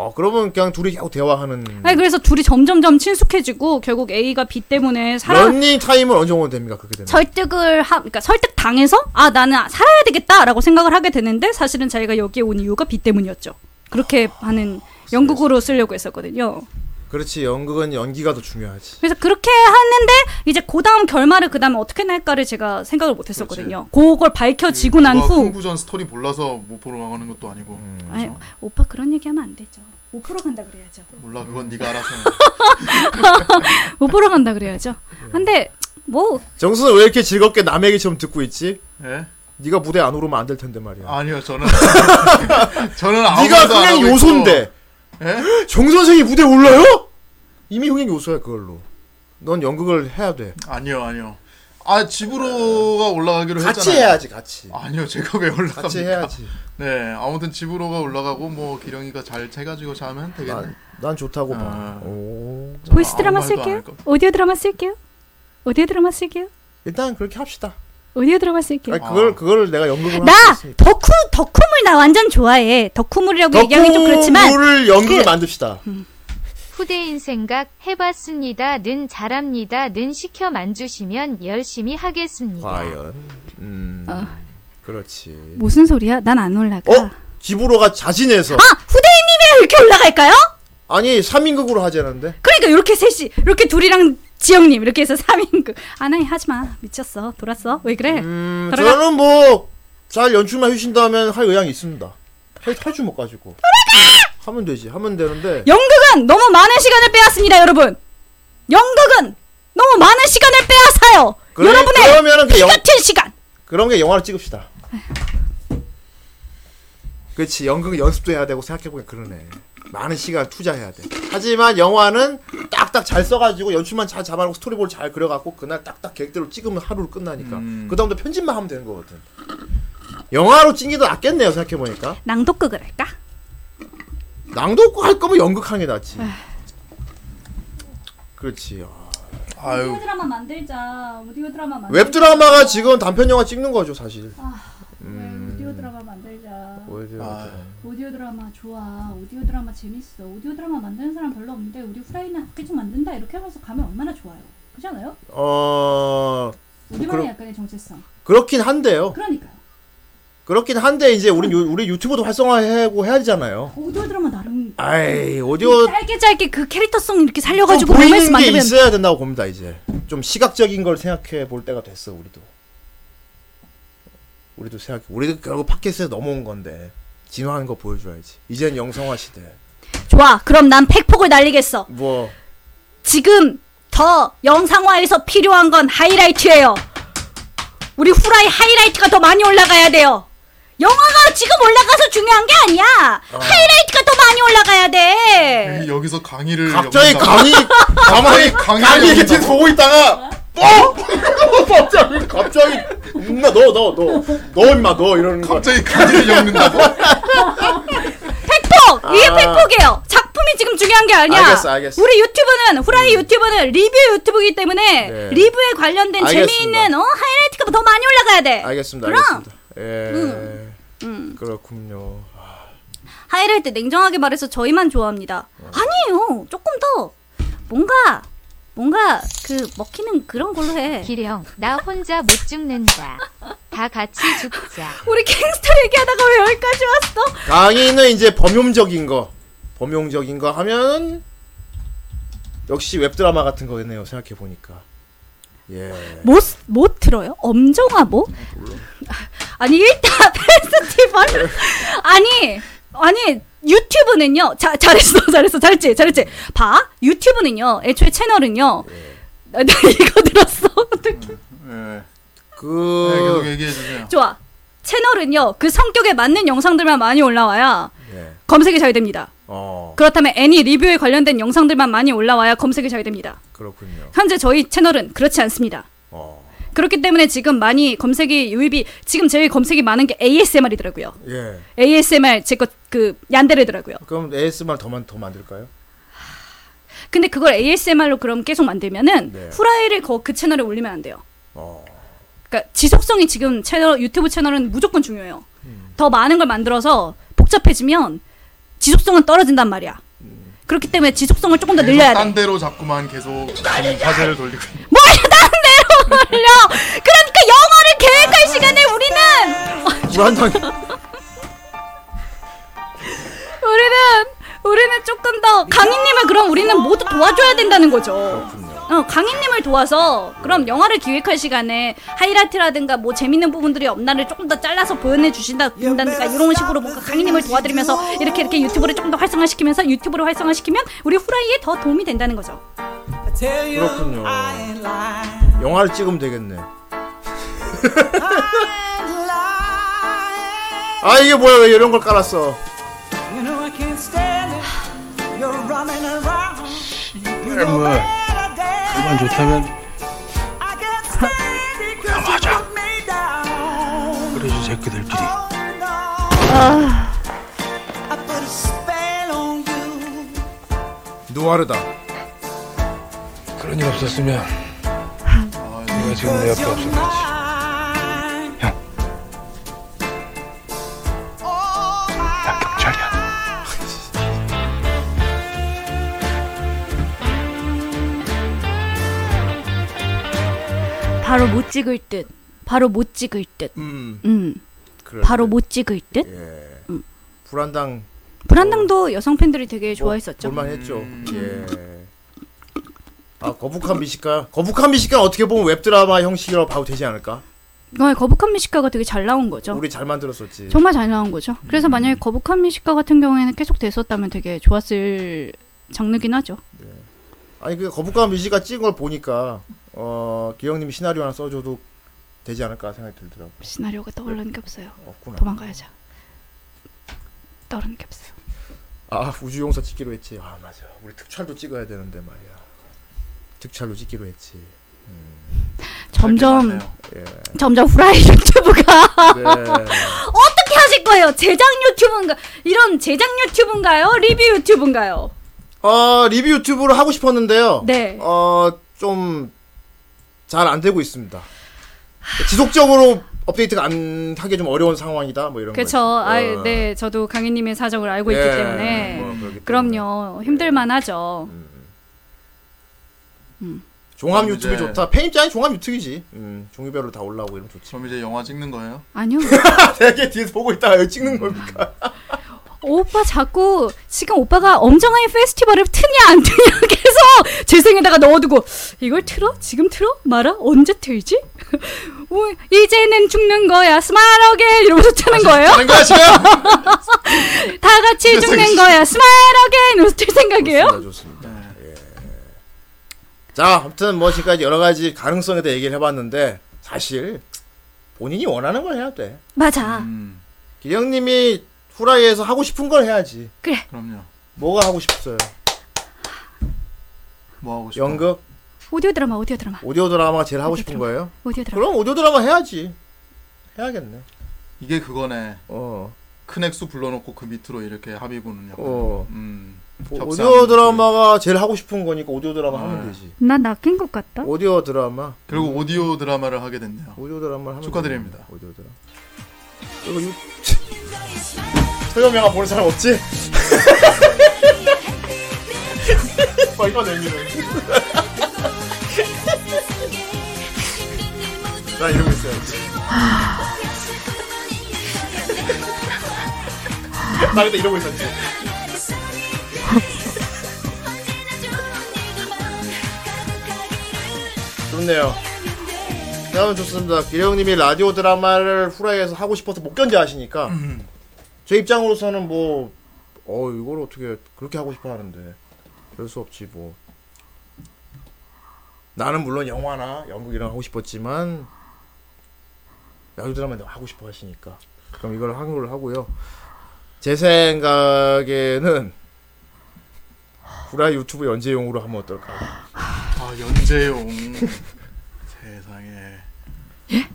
Speaker 2: 아 그러면 그냥 둘이 계속 대화하는.
Speaker 4: 아니 그래서 둘이 점점점 친숙해지고 결국 A가 B 때문에 그 사람
Speaker 2: 런닝 타임은 어느 정도 됩니까 그렇게 되면?
Speaker 4: 설득을 하, 그러니까 설득 당해서 아 나는 살아야 되겠다라고 생각을 하게 되는데 사실은 자기가 여기에 온 이유가 빚 때문이었죠. 그렇게 하는 연극으로 쓰려고 했었거든요.
Speaker 2: 그렇지 연극은 연기가 더 중요하지.
Speaker 4: 그래서 그렇게 하는데 이제 그다음 결말을 그다음에 어떻게 낼까를 제가 생각을 못 했었거든요. 그걸 밝혀지고 난
Speaker 6: 뭐
Speaker 4: 후
Speaker 6: 흥부전 스토리 몰라서 못 보러 가는 것도 아니고
Speaker 2: 음.
Speaker 4: 아니, 오빠 그런 얘기하면 안 되죠. 못 보러 간다 그래야죠.
Speaker 6: 몰라 그건
Speaker 2: 음.
Speaker 6: 네가 알아서
Speaker 4: 못 보러 간다 그래야죠. 근데 뭐
Speaker 2: 정수는 왜 이렇게 즐겁게 남 얘기처럼 듣고 있지?
Speaker 6: 예?
Speaker 2: 네가 무대 안 오르면 안 될 텐데 말이야.
Speaker 6: 아니요 저는 저는 아무
Speaker 2: 네가
Speaker 6: 말도 안 하고
Speaker 2: 흥행
Speaker 6: 있고.
Speaker 2: 요소인데
Speaker 6: 예?
Speaker 2: 정 선생이 무대 올라요? 이미 흥행 요소야 그걸로. 넌 연극을 해야 돼.
Speaker 6: 아니요 아니요 아 집으로가 올라가기로
Speaker 2: 같이
Speaker 6: 했잖아요
Speaker 2: 해야지 같이.
Speaker 6: 아니요 그러니까. 제가 왜 올라갑니까
Speaker 2: 같이 해야지.
Speaker 6: 네 아무튼 집으로가 올라가고 뭐 기령이가 잘 채가지고 자면 되겠네
Speaker 2: 난, 난 좋다고
Speaker 6: 아.
Speaker 2: 봐. 오.
Speaker 4: 보이스
Speaker 6: 아무
Speaker 4: 드라마
Speaker 6: 말도 안
Speaker 4: 쓸게요.
Speaker 6: 할 겁니다.
Speaker 4: 오디오 드라마 쓸게요. 오디오 드라마 쓸게요.
Speaker 2: 일단 그렇게 합시다.
Speaker 4: 오디오 드라마 쓸게요.
Speaker 2: 아니, 그걸 그걸 내가 연극을
Speaker 4: 나
Speaker 2: 할수 있으니까.
Speaker 4: 덕후 덕후물 나 완전 좋아해. 덕후물이라고 그 얘기하기 좀 그렇지만
Speaker 2: 덕후를 연극을
Speaker 4: 그-
Speaker 2: 만듭시다.
Speaker 8: 후대인 생각 해봤습니다. 는 잘합니다. 는 시켜만 주시면 열심히 하겠습니다.
Speaker 2: 과연. 음.
Speaker 4: 어.
Speaker 2: 그렇지.
Speaker 4: 무슨 소리야? 난 안 올라가.
Speaker 2: 어? 집으로가 자진해서
Speaker 4: 아 후대인님이랑 이렇게 올라갈까요?
Speaker 2: 아니 3인극으로 하자는데
Speaker 4: 그러니까 이렇게 셋이 이렇게 둘이랑 지영님 이렇게 해서 3인극 그. 아나이 하지마 미쳤어 돌았어 왜 그래 돌아가
Speaker 2: 음, 저는 뭐 잘 연출만 해주신다면 할 의향이 있습니다. 할 탈주 못 가지고 뭐. 하면 되지 하면 되는데
Speaker 4: 연극은 너무 많은 시간을 빼앗습니다 여러분 연극은 너무 많은 시간을 빼앗아요
Speaker 2: 그래,
Speaker 4: 여러분의
Speaker 2: 그러면은 그
Speaker 4: 피
Speaker 2: 영-
Speaker 4: 같은 시간
Speaker 2: 그런 게 영화를 찍읍시다. 그렇지 연극은 연습도 해야 되고 생각해보니까 그러네. 많은 시간 투자해야 돼. 하지만 영화는 딱딱 잘 써가지고 연출만 잘 잡아놓고 스토리보드 잘 그려갖고 그날 딱딱 계획대로 찍으면 하루를 끝나니까 그 다음부터 편집만 하면 되는 거거든. 영화로 찍기도 낫겠네요 생각해보니까.
Speaker 4: 낭독극을 할까?
Speaker 2: 낭독 할 거면 연극하는 게 낫지. 그렇지. 아.
Speaker 14: 오디오
Speaker 2: 아유.
Speaker 14: 드라마 만들자. 오디오 드라마 만들자.
Speaker 2: 웹 드라마가 지금 단편 영화 찍는 거죠, 사실.
Speaker 14: 아, 왜 오디오 드라마 만들자.
Speaker 2: 오디오 드라마.
Speaker 6: 아,
Speaker 14: 오디오 드라마 좋아. 오디오 드라마 재밌어. 오디오 드라마 만드는 사람 별로 없는데 우리 후라이나 계속 만든다 이렇게 하면서 가면 얼마나 좋아요. 그렇지 않아요?
Speaker 2: 어.
Speaker 14: 우리만의
Speaker 2: 그러,
Speaker 14: 약간의 정체성.
Speaker 2: 그렇긴 한데요.
Speaker 14: 그러니까
Speaker 2: 그렇긴 한데 이제 우리 유, 우리 유튜브도 활성화하고 해야 되잖아요.
Speaker 14: 오디오 드라마 나름
Speaker 2: 아이, 오디오
Speaker 14: 짧게 짧게 그 캐릭터성 이렇게
Speaker 2: 좀
Speaker 14: 살려가지고
Speaker 2: 어, 보이는 게
Speaker 14: 로맨스 만들면
Speaker 2: 있어야 된다고 봅니다, 이제. 좀 시각적인 걸 생각해 볼 때가 됐어, 우리도. 우리도 생각해. 우리도 결국 팟캐스트에 넘어온 건데 진화하는 거 보여줘야지. 이젠 영성화 시대.
Speaker 4: 좋아. 그럼 난 팩폭을 날리겠어.
Speaker 2: 뭐
Speaker 4: 지금 더 영상화에서 필요한 건 하이라이트예요. 우리 후라이 하이라이트가 더 많이 올라가야 돼요. 영화가 지금 올라가서 중요한 게 아니야.
Speaker 2: 어.
Speaker 4: 하이라이트가 더 많이 올라가야 돼.
Speaker 6: 이- 여기서 강의를
Speaker 2: 그 갑자기
Speaker 6: 엮는다고.
Speaker 2: 강의 가만히
Speaker 6: 강의
Speaker 2: 강의 이렇게
Speaker 6: 영상.
Speaker 2: 뒤에서 보고 있다가 어? 갑자기 갑자기 음, 나너너너너 임마 너 이러는 거
Speaker 6: 갑자기 강의를 엮는다고? 네,
Speaker 4: 팩폭! 이게
Speaker 2: 아.
Speaker 4: 팩폭이에요. 작품이 지금 중요한 게 아니야.
Speaker 2: 알겠어, 알겠어. 음.
Speaker 4: 우리 유튜브는 후라이 유튜브는 리뷰 유튜브이기 때문에
Speaker 2: 네.
Speaker 4: 리뷰에 관련된
Speaker 2: 알겠습니다.
Speaker 4: 재미있는 어 하이라이트가 더 많이 올라가야 돼.
Speaker 2: 알겠습니다.
Speaker 4: 그럼.
Speaker 2: 알겠습니다. 예.
Speaker 4: 음.
Speaker 2: 그렇군요.
Speaker 4: 하이라이트 냉정하게 말해서 저희만 좋아합니다.
Speaker 2: 어.
Speaker 4: 아니에요. 조금 더 뭔가 뭔가 그 먹히는 그런 걸로 해.
Speaker 1: 기령, 나 혼자 못 죽는다. 다 같이 죽자.
Speaker 4: 우리 갱스터 얘기하다가 왜 여기까지 왔어?
Speaker 2: 강의는 이제 범용적인 거, 범용적인 거 하면 역시 웹드라마 같은 거겠네요. 생각해 보니까. 예.
Speaker 4: 못 못 들어요? 엄정화 뭐? 아니 일단 페스티벌 아니 아니 유튜브는요 자, 잘했어 잘했어 잘했지 잘했지 봐 유튜브는요 애초에 채널은요 나 이거 들었어
Speaker 6: 예.
Speaker 2: 그
Speaker 6: 네, 계속 얘기해 주세요.
Speaker 4: 좋아 채널은요 그 성격에 맞는 영상들만 많이 올라와야
Speaker 2: 예.
Speaker 4: 검색이 잘 됩니다
Speaker 2: 어.
Speaker 4: 그렇다면 애니 리뷰에 관련된 영상들만 많이 올라와야 검색이 잘 됩니다
Speaker 2: 그렇군요.
Speaker 4: 현재 저희 채널은 그렇지 않습니다
Speaker 2: 어.
Speaker 4: 그렇기 때문에 지금 많이 검색이 유입이 지금 제일 검색이 많은 게 ASMR이더라고요.
Speaker 2: 예.
Speaker 4: ASMR 제거그 얀데레더라고요.
Speaker 2: 그럼 ASMR 더만 더 만들까요?
Speaker 4: 근데 그걸 ASMR로 그럼 계속 만들면은
Speaker 2: 네.
Speaker 4: 후라이를 거, 그 채널에 올리면 안 돼요.
Speaker 2: 어.
Speaker 4: 그러니까 지속성이 지금 채널 유튜브 채널은 무조건 중요해요.
Speaker 6: 음.
Speaker 4: 더 많은 걸 만들어서 복잡해지면 지속성은 떨어진단 말이야. 그렇기 때문에 지속성을 조금 더
Speaker 6: 계속
Speaker 4: 늘려야 돼. 뭐
Speaker 6: 딴 데로 자꾸만 계속 화제를 돌리고 있는
Speaker 4: 뭘 다른 대로 올려. 그러니까 영어를
Speaker 6: 아,
Speaker 4: 계획할 시간에 우리는
Speaker 2: 무한정
Speaker 4: 우리는 우리는 조금 더 강희님을 그럼 우리는 모두 도와줘야 된다는 거죠. 어, 강희님을 도와서 그럼 영화를 기획할 시간에 하이라이트라든가 뭐 재밌는 부분들이 없나를 조금 더 잘라서 보여내 주신다 준다든가 이런 식으로 뭔가 강희님을 도와드리면서 이렇게 이렇게 유튜브를 조금 더 활성화시키면서 유튜브를 활성화시키면 우리 후라이에 더 도움이 된다는 거죠.
Speaker 11: 네.
Speaker 2: 그렇군요. 영화를 찍으면 되겠네. 아 이게 뭐야? 왜 이런 걸 깔았어?
Speaker 11: You know I can't stand it. You're running around.
Speaker 15: 뭐 그만 좋다면
Speaker 11: 맞아.
Speaker 15: 그래서 새끼들끼리
Speaker 11: I put a spell on you.
Speaker 2: 누아르다.
Speaker 16: 그런 일 없었으면 내가 지금 내 옆에 없었겠지.
Speaker 15: 나 경찰이야
Speaker 4: 바로 못 찍을 듯. 바로 못 찍을 듯.
Speaker 2: 음.
Speaker 4: 음.
Speaker 2: 그래.
Speaker 4: 바로 못 찍을 듯.
Speaker 2: 예.
Speaker 4: 음.
Speaker 2: 불안당
Speaker 4: 불안당도 여성 팬들이 되게
Speaker 2: 뭐,
Speaker 4: 좋아했었죠.
Speaker 2: 볼만했죠.
Speaker 4: 음.
Speaker 2: 예. 아 거북한 미식가. 거북한 미식가 어떻게 보면 웹 드라마 형식이라고 봐도 되지 않을까?
Speaker 4: 어, 거북한 미식가가 되게 잘 나온 거죠.
Speaker 2: 우리 잘 만들었었지.
Speaker 4: 정말 잘 나온 거죠.
Speaker 2: 음.
Speaker 4: 그래서 만약에 거북한 미식가 같은 경우에는 계속 됐었다면 되게 좋았을 장르긴 하죠.
Speaker 2: 아니 그 거북한 미식가 찍은 걸 보니까 어 기영님이 시나리오 하나 써줘도 되지 않을까 생각이 들더라고.
Speaker 4: 시나리오가 떠오르는 게 없어요.
Speaker 2: 없구나.
Speaker 4: 도망가야죠. 떠오르는 게 없어요.
Speaker 2: 아 우주용사 찍기로 했지. 아 맞아. 우리 특촬도 찍어야 되는데 말이야. 특촬로 찍기로 했지.
Speaker 4: 점점
Speaker 2: 예.
Speaker 4: 점점 후라이 유튜브가
Speaker 2: 네.
Speaker 4: 어떻게 하실 거예요. 제작 유튜브인가 이런 제작 유튜브인가요? 리뷰 유튜브인가요?
Speaker 2: 어 리뷰 유튜브를 하고 싶었는데요.
Speaker 4: 네.
Speaker 2: 어, 어좀 잘 안 되고 있습니다. 지속적으로 업데이트가 안 하기 좀 어려운 상황이다. 뭐 이런 거.
Speaker 4: 그렇죠. 아, 네, 저도 강희님의 사정을 알고
Speaker 2: 예,
Speaker 4: 있기 때문에
Speaker 2: 뭐 예. 음. 그렇기 때문에.
Speaker 4: 그럼요 힘들만하죠.
Speaker 2: 종합
Speaker 6: 그럼
Speaker 2: 유튜브
Speaker 6: 이제-
Speaker 2: 좋다. 편입장이 종합 유튜브지. 음, 종류별로 다 올라오고 이러면 좋지.
Speaker 6: 그럼 이제 영화 찍는 거예요?
Speaker 4: 아니요.
Speaker 2: 되게 뒤에서 보고 있다가 여기 찍는 겁니까?
Speaker 4: 오빠 자꾸 지금 오빠가 엄정하게 페스티벌을 트냐 안 트냐 계속 재생에다가 넣어두고 이걸 틀어? 지금 틀어? 말아? 언제 틀지? 오, 이제는 죽는 거야 스마일하게 이러면서 트는 거예요?
Speaker 6: 다른 거야 지금?
Speaker 4: 다
Speaker 2: 네,
Speaker 4: 같이 죽는 거야 스마일하게 이러면서 틀 생각이에요?
Speaker 2: 좋습니다. 예. 자, 아무튼 뭐 지금까지 여러 가지 가능성에 대해 얘기를 해봤는데 사실 본인이 원하는 걸 해야 돼.
Speaker 4: 맞아
Speaker 6: 음,
Speaker 2: 기령님이 후라이에서 하고 싶은 걸 해야지.
Speaker 4: 그래
Speaker 6: 그럼요.
Speaker 2: 뭐가 하고 싶어요?
Speaker 6: 뭐 하고 싶어?
Speaker 2: 연극,
Speaker 4: 오디오 드라마 오디오 드라마
Speaker 2: 오디오 드라마가 제일 하고 싶은 거예요?
Speaker 4: 오디오 드라마
Speaker 2: 그럼 오디오 드라마 해야지. 해야겠네.
Speaker 6: 이게 그거네.
Speaker 2: 큰
Speaker 6: 액수 불러놓고 그 밑으로 이렇게 합의 보는 약간.
Speaker 2: 어.
Speaker 6: 음.
Speaker 2: 오-
Speaker 6: 협상.
Speaker 2: 오디오 드라마가 제일 하고 싶은 거니까 오디오 드라마 하면 되지.
Speaker 4: 나 낚인 것 같다
Speaker 2: 오디오 드라마.
Speaker 6: 결국 오디오 드라마를 하게 됐네요.
Speaker 2: 오디오 드라마를 하면
Speaker 6: 축하드립니다.
Speaker 2: 오디오 드라마. 이거 유... 소영 영화 보는 사람 없지? 막 아, 이거 내밀어. 나 이러고 있어야지. 나 그때 이러고 있었지. 좋네요. 다음은 네, 좋습니다. 기령님이 라디오 드라마를 후라이에서 하고 싶어서 못 견제 하시니까 제 입장으로서는 뭐, 어, 이걸 어떻게 그렇게 하고 싶어 하는데. 그럴 수 없지, 뭐. 나는 물론 영화나 연극이랑 하고 싶었지만, 라디오 드라마 내가 하고 싶어 하시니까. 그럼 이걸 항로를 하고요. 제 생각에는, 후라이 유튜브 연재용으로 하면 어떨까.
Speaker 6: 아 연재용. 세상에.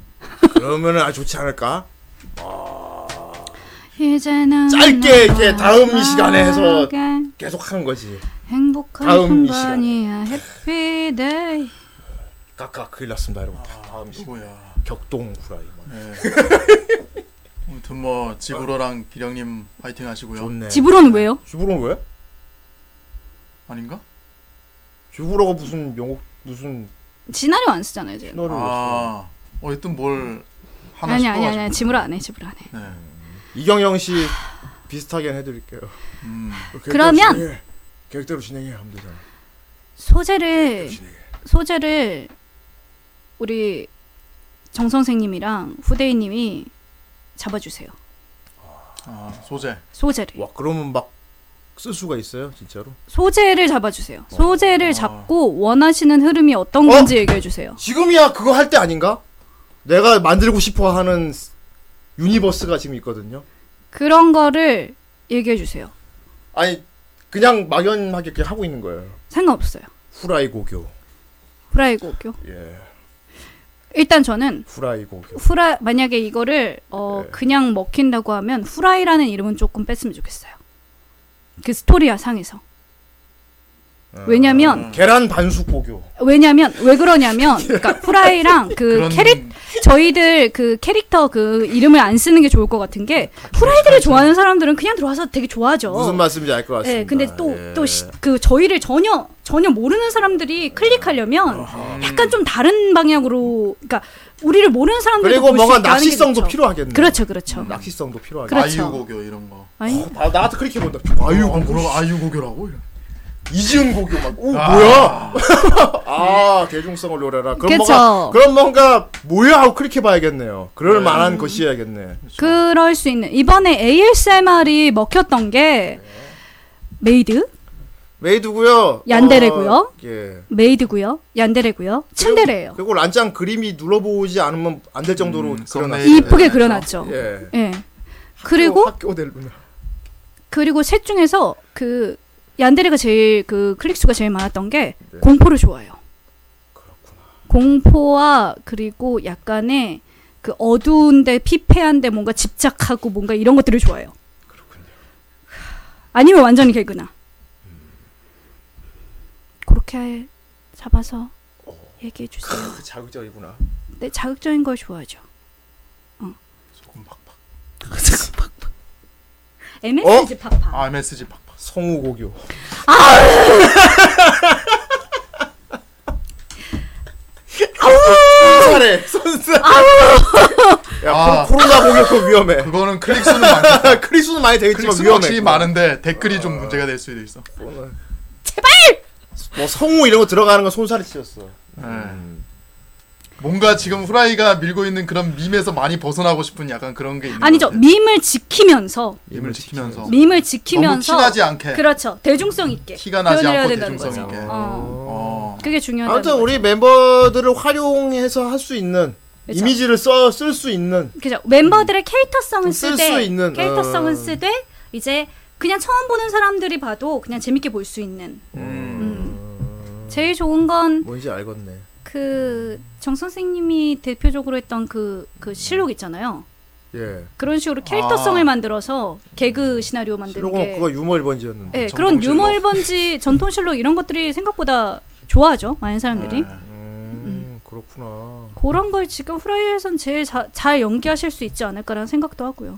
Speaker 2: 그러면 아주 좋지 않을까?
Speaker 4: 이제는
Speaker 2: 짧게 이렇게 다음 이 시간에 해서
Speaker 4: 나아간
Speaker 2: 계속 하는 거지.
Speaker 4: 행복한
Speaker 2: 다음 이
Speaker 4: 순간이야 해피데이
Speaker 2: 까까 큰일 났습니다 여러분. 다음
Speaker 6: 누구야?
Speaker 2: 아. 격동 후라이.
Speaker 6: 네. 아무튼 뭐 지브로랑 기령님 파이팅 하시고요.
Speaker 2: 좋네.
Speaker 4: 지브로는 왜요?
Speaker 2: 지브로는 왜?
Speaker 6: 아닌가?
Speaker 2: 지브로가 무슨 영국 무슨
Speaker 4: 시나리오 안 쓰잖아요 지금
Speaker 2: 너를
Speaker 6: 아, 어쨌든 뭘 하나
Speaker 4: 아니 아니
Speaker 6: 싶어가지고.
Speaker 4: 아니 지브로 안해 지브로 안해
Speaker 6: 네.
Speaker 2: 이경영 씨 비슷하게 해드릴게요.
Speaker 6: 음,
Speaker 2: 계획대로
Speaker 4: 그러면-
Speaker 2: 진행해. 예. 계획대로 진행해 하면 되잖아.
Speaker 4: 소재를 소재를 우리 정 선생님이랑 후대인님이 잡아주세요
Speaker 6: 아, 소재.
Speaker 4: 소재를
Speaker 2: 와 그러면 막 쓸 수가 있어요 진짜로?
Speaker 4: 소재를 잡아주세요 소재를 잡고 원하시는 흐름이 어떤 건지 얘기해 주세요
Speaker 2: 지금이야 그거 할 때 아닌가? 내가 만들고 싶어 하는 유니버스가 지금 있거든요.
Speaker 4: 그런 거를 얘기해 주세요
Speaker 2: 아니 그냥 막연하게 그냥 하고 있는 거예요.
Speaker 4: 상관없어요
Speaker 2: 후라이 고교.
Speaker 4: 후라이 고교
Speaker 2: 예.
Speaker 4: 일단 저는
Speaker 2: 후라이 고교.
Speaker 4: 후라 만약에 이거를
Speaker 2: 네.
Speaker 4: 어 그냥 먹힌다고 하면 후라이라는 이름은 조금 뺐으면 좋겠어요. 그 스토리야 상에서.
Speaker 2: 아.
Speaker 4: 왜냐면-
Speaker 2: 계란 반숙 고교.
Speaker 4: 왜냐면 왜 그러냐면 그러니까 후라이랑 그
Speaker 2: 그런-
Speaker 4: 캐릭 저희들 그 캐릭터 그 이름을 안 쓰는 게 좋을 것 같은 게 후라이들을 좋아하는 사람들은 그냥 들어와서 되게 좋아하죠.
Speaker 2: 네, 그렇죠. 무슨 말씀인지 알 것 같습니다.
Speaker 4: 네, 근데 또
Speaker 2: 예.
Speaker 4: 또 그 저희를 전혀 전혀 모르는 사람들이
Speaker 2: 음.
Speaker 4: 클릭하려면 약간 좀 다른 방향으로 그러니까 우리를 모르는 사람들도
Speaker 2: 그리고
Speaker 4: 볼수
Speaker 2: 뭔가
Speaker 4: 있게 하는 게
Speaker 2: 낚시성도
Speaker 4: 좋죠.
Speaker 2: 필요하겠네요.
Speaker 4: 그렇죠, 그렇죠.
Speaker 2: 음. 낚시성도 필요하죠.
Speaker 4: 그렇죠.
Speaker 6: 아이유고교 이런 거.
Speaker 4: 아니,
Speaker 2: 아, 나한테 그렇게 본다.
Speaker 6: 아유, 어, 뭐라고 아이유고교라고?
Speaker 2: 이지은 고교 막. 오
Speaker 6: 아.
Speaker 2: 뭐야? 아 대중성을 노려라. 그럼
Speaker 4: 그쵸.
Speaker 2: 뭔가 그럼 뭔가 뭐야 하고 클릭해 봐야겠네요. 그럴 만한 것이어야겠네.
Speaker 4: 그럴 수 있는 이번에 ASMR이 먹혔던 게
Speaker 2: 네.
Speaker 4: 메이드,
Speaker 2: 메이드고요.
Speaker 4: 얀데레고요.
Speaker 2: 어, 예.
Speaker 4: 메이드고요, 얀데레고요, 침대래예요.
Speaker 2: 그리고 란짱 그림이 눌러보지 않으면 안 될 정도로 음, 그려놨어요.
Speaker 4: 이쁘게 그려놨죠.
Speaker 2: 예.
Speaker 4: 예. 그리고
Speaker 2: 학교델 루나.
Speaker 4: 그리고 셋 중에서 그 얀데레가 제일 그 클릭 수가 제일 많았던 게 공포를 좋아해요. 공포와 그리고 약간의 그 어두운데 피폐한데 뭔가 집착하고 뭔가 이런 것들을 좋아해요. 그렇군요. 아니면 완전히 개그나. 그렇게 잡아서 얘기해 주세요.
Speaker 2: 그 자극적이구나.
Speaker 4: 네, 자극적인 걸 좋아하죠. 어.
Speaker 6: 소금 팍팍.
Speaker 4: 소금 팍팍. MSG 팍팍.
Speaker 6: 아, MSG 팍팍.
Speaker 2: 성우고교.
Speaker 4: 아!
Speaker 2: 아우! 손살해, 손살.
Speaker 4: 아우!
Speaker 2: 야, 코- 코로나 공격도 위험해.
Speaker 6: 그거는 클릭수는 많다.
Speaker 2: 클릭수는 많이 되겠지만
Speaker 6: 클릭수는
Speaker 2: 위험해. 아.
Speaker 6: 확실히 많은데 댓글이 좀 문제가 될 수도 있어.
Speaker 2: 뭐 성우 이런 거 들어가는 건 손살이 찢었어.
Speaker 6: 음. 뭔가 지금 후라이가 밀고 있는 그런 밈에서 많이 벗어나고 싶은 약간 그런 게 있는
Speaker 4: 아니죠.
Speaker 6: 것 같아요.
Speaker 4: 밈을 지키면서
Speaker 6: 밈을 지키면서
Speaker 4: 밈을 지키면서
Speaker 6: 너무 티나지 않게
Speaker 4: 그렇죠. 대중성
Speaker 6: 네.
Speaker 4: 있게
Speaker 6: 티가 나지
Speaker 4: 표현을 해야
Speaker 6: 않고
Speaker 4: 된다는
Speaker 6: 대중성
Speaker 4: 거죠.
Speaker 6: 있게
Speaker 4: 어. 그게 중요하다.
Speaker 2: 아무튼 우리 멤버들을 활용해서 할 수 있는
Speaker 4: 그쵸.
Speaker 2: 이미지를 써 쓸 수 있는
Speaker 4: 그죠. 멤버들의 캐릭터성은
Speaker 2: 쓸
Speaker 4: 쓰되
Speaker 2: 수 있는,
Speaker 4: 캐릭터성은
Speaker 2: 어.
Speaker 4: 쓰되 이제 그냥 처음 보는 사람들이 봐도 그냥 재밌게 볼 수 있는
Speaker 6: 음.
Speaker 4: 음. 제일 좋은 건
Speaker 2: 뭔지 알겠네.
Speaker 4: 그, 정 선생님이 대표적으로 했던 그, 그 실록 있잖아요.
Speaker 2: 예.
Speaker 4: 그런 식으로
Speaker 6: 아.
Speaker 4: 캐릭터성을 만들어서 개그 시나리오 만드는
Speaker 2: 실록은
Speaker 4: 게.
Speaker 2: 그거 유머 1번지였는데.
Speaker 4: 예, 그런 유머 일번지 전통실록 이런 것들이 생각보다 좋아하죠. 많은
Speaker 6: 네.
Speaker 4: 사람들이.
Speaker 2: 음, 그렇구나.
Speaker 4: 그런 걸 지금 후라이에선 제일 자- 잘 연기하실 수 있지 않을까라는 생각도 하고요.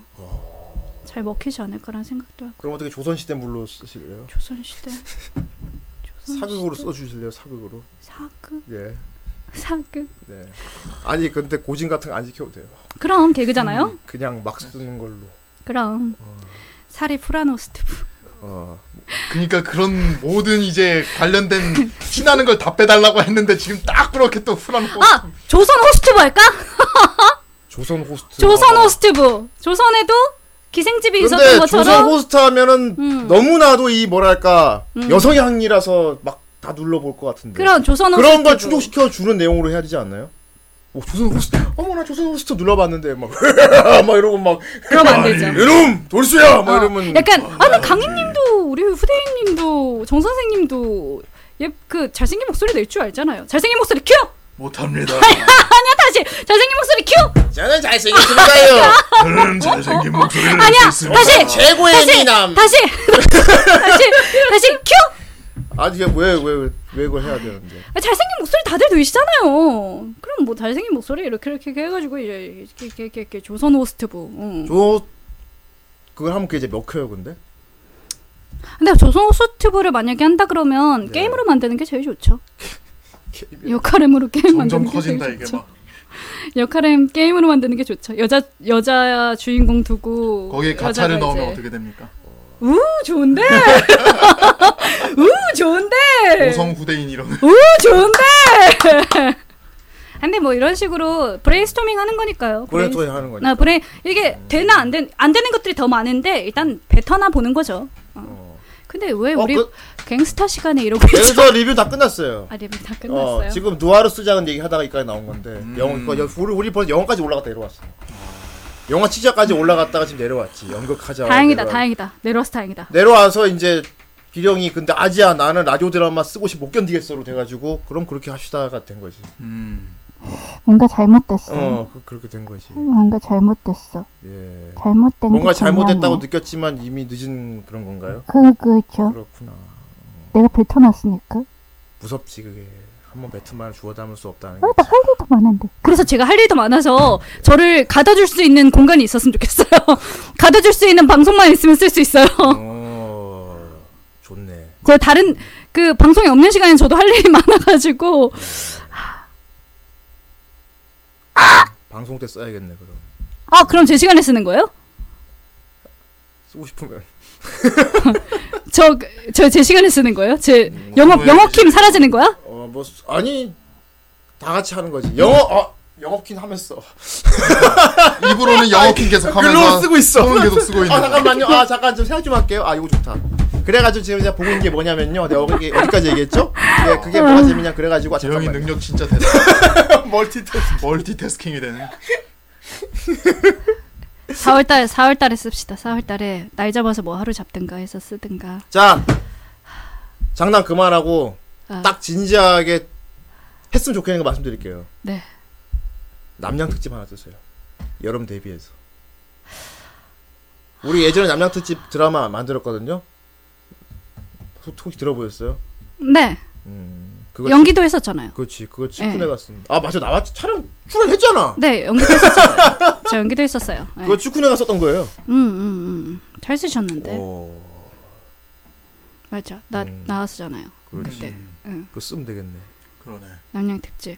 Speaker 4: 잘 먹히지 않을까라는 생각도 하고.
Speaker 2: 그럼 어떻게 조선시대 물로 쓰실래요?
Speaker 4: 조선시대. 음.
Speaker 2: 사극으로 써주실래요? 사극으로.
Speaker 4: 사극.
Speaker 2: 예.
Speaker 4: 사극.
Speaker 2: 네. 아니 근데 고진 같은 거 안 지켜도 돼요.
Speaker 4: 그럼 개그잖아요.
Speaker 2: 음, 어. 그냥 막 쓰는 걸로.
Speaker 4: 그럼 사리 프라노스트브.
Speaker 2: 어.
Speaker 6: 그러니까 그런 모든 이제 관련된 티나는 걸 다 빼달라고 했는데 지금 딱 그렇게 또 후라는
Speaker 4: 아 조선 호스트브 할까?
Speaker 2: 조선 호스트.
Speaker 4: 조선 호스트브. 조선에도 기생집이 있었던
Speaker 2: 근데 조선
Speaker 4: 것처럼.
Speaker 2: 호스트 하면은
Speaker 4: 음.
Speaker 2: 너무나도 이 뭐랄까
Speaker 4: 음.
Speaker 2: 여성향이라서 막 다 눌러볼 것 같은데.
Speaker 4: 그런 조선 호스트.
Speaker 2: 그런 걸 충족시켜 주는 내용으로 해야 되지 않나요? 오, 조선 호스트 어머나 조선 호스트 눌러봤는데 막 막 이러고 막 아,
Speaker 4: 그러면 안 되죠.
Speaker 2: 이놈 돌수야 막
Speaker 4: 어,
Speaker 2: 뭐 이러면
Speaker 4: 약간 아, 근데 강희님도 우리 후대인님도 정 선생님도 얘그 잘생긴 목소리 낼 줄 알잖아요. 잘생긴 목소리 큐.
Speaker 6: 못합니다.
Speaker 4: 아니야 다시 잘생긴 목소리 큐.
Speaker 2: 저는 잘생겼습니다요.
Speaker 6: 저는 잘생긴 목소리를
Speaker 4: 아니야
Speaker 6: 낼수 있습니다.
Speaker 4: 다시
Speaker 2: 최고의
Speaker 4: 다시,
Speaker 2: 미남.
Speaker 4: 다시 다시 다시 큐.
Speaker 2: 아니 왜왜왜왜 이걸 해야 되는데.
Speaker 4: 아, 잘생긴 목소리 다들 들으시잖아요. 그럼 뭐 잘생긴 목소리 이렇게 이렇게 이렇게 해가지고 이제 이렇게 이렇게 이렇게, 이렇게 조선 호스트부. 응.
Speaker 2: 조 그걸 하면 그게 이제 몇 켜요 근데?
Speaker 4: 아, 근데 조선 호스트부를 만약에 한다
Speaker 6: 네.
Speaker 4: 그러면 게임으로 만드는 게 제일 좋죠. 역할음으로 게임
Speaker 6: 점점
Speaker 4: 만드는 게 제일
Speaker 6: 커진다 이게
Speaker 4: 좋죠.
Speaker 6: 막
Speaker 4: 역할은 게임으로 만드는 게 좋죠. 여자 여자 주인공 두고
Speaker 6: 거기에 가차를
Speaker 4: 여자가
Speaker 6: 넣으면
Speaker 4: 이제-
Speaker 6: 어떻게 됩니까?
Speaker 4: 우 좋은데 우 좋은데
Speaker 2: 네.
Speaker 6: 오성 후대인 이런
Speaker 4: 우 좋은데 근데 뭐 이런 식으로 브레인스토밍 하는 거니까요.
Speaker 2: 브레인스토밍 하는 거니까.
Speaker 4: 나 브레인 이게 되나 안 된 안 되는 것들이 더 많은데 일단 뱉어나 보는 거죠. 어. 근데 왜
Speaker 2: 어,
Speaker 4: 우리
Speaker 2: 그-
Speaker 4: 갱스타 시간에 이러고 있죠?
Speaker 2: 그래서 리뷰 다 끝났어요.
Speaker 4: 아 리뷰 다
Speaker 2: 어,
Speaker 4: 끝났어요.
Speaker 2: 지금 누아르 쓰자는 얘기 하다가 여기까지 나온 건데 영어 그거 여- 우리 우리 벌써 영어까지 올라갔다 내려왔어. 영어 취재까지 올라갔다가 지금 내려왔지. 연극하자.
Speaker 4: 다행이다,
Speaker 2: 내려와.
Speaker 4: 다행이다. 내려서 다행이다.
Speaker 2: 내려와서 이제 기령이 근데 아지야 나는 라디오 드라마 쓰고 싶 못 견디겠어로 돼가지고 그럼 그렇게 합시다가 된 거지.
Speaker 6: 음.
Speaker 17: 뭔가 잘못됐어.
Speaker 4: 음.
Speaker 2: 어 그, 그렇게 된 거지.
Speaker 17: 뭔가 잘못됐어.
Speaker 2: 예.
Speaker 17: 잘못된 게
Speaker 2: 뭔가
Speaker 17: 분명해.
Speaker 2: 잘못됐다고 느꼈지만 이미 늦은 그런 건가요?
Speaker 17: 그,
Speaker 4: 어?
Speaker 17: 그렇죠.
Speaker 2: 그렇구나.
Speaker 17: 내가 뱉어놨으니까.
Speaker 2: 무섭지 그게. 한번 뱉으면 주워 담을 수 없다는 게.
Speaker 17: 어, 나할 일도 많은데.
Speaker 4: 그래서 제가 할 일도 많아서 저를 가둬줄 수 있는 공간이 있었으면 좋겠어요. 가둬줄 수 있는 방송만 있으면 쓸 수 있어요.
Speaker 2: 어 좋네.
Speaker 4: 제가 다른 그 방송이 없는 시간에 저도 할 일이 많아가지고
Speaker 2: 방송 때 써야겠네 그럼.
Speaker 4: 아 그럼 제 시간에 쓰는 거예요?
Speaker 2: 쓰고 싶으면.
Speaker 4: 저 저 제 시간에 쓰는 거예요? 제 영업 영업킴 사라지는 거야?
Speaker 2: 어, 뭐, 수- 아니, 다 같이 하는 거지. 영어, 어, 영어킨 하면서. 아,
Speaker 6: 입으로는 영어킹 계속 하면서
Speaker 2: 글로 쓰고 있어.
Speaker 6: 손은 계속 쓰고 있는
Speaker 2: 아, 잠깐만요. 아, 잠깐 좀 생각 좀 할게요. 아, 이거 좋다. 그래가지고 지금 제가 보고 있는 게 뭐냐면요. 내가 어디, 어디까지 얘기했죠? 네, 그게 뭐가 재밌냐. 그래가지고, 아,
Speaker 6: 재영이
Speaker 2: 잠깐만.
Speaker 6: 능력 진짜 대단. 멀티태스킹. 멀티태스킹이 되네.
Speaker 4: 4월달 4월달에 씁시다. 4월달에 날 잡아서 뭐 하루 잡든가 해서 쓰든가.
Speaker 2: 자, 장난 그만하고,
Speaker 4: 아.
Speaker 2: 딱 진지하게 했으면 좋겠는 거 말씀드릴게요.
Speaker 4: 네.
Speaker 2: 남양 특집 하나 쓰세요. 여름 대비해서. 우리 예전에 남양특집 드라마 만들었거든요. 혹- 혹시 들어보셨어요?
Speaker 4: 네.
Speaker 2: 그거
Speaker 4: 연기도 했었잖아요.
Speaker 2: 그렇지. 그거 직분해
Speaker 4: 네.
Speaker 2: 갔습니다. 아 맞아 나왔 촬영 출연했잖아.
Speaker 4: 네, 연기도 했었어요. 저 연기도 했었어요. 네.
Speaker 2: 그거 축구네가 썼던 거예요.
Speaker 4: 음, 음, 음. 잘 쓰셨는데.
Speaker 2: 오,
Speaker 4: 맞아. 나 나왔었잖아요.
Speaker 2: 음. 그렇지.
Speaker 4: 그때. 응.
Speaker 2: 그거 쓰면 되겠네.
Speaker 6: 그러네.
Speaker 4: 남양 특집.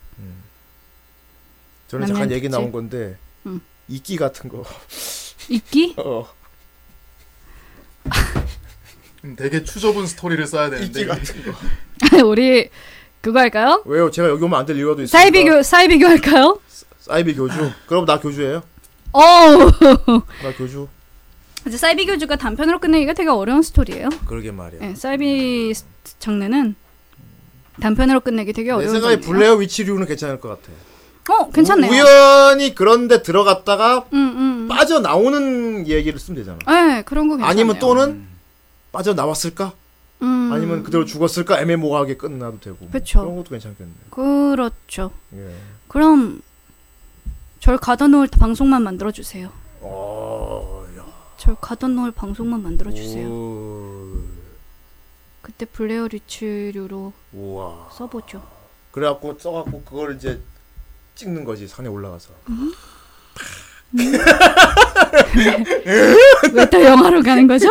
Speaker 2: 저는 잠깐
Speaker 4: 남양
Speaker 2: 얘기 나온
Speaker 4: 특집. 음.
Speaker 2: 건데
Speaker 4: 응.
Speaker 2: 이끼 같은 거.
Speaker 4: 이끼?
Speaker 2: 어.
Speaker 6: 음, 되게 추접은 스토리를 써야 되는데.
Speaker 2: 이끼 같은 거.
Speaker 4: 우리 그거 할까요?
Speaker 2: 왜요? 제가 여기 오면 안 될 이유도 있어요.
Speaker 4: 사이비교 사이비교 할까요?
Speaker 2: 사이비 교주. 그럼 나 교주예요.
Speaker 4: 어우.
Speaker 2: 나 교주.
Speaker 4: 이제 사이비교주가 단편으로 끝내기가 되게 어려운 스토리예요.
Speaker 2: 그러게 말이야.
Speaker 4: 네, 사이비 스- 장르는 단편으로 끝내기 되게
Speaker 2: 내
Speaker 4: 어려운
Speaker 2: 생각에
Speaker 4: 장르예요.
Speaker 2: 블레어 위치류는 괜찮을 것 같아.
Speaker 4: 어, 괜찮네요.
Speaker 2: 우연히 그런데 들어갔다가
Speaker 4: 음, 음.
Speaker 2: 빠져 나오는 얘기를 쓰면 되잖아.
Speaker 4: 네, 그런 거 괜찮아요.
Speaker 2: 아니면 또는 빠져 나왔을까?
Speaker 4: 음.
Speaker 2: 아니면 그대로 죽었을까? 애매모호하게 끝나도 되고.
Speaker 4: 그쵸.
Speaker 2: 런 것도 괜찮겠네.
Speaker 4: 그렇죠.
Speaker 2: 예.
Speaker 4: 그럼 절 가둬놓을 방송만 만들어 주세요.
Speaker 2: 어,
Speaker 4: 절 가둬놓을 방송만 만들어 주세요. 그때 블레어 리치류로
Speaker 2: 우와.
Speaker 4: 써보죠.
Speaker 2: 그래갖고 써갖고 그걸 이제 찍는 거지 산에 올라가서.
Speaker 4: 음? 왜또 영화로 가는 거죠?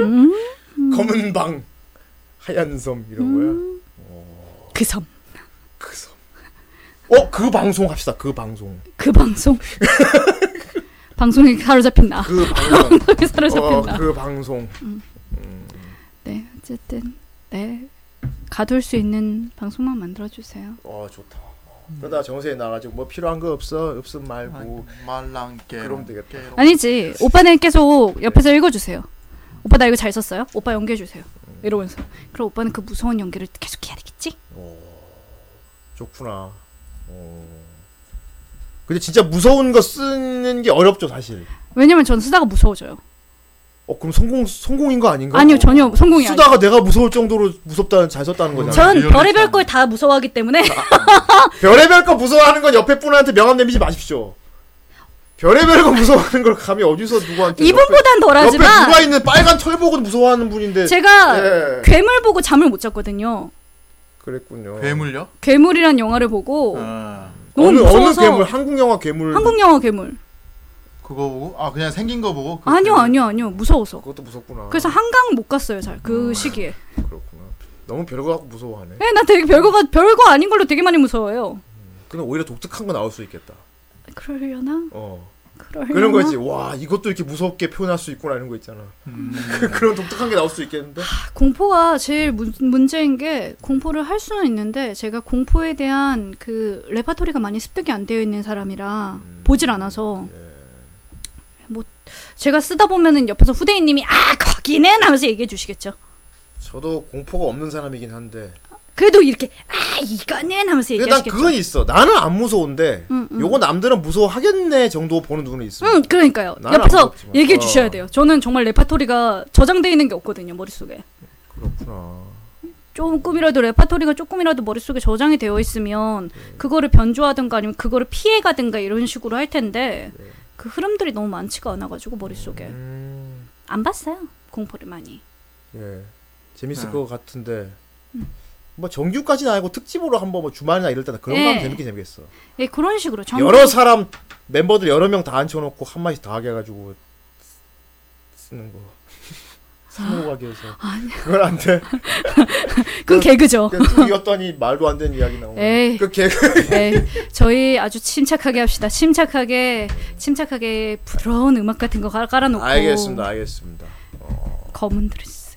Speaker 4: 음? 음.
Speaker 2: 검은 방, 하얀 섬 이런 거야.
Speaker 4: 그 섬.
Speaker 2: 그 섬. 어, 그 방송 합시다. 그 방송.
Speaker 4: 그 방송. 방송에 사로잡힌 나.
Speaker 2: 그 방송.
Speaker 4: 방송에 사로잡힌
Speaker 2: 어,
Speaker 4: 나.
Speaker 2: 그 방송.
Speaker 4: 네, 어쨌든 네 가둘 수 있는 방송만 만들어 주세요.
Speaker 2: 어, 좋다. 그러다 정세에 나가지고 뭐 필요한 거 없어? 없음 말고
Speaker 6: 말랑깨.
Speaker 2: 아, 네. 그럼 되겠다.
Speaker 4: 아니지 오빠는 계속 옆에서 읽어주세요. 오빠 나 이거 잘 썼어요. 오빠 연기해 주세요. 이러면서 그럼 오빠는 그 무서운 연기를 계속 해야 되겠지?
Speaker 2: 좋구나. 어. 근데 진짜 무서운 거 쓰는 게 어렵죠, 사실.
Speaker 4: 왜냐면 전 쓰다가 무서워져요.
Speaker 2: 어, 그럼 성공 성공인 거 아닌가? 어,
Speaker 4: 아니요 전혀 성공이 아니에요.
Speaker 2: 쓰다가 내가 무서울 정도로 무섭다는 잘 썼다는 거잖아. 아,
Speaker 4: 전 별의별 걸 다 무서워하기 때문에
Speaker 2: 별의별 거 무서워하는 건 옆에 분한테 명함 내미지 마십시오. 별의별 거 무서워하는 걸 감히 어디서 누구한테
Speaker 4: 이분보단 덜하지만-
Speaker 2: 옆에 누가 있는 빨간 철복은 무서워하는 분인데
Speaker 4: 제가
Speaker 2: 예.
Speaker 4: 괴물 보고 잠을 못 잤거든요.
Speaker 2: 그랬군요.
Speaker 6: 괴물요?
Speaker 4: 괴물이란 영화를
Speaker 2: 어.
Speaker 4: 보고 너무
Speaker 2: 아. 어느 어느
Speaker 4: 무서워서
Speaker 2: 괴물 한국 영화 괴물
Speaker 4: 한국 영화 괴물
Speaker 6: 그거 보고 아 그냥 생긴 거 보고 그-
Speaker 4: 아니요 아니요 아니요 무서워서
Speaker 2: 그것도 무섭구나.
Speaker 4: 그래서 한강 못 갔어요 잘 그 시기에
Speaker 2: 너무 별거 갖고 무서워하네.
Speaker 4: 예, 나 되게 별거가 별거 아닌 걸로 되게 많이 무서워요.
Speaker 2: 근데 오히려 독특한 거 나올 수 있겠다.
Speaker 4: 그러려나?
Speaker 2: 어.
Speaker 4: 그러려나?
Speaker 2: 그런 거지. 와 이것도 이렇게 무섭게 표현할 수 있구나 이런 거 있잖아. 그런 독특한 게 나올 수 있겠는데.
Speaker 4: 공포가 제일 문, 문제인 게 공포를 할 수는 있는데 제가 공포에 대한 그 레파토리가 많이 습득이 안 되어 있는 사람이라
Speaker 2: 음.
Speaker 4: 보질 않아서
Speaker 2: 예.
Speaker 4: 뭐 제가 쓰다 보면은 옆에서 후대인님이 아 거기는 하면서 얘기해 주시겠죠.
Speaker 2: 저도 공포가 없는 사람이긴 한데.
Speaker 4: 그래도 이렇게 아 이거는 하면서
Speaker 2: 근데 난
Speaker 4: 얘기하시겠죠.
Speaker 2: 그건 있어. 나는 안 무서운데
Speaker 4: 음, 음.
Speaker 2: 요거 남들은 무서워하겠네 정도 보는 눈이 있어.
Speaker 4: 응, 그러니까요.
Speaker 2: 나는
Speaker 4: 옆에서
Speaker 2: 아무것도 없지만.
Speaker 4: 얘기해
Speaker 2: 어.
Speaker 4: 주셔야 돼요. 저는 정말 레파토리가 저장돼 있는 게 없거든요, 머릿속에.
Speaker 2: 그렇구나.
Speaker 4: 조금이라도 레파토리가 조금이라도 머릿속에 저장이 되어 있으면
Speaker 2: 음.
Speaker 4: 그거를 변조하든가 아니면 그거를 피해 가든가 이런 식으로 할 텐데
Speaker 2: 네.
Speaker 4: 그 흐름들이 너무 많지가 않아 가지고 머릿속에.
Speaker 2: 음.
Speaker 4: 안 봤어요. 공포를 많이.
Speaker 2: 예. 재밌을 것 같은데.
Speaker 4: 음.
Speaker 2: 뭐 정규까지는 아니고 특집으로 한번 뭐 주말이나 이럴 때나 그런 거 하면
Speaker 4: 예.
Speaker 2: 재밌게 재밌겠어.
Speaker 4: 예, 그런 식으로 정말-
Speaker 2: 여러 사람 멤버들 여러 명 다 앉혀놓고 한 마디씩 다 하게 해가지고 쓰는 거. 스모하게 해서 그걸 안 돼.
Speaker 4: 그건 개그죠.
Speaker 2: 뚫렸더니 말도 안 되는 이야기 나오고.
Speaker 4: 에이.
Speaker 2: 그 개그.
Speaker 4: 네, 저희 아주 침착하게 합시다. 침착하게 침착하게 부드러운 음악 같은 거 깔- 깔아놓고
Speaker 2: 알겠습니다. 알겠습니다.
Speaker 4: 검은 드레스.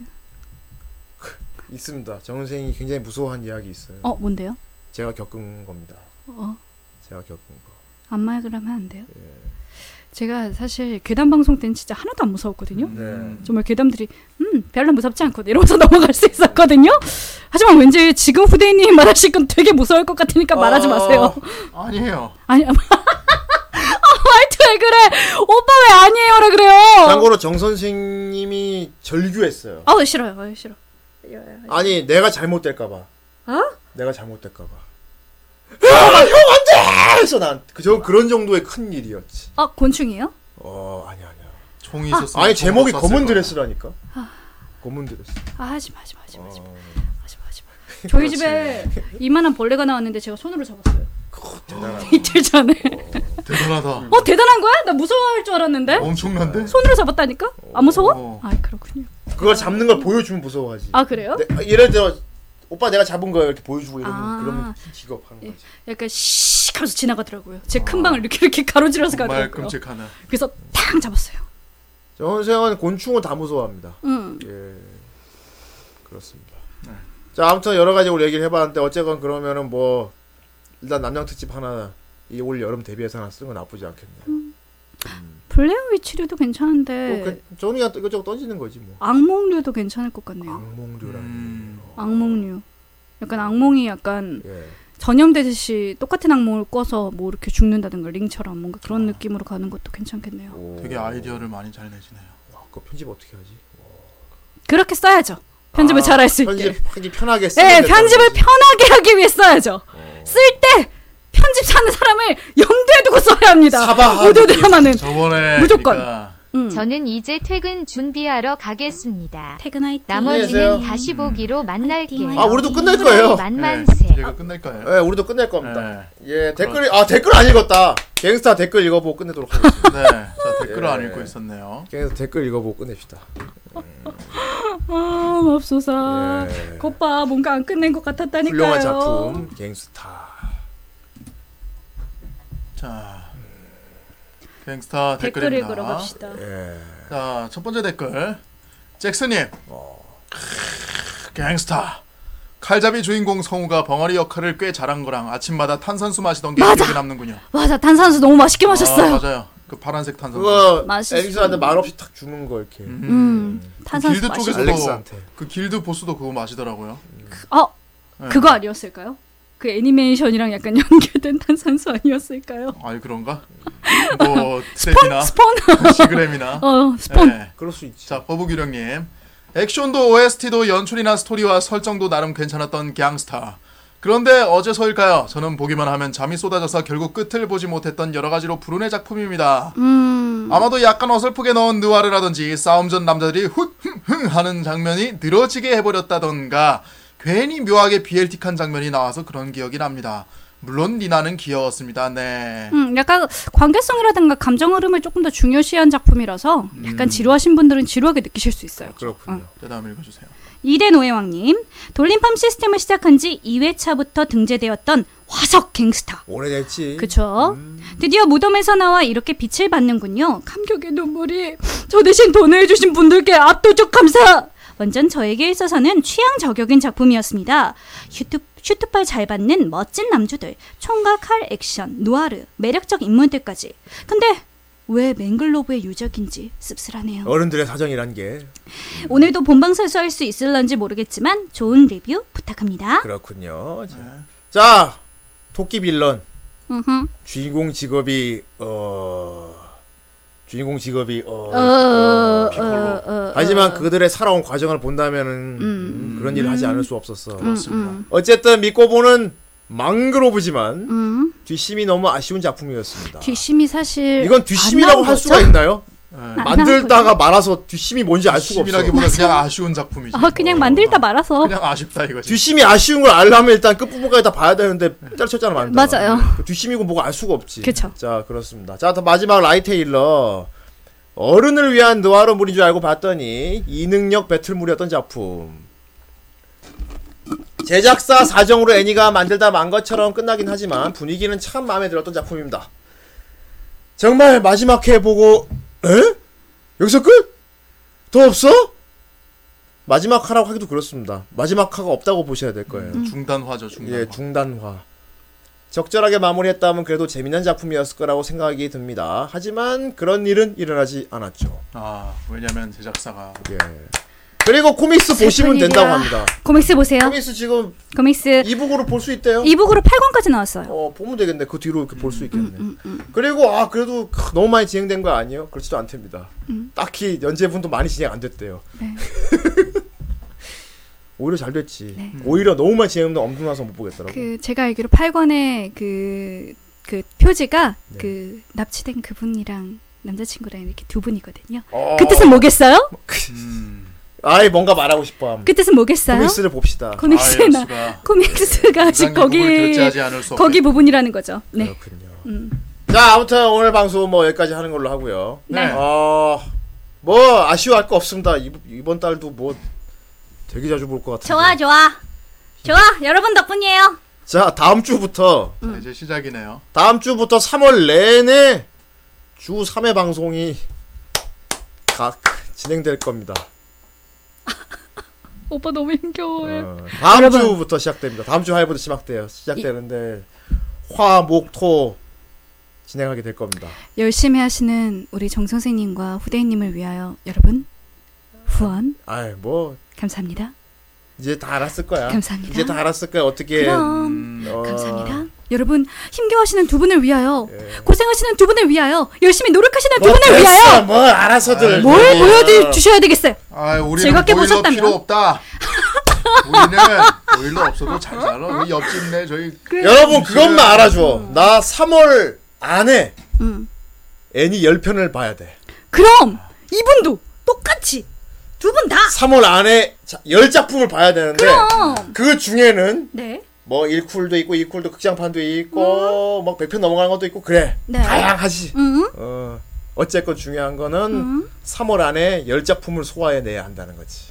Speaker 2: 있습니다. 정은생이 굉장히 무서워한 이야기 있어요.
Speaker 4: 어, 뭔데요?
Speaker 2: 제가 겪은 겁니다.
Speaker 4: 어.
Speaker 2: 제가 겪은 거.
Speaker 4: 안마약을 하면 안 돼요. 제가 사실 괴담 방송 때는 진짜 하나도 안
Speaker 2: 음.
Speaker 4: 무서웠거든요. 정말 괴담들이 음 별로 무섭지 않거든 이러면서 넘어갈 수 있었거든요. 하지만 왠지 지금 후대인님이 말하실 건 되게 무서울 것 같으니까 말하지
Speaker 2: 어.
Speaker 4: 마세요.
Speaker 6: 아니에요.
Speaker 4: 아니 아, 말투 왜 그래? 오빠 왜 아니에요라 그래요?
Speaker 2: 참고로 정 선생님이 절규했어요.
Speaker 4: 아우 싫어요. 아우 싫어.
Speaker 2: 아니 내가 잘못될까봐.
Speaker 4: 어?
Speaker 2: 내가 잘못될까봐. 형 안 안돼! 그래서 난저 그런 정도의 큰 일이었지.
Speaker 4: 아 곤충이에요?
Speaker 2: 어 아니 아니야.
Speaker 6: 총이
Speaker 2: 아,
Speaker 6: 있었으면
Speaker 2: 아니
Speaker 6: 총
Speaker 2: 제목이
Speaker 6: 쐈을
Speaker 2: 검은
Speaker 6: 거야.
Speaker 2: 드레스라니까. 검은 드레스.
Speaker 4: 아 하지마 하지마 하지마 하지마
Speaker 2: 어.
Speaker 4: 하지마 하지마 저희 집에 이만한 벌레가 나왔는데 제가 손으로 잡았어요
Speaker 2: 대단하다.
Speaker 4: 이틀 전에
Speaker 6: 대단하다.
Speaker 4: 어 대단한 거야? 나 무서워할 줄 알았는데
Speaker 6: 어. 엄청난데?
Speaker 4: 손으로 잡았다니까? 안
Speaker 6: 어.
Speaker 4: 무서워? 아이 그렇군요
Speaker 2: 그걸 잡는 걸 보여주면 무서워하지.
Speaker 4: 아 그래요?
Speaker 2: 내- 아, 예를 들어 오빠 내가 잡은 거야 이렇게 보여주고 이러면
Speaker 4: 아.
Speaker 2: 그러면 직업하는 거지.
Speaker 4: 약간 씩 하면서 지나가더라고요 제 큰 방을 이렇게 이렇게 가로질러서
Speaker 6: 정말
Speaker 4: 가더라고요
Speaker 6: 끔찍하네.
Speaker 4: 그래서 탕 잡았어요
Speaker 2: 정세영은 곤충을 다 무서워합니다.
Speaker 4: 음.
Speaker 2: 예. 그렇습니다.
Speaker 6: 네.
Speaker 2: 자, 아무튼 여러 가지 우리 얘기를 해봤는데 어쨌건 그러면은 뭐 일단 남양 특집 하나 이 올 여름 대비해서 하나 쓰는 건 나쁘지 않겠네요.
Speaker 4: 블레어 위치류도 괜찮은데
Speaker 2: 뭐 그, 정리가 또 이것저것 던지는 거지 뭐.
Speaker 4: 악몽류도 괜찮을 것 같네요
Speaker 2: 아. 악몽류라는.
Speaker 6: 음.
Speaker 4: 악몽류 약간 악몽이 약간
Speaker 2: 예.
Speaker 4: 전염되듯이 똑같은 악몽을 꿔서 뭐 이렇게 죽는다든가 링처럼 뭔가 그런 느낌으로 가는 것도 괜찮겠네요
Speaker 6: 되게 아이디어를 많이 잘 내시네요.
Speaker 2: 그거 편집 어떻게 하지?
Speaker 4: 그렇게 써야죠. 편집을
Speaker 2: 아,
Speaker 4: 잘 할 수 있게.
Speaker 2: 편집하기 편하게 쓰면
Speaker 4: 예,
Speaker 2: 된다는
Speaker 4: 네. 편집을
Speaker 2: 거지.
Speaker 4: 편하게 하기 위해 써야죠. 쓸 때 편집하는 사람을 염두에 두고 써야 합니다. 오디오 드라마는
Speaker 6: 저번에
Speaker 4: 무조건.
Speaker 6: 그러니까
Speaker 1: 저는 이제 퇴근 준비하러 가겠습니다.
Speaker 4: 퇴근하이.
Speaker 1: 나머지는
Speaker 2: 안녕히 계세요.
Speaker 1: 다시 보기로 만날게요.
Speaker 2: 아, 우리도 끝낼 거예요. 네.
Speaker 1: 만만세. 어.
Speaker 6: 제가 끝낼 거예요.
Speaker 2: 예, 우리도 끝낼
Speaker 6: 네.
Speaker 2: 겁니다. 예, 댓글이 아 댓글 안 읽었다. 갱스타 댓글 읽어보고 끝내도록 하겠습니다.
Speaker 6: 네, 자 댓글을
Speaker 2: 예.
Speaker 6: 안 읽고 있었네요.
Speaker 2: 갱스타 댓글 읽어보고 끝냅시다.
Speaker 4: 아, 맙소사. 겉봐 뭔가 안 끝낸 것 같았다니까요.
Speaker 2: 예. 네. 훌륭한 작품 갱스타.
Speaker 6: 자, 갱스타
Speaker 4: 댓글
Speaker 6: 댓글입니다.
Speaker 4: 읽으러 갑시다.
Speaker 2: 예.
Speaker 6: 자, 첫 번째 댓글. 잭스님.
Speaker 2: 어.
Speaker 6: 크으, 갱스타. 칼잡이 주인공 성우가 벙어리 역할을 꽤 잘한 거랑 아침마다 탄산수 마시던 게 기억에 남는군요.
Speaker 4: 맞아, 탄산수 너무 맛있게 마셨어요.
Speaker 6: 아, 맞아요. 그 파란색 탄산수.
Speaker 2: 그거
Speaker 4: 맛있어.
Speaker 2: 앨리스한테 말없이 탁 주는 거 이렇게. 뭐
Speaker 4: 음, 탄산수
Speaker 6: 길드
Speaker 4: 마시고.
Speaker 6: 쪽에서도
Speaker 2: 알렉스한테.
Speaker 6: 그 길드 보스도 그거 마시더라고요.
Speaker 4: 어,
Speaker 6: 네.
Speaker 4: 그거 아니었을까요? 그 애니메이션이랑 약간 연계된 탄산수 아니었을까요?
Speaker 6: 아니 그런가? 뭐 스폰
Speaker 4: 스폰?
Speaker 6: 시그램이나
Speaker 4: 어,
Speaker 6: 네.
Speaker 4: 스폰.
Speaker 2: 그럴 수 있지.
Speaker 6: 자 버부기령님 액션도 OST도 연출이나 스토리와 설정도 나름 괜찮았던 갱스타. 그런데 어제서일까요? 저는 보기만 하면 잠이 쏟아져서 결국 끝을 보지 못했던 여러 가지로 불운의 작품입니다.
Speaker 4: 음.
Speaker 6: 아마도 약간 어설프게 넣은 느와르라든지 싸움 전 남자들이 훗흥흥 하는 장면이 늘어지게 해버렸다던가 괜히 묘하게 BLT한 장면이 나와서 그런 기억이 납니다. 물론 니나는 귀여웠습니다. 네.
Speaker 4: 음, 약간 관계성이라든가 감정 흐름을 조금 더 중요시한 작품이라서 약간 지루하신 분들은 지루하게 느끼실 수 있어요.
Speaker 6: 음. 그렇군요. 그 다음 읽어주세요.
Speaker 4: 이대 노예왕님, 돌림팜 시스템을 시작한 지 2회차부터 등재되었던 화석 갱스타.
Speaker 2: 오래됐지.
Speaker 4: 그쵸?
Speaker 2: 음.
Speaker 4: 드디어 무덤에서 나와 이렇게 빛을 받는군요. 감격의 눈물이 저 대신 돈을 해주신 분들께 압도적 감사! 완전 저에게 있어서는 취향 저격인 작품이었습니다. 슈트, 슈트팔 잘 받는 멋진 남주들, 총과 칼 액션, 누아르, 매력적 인물들까지. 근데 왜 맹글로브의 유적인지 씁쓸하네요.
Speaker 2: 어른들의 사정이란 게
Speaker 4: 오늘도 본방 설수할 수 있을런지 모르겠지만 좋은 리뷰 부탁합니다.
Speaker 2: 그렇군요. 자, 자, 토끼 빌런
Speaker 4: 음흠.
Speaker 2: 주인공 직업이 어 주인공 직업이 어,
Speaker 4: 어, 어,
Speaker 2: 피콜로.
Speaker 4: 어, 어,
Speaker 2: 하지만
Speaker 4: 어.
Speaker 2: 그들의 살아온 과정을 본다면은
Speaker 4: 음.
Speaker 2: 그런 일을 하지
Speaker 4: 음.
Speaker 2: 않을 수 없었어.
Speaker 4: 그렇습니다. 음.
Speaker 2: 어쨌든 믿고 보는 망그로브지만
Speaker 4: 음.
Speaker 2: 뒷심이 너무 아쉬운 작품이었습니다.
Speaker 4: 뒷심이 사실
Speaker 2: 이건 뒷심이라고
Speaker 4: 안 나온
Speaker 2: 할 수가
Speaker 4: 거죠?
Speaker 2: 있나요?
Speaker 4: 안
Speaker 2: 만들다가 말아서 뒷심이 뭔지 알 수가 없어.
Speaker 6: 뒷심이라기보다 그냥 아쉬운 작품이지.
Speaker 4: 아
Speaker 2: 어.
Speaker 4: 어? 그냥 만들다 말아서
Speaker 6: 그냥 아쉽다 이거지.
Speaker 2: 뒷심이 아쉬운 걸 알려면 일단 끝부분까지 다 봐야 되는데 때려쳤잖아 많이.
Speaker 4: 맞아요.
Speaker 2: 그 뒷심이고 뭐고 알 수가 없지.
Speaker 4: 그쵸.
Speaker 2: 자 그렇습니다. 자, 더 마지막 라이테일러 어른을 위한 느와르물인 줄 알고 봤더니 이능력 배틀물이었던 작품. 제작사 사정으로 애니가 만들다 만 것처럼 끝나긴 하지만 분위기는 참 마음에 들었던 작품입니다. 정말 마지막 회 보고 에? 여기서 끝? 더 없어? 마지막 화라고 하기도 그렇습니다. 마지막 화가 없다고 보셔야 될 거예요.
Speaker 4: 음.
Speaker 6: 중단화죠 중단화.
Speaker 2: 음. 예, 중단화. 적절하게 마무리했다면 그래도 재미난 작품이었을 거라고 생각이 듭니다. 하지만 그런 일은 일어나지 않았죠.
Speaker 6: 아 왜냐면 제작사가
Speaker 2: 예. 그리고 코믹스 보시면
Speaker 4: 슬픈
Speaker 2: 된다고
Speaker 4: 일이야.
Speaker 2: 합니다.
Speaker 4: 코믹스 보세요.
Speaker 2: 코믹스 지금
Speaker 4: 코믹스
Speaker 2: 이북으로 볼 수 있대요.
Speaker 4: 이북으로 8권까지 나왔어요. 음,
Speaker 2: 어, 보면 되겠네. 그 뒤로 이렇게 볼 수 있겠네. 그리고 아, 그래도 크, 너무 많이 진행된 거 아니에요? 그렇지도 않답니다.
Speaker 4: 음. 네.
Speaker 2: 딱히 연재분도 많이 진행 안 됐대요. 오히려 잘 됐지.
Speaker 4: 네.
Speaker 2: 오히려 너무만 진행하면 엄청나서 못 보겠더라고.
Speaker 4: 그 제가 알기로 8권의 그, 그 표지가
Speaker 2: 네.
Speaker 4: 그 납치된 그분이랑 남자친구랑 이렇게 두 분이거든요.
Speaker 2: 어.
Speaker 4: 그 뜻은 뭐겠어요?
Speaker 6: 음,
Speaker 2: 아이 뭔가 말하고 싶어함.
Speaker 4: 그 뜻은 뭐겠어요?
Speaker 2: 코믹스를 아, 예, 봅시다.
Speaker 4: 그,
Speaker 6: 아,
Speaker 4: 코믹스나 코믹스가 아직 거기
Speaker 2: 결제하지 않을 수 없게.
Speaker 4: 거기 부분이라는 거죠. 네. 음.
Speaker 2: 자 아무튼 오늘 방송 뭐 여기까지 하는 걸로 하고요. 아,
Speaker 4: 네.
Speaker 2: 어뭐 아쉬워할 거 없습니다. 이, 이번 달도 뭐 되게 자주 볼 것 같아요.
Speaker 4: 좋아 좋아 좋아 여러분 덕분이에요.
Speaker 2: 자 다음 주부터
Speaker 6: 이제 시작이네요.
Speaker 2: 다음 주부터 3월 내내 주 3회 방송이 각 진행될 겁니다.
Speaker 4: 오빠 너무 힘겨워요.
Speaker 2: 어, 다음 주부터 시작됩니다. 다음 주 화요일부터 시작돼요. 시작되는데 화, 목, 토 진행하게 될 겁니다.
Speaker 4: 열심히 하시는 우리 정 선생님과 후대인님을 위하여 여러분 후원
Speaker 2: 아이 뭐
Speaker 4: 감사합니다.
Speaker 2: 이제 다 알았을 거야.
Speaker 4: 감사합니다.
Speaker 2: 이제 다 알았을 거야. 어떻게
Speaker 4: 그럼.
Speaker 6: 음.
Speaker 2: 감사합니다.
Speaker 4: 여러분 힘겨워하시는 두 분을 위하여 고생하시는 두 분을 위하여 열심히 노력하시는 두
Speaker 2: 뭐
Speaker 4: 분을
Speaker 2: 예. 됐어,
Speaker 4: 위하여
Speaker 2: 뭐 알아서들
Speaker 4: 뭘
Speaker 2: 뭐.
Speaker 4: 보여주셔야 되겠어요.
Speaker 6: 아, 우리는
Speaker 4: 즐겁게
Speaker 6: 보일러
Speaker 4: 보셨다면?
Speaker 6: 필요 없다. 우리는 보일러 없어도 잘 살아. 우리 옆집네 저희
Speaker 2: 여러분 그것만 알아줘.
Speaker 4: 음.
Speaker 2: 나 3월 안에 애니 10편을 봐야 돼.
Speaker 4: 그럼 이분도 똑같이 두 분 다.
Speaker 2: 3월 안에 자- 10작품을 봐야 되는데
Speaker 4: 그럼.
Speaker 2: 그 중에는
Speaker 4: 네.
Speaker 2: 뭐 1쿨도 있고 2쿨도 극장판도 있고 막 100편 넘어가는 것도 있고 그래.
Speaker 4: 뭐? 네.
Speaker 2: 다양하지.
Speaker 4: 음.
Speaker 2: 어, 어쨌건 중요한 거는
Speaker 4: 음.
Speaker 2: 3월 안에 10작품을 소화해내야 한다는 거지.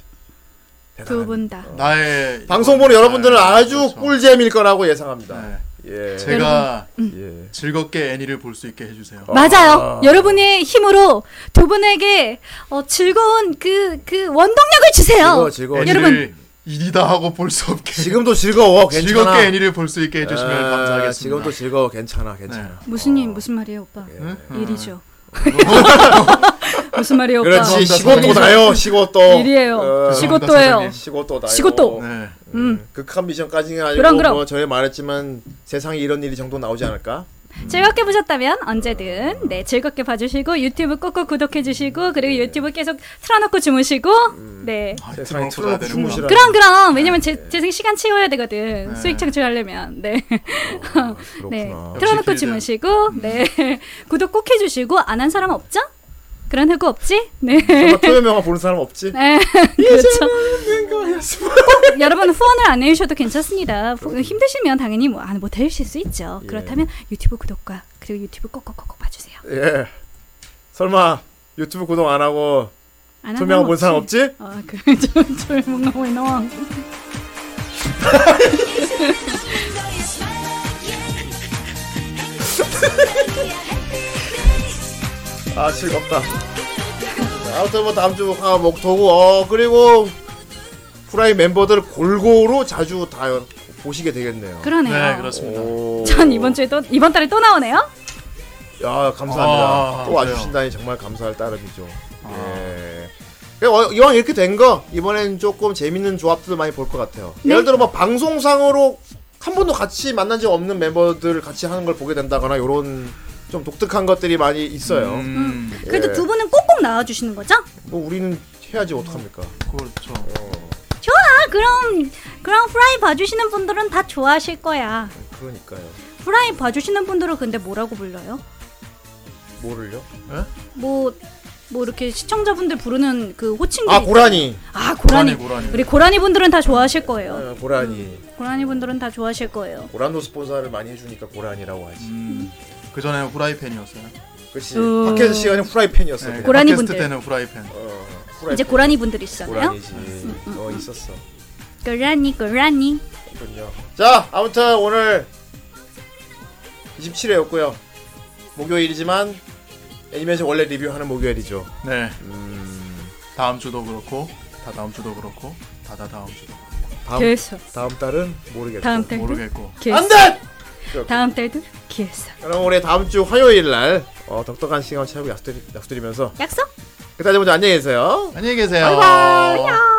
Speaker 4: 두 분 다.
Speaker 6: 나의 네, 그렇죠.
Speaker 2: 방송 보는 여러분들은 아주 꿀잼일 거라고 예상합니다. 예.
Speaker 6: 제가
Speaker 2: 음.
Speaker 6: 즐겁게 애니를 볼 수 있게 해주세요.
Speaker 2: 어.
Speaker 4: 맞아요. 여러분의 힘으로 두 분에게 어, 즐거운 그 그 원동력을 주세요. 여러분
Speaker 6: 애니를 일이다 하고 볼 수 없게.
Speaker 2: 지금도 즐거워. 괜찮아.
Speaker 6: 즐겁게 애니를 볼 수 있게 해주시면
Speaker 2: 아,
Speaker 6: 감사하겠습니다.
Speaker 2: 지금도 즐거워. 괜찮아. 괜찮아. 예.
Speaker 4: 무슨 일 무슨 말이에요, 오빠?
Speaker 6: 네.
Speaker 4: 일이죠. 무슨 말이에요, 오빠?
Speaker 2: 음. 그렇지. 시고또다요. 시고또.
Speaker 4: 일이에요.
Speaker 2: 어,
Speaker 4: 시고또예요.
Speaker 2: 시고또다요. 네,
Speaker 4: 시고또.
Speaker 6: 네.
Speaker 4: 음.
Speaker 2: 극한 미션까지는 아니고
Speaker 4: 그럼, 그럼.
Speaker 2: 뭐 전에 말했지만 세상에 이런 일이 정도 나오지 않을까?
Speaker 4: 즐겁게 보셨다면 언제든 네 즐겁게 봐주시고 유튜브 꼭꼭 구독해주시고 그리고
Speaker 2: 네.
Speaker 4: 유튜브 계속 틀어놓고 주무시고
Speaker 2: 음.
Speaker 4: 네
Speaker 2: 세상에 틀어놓고 주무시라.
Speaker 4: 그럼 그럼
Speaker 2: 네.
Speaker 4: 왜냐면 제, 제 생- 시간 채워야 되거든 수익 창출하려면 네,
Speaker 2: 아,
Speaker 4: 네 틀어놓고 주무시고
Speaker 2: 음.
Speaker 4: 네 구독 꼭 해주시고 안 한 사람 없죠? 그런 흑우 없지? 네.
Speaker 2: 설마 토요 명화 보는 사람 없지?
Speaker 4: 네,
Speaker 2: 예,
Speaker 4: 그렇죠. 꼭 여러분 후원을 안 해주셔도 괜찮습니다. 후- 힘드시면 당연히 뭐, 안- 못 해주실 수 있죠. 그렇다면 유튜브 구독과 그리고 유튜브 꼭꼭꼭꼭 봐주세요.
Speaker 2: 예. 설마 유튜브 구독 안 하고
Speaker 4: 안
Speaker 2: 토요 명화
Speaker 4: 하면
Speaker 2: 본 사람 없지?
Speaker 4: 아, 그좀 뭔가 왜 나와?
Speaker 2: 아 즐겁다. 아무튼 뭐 다음 주 화, 목, 토고 어 그리고 후라이 멤버들 골고루 자주 다 보시게 되겠네요. 그렇죠.
Speaker 4: 그러네요. 네,
Speaker 2: 그렇습니다.
Speaker 4: 전 이번 주에 또 이번 달에 또 나오네요.
Speaker 2: 야 감사합니다.
Speaker 6: 아,
Speaker 2: 또
Speaker 6: 그래요.
Speaker 2: 와주신다니 정말 감사할 따름이죠. 예. 그래, 어, 이왕 이렇게 된 거 이번엔 조금 재밌는 조합들 많이 볼 것 같아요.
Speaker 4: 네.
Speaker 2: 예를 들어 뭐 방송상으로 한 번도 같이 만난 적 없는 멤버들 같이 하는 걸 보게 된다거나 이런 좀 독특한 것들이 많이 있어요. 예.
Speaker 4: 그래도 두 분은 꼭꼭 나와주시는 거죠? 아,
Speaker 2: 뭐 우리는 해야지 어떡합니까?
Speaker 6: 그렇죠.
Speaker 2: 어,
Speaker 4: 좋아. 그럼 그럼 프라이 봐주시는 분들은 다 좋아하실 거야.
Speaker 2: 그러니까요.
Speaker 4: 프라이 봐주시는 분들은 근데 뭐라고 불러요?
Speaker 2: 뭐를요?
Speaker 4: 뭐. 뭐 이렇게 시청자분들 부르는 그 호칭들
Speaker 2: 아
Speaker 4: 있죠?
Speaker 2: 고라니.
Speaker 4: 아 고라니, 우리 고라니 분들은 다 좋아하실 거예요
Speaker 2: 아, 고라니.
Speaker 4: 고라니 분들은 다 좋아하실 거예요
Speaker 2: 고란도 스폰서를 많이 해주니까 고라니라고 하지.
Speaker 6: 그 전에 후라이팬이었어요.
Speaker 2: 그치.
Speaker 4: 음.
Speaker 2: 팟캐스트 시간에 후라이팬이었어. 어,
Speaker 6: 네,
Speaker 2: 그냥.
Speaker 4: 고라니
Speaker 6: 팟캐스트
Speaker 4: 분들.
Speaker 6: 때는 후라이팬.
Speaker 2: 네.
Speaker 4: 이제 고라니 분들이 있잖아요 음,
Speaker 2: 고라니지. 어 있었어.
Speaker 4: 고라니 고라니
Speaker 2: 그렇군요. 자, 아무튼 오늘 27회였고요. 목요일이지만 애니메이션 원래 리뷰하는 목요일이죠.
Speaker 6: 네. 다음 주도 그렇고, 다 다음 주도 그렇고, 다다 다음 주도.
Speaker 2: 다음
Speaker 4: 계속.
Speaker 2: 다음 달은 모르겠고.
Speaker 4: 다음 달도
Speaker 6: 모르겠고.
Speaker 4: 계속.
Speaker 2: 안돼.
Speaker 4: 다음 달도 기회사
Speaker 2: 그럼 우리 다음 주 화요일 날 어, 덕덕한 시간 채우고 약속드리, 약속드리면서
Speaker 4: 약속
Speaker 2: 그다지 먼저 안녕히 계세요.
Speaker 6: 안녕히 계세요.
Speaker 2: 바이바이.